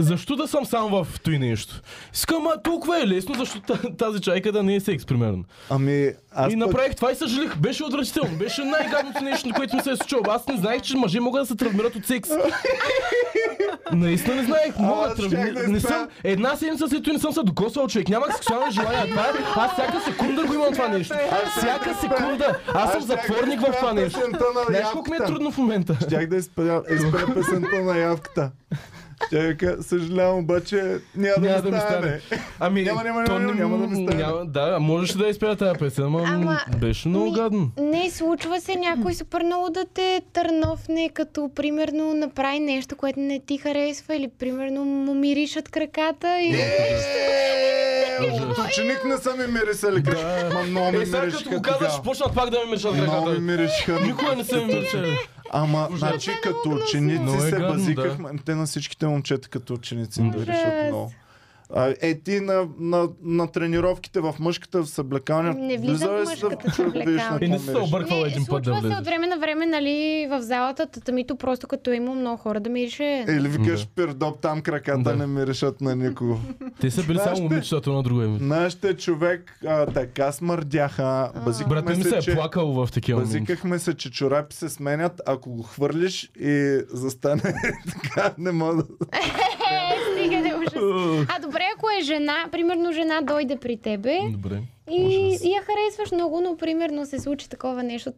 [SPEAKER 3] Защо да съм сам в той нещо? Искам, а толкова е лесно, защото та- тази чайка да не е секс, примерно.
[SPEAKER 1] Ами, аз
[SPEAKER 3] И
[SPEAKER 1] пък-
[SPEAKER 3] направих това и съжалих. Беше отвратително. Беше най-гадното нещо, което ми се е случило. Аз не знаех, че мъже могат да се травмират от секс. Наистина не знаех. Мога
[SPEAKER 1] Аз
[SPEAKER 3] да
[SPEAKER 1] щях да
[SPEAKER 3] травмирам. Не
[SPEAKER 1] изправя-
[SPEAKER 3] съм. Една седмица след това не съм се докосвал човек. Нямах сексуални желания. Това е. Аз всяка секунда го имам това нещо. Всяка секунда. Аз съм затворник в това нещо. Знаеш колко ми е трудно в момента?
[SPEAKER 1] Щях да изпея, изпея песента на явката. Ще да кажа, съжалявам, обаче няма да,
[SPEAKER 3] Няма
[SPEAKER 1] ми стане.
[SPEAKER 3] Ами,
[SPEAKER 1] Няма, няма,
[SPEAKER 3] то
[SPEAKER 1] няма,
[SPEAKER 3] не-
[SPEAKER 1] няма да ми стане.
[SPEAKER 3] няма- Да, можеше да изпея тази песен, ама
[SPEAKER 2] Ама,
[SPEAKER 3] беше много
[SPEAKER 2] ми-
[SPEAKER 3] гадно.
[SPEAKER 2] Не, случва се някой супер много да те търнофне, като примерно направи нещо, което не ти харесва или примерно му миришат краката и...
[SPEAKER 1] От Е, ученик не са ми мирисали краката. Ма много ми
[SPEAKER 3] Е, сега като
[SPEAKER 1] миришка
[SPEAKER 3] го казваш,
[SPEAKER 1] тогава.
[SPEAKER 3] ще почнат пак да ми мешат
[SPEAKER 1] Много ми
[SPEAKER 3] краката.
[SPEAKER 1] миришка.
[SPEAKER 3] Никога не съм мирчали.
[SPEAKER 1] Ама, значи като ученици
[SPEAKER 3] Е, Много
[SPEAKER 1] се
[SPEAKER 3] е гадно,
[SPEAKER 1] базикахме. Те на всичките момчета като ученици миришат
[SPEAKER 2] Ужас.
[SPEAKER 1] много. А, Е, ти на, на, на тренировките в мъжката в съблекалня.
[SPEAKER 2] Не влизам в
[SPEAKER 1] влизала ли си да
[SPEAKER 2] мъжката в
[SPEAKER 3] е
[SPEAKER 1] чуеш да видиш на
[SPEAKER 2] съблекалня.
[SPEAKER 1] какво
[SPEAKER 3] И не си се
[SPEAKER 1] мириш?
[SPEAKER 3] обърквала
[SPEAKER 2] Не,
[SPEAKER 3] един път да
[SPEAKER 2] случва се от
[SPEAKER 3] влезе.
[SPEAKER 2] време на време, нали, в залата, татамито просто като е имало много хора да мирише.
[SPEAKER 3] Е.
[SPEAKER 2] Е,
[SPEAKER 1] Е, Или викаш
[SPEAKER 3] Да.
[SPEAKER 1] пирдоп, там краката
[SPEAKER 3] Да.
[SPEAKER 1] не миришат на никого.
[SPEAKER 3] Те са били
[SPEAKER 1] Знаеш
[SPEAKER 3] само
[SPEAKER 1] ли?
[SPEAKER 3] момичетата на друго име.
[SPEAKER 1] Нашите човек а, така смърдяха. Базикахме
[SPEAKER 3] Брат ми
[SPEAKER 1] се,
[SPEAKER 3] се е
[SPEAKER 1] че...
[SPEAKER 3] плакал в такива моменти.
[SPEAKER 1] Базикахме се, че чорапи се сменят, ако го хвърлиш и застане така, не мога да...
[SPEAKER 2] Е, стига да е ужас. А добре, ако е жена, примерно жена дойде при тебе
[SPEAKER 3] Добре.
[SPEAKER 2] и
[SPEAKER 3] Ужас.
[SPEAKER 2] я харесваш много, но примерно се случи такова нещо.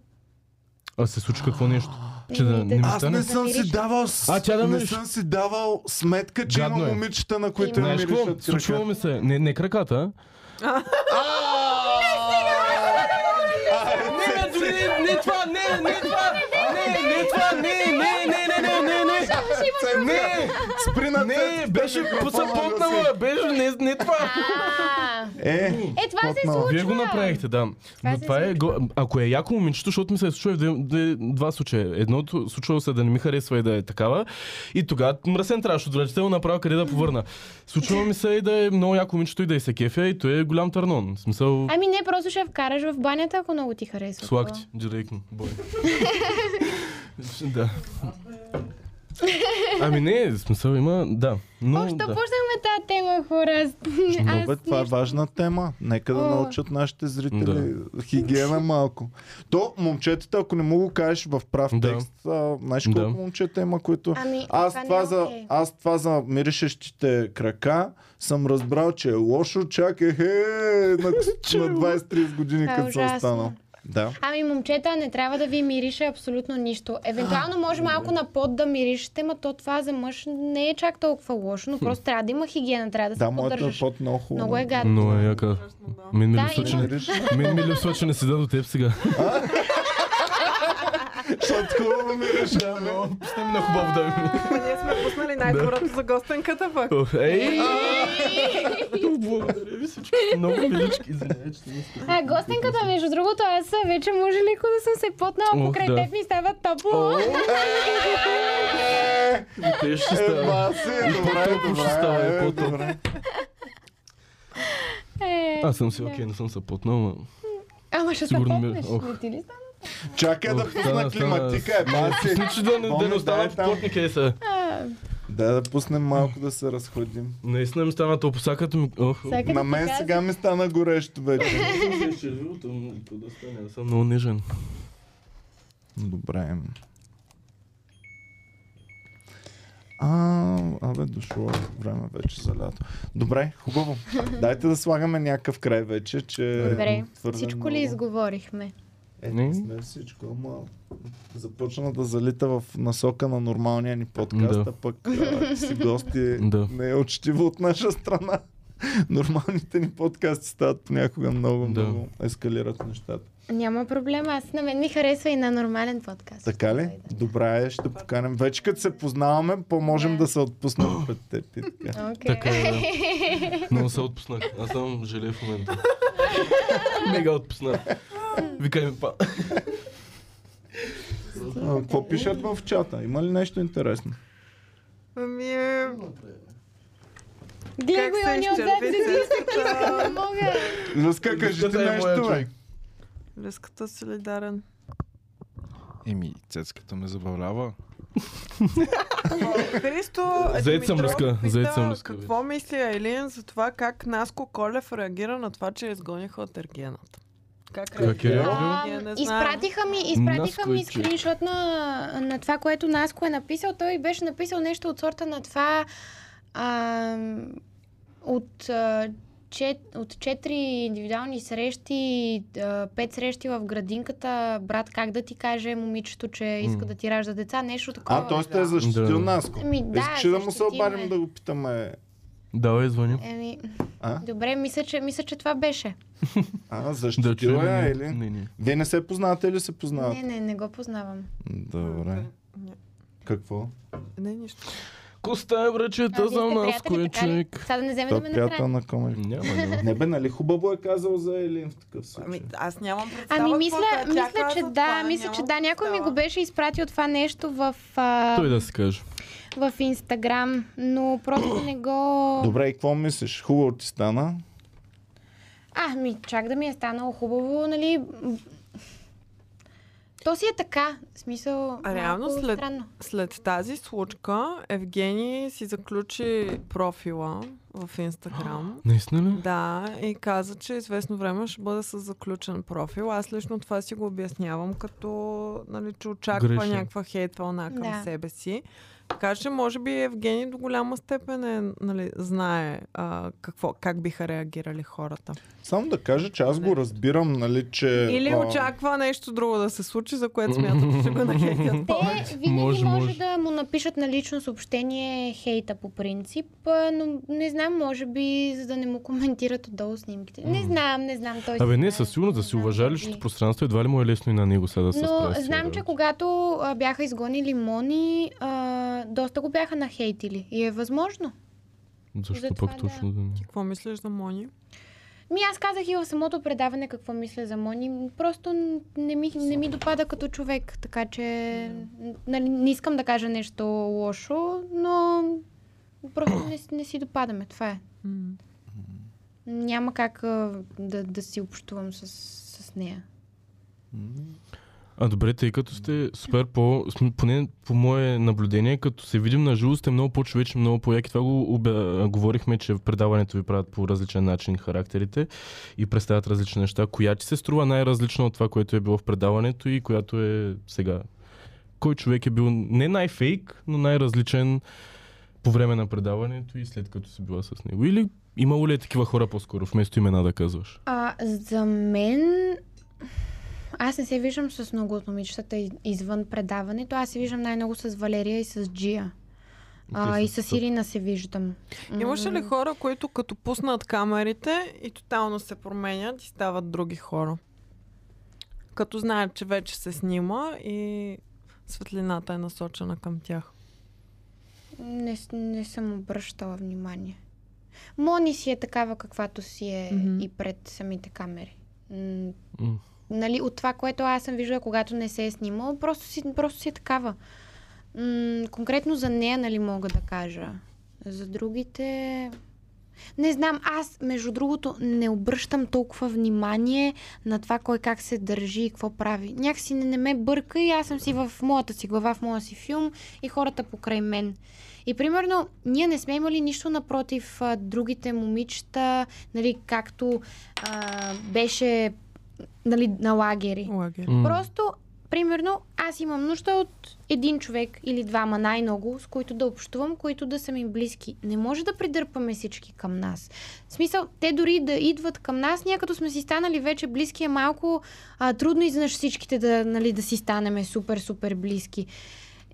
[SPEAKER 3] А се случи какво нещо? Че да не ми
[SPEAKER 1] Аз не
[SPEAKER 3] стане?
[SPEAKER 1] съм си давал, с-
[SPEAKER 3] А, тя да
[SPEAKER 1] не
[SPEAKER 3] мириш.
[SPEAKER 1] съм си давал сметка, че
[SPEAKER 3] Гадно
[SPEAKER 1] има
[SPEAKER 3] е.
[SPEAKER 1] момичета, на които
[SPEAKER 2] Има.
[SPEAKER 1] не
[SPEAKER 3] Знаеш какво?
[SPEAKER 1] миришат
[SPEAKER 3] Случвало
[SPEAKER 1] крака.
[SPEAKER 3] ми се. Не, не краката. Не, не, дори не, не това, не, не това, не, не това, не, не, не, не, не, не, не. Не,
[SPEAKER 1] Е, Спри на
[SPEAKER 3] не,
[SPEAKER 1] тъцката,
[SPEAKER 3] беше
[SPEAKER 1] микрофона,
[SPEAKER 3] посъпотнала, беше не, не това.
[SPEAKER 1] Е,
[SPEAKER 2] Е, това се
[SPEAKER 1] Потнала.
[SPEAKER 2] случва.
[SPEAKER 3] Вие го направихте, да.
[SPEAKER 2] Това
[SPEAKER 3] Но
[SPEAKER 2] се
[SPEAKER 3] това е,
[SPEAKER 2] случва.
[SPEAKER 3] го- ако е яко момичето, защото ми се е случило в две- две- два случая. Едното случило се да не ми харесва и да е такава. И тогава мръсен трябваше отвратително направя къде да повърна. Случва ми се и да е много яко момичето и да е се кефя и той е голям търнон. В смисъл,
[SPEAKER 2] Ами не, просто ще я вкараш в банята, ако много ти харесва.
[SPEAKER 3] слак
[SPEAKER 2] това.
[SPEAKER 3] ти, директно, бой. Да. Ами не, в смисъл има, да. Но,
[SPEAKER 2] Общо
[SPEAKER 3] да.
[SPEAKER 2] почнахме тази тема, хора.
[SPEAKER 1] Но бе, това е
[SPEAKER 2] нещо-
[SPEAKER 1] важна тема. Нека да
[SPEAKER 2] О.
[SPEAKER 1] научат нашите зрители хигиена малко. То, момчетата, ако не му го кажеш в прав
[SPEAKER 3] Да.
[SPEAKER 1] текст, а, знаеш колко
[SPEAKER 3] Да.
[SPEAKER 1] момчета има, които...
[SPEAKER 2] Ами,
[SPEAKER 1] Аз
[SPEAKER 2] не е
[SPEAKER 1] това, за,
[SPEAKER 2] окей.
[SPEAKER 1] аз това за миришещите крака съм разбрал, че е лошо, чак е хе, на, на 23 години
[SPEAKER 2] Това е
[SPEAKER 1] като съм
[SPEAKER 2] ужасно.
[SPEAKER 1] станал. Да.
[SPEAKER 2] Ами, момчета, не трябва да ви мирише абсолютно нищо. Евентуално може малко на пот да миришете, ма то това за мъж не е чак толкова лошо, но просто трябва да има хигиена, трябва да се
[SPEAKER 1] Да, моята
[SPEAKER 2] поддържаш.
[SPEAKER 1] пот много хубаво.
[SPEAKER 2] Много е гадно.
[SPEAKER 3] Но е яка. Мен ми
[SPEAKER 2] Да,
[SPEAKER 3] липсва, че
[SPEAKER 2] има.
[SPEAKER 3] не- мен ми липсва, че не седа до теб сега.
[SPEAKER 1] Защото хубаво мириш.
[SPEAKER 3] Пусни ми на хубаво да ми.
[SPEAKER 4] Ама Ние сме пуснали най-доброто за гостенката пък.
[SPEAKER 3] Ей! Благодаря ви всички. Много милички. Извинявай, че не сте.
[SPEAKER 2] А гостенката, между другото, аз вече може ли да съм се
[SPEAKER 3] Ох,
[SPEAKER 2] потнала покрай
[SPEAKER 3] да.
[SPEAKER 2] теб ми става топло.
[SPEAKER 3] Те ще
[SPEAKER 1] Е, Еба си, добре,
[SPEAKER 3] по-топло ще става, и
[SPEAKER 1] добре, е,
[SPEAKER 3] по-топло.
[SPEAKER 1] добре.
[SPEAKER 2] Е,
[SPEAKER 3] Аз съм си окей, не съм се потнал, но...
[SPEAKER 2] Ама ще се
[SPEAKER 3] сигурно ми-
[SPEAKER 2] потнеш.
[SPEAKER 3] ох.
[SPEAKER 2] Не ти ли става?
[SPEAKER 1] Чакай Е, да
[SPEAKER 3] Ох, стана-
[SPEAKER 1] пусна климатика, е
[SPEAKER 3] стана-
[SPEAKER 1] баси.
[SPEAKER 3] Пусни, че да не- да
[SPEAKER 1] Боми,
[SPEAKER 3] не остана
[SPEAKER 1] дай там.
[SPEAKER 3] потник, ей сега.
[SPEAKER 2] А,
[SPEAKER 1] Да, да пуснем малко да се разходим.
[SPEAKER 3] Наистина ми стана топло, сакат ми... Ох,
[SPEAKER 2] сега като
[SPEAKER 1] На
[SPEAKER 2] Е, ти
[SPEAKER 1] мен
[SPEAKER 2] казах-
[SPEAKER 1] сега ми стана горещо вече.
[SPEAKER 3] съм се червил, то м- то да стане, аз съм много нежен.
[SPEAKER 1] Добре. А, абе, дошло време вече за лято. Добре, хубаво. Дайте да слагаме някакъв край вече, че...
[SPEAKER 2] Добре,
[SPEAKER 1] е твърде
[SPEAKER 2] всичко
[SPEAKER 1] много-
[SPEAKER 2] ли изговорихме?
[SPEAKER 1] Е,
[SPEAKER 3] Не.
[SPEAKER 1] не сме всичко, ама започна да залита в насока на нормалния ни подкаст,
[SPEAKER 3] Да.
[SPEAKER 1] а пък а, си гости
[SPEAKER 3] Да.
[SPEAKER 1] не е учтиво от наша страна. Нормалните ни подкасти стават понякога много,
[SPEAKER 3] Да.
[SPEAKER 1] много ескалират нещата.
[SPEAKER 2] Няма проблем, аз на мен ми харесва и на нормален подкаст.
[SPEAKER 1] Така ли? Добре, е, ще поканем. Вече като се познаваме, по-можем да се отпуснем пред теб. и така.
[SPEAKER 2] Окей.
[SPEAKER 3] Така е, да. Много се отпуснах. Аз съм желе в момента. Мега отпуснах. Викай ми па.
[SPEAKER 1] А, Какво пишат в чата? Има ли нещо интересно?
[SPEAKER 4] Ами, е,
[SPEAKER 2] Гледай
[SPEAKER 4] как
[SPEAKER 2] го,
[SPEAKER 4] се
[SPEAKER 2] Йони, отзад
[SPEAKER 4] изчерпи
[SPEAKER 2] седи.
[SPEAKER 4] сестрата?
[SPEAKER 2] Мога.
[SPEAKER 1] Лъска, кажи ти
[SPEAKER 3] Лъската е моя
[SPEAKER 1] нещо, бе.
[SPEAKER 3] човек.
[SPEAKER 4] Леската солидарен.
[SPEAKER 6] Еми, цецката ме забавлява.
[SPEAKER 4] Христо
[SPEAKER 3] Зает съм
[SPEAKER 4] Димитров
[SPEAKER 3] лъска,
[SPEAKER 4] пита
[SPEAKER 3] зает съм лъска,
[SPEAKER 4] Какво мисли Айлин за това как Наско Колев реагира на това, че я изгониха от ергената? Как
[SPEAKER 3] е реагирал?
[SPEAKER 4] реагира? Ние не знаем.
[SPEAKER 2] Изпратиха ми, изпратиха
[SPEAKER 3] Наско е
[SPEAKER 2] ми
[SPEAKER 3] човек.
[SPEAKER 2] скриншот на, на това, което Наско е написал. Той беше написал нещо от сорта на това а, от, а, чет, от четири индивидуални срещи, а, пет срещи в градинката, брат, как да ти каже момичето, че иска
[SPEAKER 3] М.
[SPEAKER 2] да ти ражда деца, нещо такова.
[SPEAKER 1] А, той ще е защитил
[SPEAKER 3] Да.
[SPEAKER 1] Наско.
[SPEAKER 2] Ами, да,
[SPEAKER 1] Искаш ли да му се
[SPEAKER 2] защити ме.
[SPEAKER 1] обадим да го питаме?
[SPEAKER 3] Давай, звъня.
[SPEAKER 1] Е,
[SPEAKER 2] Еми,
[SPEAKER 1] А?
[SPEAKER 2] добре, мисля, че, мисля, че това беше.
[SPEAKER 1] А,
[SPEAKER 3] Да
[SPEAKER 1] защитила
[SPEAKER 3] чуем.
[SPEAKER 1] я
[SPEAKER 3] не,
[SPEAKER 1] или?
[SPEAKER 3] Не, не.
[SPEAKER 1] Вие не се познавате или се познавате?
[SPEAKER 2] Не, не, не Ами го познавам.
[SPEAKER 1] Добре.
[SPEAKER 4] Не,
[SPEAKER 1] Какво?
[SPEAKER 4] Не, нищо.
[SPEAKER 3] Коста е
[SPEAKER 2] А,
[SPEAKER 3] връчета
[SPEAKER 2] вие
[SPEAKER 3] за
[SPEAKER 2] сте
[SPEAKER 3] нас,
[SPEAKER 2] приятели,
[SPEAKER 3] кой е
[SPEAKER 2] така ли?
[SPEAKER 3] човек.
[SPEAKER 2] Сега да не вземе
[SPEAKER 1] Той
[SPEAKER 2] да
[SPEAKER 1] е
[SPEAKER 2] ме накрая.
[SPEAKER 1] приятел на Комери.
[SPEAKER 3] Няма, няма.
[SPEAKER 1] Не бе, нали хубаво е казал за Елин в такъв
[SPEAKER 4] Ами,
[SPEAKER 1] случай?
[SPEAKER 4] аз нямам представа.
[SPEAKER 2] Ами мисля,
[SPEAKER 4] какво е. Тя
[SPEAKER 2] мисля, че
[SPEAKER 4] каза
[SPEAKER 2] да,
[SPEAKER 4] това,
[SPEAKER 2] мисля, че
[SPEAKER 4] нямам
[SPEAKER 2] да, някой ми
[SPEAKER 4] представа.
[SPEAKER 2] го беше изпратил това нещо в, а,
[SPEAKER 3] Той да се каже.
[SPEAKER 2] в Инстаграм, но просто не го...
[SPEAKER 1] Добре, и какво мислиш? Хубаво ти стана?
[SPEAKER 2] А, ми, чак да ми е станало хубаво, нали... м, То си е така, в смисъл...
[SPEAKER 4] А реално
[SPEAKER 2] малко
[SPEAKER 4] след-
[SPEAKER 2] Странно.
[SPEAKER 4] След тази случка Евгений си заключи профила в Инстаграм.
[SPEAKER 3] Наистина ли?
[SPEAKER 4] Да, и каза, че известно време ще бъде с заключен профил. Аз лично това си го обяснявам, като нали, че очаква
[SPEAKER 3] Грешен.
[SPEAKER 4] някаква хейт вълна към
[SPEAKER 2] Да.
[SPEAKER 4] себе си. Така че, може би Евгений до голяма степен е, нали, знае а, какво, как биха реагирали хората.
[SPEAKER 1] Само да кажа, че аз го разбирам, нали, че...
[SPEAKER 4] Или
[SPEAKER 1] а,
[SPEAKER 4] очаква нещо друго да се случи, за което смята, че ще го нахейтят повече.
[SPEAKER 2] Те винаги
[SPEAKER 3] Може,
[SPEAKER 2] може,
[SPEAKER 3] може.
[SPEAKER 2] да му напишат на лично съобщение хейта по принцип, а, но не знам, може би, за да не му коментират отдолу снимките. Не знам, не знам. Той си
[SPEAKER 3] Абе не,
[SPEAKER 2] знае,
[SPEAKER 3] със сигурност да си
[SPEAKER 2] знам,
[SPEAKER 3] уважава
[SPEAKER 2] може
[SPEAKER 3] личното
[SPEAKER 2] би.
[SPEAKER 3] пространство, едва ли му е лесно и на него сега да се
[SPEAKER 2] Но
[SPEAKER 3] справи. с
[SPEAKER 2] знам,
[SPEAKER 3] тия
[SPEAKER 2] че
[SPEAKER 3] работи.
[SPEAKER 2] когато а, бяха изгонили Мони, а, доста го бяха нахейтили. И е възможно.
[SPEAKER 3] Защо
[SPEAKER 2] затова
[SPEAKER 3] пък
[SPEAKER 2] да.
[SPEAKER 3] точно да не?
[SPEAKER 4] Какво мислиш за Мони?
[SPEAKER 2] Ми аз казах и в самото предаване какво мисля за Мони. Просто н- не ми, не ми допада като човек, така че н- нали, не искам да кажа нещо лошо, но просто не, с- не си допадаме. Това е.
[SPEAKER 4] М.
[SPEAKER 2] Няма как а, да, да си общувам с, с нея.
[SPEAKER 3] А добре, тъй като сте супер по... сме- Поне по мое наблюдение, като се видим на живо, сте много по-човечни, много по-яки. Това го обе... говорихме, че в предаването ви правят по различен начин характерите и представят различни неща. Коя ти се струва най-различна от това, което е било в предаването и която е сега? Кой човек е бил не най-фейк, но най-различен по време на предаването и след като си била с него? Или имало ли е такива хора по-скоро, вместо имена да казваш?
[SPEAKER 2] А, за мен... Аз не се виждам с много от момичетата и- извън предаването. Аз се виждам най-много с Валерия и с Джия. А,
[SPEAKER 3] Те
[SPEAKER 2] и
[SPEAKER 3] са
[SPEAKER 2] с Ирина се виждам.
[SPEAKER 4] Имаше ли
[SPEAKER 2] М,
[SPEAKER 4] хора, които като пуснат камерите и тотално се променят и стават други хора? Като знаят, че вече се снима и светлината е насочена към тях.
[SPEAKER 2] Не, с- не съм обръщала внимание. Мони си е такава, каквато си е
[SPEAKER 4] Мгм.
[SPEAKER 2] и пред самите камери. М,
[SPEAKER 3] М.
[SPEAKER 2] нали, от това, което аз съм виждала, когато не се е снимала, просто си, просто си е такава. М, конкретно за нея, нали, мога да кажа. За другите... Не знам, аз, между другото, не обръщам толкова внимание на това кой как се държи и какво прави. Някакси не, не ме бърка и аз съм си в моята си глава, в моя си филм и хората покрай мен. И примерно, ние не сме имали нищо напротив а, другите момичета, нали, както а, беше нали, на лагери.
[SPEAKER 4] Лагер.
[SPEAKER 3] М.
[SPEAKER 2] Просто, примерно, аз имам нужда от един човек или двама най-много, с които да общувам, които да са ми близки. Не може да придърпаме всички към нас. В смисъл, те дори да идват към нас, ние като сме си станали вече близки, е малко а, трудно изведнъж всичките да, нали, да си станеме супер-супер близки.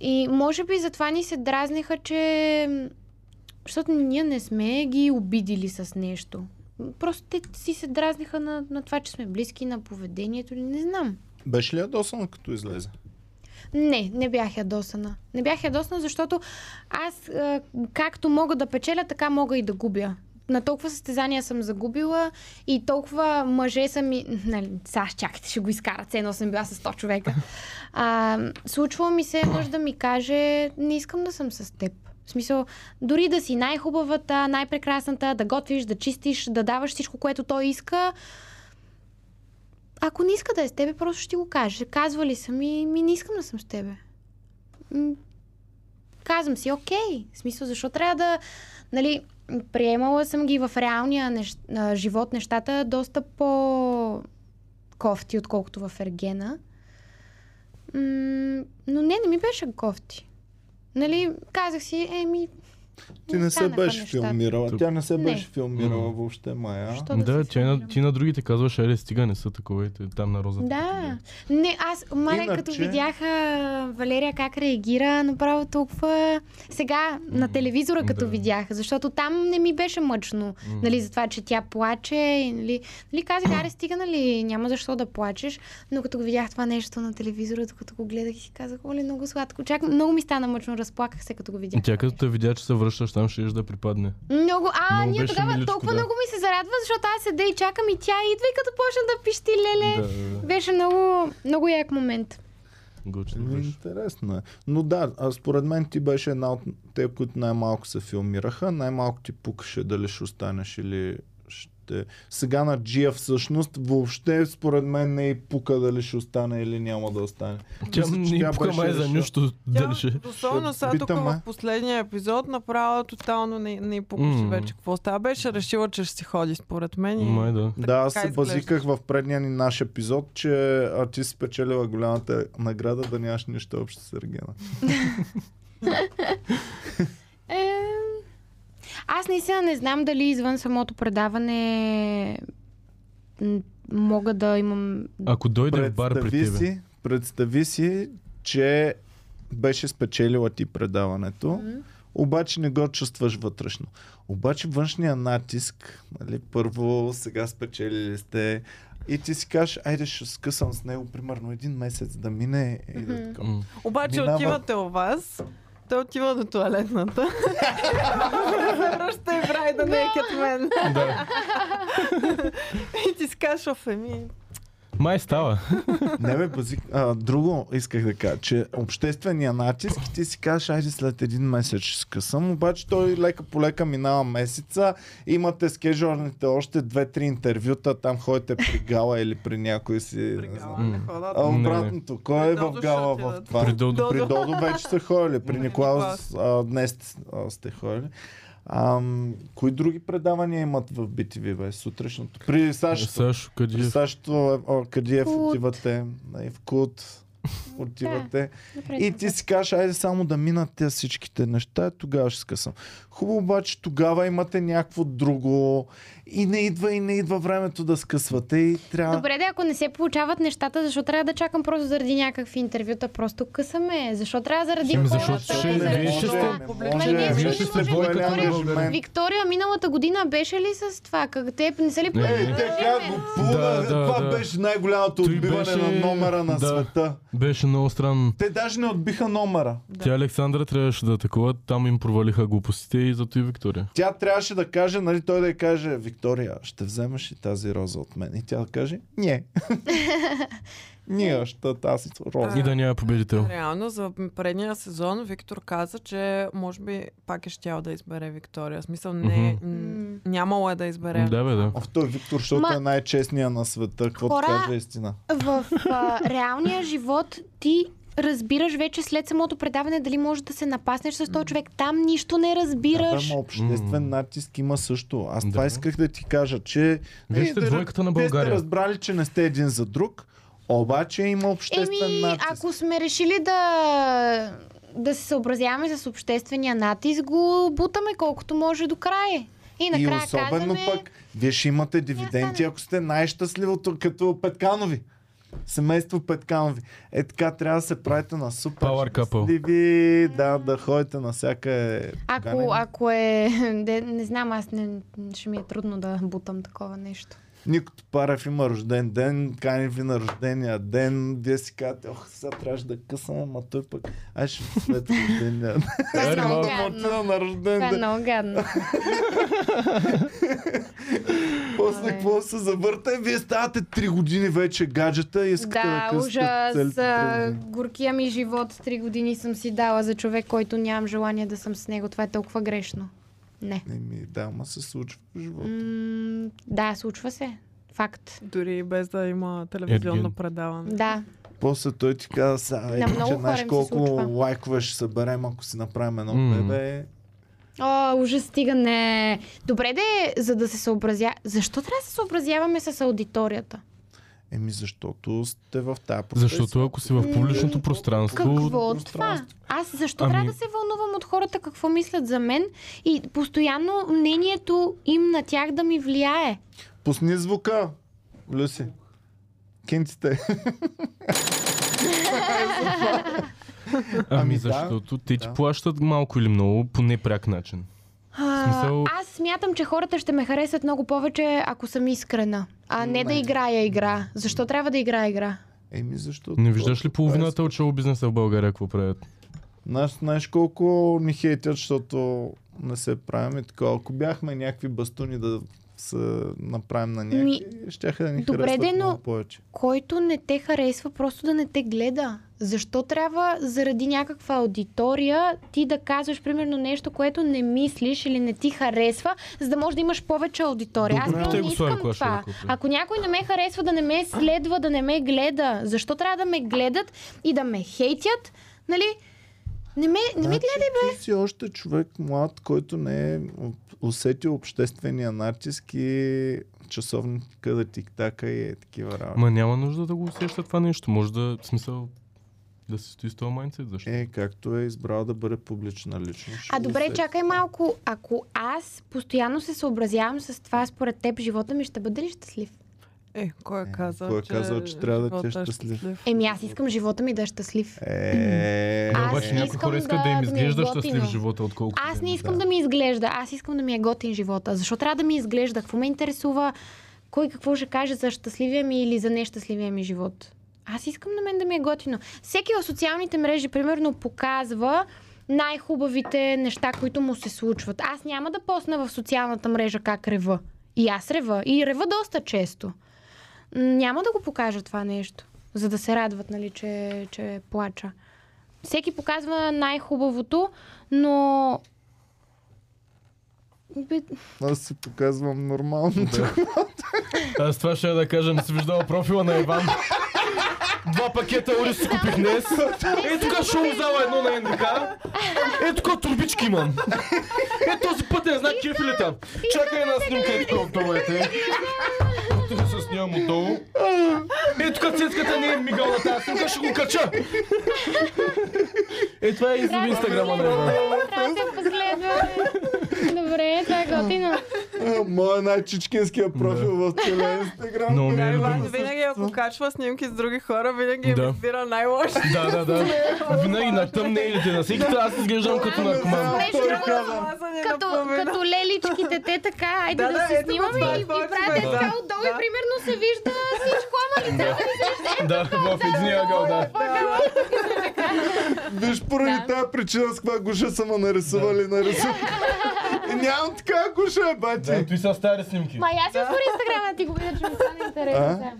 [SPEAKER 2] И може би затова ни се дразнеха, че... м, Защото ние не сме ги обидили с нещо. Просто те си се дразниха на, на това, че сме близки, на поведението. Не знам.
[SPEAKER 1] Беше ли ядосан, като излезе?
[SPEAKER 2] Не, не бях ядосана. Не бях ядосана, защото аз а, както мога да печеля, така мога и да губя. На толкова състезания съм загубила и толкова мъже са ми... Нали, сега ще чакайте, ще го изкарат, все едно съм била с 100 човека. А, случва ми се мъж да ми каже, не искам да съм с теб. В смисъл, дори да си най-хубавата, най-прекрасната, да готвиш, да чистиш, да даваш всичко, което той иска, ако не иска да е с тебе, просто ще ти го каже. Казва ли съм и ми не искам да съм с тебе. М, Казвам си, окей. В смисъл, защо трябва да... Нали, м, приемала съм ги в реалния нещ... а, живот нещата доста по кофти, отколкото в Ергена. М, но не, не ми беше кофти. Нали, казах си, еми...
[SPEAKER 1] Ти не се
[SPEAKER 2] станаха
[SPEAKER 1] беше
[SPEAKER 2] нещата.
[SPEAKER 1] филмирала.
[SPEAKER 3] Тук.
[SPEAKER 1] Тя не се
[SPEAKER 2] Не.
[SPEAKER 1] беше филмирала
[SPEAKER 3] Мгм.
[SPEAKER 1] въобще, Майя.
[SPEAKER 2] Що да,
[SPEAKER 3] да,
[SPEAKER 2] се
[SPEAKER 3] ти, на,
[SPEAKER 2] филмирам?
[SPEAKER 3] ти на другите казваш, еле стига, не са такова, ето, там на розата.
[SPEAKER 2] Да. Не, аз, мале,
[SPEAKER 1] Иначе-
[SPEAKER 2] като видяха Валерия как реагира, направо толкова... Сега на
[SPEAKER 3] М,
[SPEAKER 2] телевизора, като
[SPEAKER 3] да.
[SPEAKER 2] видях, защото там не ми беше мъчно,
[SPEAKER 3] М.
[SPEAKER 2] нали, за това, че тя плаче, и, нали, нали казах, аре, стига, нали, няма защо да плачеш, но като го видях това нещо на телевизора, докато го гледах и си казах, оле, много сладко, чак, много ми стана мъчно, разплаках се, като го видях.
[SPEAKER 3] Тя
[SPEAKER 2] това
[SPEAKER 3] като те видя, че се връщаш там, ще еш да припадне.
[SPEAKER 2] много, а,
[SPEAKER 3] Много
[SPEAKER 2] ние
[SPEAKER 3] беше
[SPEAKER 2] тогава
[SPEAKER 3] миличко,
[SPEAKER 2] толкова
[SPEAKER 3] да.
[SPEAKER 2] много ми се зарадва, защото аз седя и чакам и тя идва и като почна да пищи леле.
[SPEAKER 3] Да, да, да.
[SPEAKER 2] Беше много, много як момент.
[SPEAKER 3] Гоче,
[SPEAKER 1] Ами,
[SPEAKER 3] добре.
[SPEAKER 1] Интересно е. Но да, а според мен ти беше една от те, които най-малко се филмираха. Най-малко ти пукаше дали ще останеш или ще... Сега на Джия всъщност въобще според мен не и пука дали ще остане или няма да остане.
[SPEAKER 3] Тя
[SPEAKER 1] Мисля, че
[SPEAKER 3] не
[SPEAKER 1] тя
[SPEAKER 3] пука
[SPEAKER 1] беше
[SPEAKER 3] май за
[SPEAKER 1] решила.
[SPEAKER 3] нищо, дали ще...
[SPEAKER 4] Тя, особено
[SPEAKER 1] ще
[SPEAKER 4] сега тук
[SPEAKER 1] питаме.
[SPEAKER 4] в последния епизод, направо тотално не, не й пукаше
[SPEAKER 3] М.
[SPEAKER 4] вече какво става. Беше решила, че ще си ходи според
[SPEAKER 2] Ами,
[SPEAKER 4] мен. И...
[SPEAKER 3] Май да.
[SPEAKER 1] Да, аз се
[SPEAKER 4] изглежда.
[SPEAKER 1] базиках в предния ни наш епизод, че а ти си спечелила голямата награда да нямаш нищо общо с Ергена.
[SPEAKER 2] Е, аз наистина не знам дали извън самото предаване м, мога да имам...
[SPEAKER 3] Ако дойде в бар при
[SPEAKER 1] Представи
[SPEAKER 3] тебе.
[SPEAKER 1] си, представи си, че беше спечелила ти предаването, mm-hmm. обаче не го чувстваш вътрешно. Обаче външния натиск, нали, първо сега спечелили сте и ти си кажеш, айде ще скъсам с него примерно един месец да мине и да
[SPEAKER 2] Мгм.
[SPEAKER 1] такова.
[SPEAKER 3] М.
[SPEAKER 4] Обаче
[SPEAKER 1] Минава.
[SPEAKER 4] отивате у вас, той отива до туалетната. Връща и прави да не е кет мен.
[SPEAKER 3] Да.
[SPEAKER 4] И ти скаш, оф, еми,
[SPEAKER 3] Май става.
[SPEAKER 1] Не бе, пази. А, друго исках да кажа, че обществения натиск, ти си кажеш, айде след един месец ще скъсам, обаче той лека по лека минава месеца, имате скежорните още две-три интервюта, там ходите при Гала или при някой си...
[SPEAKER 4] При гала не ходат.
[SPEAKER 1] А
[SPEAKER 3] Не, не.
[SPEAKER 1] обратното, кой е
[SPEAKER 4] При
[SPEAKER 1] в
[SPEAKER 4] Додо
[SPEAKER 1] Гала
[SPEAKER 4] ще
[SPEAKER 1] в
[SPEAKER 4] отидат. Нали,
[SPEAKER 1] това?
[SPEAKER 3] При Додо.
[SPEAKER 1] При Додо вече сте ходили, при Николаус а, днес а, сте ходили. Ам, кои други предавания имат в BTV, бе, сутрешното?
[SPEAKER 3] Е,
[SPEAKER 1] При САЩ.
[SPEAKER 3] Сашо,
[SPEAKER 1] При
[SPEAKER 3] къде? е?
[SPEAKER 1] САЩ о, Кадиев
[SPEAKER 2] Култ.
[SPEAKER 1] отивате, и в Кут отивате.
[SPEAKER 2] Добре,
[SPEAKER 1] И ти си кажеш, айде само да минат тези всичките неща, тогава ще скъсам. Хубаво обаче тогава имате някакво друго и не идва и не идва времето да скъсвате и трябва...
[SPEAKER 2] Добре, да, ако не се получават нещата, защо трябва да чакам просто заради някакви интервюта? Просто късаме. Защо трябва заради
[SPEAKER 3] Еми,
[SPEAKER 2] хората?
[SPEAKER 3] защото ще-
[SPEAKER 2] заради
[SPEAKER 3] вие ще
[SPEAKER 2] това?
[SPEAKER 3] сте-
[SPEAKER 2] Ама ние
[SPEAKER 1] вие
[SPEAKER 2] ще
[SPEAKER 1] сте
[SPEAKER 2] можем да
[SPEAKER 1] двойка
[SPEAKER 3] говорим.
[SPEAKER 1] ангажимент.
[SPEAKER 2] Виктория, миналата година беше ли с това? Как те не се ли
[SPEAKER 3] Не,
[SPEAKER 1] Е,
[SPEAKER 3] не.
[SPEAKER 1] така го пуна.
[SPEAKER 3] Да, да,
[SPEAKER 1] това
[SPEAKER 3] да.
[SPEAKER 1] беше най-голямото
[SPEAKER 3] Той
[SPEAKER 1] отбиване
[SPEAKER 3] беше-
[SPEAKER 1] на номера на
[SPEAKER 3] да.
[SPEAKER 1] света.
[SPEAKER 3] Беше много странно.
[SPEAKER 1] Те даже не отбиха номера.
[SPEAKER 3] Тя Александра трябваше да атакува, там им провалиха глупостите и зато и Виктория.
[SPEAKER 1] Тя трябваше да каже, нали, той да й каже, Виктория, ще вземеш ли тази роза от мен? И тя да каже, не. Ние ще тази роза.
[SPEAKER 3] И да няма победител.
[SPEAKER 4] Реално за предния сезон Виктор каза, че може би пак е щял да избере Виктория. В смисъл не,
[SPEAKER 3] Мгм.
[SPEAKER 4] м- нямало е да избере.
[SPEAKER 3] Да, бе, да.
[SPEAKER 1] Оф, той Виктор, защото
[SPEAKER 7] Ма-
[SPEAKER 1] е най-честния на света. Какво
[SPEAKER 7] Хора-
[SPEAKER 1] ти кажа истина?
[SPEAKER 7] в а, реалния живот ти разбираш вече след самото предаване дали можеш да се напаснеш с този човек. Там нищо не
[SPEAKER 1] Да,
[SPEAKER 7] разбираш.
[SPEAKER 1] бе, ма обществен
[SPEAKER 3] М.
[SPEAKER 1] натиск има също. Аз
[SPEAKER 3] Да.
[SPEAKER 1] това исках да ти кажа, че...
[SPEAKER 3] Вие
[SPEAKER 1] Е,
[SPEAKER 3] сте
[SPEAKER 1] да-
[SPEAKER 3] двойката на
[SPEAKER 1] Вие сте
[SPEAKER 3] България.
[SPEAKER 1] разбрали, че не сте един за друг, обаче има обществен
[SPEAKER 2] Еми,
[SPEAKER 1] натиск.
[SPEAKER 2] ако сме решили да, да се съобразяваме с обществения натиск, го бутаме колкото може до края. И
[SPEAKER 1] И
[SPEAKER 2] накрая
[SPEAKER 1] особено
[SPEAKER 2] казваме...
[SPEAKER 1] пък, вие ще имате дивиденти, ако сте най-щастливото, като Петканови. Семейство Петканови. Е така, трябва да се правите на супер
[SPEAKER 3] Power couple.
[SPEAKER 1] щастливи, да, да ходите на всяка
[SPEAKER 2] Ако,
[SPEAKER 1] поканена.
[SPEAKER 2] ако е... Не, не знам, аз не, ще ми е трудно да бутам такова нещо.
[SPEAKER 1] Никото Парев има рожден ден, кани ви на рождения ден, вие си казвате, ох, сега трябваше да късам, ама той пък, аз ще след рождения ден.
[SPEAKER 2] Това е
[SPEAKER 3] Ери,
[SPEAKER 2] много
[SPEAKER 3] малко
[SPEAKER 2] гадно.
[SPEAKER 1] Отида на рожден
[SPEAKER 2] Това е
[SPEAKER 1] ден.
[SPEAKER 2] много гадно. е.
[SPEAKER 1] После какво се завърта? Вие ставате 3 години вече гаджета и искате да,
[SPEAKER 2] Да,
[SPEAKER 1] късате
[SPEAKER 2] ужас.
[SPEAKER 1] целите три
[SPEAKER 2] а,
[SPEAKER 1] години.
[SPEAKER 2] Горкия ми живот три години съм си дала за човек, който нямам желание да съм с него. Това е толкова грешно. Не.
[SPEAKER 1] Еми, да, ма се случва в живота.
[SPEAKER 2] М- да, случва се. Факт.
[SPEAKER 4] Дори и без да има телевизионно
[SPEAKER 3] Ерген.
[SPEAKER 4] предаване.
[SPEAKER 2] Да.
[SPEAKER 1] После той ти каза, сега, е,
[SPEAKER 2] много
[SPEAKER 1] че
[SPEAKER 2] хора им
[SPEAKER 1] знаеш
[SPEAKER 2] се
[SPEAKER 1] колко
[SPEAKER 2] случва.
[SPEAKER 1] лайкове ще съберем, ако си направим едно
[SPEAKER 3] М.
[SPEAKER 1] бебе.
[SPEAKER 2] О, ужас, стига не. Добре де, за да се съобразя... Защо трябва да се съобразяваме с аудиторията?
[SPEAKER 1] Еми, защото сте в тази професия.
[SPEAKER 3] Защото ако си в
[SPEAKER 2] Ами,
[SPEAKER 3] публичното пространство,
[SPEAKER 2] Какво от това?
[SPEAKER 1] пространство.
[SPEAKER 2] Аз защо
[SPEAKER 3] Ами-
[SPEAKER 2] трябва да се вълнувам от хората какво мислят за мен и постоянно мнението им на тях да ми влияе?
[SPEAKER 1] Пусни звука, Люси. Кинците. Ами
[SPEAKER 3] ами
[SPEAKER 1] да,
[SPEAKER 3] защото те ти
[SPEAKER 1] да.
[SPEAKER 3] плащат малко или много по непряк начин.
[SPEAKER 2] А,
[SPEAKER 3] смисъл-
[SPEAKER 2] Аз смятам, че хората ще ме харесат много повече, ако съм искрена, а не, да
[SPEAKER 1] Не.
[SPEAKER 2] играя игра. Защо трябва да играя игра?
[SPEAKER 1] Еми, защото...
[SPEAKER 3] Не виждаш ли половината от шоу бизнеса в България какво правят?
[SPEAKER 1] Знаеш, знаеш колко ни хейтят, защото не се правим и така. Ако бяхме някакви бастуни да се направим на някакви, щяха да ни
[SPEAKER 2] Добре,
[SPEAKER 1] харесват
[SPEAKER 2] де, но-
[SPEAKER 1] много повече.
[SPEAKER 2] Който не те харесва, просто да не те гледа. Защо трябва заради някаква аудитория ти да казваш примерно нещо, което не мислиш или не ти харесва, за да можеш да имаш повече аудитория?
[SPEAKER 3] Добре,
[SPEAKER 2] Аз
[SPEAKER 3] те
[SPEAKER 2] не, не
[SPEAKER 3] го слага
[SPEAKER 2] искам
[SPEAKER 3] кола ще
[SPEAKER 2] това.
[SPEAKER 3] да купи.
[SPEAKER 2] Ако някой не ме харесва, да не ме следва, да не ме гледа, защо трябва да ме гледат и да ме хейтят, нали? Не ме, не ме
[SPEAKER 1] Значи, Ти си още човек млад, който не е усетил обществения натиск и часовника да тиктака и е такива работи.
[SPEAKER 3] Ма няма нужда да го усеща това нещо. Може да, в смисъл, да се стои с този майндсет. Защо?
[SPEAKER 1] Е, както е избрал да бъде публична личност. ще
[SPEAKER 2] А
[SPEAKER 1] го
[SPEAKER 2] добре,
[SPEAKER 1] усети.
[SPEAKER 2] чакай малко. Ако аз постоянно се съобразявам с това, според теб живота ми ще бъде ли щастлив?
[SPEAKER 4] Е, кой е
[SPEAKER 1] Е,
[SPEAKER 4] казал,
[SPEAKER 1] кой е казал, че трябва да ти е
[SPEAKER 4] животът
[SPEAKER 1] щастлив?
[SPEAKER 2] Еми аз искам живота ми да е щастлив.
[SPEAKER 1] Е,
[SPEAKER 2] Аз
[SPEAKER 3] Е, обаче някои
[SPEAKER 2] искам
[SPEAKER 3] хора искат
[SPEAKER 2] да-
[SPEAKER 3] да, им
[SPEAKER 2] да ми е
[SPEAKER 3] изглежда
[SPEAKER 2] готино.
[SPEAKER 3] щастлив в живота, отколкото.
[SPEAKER 2] Аз
[SPEAKER 3] да
[SPEAKER 2] не
[SPEAKER 3] им е.
[SPEAKER 2] искам да ми изглежда, аз искам да ми е готин живота. Защо трябва да ми изглежда? Какво ме интересува? Кой какво ще каже за щастливия ми или за нещастливия ми живот? Аз искам на мен да ми е готино. Всеки в социалните мрежи, примерно, показва най-хубавите неща, които му се случват. Аз няма да посна в социалната мрежа как рева. И аз рева. И рева доста често. м, няма да го покажа това нещо, за да се радват, нали, че, че плача. Всеки показва най-хубавото, но... Бе,
[SPEAKER 1] Аз си показвам нормално.
[SPEAKER 3] Аз това ще я да кажа, не си виждала профила на Иван. Два пакета ориз си купих днес. Е тук шоу зала едно на НДК. Е тук турбички имам. Е този път не знам кефи ли там. Чакай една снимка е тук отдолу е те. Тук се снимам отдолу. Е тук цецката не е мигал на тази снимка, ще го кача. Е това е и в инстаграма на Иван.
[SPEAKER 2] Трябва да се последваме. Добре, това е готино.
[SPEAKER 1] Моя най-чичкинския профил в целия инстаграм.
[SPEAKER 3] Много ми
[SPEAKER 4] Да,
[SPEAKER 3] е
[SPEAKER 4] Иван
[SPEAKER 3] любим.
[SPEAKER 4] винаги, ако качва снимки с други хора, винаги им
[SPEAKER 3] Да.
[SPEAKER 4] избира най-лоши.
[SPEAKER 3] Да, да, да. Винаги на тъмнейлите на всеки аз изглеждам като наркоман.
[SPEAKER 1] Той каза,
[SPEAKER 4] "Е,
[SPEAKER 8] Като, като леличките, те така, айде да,
[SPEAKER 4] Да, да,
[SPEAKER 8] се
[SPEAKER 4] ето го
[SPEAKER 8] снимаме
[SPEAKER 4] това,
[SPEAKER 8] и, и
[SPEAKER 4] това ще
[SPEAKER 8] правят
[SPEAKER 4] ме
[SPEAKER 8] е така
[SPEAKER 4] да.
[SPEAKER 8] отдолу и
[SPEAKER 4] Да.
[SPEAKER 8] примерно се вижда всичко, ама лицата ни се вижда.
[SPEAKER 3] Да,
[SPEAKER 2] е
[SPEAKER 3] в един ъгъл, да.
[SPEAKER 1] виж поради тази причина с каква гуша са ме нарисували на рисунка. И нямам така гуша, бати.
[SPEAKER 3] Ето и са стари снимки.
[SPEAKER 2] Ма и аз си отвори Инстаграма, ти го видя, че ми стана
[SPEAKER 1] А?
[SPEAKER 2] интересно. да.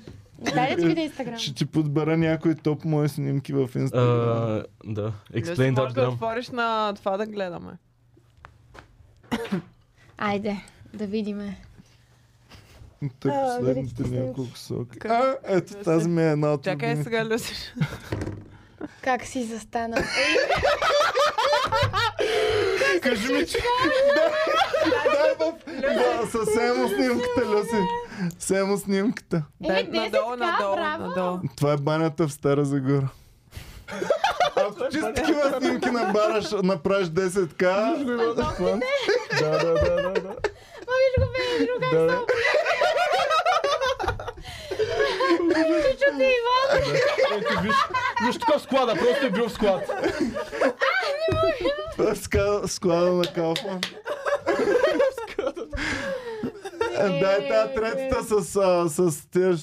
[SPEAKER 2] Дай да ти видя
[SPEAKER 4] Е,
[SPEAKER 2] Инстаграм.
[SPEAKER 1] Ще ти подбера някои топ мои снимки в инстаграм.
[SPEAKER 3] Да,
[SPEAKER 4] Плюс
[SPEAKER 3] explain that
[SPEAKER 4] можеш да
[SPEAKER 3] gram.
[SPEAKER 4] отвориш на това да гледаме.
[SPEAKER 2] Айде, да видиме.
[SPEAKER 1] Те последните няколко соки. А, ето тази ми е една от
[SPEAKER 4] Чакай
[SPEAKER 1] любимите.
[SPEAKER 4] сега, Люси.
[SPEAKER 8] Е,
[SPEAKER 2] Как си застана?
[SPEAKER 1] Кажи ми, че... Да, да, в... да, със само снимката, Люси. Само снимката.
[SPEAKER 4] Дай
[SPEAKER 2] те са така,
[SPEAKER 4] надолу, надолу,
[SPEAKER 2] Е, браво.
[SPEAKER 4] надолу.
[SPEAKER 1] Това е банята в Стара Загора. Ако чисто такива снимки набараш, направиш 10к...
[SPEAKER 3] Да, да, да, да, да.
[SPEAKER 2] Ма виж го, бе, виж го как
[SPEAKER 3] Да, да.
[SPEAKER 2] чучо ти, Иван.
[SPEAKER 3] Ето виж, виж така в склада, просто е бил в склад.
[SPEAKER 1] Това е склада на Калфа. Да, е тази третата с, а, с, тия-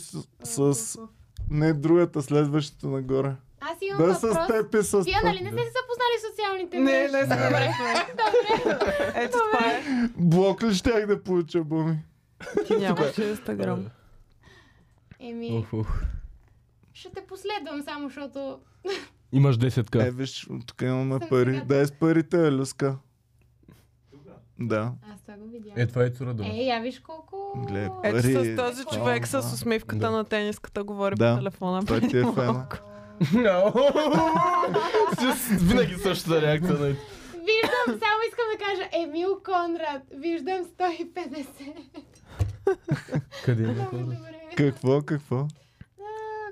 [SPEAKER 1] с, с... Не другата, следващата нагоре.
[SPEAKER 2] Аз имам
[SPEAKER 1] Да с
[SPEAKER 2] въпрос.
[SPEAKER 1] теб и с...
[SPEAKER 2] Вие нали не сте се запознали с социалните
[SPEAKER 4] Не,
[SPEAKER 2] мрежи?
[SPEAKER 4] не сме. не сме. Ето това е.
[SPEAKER 1] Блок ли щях да получа, Буми?
[SPEAKER 4] Ти нямаш Инстаграм.
[SPEAKER 2] Еми, ще те последвам само, защото...
[SPEAKER 3] Имаш
[SPEAKER 1] Е,
[SPEAKER 3] 10к.
[SPEAKER 1] виж, тук имаме
[SPEAKER 2] Съм
[SPEAKER 1] пари.
[SPEAKER 2] сега-
[SPEAKER 1] Дай с парите, е, Люска. Да.
[SPEAKER 2] Аз това го видях.
[SPEAKER 3] Е, това е Цура дума.
[SPEAKER 2] Е, я виж колко... Е,
[SPEAKER 1] Гледай,
[SPEAKER 4] Ето
[SPEAKER 1] Пари,
[SPEAKER 4] с този
[SPEAKER 1] това,
[SPEAKER 4] човек с
[SPEAKER 1] това.
[SPEAKER 4] усмивката на тениската говори
[SPEAKER 1] Да.
[SPEAKER 4] по телефона.
[SPEAKER 1] Той ти е фена.
[SPEAKER 3] С- Винаги същата реакция нали? на
[SPEAKER 2] Виждам, само искам да кажа, Емил Конрад, виждам 150.
[SPEAKER 3] Къде е
[SPEAKER 2] Много добре.
[SPEAKER 1] Какво, какво?
[SPEAKER 2] А,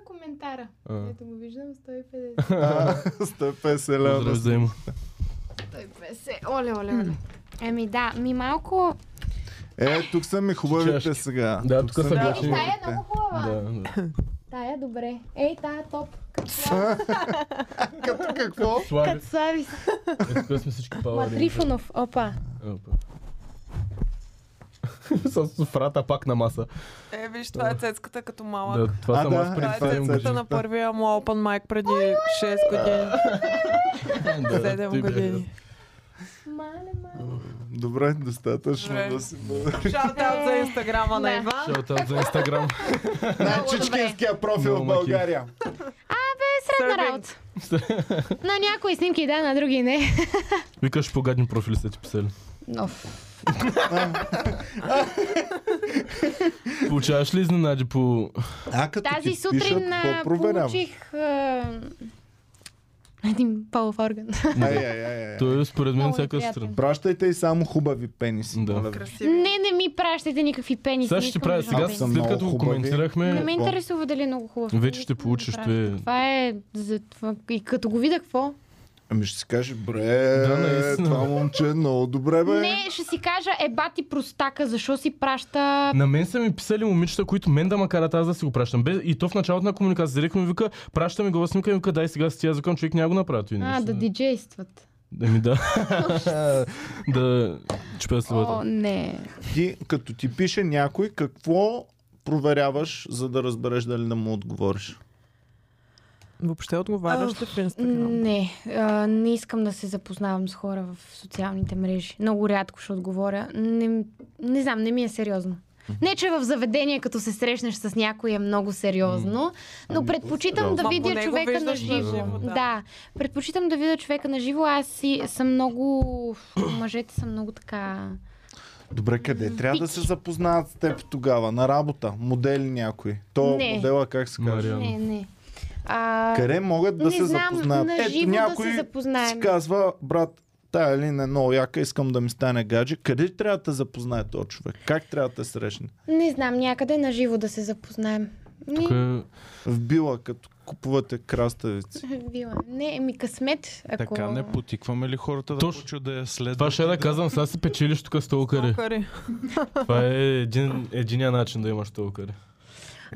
[SPEAKER 2] коментара.
[SPEAKER 3] А.
[SPEAKER 2] Ето го виждам, 150.
[SPEAKER 1] А, 150
[SPEAKER 2] е.
[SPEAKER 1] лева.
[SPEAKER 3] Поздрав да има.
[SPEAKER 2] 150. Оле, оле, оле. Еми да, ми малко...
[SPEAKER 1] Е, тук са ми хубавите
[SPEAKER 3] Чашки.
[SPEAKER 1] сега.
[SPEAKER 3] Да, тук са
[SPEAKER 1] ми
[SPEAKER 2] Е,
[SPEAKER 3] готини.
[SPEAKER 2] тая е много хубава.
[SPEAKER 3] Да, да.
[SPEAKER 2] Тая е добре. Ей, тая е топ.
[SPEAKER 1] Като какво?
[SPEAKER 3] Слави.
[SPEAKER 2] Слави се.
[SPEAKER 3] Е, тук сме всички
[SPEAKER 2] Ма,
[SPEAKER 3] пауъри.
[SPEAKER 2] Трифонов, опа.
[SPEAKER 3] С софрата пак на маса.
[SPEAKER 4] Е, виж, това е цецката като малък.
[SPEAKER 3] Да, това
[SPEAKER 1] А,
[SPEAKER 3] съм
[SPEAKER 1] да.
[SPEAKER 3] аз преди
[SPEAKER 1] Това е
[SPEAKER 3] 7
[SPEAKER 1] цецката
[SPEAKER 4] Цецката
[SPEAKER 3] години.
[SPEAKER 4] на първия му Open Mic преди 6 години.
[SPEAKER 3] Да, да,
[SPEAKER 4] 7
[SPEAKER 3] той бях, да.
[SPEAKER 4] години.
[SPEAKER 2] Мале, мале.
[SPEAKER 1] Добре, достатъчно
[SPEAKER 4] Добре.
[SPEAKER 1] да си благодаря.
[SPEAKER 4] Шаутаут за инстаграма на
[SPEAKER 2] Е. Да.
[SPEAKER 4] Иван.
[SPEAKER 3] Шаутаут за Инстаграм.
[SPEAKER 1] Най-чичкинския профил
[SPEAKER 3] Много
[SPEAKER 1] в
[SPEAKER 3] маки.
[SPEAKER 1] България.
[SPEAKER 2] Средна
[SPEAKER 4] Сърбинг.
[SPEAKER 2] работа. На някои снимки да, на други не.
[SPEAKER 3] Викаш по гадни профили са ти писали. Получаваш ли изненади по...
[SPEAKER 1] А, като
[SPEAKER 2] Тази
[SPEAKER 1] ти пишат,
[SPEAKER 2] сутрин а,
[SPEAKER 1] какво проверяваш?
[SPEAKER 2] получих а, един полов орган.
[SPEAKER 1] Ай, ай, ай, ай.
[SPEAKER 3] Той е според мен
[SPEAKER 2] Много
[SPEAKER 3] всяка
[SPEAKER 2] неприятен.
[SPEAKER 3] сутрин.
[SPEAKER 1] Пращайте и само хубави пениси.
[SPEAKER 3] Да.
[SPEAKER 1] моля ви.
[SPEAKER 4] Красиви.
[SPEAKER 2] Не, не ми пращайте никакви пениси.
[SPEAKER 3] Сега
[SPEAKER 2] не
[SPEAKER 3] ще ти
[SPEAKER 2] искам
[SPEAKER 3] правя
[SPEAKER 2] да
[SPEAKER 3] сега,
[SPEAKER 2] жълтени.
[SPEAKER 1] Са
[SPEAKER 3] след
[SPEAKER 1] много
[SPEAKER 3] като го
[SPEAKER 1] хубави.
[SPEAKER 2] Не ме
[SPEAKER 3] коментирахме...
[SPEAKER 1] Какво?
[SPEAKER 2] интересува дали е много хубаво.
[SPEAKER 3] Вече ще получиш,
[SPEAKER 2] Това
[SPEAKER 3] ще е-
[SPEAKER 2] е... Това е... За това... И като го видя, какво?
[SPEAKER 1] Ами ще си каже, бре,
[SPEAKER 3] Да, наистина.
[SPEAKER 1] това момче е много добре, бе.
[SPEAKER 2] Не, ще си кажа, е бати простака, защо си праща...
[SPEAKER 3] На мен са ми писали момичета, които мен да ма карат аз да си го пращам. Без... И то в началото на комуникация директно ми вика, праща ми го снимка и ми вика, дай сега си тя закон, човек няма го направи. той
[SPEAKER 2] А,
[SPEAKER 3] нещо.
[SPEAKER 2] да диджействат.
[SPEAKER 3] Да ми да. да чупя
[SPEAKER 2] О,
[SPEAKER 3] слабата.
[SPEAKER 2] не.
[SPEAKER 1] Ти, като ти пише някой, какво проверяваш, за да разбереш дали да му отговориш?
[SPEAKER 4] Въобще отговаряш ли в инстаграм?
[SPEAKER 2] Не, а, не искам да се запознавам с хора в социалните мрежи. Много рядко ще отговоря. Не, не знам, не ми е сериозно. Не, че в заведение, като се срещнеш с някой е много сериозно,
[SPEAKER 1] Ами,
[SPEAKER 2] но предпочитам да
[SPEAKER 4] Ма,
[SPEAKER 2] видя
[SPEAKER 4] поне го
[SPEAKER 2] човека на
[SPEAKER 4] виждаш на
[SPEAKER 2] живо.
[SPEAKER 4] живо, да.
[SPEAKER 2] Да, предпочитам да видя човека на живо. Аз си съм много... Мъжете са много така...
[SPEAKER 1] Добре, къде? Трябва да се запознаят с теб тогава. На работа. Модели някой. То
[SPEAKER 2] Не.
[SPEAKER 1] модела как се казва?
[SPEAKER 3] Мария.
[SPEAKER 2] Не, не. А,
[SPEAKER 1] Къде могат да
[SPEAKER 2] не
[SPEAKER 1] се
[SPEAKER 2] знам,
[SPEAKER 1] запознаят?
[SPEAKER 2] на
[SPEAKER 1] Ето
[SPEAKER 2] живо да
[SPEAKER 1] някой
[SPEAKER 2] се запознаем.
[SPEAKER 1] си казва, брат, тая линия е много яка, искам да ми стане гадже. Къде трябва да те запознае този човек? Как трябва да те срещне?
[SPEAKER 2] Не знам, някъде на живо да се запознаем. Ми,
[SPEAKER 3] Тук е...
[SPEAKER 1] В била, като купувате краставици.
[SPEAKER 2] била. Не, ми късмет. Ако...
[SPEAKER 6] Така не потикваме ли хората да
[SPEAKER 3] Точно.
[SPEAKER 6] почват да я следват?
[SPEAKER 3] Това ще е да казвам, сега си печелиш тук с толкари.
[SPEAKER 4] Кари.
[SPEAKER 3] Това е един, единия начин да имаш нали? толкари.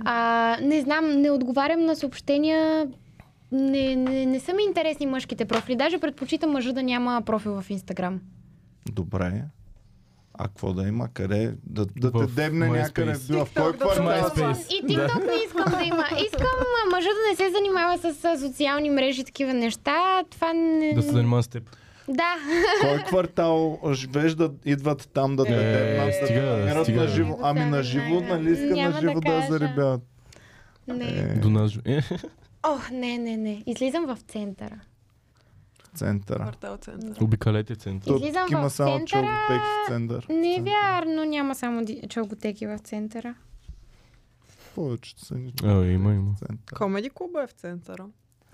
[SPEAKER 2] А, не знам, не отговарям на съобщения. Не, не, не са ми интересни мъжките профили. Даже предпочитам мъжа да няма профил в Инстаграм.
[SPEAKER 1] Добре. А какво да има? Къде? Да, да
[SPEAKER 3] В
[SPEAKER 1] те дебне
[SPEAKER 3] MySpace.
[SPEAKER 1] някъде в била. В кой
[SPEAKER 4] TikTok да
[SPEAKER 1] квартал?
[SPEAKER 4] пробва.
[SPEAKER 3] MySpace.
[SPEAKER 2] И TikTok не искам да има. Искам а, мъжа да не се занимава с а, социални мрежи и такива неща. Това не...
[SPEAKER 3] Да се занимавам с теб.
[SPEAKER 2] да.
[SPEAKER 1] Кой квартал живееш да идват там да те
[SPEAKER 4] Е,
[SPEAKER 1] дебнат? да
[SPEAKER 3] стига,
[SPEAKER 1] те намират
[SPEAKER 3] стига.
[SPEAKER 1] на живо. Ами на живо, нали иска
[SPEAKER 2] Няма
[SPEAKER 1] на
[SPEAKER 2] да
[SPEAKER 1] живо да я
[SPEAKER 2] кажа.
[SPEAKER 1] заребят?
[SPEAKER 2] Не.
[SPEAKER 3] До нас. жу- Е,
[SPEAKER 2] О, не, не, не. Излизам в центъра.
[SPEAKER 1] Центъра.
[SPEAKER 4] Квартал център.
[SPEAKER 3] обикалете център.
[SPEAKER 1] Тук
[SPEAKER 2] Излизам
[SPEAKER 1] има
[SPEAKER 2] в
[SPEAKER 1] само
[SPEAKER 2] центъра.
[SPEAKER 1] чолготеки в център.
[SPEAKER 2] Не е
[SPEAKER 1] Център.
[SPEAKER 2] вярно, няма само ди- чалготеки в центъра.
[SPEAKER 1] Повечето са ни-
[SPEAKER 3] А, има, има.
[SPEAKER 1] център.
[SPEAKER 4] Комеди клуба е в центъра.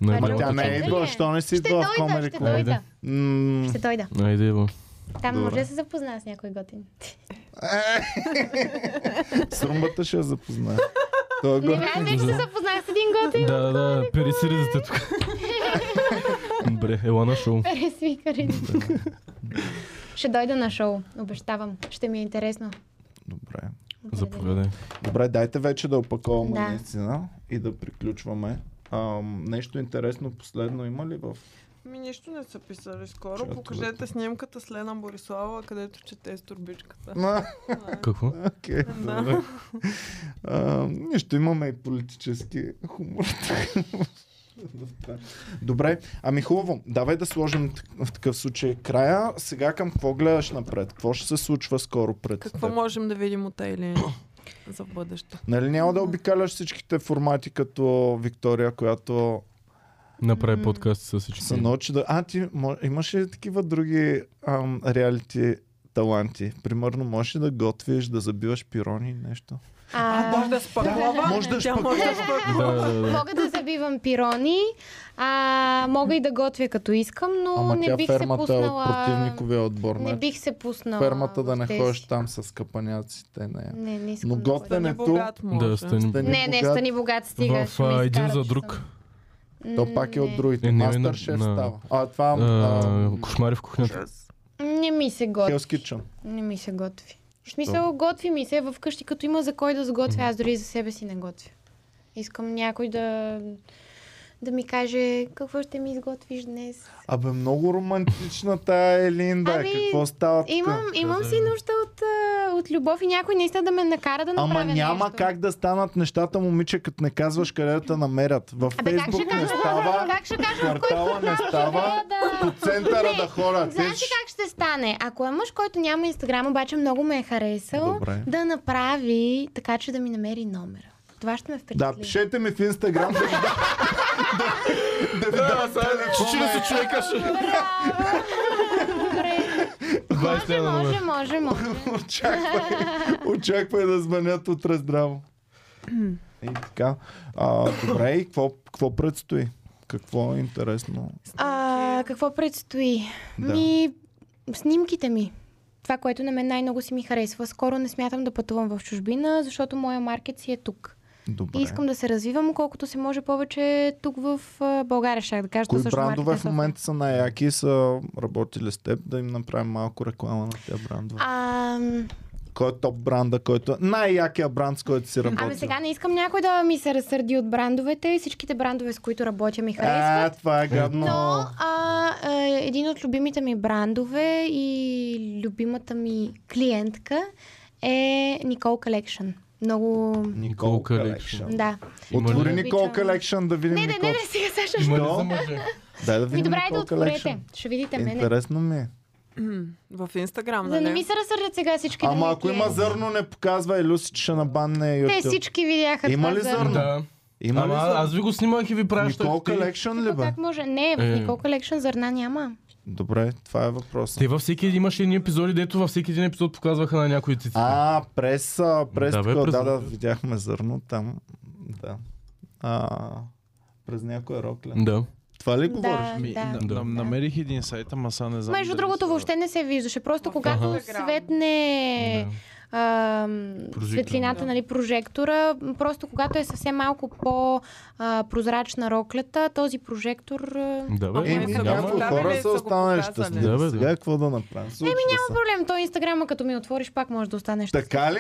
[SPEAKER 3] На
[SPEAKER 2] Ма
[SPEAKER 1] Ма
[SPEAKER 3] едно
[SPEAKER 1] тя не
[SPEAKER 3] такова.
[SPEAKER 1] е
[SPEAKER 2] Център ли
[SPEAKER 1] идва,
[SPEAKER 2] е?
[SPEAKER 1] що не си
[SPEAKER 2] Ще
[SPEAKER 1] идва в
[SPEAKER 2] дойда,
[SPEAKER 1] Комери
[SPEAKER 2] ще
[SPEAKER 1] Клуб?
[SPEAKER 2] дойда.
[SPEAKER 1] М,
[SPEAKER 2] Ще дойда.
[SPEAKER 3] Айде, Ево.
[SPEAKER 2] Там
[SPEAKER 1] Добре.
[SPEAKER 2] може да се запозная с някой готин.
[SPEAKER 1] С румбата ще я запозная. Той е
[SPEAKER 2] Не, аз
[SPEAKER 1] готин.
[SPEAKER 2] вече се запознах с един готин.
[SPEAKER 3] Да, да, да, пери си ризите тук. Добре, ела на шоу.
[SPEAKER 2] Харесва и Ще дойда на шоу, обещавам. Ще ми е интересно.
[SPEAKER 1] Добре.
[SPEAKER 3] Заповядай.
[SPEAKER 1] Добре, дайте вече да опаковаме
[SPEAKER 2] Да.
[SPEAKER 1] наистина и да приключваме. Ам, нещо интересно последно има ли в...
[SPEAKER 4] Ми нищо не са писали скоро.
[SPEAKER 1] Чето, бе.
[SPEAKER 4] Покажете снимката с Лена Борислава, където чете с турбичката. е.
[SPEAKER 1] На,
[SPEAKER 3] Какво?
[SPEAKER 1] Окей,
[SPEAKER 4] Да.
[SPEAKER 1] добре. Ам, Нищо, имаме и политически хумор. в това. Добре, ами хубаво, давай да сложим так- в такъв случай края. Сега към какво гледаш напред? Какво ще се случва скоро пред
[SPEAKER 4] Какво
[SPEAKER 1] теб?
[SPEAKER 4] можем да видим от Айлин за в бъдеще?
[SPEAKER 1] Нали няма да обикаляш всичките формати като Виктория, която
[SPEAKER 3] Направи подкаст с
[SPEAKER 1] се
[SPEAKER 3] всички.
[SPEAKER 1] научи да... А, ти мо- имаш ли такива други ам, реалити таланти? Примерно, можеш ли да готвиш, да забиваш пирони и нещо?
[SPEAKER 2] А,
[SPEAKER 4] Може да спаклава?
[SPEAKER 1] Може да
[SPEAKER 4] Тя може да
[SPEAKER 3] Да,
[SPEAKER 4] спаклава.
[SPEAKER 3] да, да.
[SPEAKER 2] Мога да забивам пирони, а, мога и да готвя като искам, но
[SPEAKER 1] Ама
[SPEAKER 2] не
[SPEAKER 1] тя
[SPEAKER 2] бих се
[SPEAKER 1] фермата е
[SPEAKER 2] пуснала...
[SPEAKER 1] от противниковия отбор.
[SPEAKER 2] Не
[SPEAKER 1] Не е-
[SPEAKER 2] бих се пуснала
[SPEAKER 1] фермата да
[SPEAKER 2] в
[SPEAKER 1] не
[SPEAKER 2] тези.
[SPEAKER 1] ходиш там с капаняците. Не. е.
[SPEAKER 2] Не, не искам
[SPEAKER 1] Но
[SPEAKER 2] да ходя.
[SPEAKER 4] Да не
[SPEAKER 1] готвенето...
[SPEAKER 4] богат може.
[SPEAKER 3] Да, стани.
[SPEAKER 1] стани
[SPEAKER 2] Не, не,
[SPEAKER 1] богат,
[SPEAKER 2] стани богат, стига.
[SPEAKER 3] В
[SPEAKER 2] ще ме
[SPEAKER 3] а, един
[SPEAKER 2] изкараш,
[SPEAKER 3] за
[SPEAKER 2] че
[SPEAKER 3] друг.
[SPEAKER 1] То пак е
[SPEAKER 2] не.
[SPEAKER 1] от другите.
[SPEAKER 3] Е, не, не,
[SPEAKER 1] Мастършеф
[SPEAKER 3] на-
[SPEAKER 1] става. А, това...
[SPEAKER 3] А,
[SPEAKER 1] ам,
[SPEAKER 3] Кошмари в кухнята.
[SPEAKER 2] Не ми се готви.
[SPEAKER 1] Hell's Kitchen.
[SPEAKER 2] Не ми се готви. В смисъл, готви ми се вкъщи, като има за кой да сготвя, аз дори за себе си не готвя. Искам някой да, да ми каже какво ще ми изготвиш днес.
[SPEAKER 1] Абе, много романтична тая Елинда.
[SPEAKER 2] Ами,
[SPEAKER 1] Какво става тук?
[SPEAKER 2] Имам, имам
[SPEAKER 1] е.
[SPEAKER 2] си нужда от, а, от любов и някой наистина да ме накара да направя
[SPEAKER 1] Ама няма
[SPEAKER 2] нещо.
[SPEAKER 1] как да станат нещата, момиче, като не казваш къде да те намерят. В
[SPEAKER 2] Абе, как ще
[SPEAKER 1] Фейсбук не
[SPEAKER 2] кажа?
[SPEAKER 1] става,
[SPEAKER 2] Как ще кажа?
[SPEAKER 1] квартала не става,
[SPEAKER 2] Да.
[SPEAKER 1] по центъра
[SPEAKER 2] Не,
[SPEAKER 1] да ходят. Те
[SPEAKER 2] Знаеш ли
[SPEAKER 1] ще-
[SPEAKER 2] как ще стане? Ако е мъж, който няма инстаграм, обаче много ме е харесал,
[SPEAKER 1] Добре.
[SPEAKER 2] да направи така, че да ми намери номера. Това ще ме впечатли.
[SPEAKER 1] Да, пишете ми в Инстаграм да ви дам- да- да ви дам телефона.
[SPEAKER 3] човека ще...
[SPEAKER 2] Браво! Добре.
[SPEAKER 3] 20
[SPEAKER 2] Може,
[SPEAKER 3] лева на
[SPEAKER 2] може,
[SPEAKER 3] номер.
[SPEAKER 2] може, може.
[SPEAKER 1] Очаквай, очаквай да звънят утре здраво. И така. А, добре, и какво, какво предстои? Какво е интересно?
[SPEAKER 2] А, какво предстои?
[SPEAKER 1] Да.
[SPEAKER 2] Ми, снимките ми. Това, което на мен най-много си ми харесва. Скоро не смятам да пътувам в чужбина, защото моя маркет си е тук.
[SPEAKER 1] Добре.
[SPEAKER 2] И искам да се развивам колкото се може повече тук в а, България, ще да кажа. то
[SPEAKER 1] Кои
[SPEAKER 2] също
[SPEAKER 1] брандове
[SPEAKER 2] маркет
[SPEAKER 1] в
[SPEAKER 2] е София.
[SPEAKER 1] момента са най-яки и са работили с теб да им направим малко реклама на тези брандове?
[SPEAKER 2] Ам,
[SPEAKER 1] Кой е топ бранда, който е най-якия бранд, с който си работил?
[SPEAKER 2] Ами сега не искам някой да ми се разсърди от брандовете. Всичките брандове, с които работя, ми харесват.
[SPEAKER 1] А, това е гадно.
[SPEAKER 2] Но а, а, един от любимите ми брандове и любимата ми клиентка е Никол Колекшн. Много...
[SPEAKER 1] Никол
[SPEAKER 3] Колекшън.
[SPEAKER 1] Колекшън.
[SPEAKER 2] Да.
[SPEAKER 1] Отвори
[SPEAKER 3] Има ли-
[SPEAKER 1] Никол
[SPEAKER 2] Обичам.
[SPEAKER 1] Колекшън да видим
[SPEAKER 2] Не, не, не,
[SPEAKER 1] Никол.
[SPEAKER 2] не, сега Саша.
[SPEAKER 3] Има ли
[SPEAKER 1] Що?
[SPEAKER 3] за мъже?
[SPEAKER 1] Дай да
[SPEAKER 2] Ми
[SPEAKER 1] видим
[SPEAKER 2] добре, да
[SPEAKER 1] Никол
[SPEAKER 2] отворете.
[SPEAKER 1] Колекшън.
[SPEAKER 2] Ще видите мене.
[SPEAKER 1] Интересно ми е.
[SPEAKER 4] В Инстаграм,
[SPEAKER 2] Да
[SPEAKER 4] нали?
[SPEAKER 2] не ми се разсърдят сега всички. да
[SPEAKER 1] Ама
[SPEAKER 2] ми
[SPEAKER 1] ако
[SPEAKER 2] кият.
[SPEAKER 1] има зърно, не показва Илюси, че ще набанне YouTube.
[SPEAKER 2] Те всички видяха
[SPEAKER 1] Има
[SPEAKER 2] това
[SPEAKER 1] ли
[SPEAKER 2] зърно.
[SPEAKER 1] зърно?
[SPEAKER 3] Да.
[SPEAKER 1] Има ли
[SPEAKER 3] Ама
[SPEAKER 1] зърно?
[SPEAKER 3] аз ви го снимах и ви пращах.
[SPEAKER 1] Никол
[SPEAKER 3] Те-
[SPEAKER 1] Колекшън ли
[SPEAKER 2] То
[SPEAKER 1] бе?
[SPEAKER 2] Как може? Не, в
[SPEAKER 3] Е.
[SPEAKER 2] Никол Колекшн зърна няма.
[SPEAKER 1] Добре, това е въпросът.
[SPEAKER 3] Те във всеки имаше едни епизоди, дето във всеки един епизод показваха на някои цици.
[SPEAKER 1] А, прес, а, прес,
[SPEAKER 3] Да, бе,
[SPEAKER 1] такова,
[SPEAKER 3] през-
[SPEAKER 1] да, да, видяхме зърно там. Да. А, през някоя рокля.
[SPEAKER 3] Да.
[SPEAKER 1] Това ли говориш?
[SPEAKER 2] Да,
[SPEAKER 6] Ми,
[SPEAKER 2] да.
[SPEAKER 6] на, на, намерих един сайт, ама са не знам.
[SPEAKER 8] Между
[SPEAKER 6] дали
[SPEAKER 8] другото,
[SPEAKER 6] са-
[SPEAKER 8] въобще не се виждаше. Просто
[SPEAKER 4] В
[SPEAKER 8] когато
[SPEAKER 4] Инстаграм.
[SPEAKER 2] Е.
[SPEAKER 8] светне
[SPEAKER 3] Да.
[SPEAKER 8] ам,
[SPEAKER 3] Прожектора.
[SPEAKER 8] светлината,
[SPEAKER 4] Да.
[SPEAKER 8] нали, прожектора, м, просто когато е съвсем малко по-прозрачна роклята, този прожектор... а,
[SPEAKER 3] Да, бе.
[SPEAKER 1] Еми,
[SPEAKER 4] Ама
[SPEAKER 3] няма.
[SPEAKER 1] някои
[SPEAKER 4] са го
[SPEAKER 1] Е, хора
[SPEAKER 4] показали,
[SPEAKER 1] са
[SPEAKER 4] са го
[SPEAKER 1] останали
[SPEAKER 4] показали.
[SPEAKER 1] щастливи.
[SPEAKER 3] Да, бе, да.
[SPEAKER 1] Сега какво да направим? Еми, няма
[SPEAKER 8] Проблем, то инстаграма, като ми отвориш, пак може да останеш.
[SPEAKER 1] Така ли?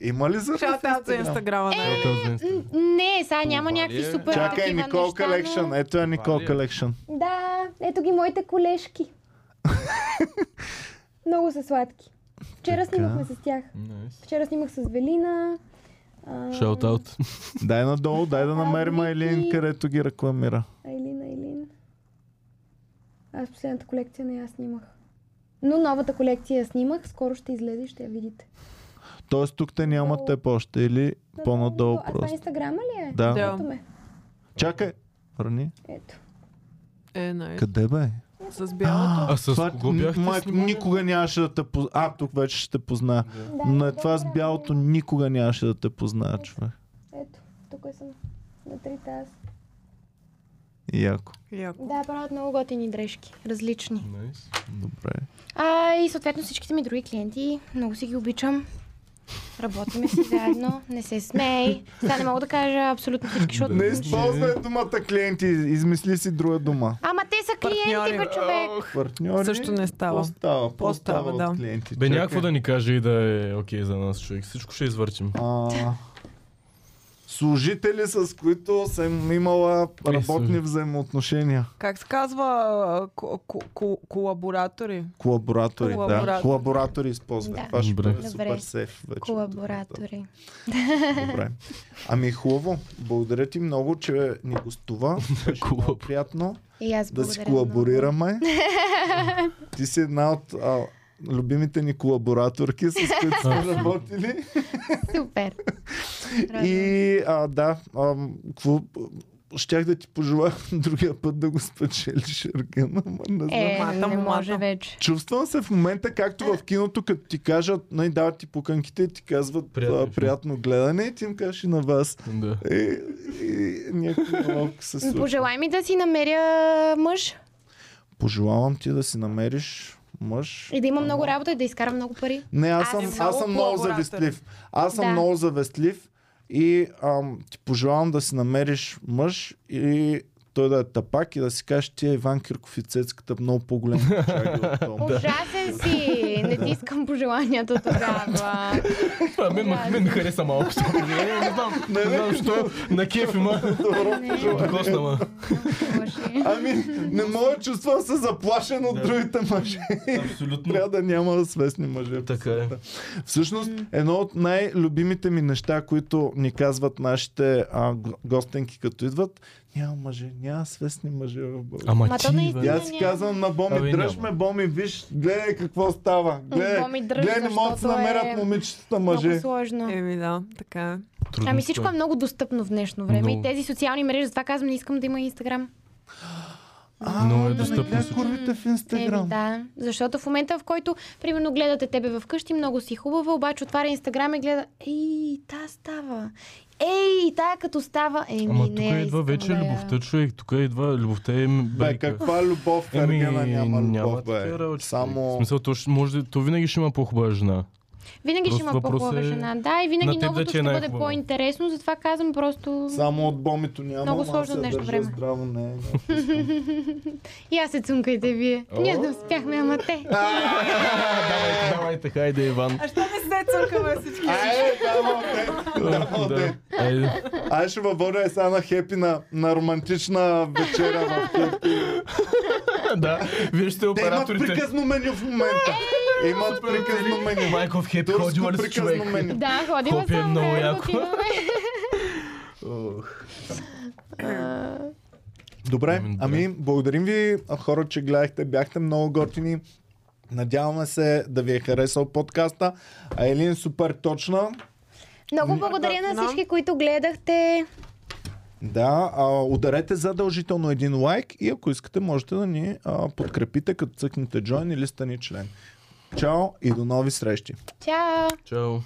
[SPEAKER 1] Има ли зърно? в
[SPEAKER 4] Шаут аут за
[SPEAKER 2] Е.
[SPEAKER 1] Инстаграм?
[SPEAKER 4] Инстаграма, нали?
[SPEAKER 3] Този Инстаграм.
[SPEAKER 8] М, Не, сега няма
[SPEAKER 6] Това ли
[SPEAKER 8] някакви
[SPEAKER 6] е?
[SPEAKER 8] супер
[SPEAKER 1] Чакай,
[SPEAKER 8] такива
[SPEAKER 1] Никол
[SPEAKER 8] неща,
[SPEAKER 1] Колекшън.
[SPEAKER 8] но-
[SPEAKER 1] Ето е Никол
[SPEAKER 6] ли е?
[SPEAKER 1] Колекшън.
[SPEAKER 8] Да, ето ги моите колежки. Много са сладки. Вчера
[SPEAKER 1] Така.
[SPEAKER 8] снимахме с тях.
[SPEAKER 3] Nice.
[SPEAKER 8] Вчера снимах с Велина. а,
[SPEAKER 3] Shout out.
[SPEAKER 1] Дай надолу, дай да намерим
[SPEAKER 8] Вики.
[SPEAKER 1] Айлин, където ги рекламира.
[SPEAKER 8] Айлин, Айлин. Аз последната колекция не я снимах. Но новата колекция я снимах, скоро ще излезе и ще я видите.
[SPEAKER 1] Тоест тук те нямат те още или по-надолу
[SPEAKER 8] А това
[SPEAKER 1] просто.
[SPEAKER 8] инстаграма ли е?
[SPEAKER 1] Да.
[SPEAKER 4] Да.
[SPEAKER 8] Ето ме.
[SPEAKER 1] Чакай. Върни.
[SPEAKER 8] Ето.
[SPEAKER 4] Е, най-
[SPEAKER 1] Къде бе?
[SPEAKER 4] С бялото.
[SPEAKER 3] А с
[SPEAKER 1] Това
[SPEAKER 3] кого
[SPEAKER 1] н-
[SPEAKER 3] бяхте
[SPEAKER 1] май-
[SPEAKER 3] снимали?
[SPEAKER 1] Никога нямаше да те позна. А, тук вече ще те позна.
[SPEAKER 8] Да,
[SPEAKER 1] Но е
[SPEAKER 8] да,
[SPEAKER 1] това с
[SPEAKER 8] да,
[SPEAKER 1] бялото никога нямаше да те позна, човек.
[SPEAKER 8] Ето, тук съм. На трите аз.
[SPEAKER 1] Яко.
[SPEAKER 4] Яко.
[SPEAKER 2] Да, правят много готини дрежки. Различни.
[SPEAKER 3] Nice.
[SPEAKER 1] Добре.
[SPEAKER 2] А, и съответно всичките ми други клиенти, много си ги обичам. Работиме си заедно, не се смей. Сега не мога да кажа абсолютно всички, защото...
[SPEAKER 1] Не използвай думата клиенти, измисли си друга дума.
[SPEAKER 2] Ама те са клиенти, бе,
[SPEAKER 4] Партньори.
[SPEAKER 2] е, човек!
[SPEAKER 1] Значи, Партньори.
[SPEAKER 4] Също не става.
[SPEAKER 1] Какво става? Какво
[SPEAKER 4] По-става,
[SPEAKER 1] става
[SPEAKER 4] да.
[SPEAKER 1] от клиенти?
[SPEAKER 3] Бе,
[SPEAKER 1] Чакай.
[SPEAKER 3] някакво да ни каже и да е окей за нас, човек. Всичко ще извъртим.
[SPEAKER 1] А, служители, с които съм имала работни
[SPEAKER 3] служители?
[SPEAKER 1] взаимоотношения.
[SPEAKER 4] Как се казва а, ко- ко- ко- колаборатори?
[SPEAKER 1] Колаборатори, да.
[SPEAKER 4] Колаборатори.
[SPEAKER 1] Колаборатори използвай.
[SPEAKER 2] Да.
[SPEAKER 1] Това ще
[SPEAKER 3] Добре.
[SPEAKER 1] бъде супер
[SPEAKER 2] Добре.
[SPEAKER 1] сейф вече.
[SPEAKER 2] Колаборатори.
[SPEAKER 1] Добре. Ами хубаво. Благодаря ти много, че ни гостува. Беше
[SPEAKER 3] Колаб.
[SPEAKER 1] много приятно
[SPEAKER 2] И аз
[SPEAKER 1] да си
[SPEAKER 2] благодаря много.
[SPEAKER 1] колаборираме. ти си една от а, любимите ни колабораторки, с които сме работили.
[SPEAKER 2] Супер!
[SPEAKER 1] И а, да, ам, какво, щях да ти пожелая другия път да го спечелиш Ергена, ама не знам.
[SPEAKER 2] Е,
[SPEAKER 4] Мата,
[SPEAKER 2] не може
[SPEAKER 4] мата.
[SPEAKER 2] вече.
[SPEAKER 1] Чувствам се в момента, както в киното, като ти кажат, най дават ти пуканките и ти казват приятно,
[SPEAKER 3] Приятно
[SPEAKER 1] а, приятно гледане и ти им кажеш и на вас.
[SPEAKER 3] Да.
[SPEAKER 1] И, и някаква малко се случва.
[SPEAKER 2] Пожелай ми да си намеря мъж
[SPEAKER 1] Пожелавам ти да си намериш мъж.
[SPEAKER 2] и да има много работа и да изкарам много пари.
[SPEAKER 1] Не, аз
[SPEAKER 2] Аз
[SPEAKER 1] съм, аз
[SPEAKER 4] съм
[SPEAKER 1] съм
[SPEAKER 4] много
[SPEAKER 1] много
[SPEAKER 4] колаборатор.
[SPEAKER 1] завестлив. Аз съм
[SPEAKER 2] Да.
[SPEAKER 1] много завестлив и ам, ти пожелавам да си намериш мъж и той да е тапак и да си кажеш, ти е Иван Кирков и Цецката много по-голям. чарги от този мъж».
[SPEAKER 2] Ужасен си! Не ти искам пожеланията тогава.
[SPEAKER 3] Това мен, ме- мен ми хареса малко. Не знам, не знам, защо на кеф има. Докосна ма.
[SPEAKER 1] Ами, не мога, чувствам се заплашен от другите мъже.
[SPEAKER 3] Абсолютно.
[SPEAKER 1] Трябва да няма свестни мъже. по
[SPEAKER 3] Така е.
[SPEAKER 1] света. Всъщност, едно от най-любимите ми неща, които ни казват нашите а, го- гостенки, като идват, няма мъже, няма свестни мъже в България.
[SPEAKER 3] Ама
[SPEAKER 2] Ма то
[SPEAKER 3] ти,
[SPEAKER 2] наистина-
[SPEAKER 1] И
[SPEAKER 3] бе.
[SPEAKER 1] аз си казвам на Боми,
[SPEAKER 3] Абе,
[SPEAKER 1] дръж
[SPEAKER 3] Ами няма.
[SPEAKER 1] ме, Боми, виж, гледай какво става. Гледай,
[SPEAKER 2] Боми, дръж,
[SPEAKER 1] гледай не могат да се
[SPEAKER 2] защото
[SPEAKER 1] намерят
[SPEAKER 2] е
[SPEAKER 1] момичетата
[SPEAKER 2] Много
[SPEAKER 1] мъже.
[SPEAKER 2] сложно.
[SPEAKER 4] Еми да, така е.
[SPEAKER 3] Трудно
[SPEAKER 2] Ами всичко е много достъпно в днешно време.
[SPEAKER 3] Много.
[SPEAKER 2] И тези социални мрежи, затова казвам, не искам да има Инстаграм.
[SPEAKER 1] А,
[SPEAKER 3] Много е
[SPEAKER 1] да не
[SPEAKER 3] достъпно
[SPEAKER 1] гледай
[SPEAKER 3] всичко.
[SPEAKER 1] курвите в
[SPEAKER 2] Еми,
[SPEAKER 1] Инстаграм.
[SPEAKER 2] Е, да. Защото в момента, в който, примерно, гледате тебе вкъщи, много си хубава, обаче отваря Инстаграм и гледа, ей, та става. Ей, та като става. Еми,
[SPEAKER 3] Ама
[SPEAKER 2] не, е
[SPEAKER 3] тук идва
[SPEAKER 2] искам
[SPEAKER 3] вече
[SPEAKER 2] да я.
[SPEAKER 3] любовта, човек. Тук идва любовта е
[SPEAKER 1] Бе,
[SPEAKER 3] байка.
[SPEAKER 1] каква любов,
[SPEAKER 3] Еми,
[SPEAKER 1] Ергена, няма
[SPEAKER 3] няма
[SPEAKER 1] любов, бе.
[SPEAKER 3] такива работи, В
[SPEAKER 1] Само...
[SPEAKER 3] смисъл, то, ще- може, да- то винаги ще има по-хубава жена.
[SPEAKER 2] Винаги ще
[SPEAKER 3] Просто
[SPEAKER 2] има
[SPEAKER 3] въпросът
[SPEAKER 2] по-хубава
[SPEAKER 3] е
[SPEAKER 2] жена. Да, и
[SPEAKER 3] на
[SPEAKER 2] винаги
[SPEAKER 3] теб да
[SPEAKER 2] новото
[SPEAKER 3] ти е
[SPEAKER 2] ще бъде
[SPEAKER 3] най-хубаво.
[SPEAKER 2] по-интересно, затова казвам просто...
[SPEAKER 1] Само от бомито няма.
[SPEAKER 2] Много
[SPEAKER 1] ама аз
[SPEAKER 2] сложно
[SPEAKER 1] се
[SPEAKER 2] днешно
[SPEAKER 1] държа
[SPEAKER 2] време.
[SPEAKER 1] Здраво, не, не. пускам.
[SPEAKER 2] И аз се цункайте вие. Ние не успяхме, ама те.
[SPEAKER 3] Давайте, давайте, хайде, Иван.
[SPEAKER 4] А що не се цъкаме всички?
[SPEAKER 1] Айде, давай, окей. Давай, окей.
[SPEAKER 3] Да. Айде.
[SPEAKER 1] Аз е. ще във водя е сега на хепи на, на романтична вечеря в хепи.
[SPEAKER 3] Да, вие ще
[SPEAKER 1] Те имат
[SPEAKER 3] операторите.
[SPEAKER 1] приказно меню в момента. Имат приказно меню.
[SPEAKER 3] Майков хеп,
[SPEAKER 1] Турско
[SPEAKER 3] ходила ли си човек?
[SPEAKER 1] приказно меню.
[SPEAKER 2] Да, ходила
[SPEAKER 3] Копие
[SPEAKER 2] съм.
[SPEAKER 3] много
[SPEAKER 2] да,
[SPEAKER 3] яко.
[SPEAKER 2] отиваме.
[SPEAKER 1] Добре,
[SPEAKER 3] Ами, добре.
[SPEAKER 1] ами благодарим ви а, хора, че гледахте. Бяхте много готини. Надяваме се да ви е харесал подкаста. А Елин супер точна.
[SPEAKER 8] Много благодаря на всички, които гледахте.
[SPEAKER 1] Да, а, ударете задължително един лайк и ако искате можете да ни а, подкрепите като цъкнете join или стани член. Чао и до нови срещи!
[SPEAKER 2] Чао!
[SPEAKER 3] Чао.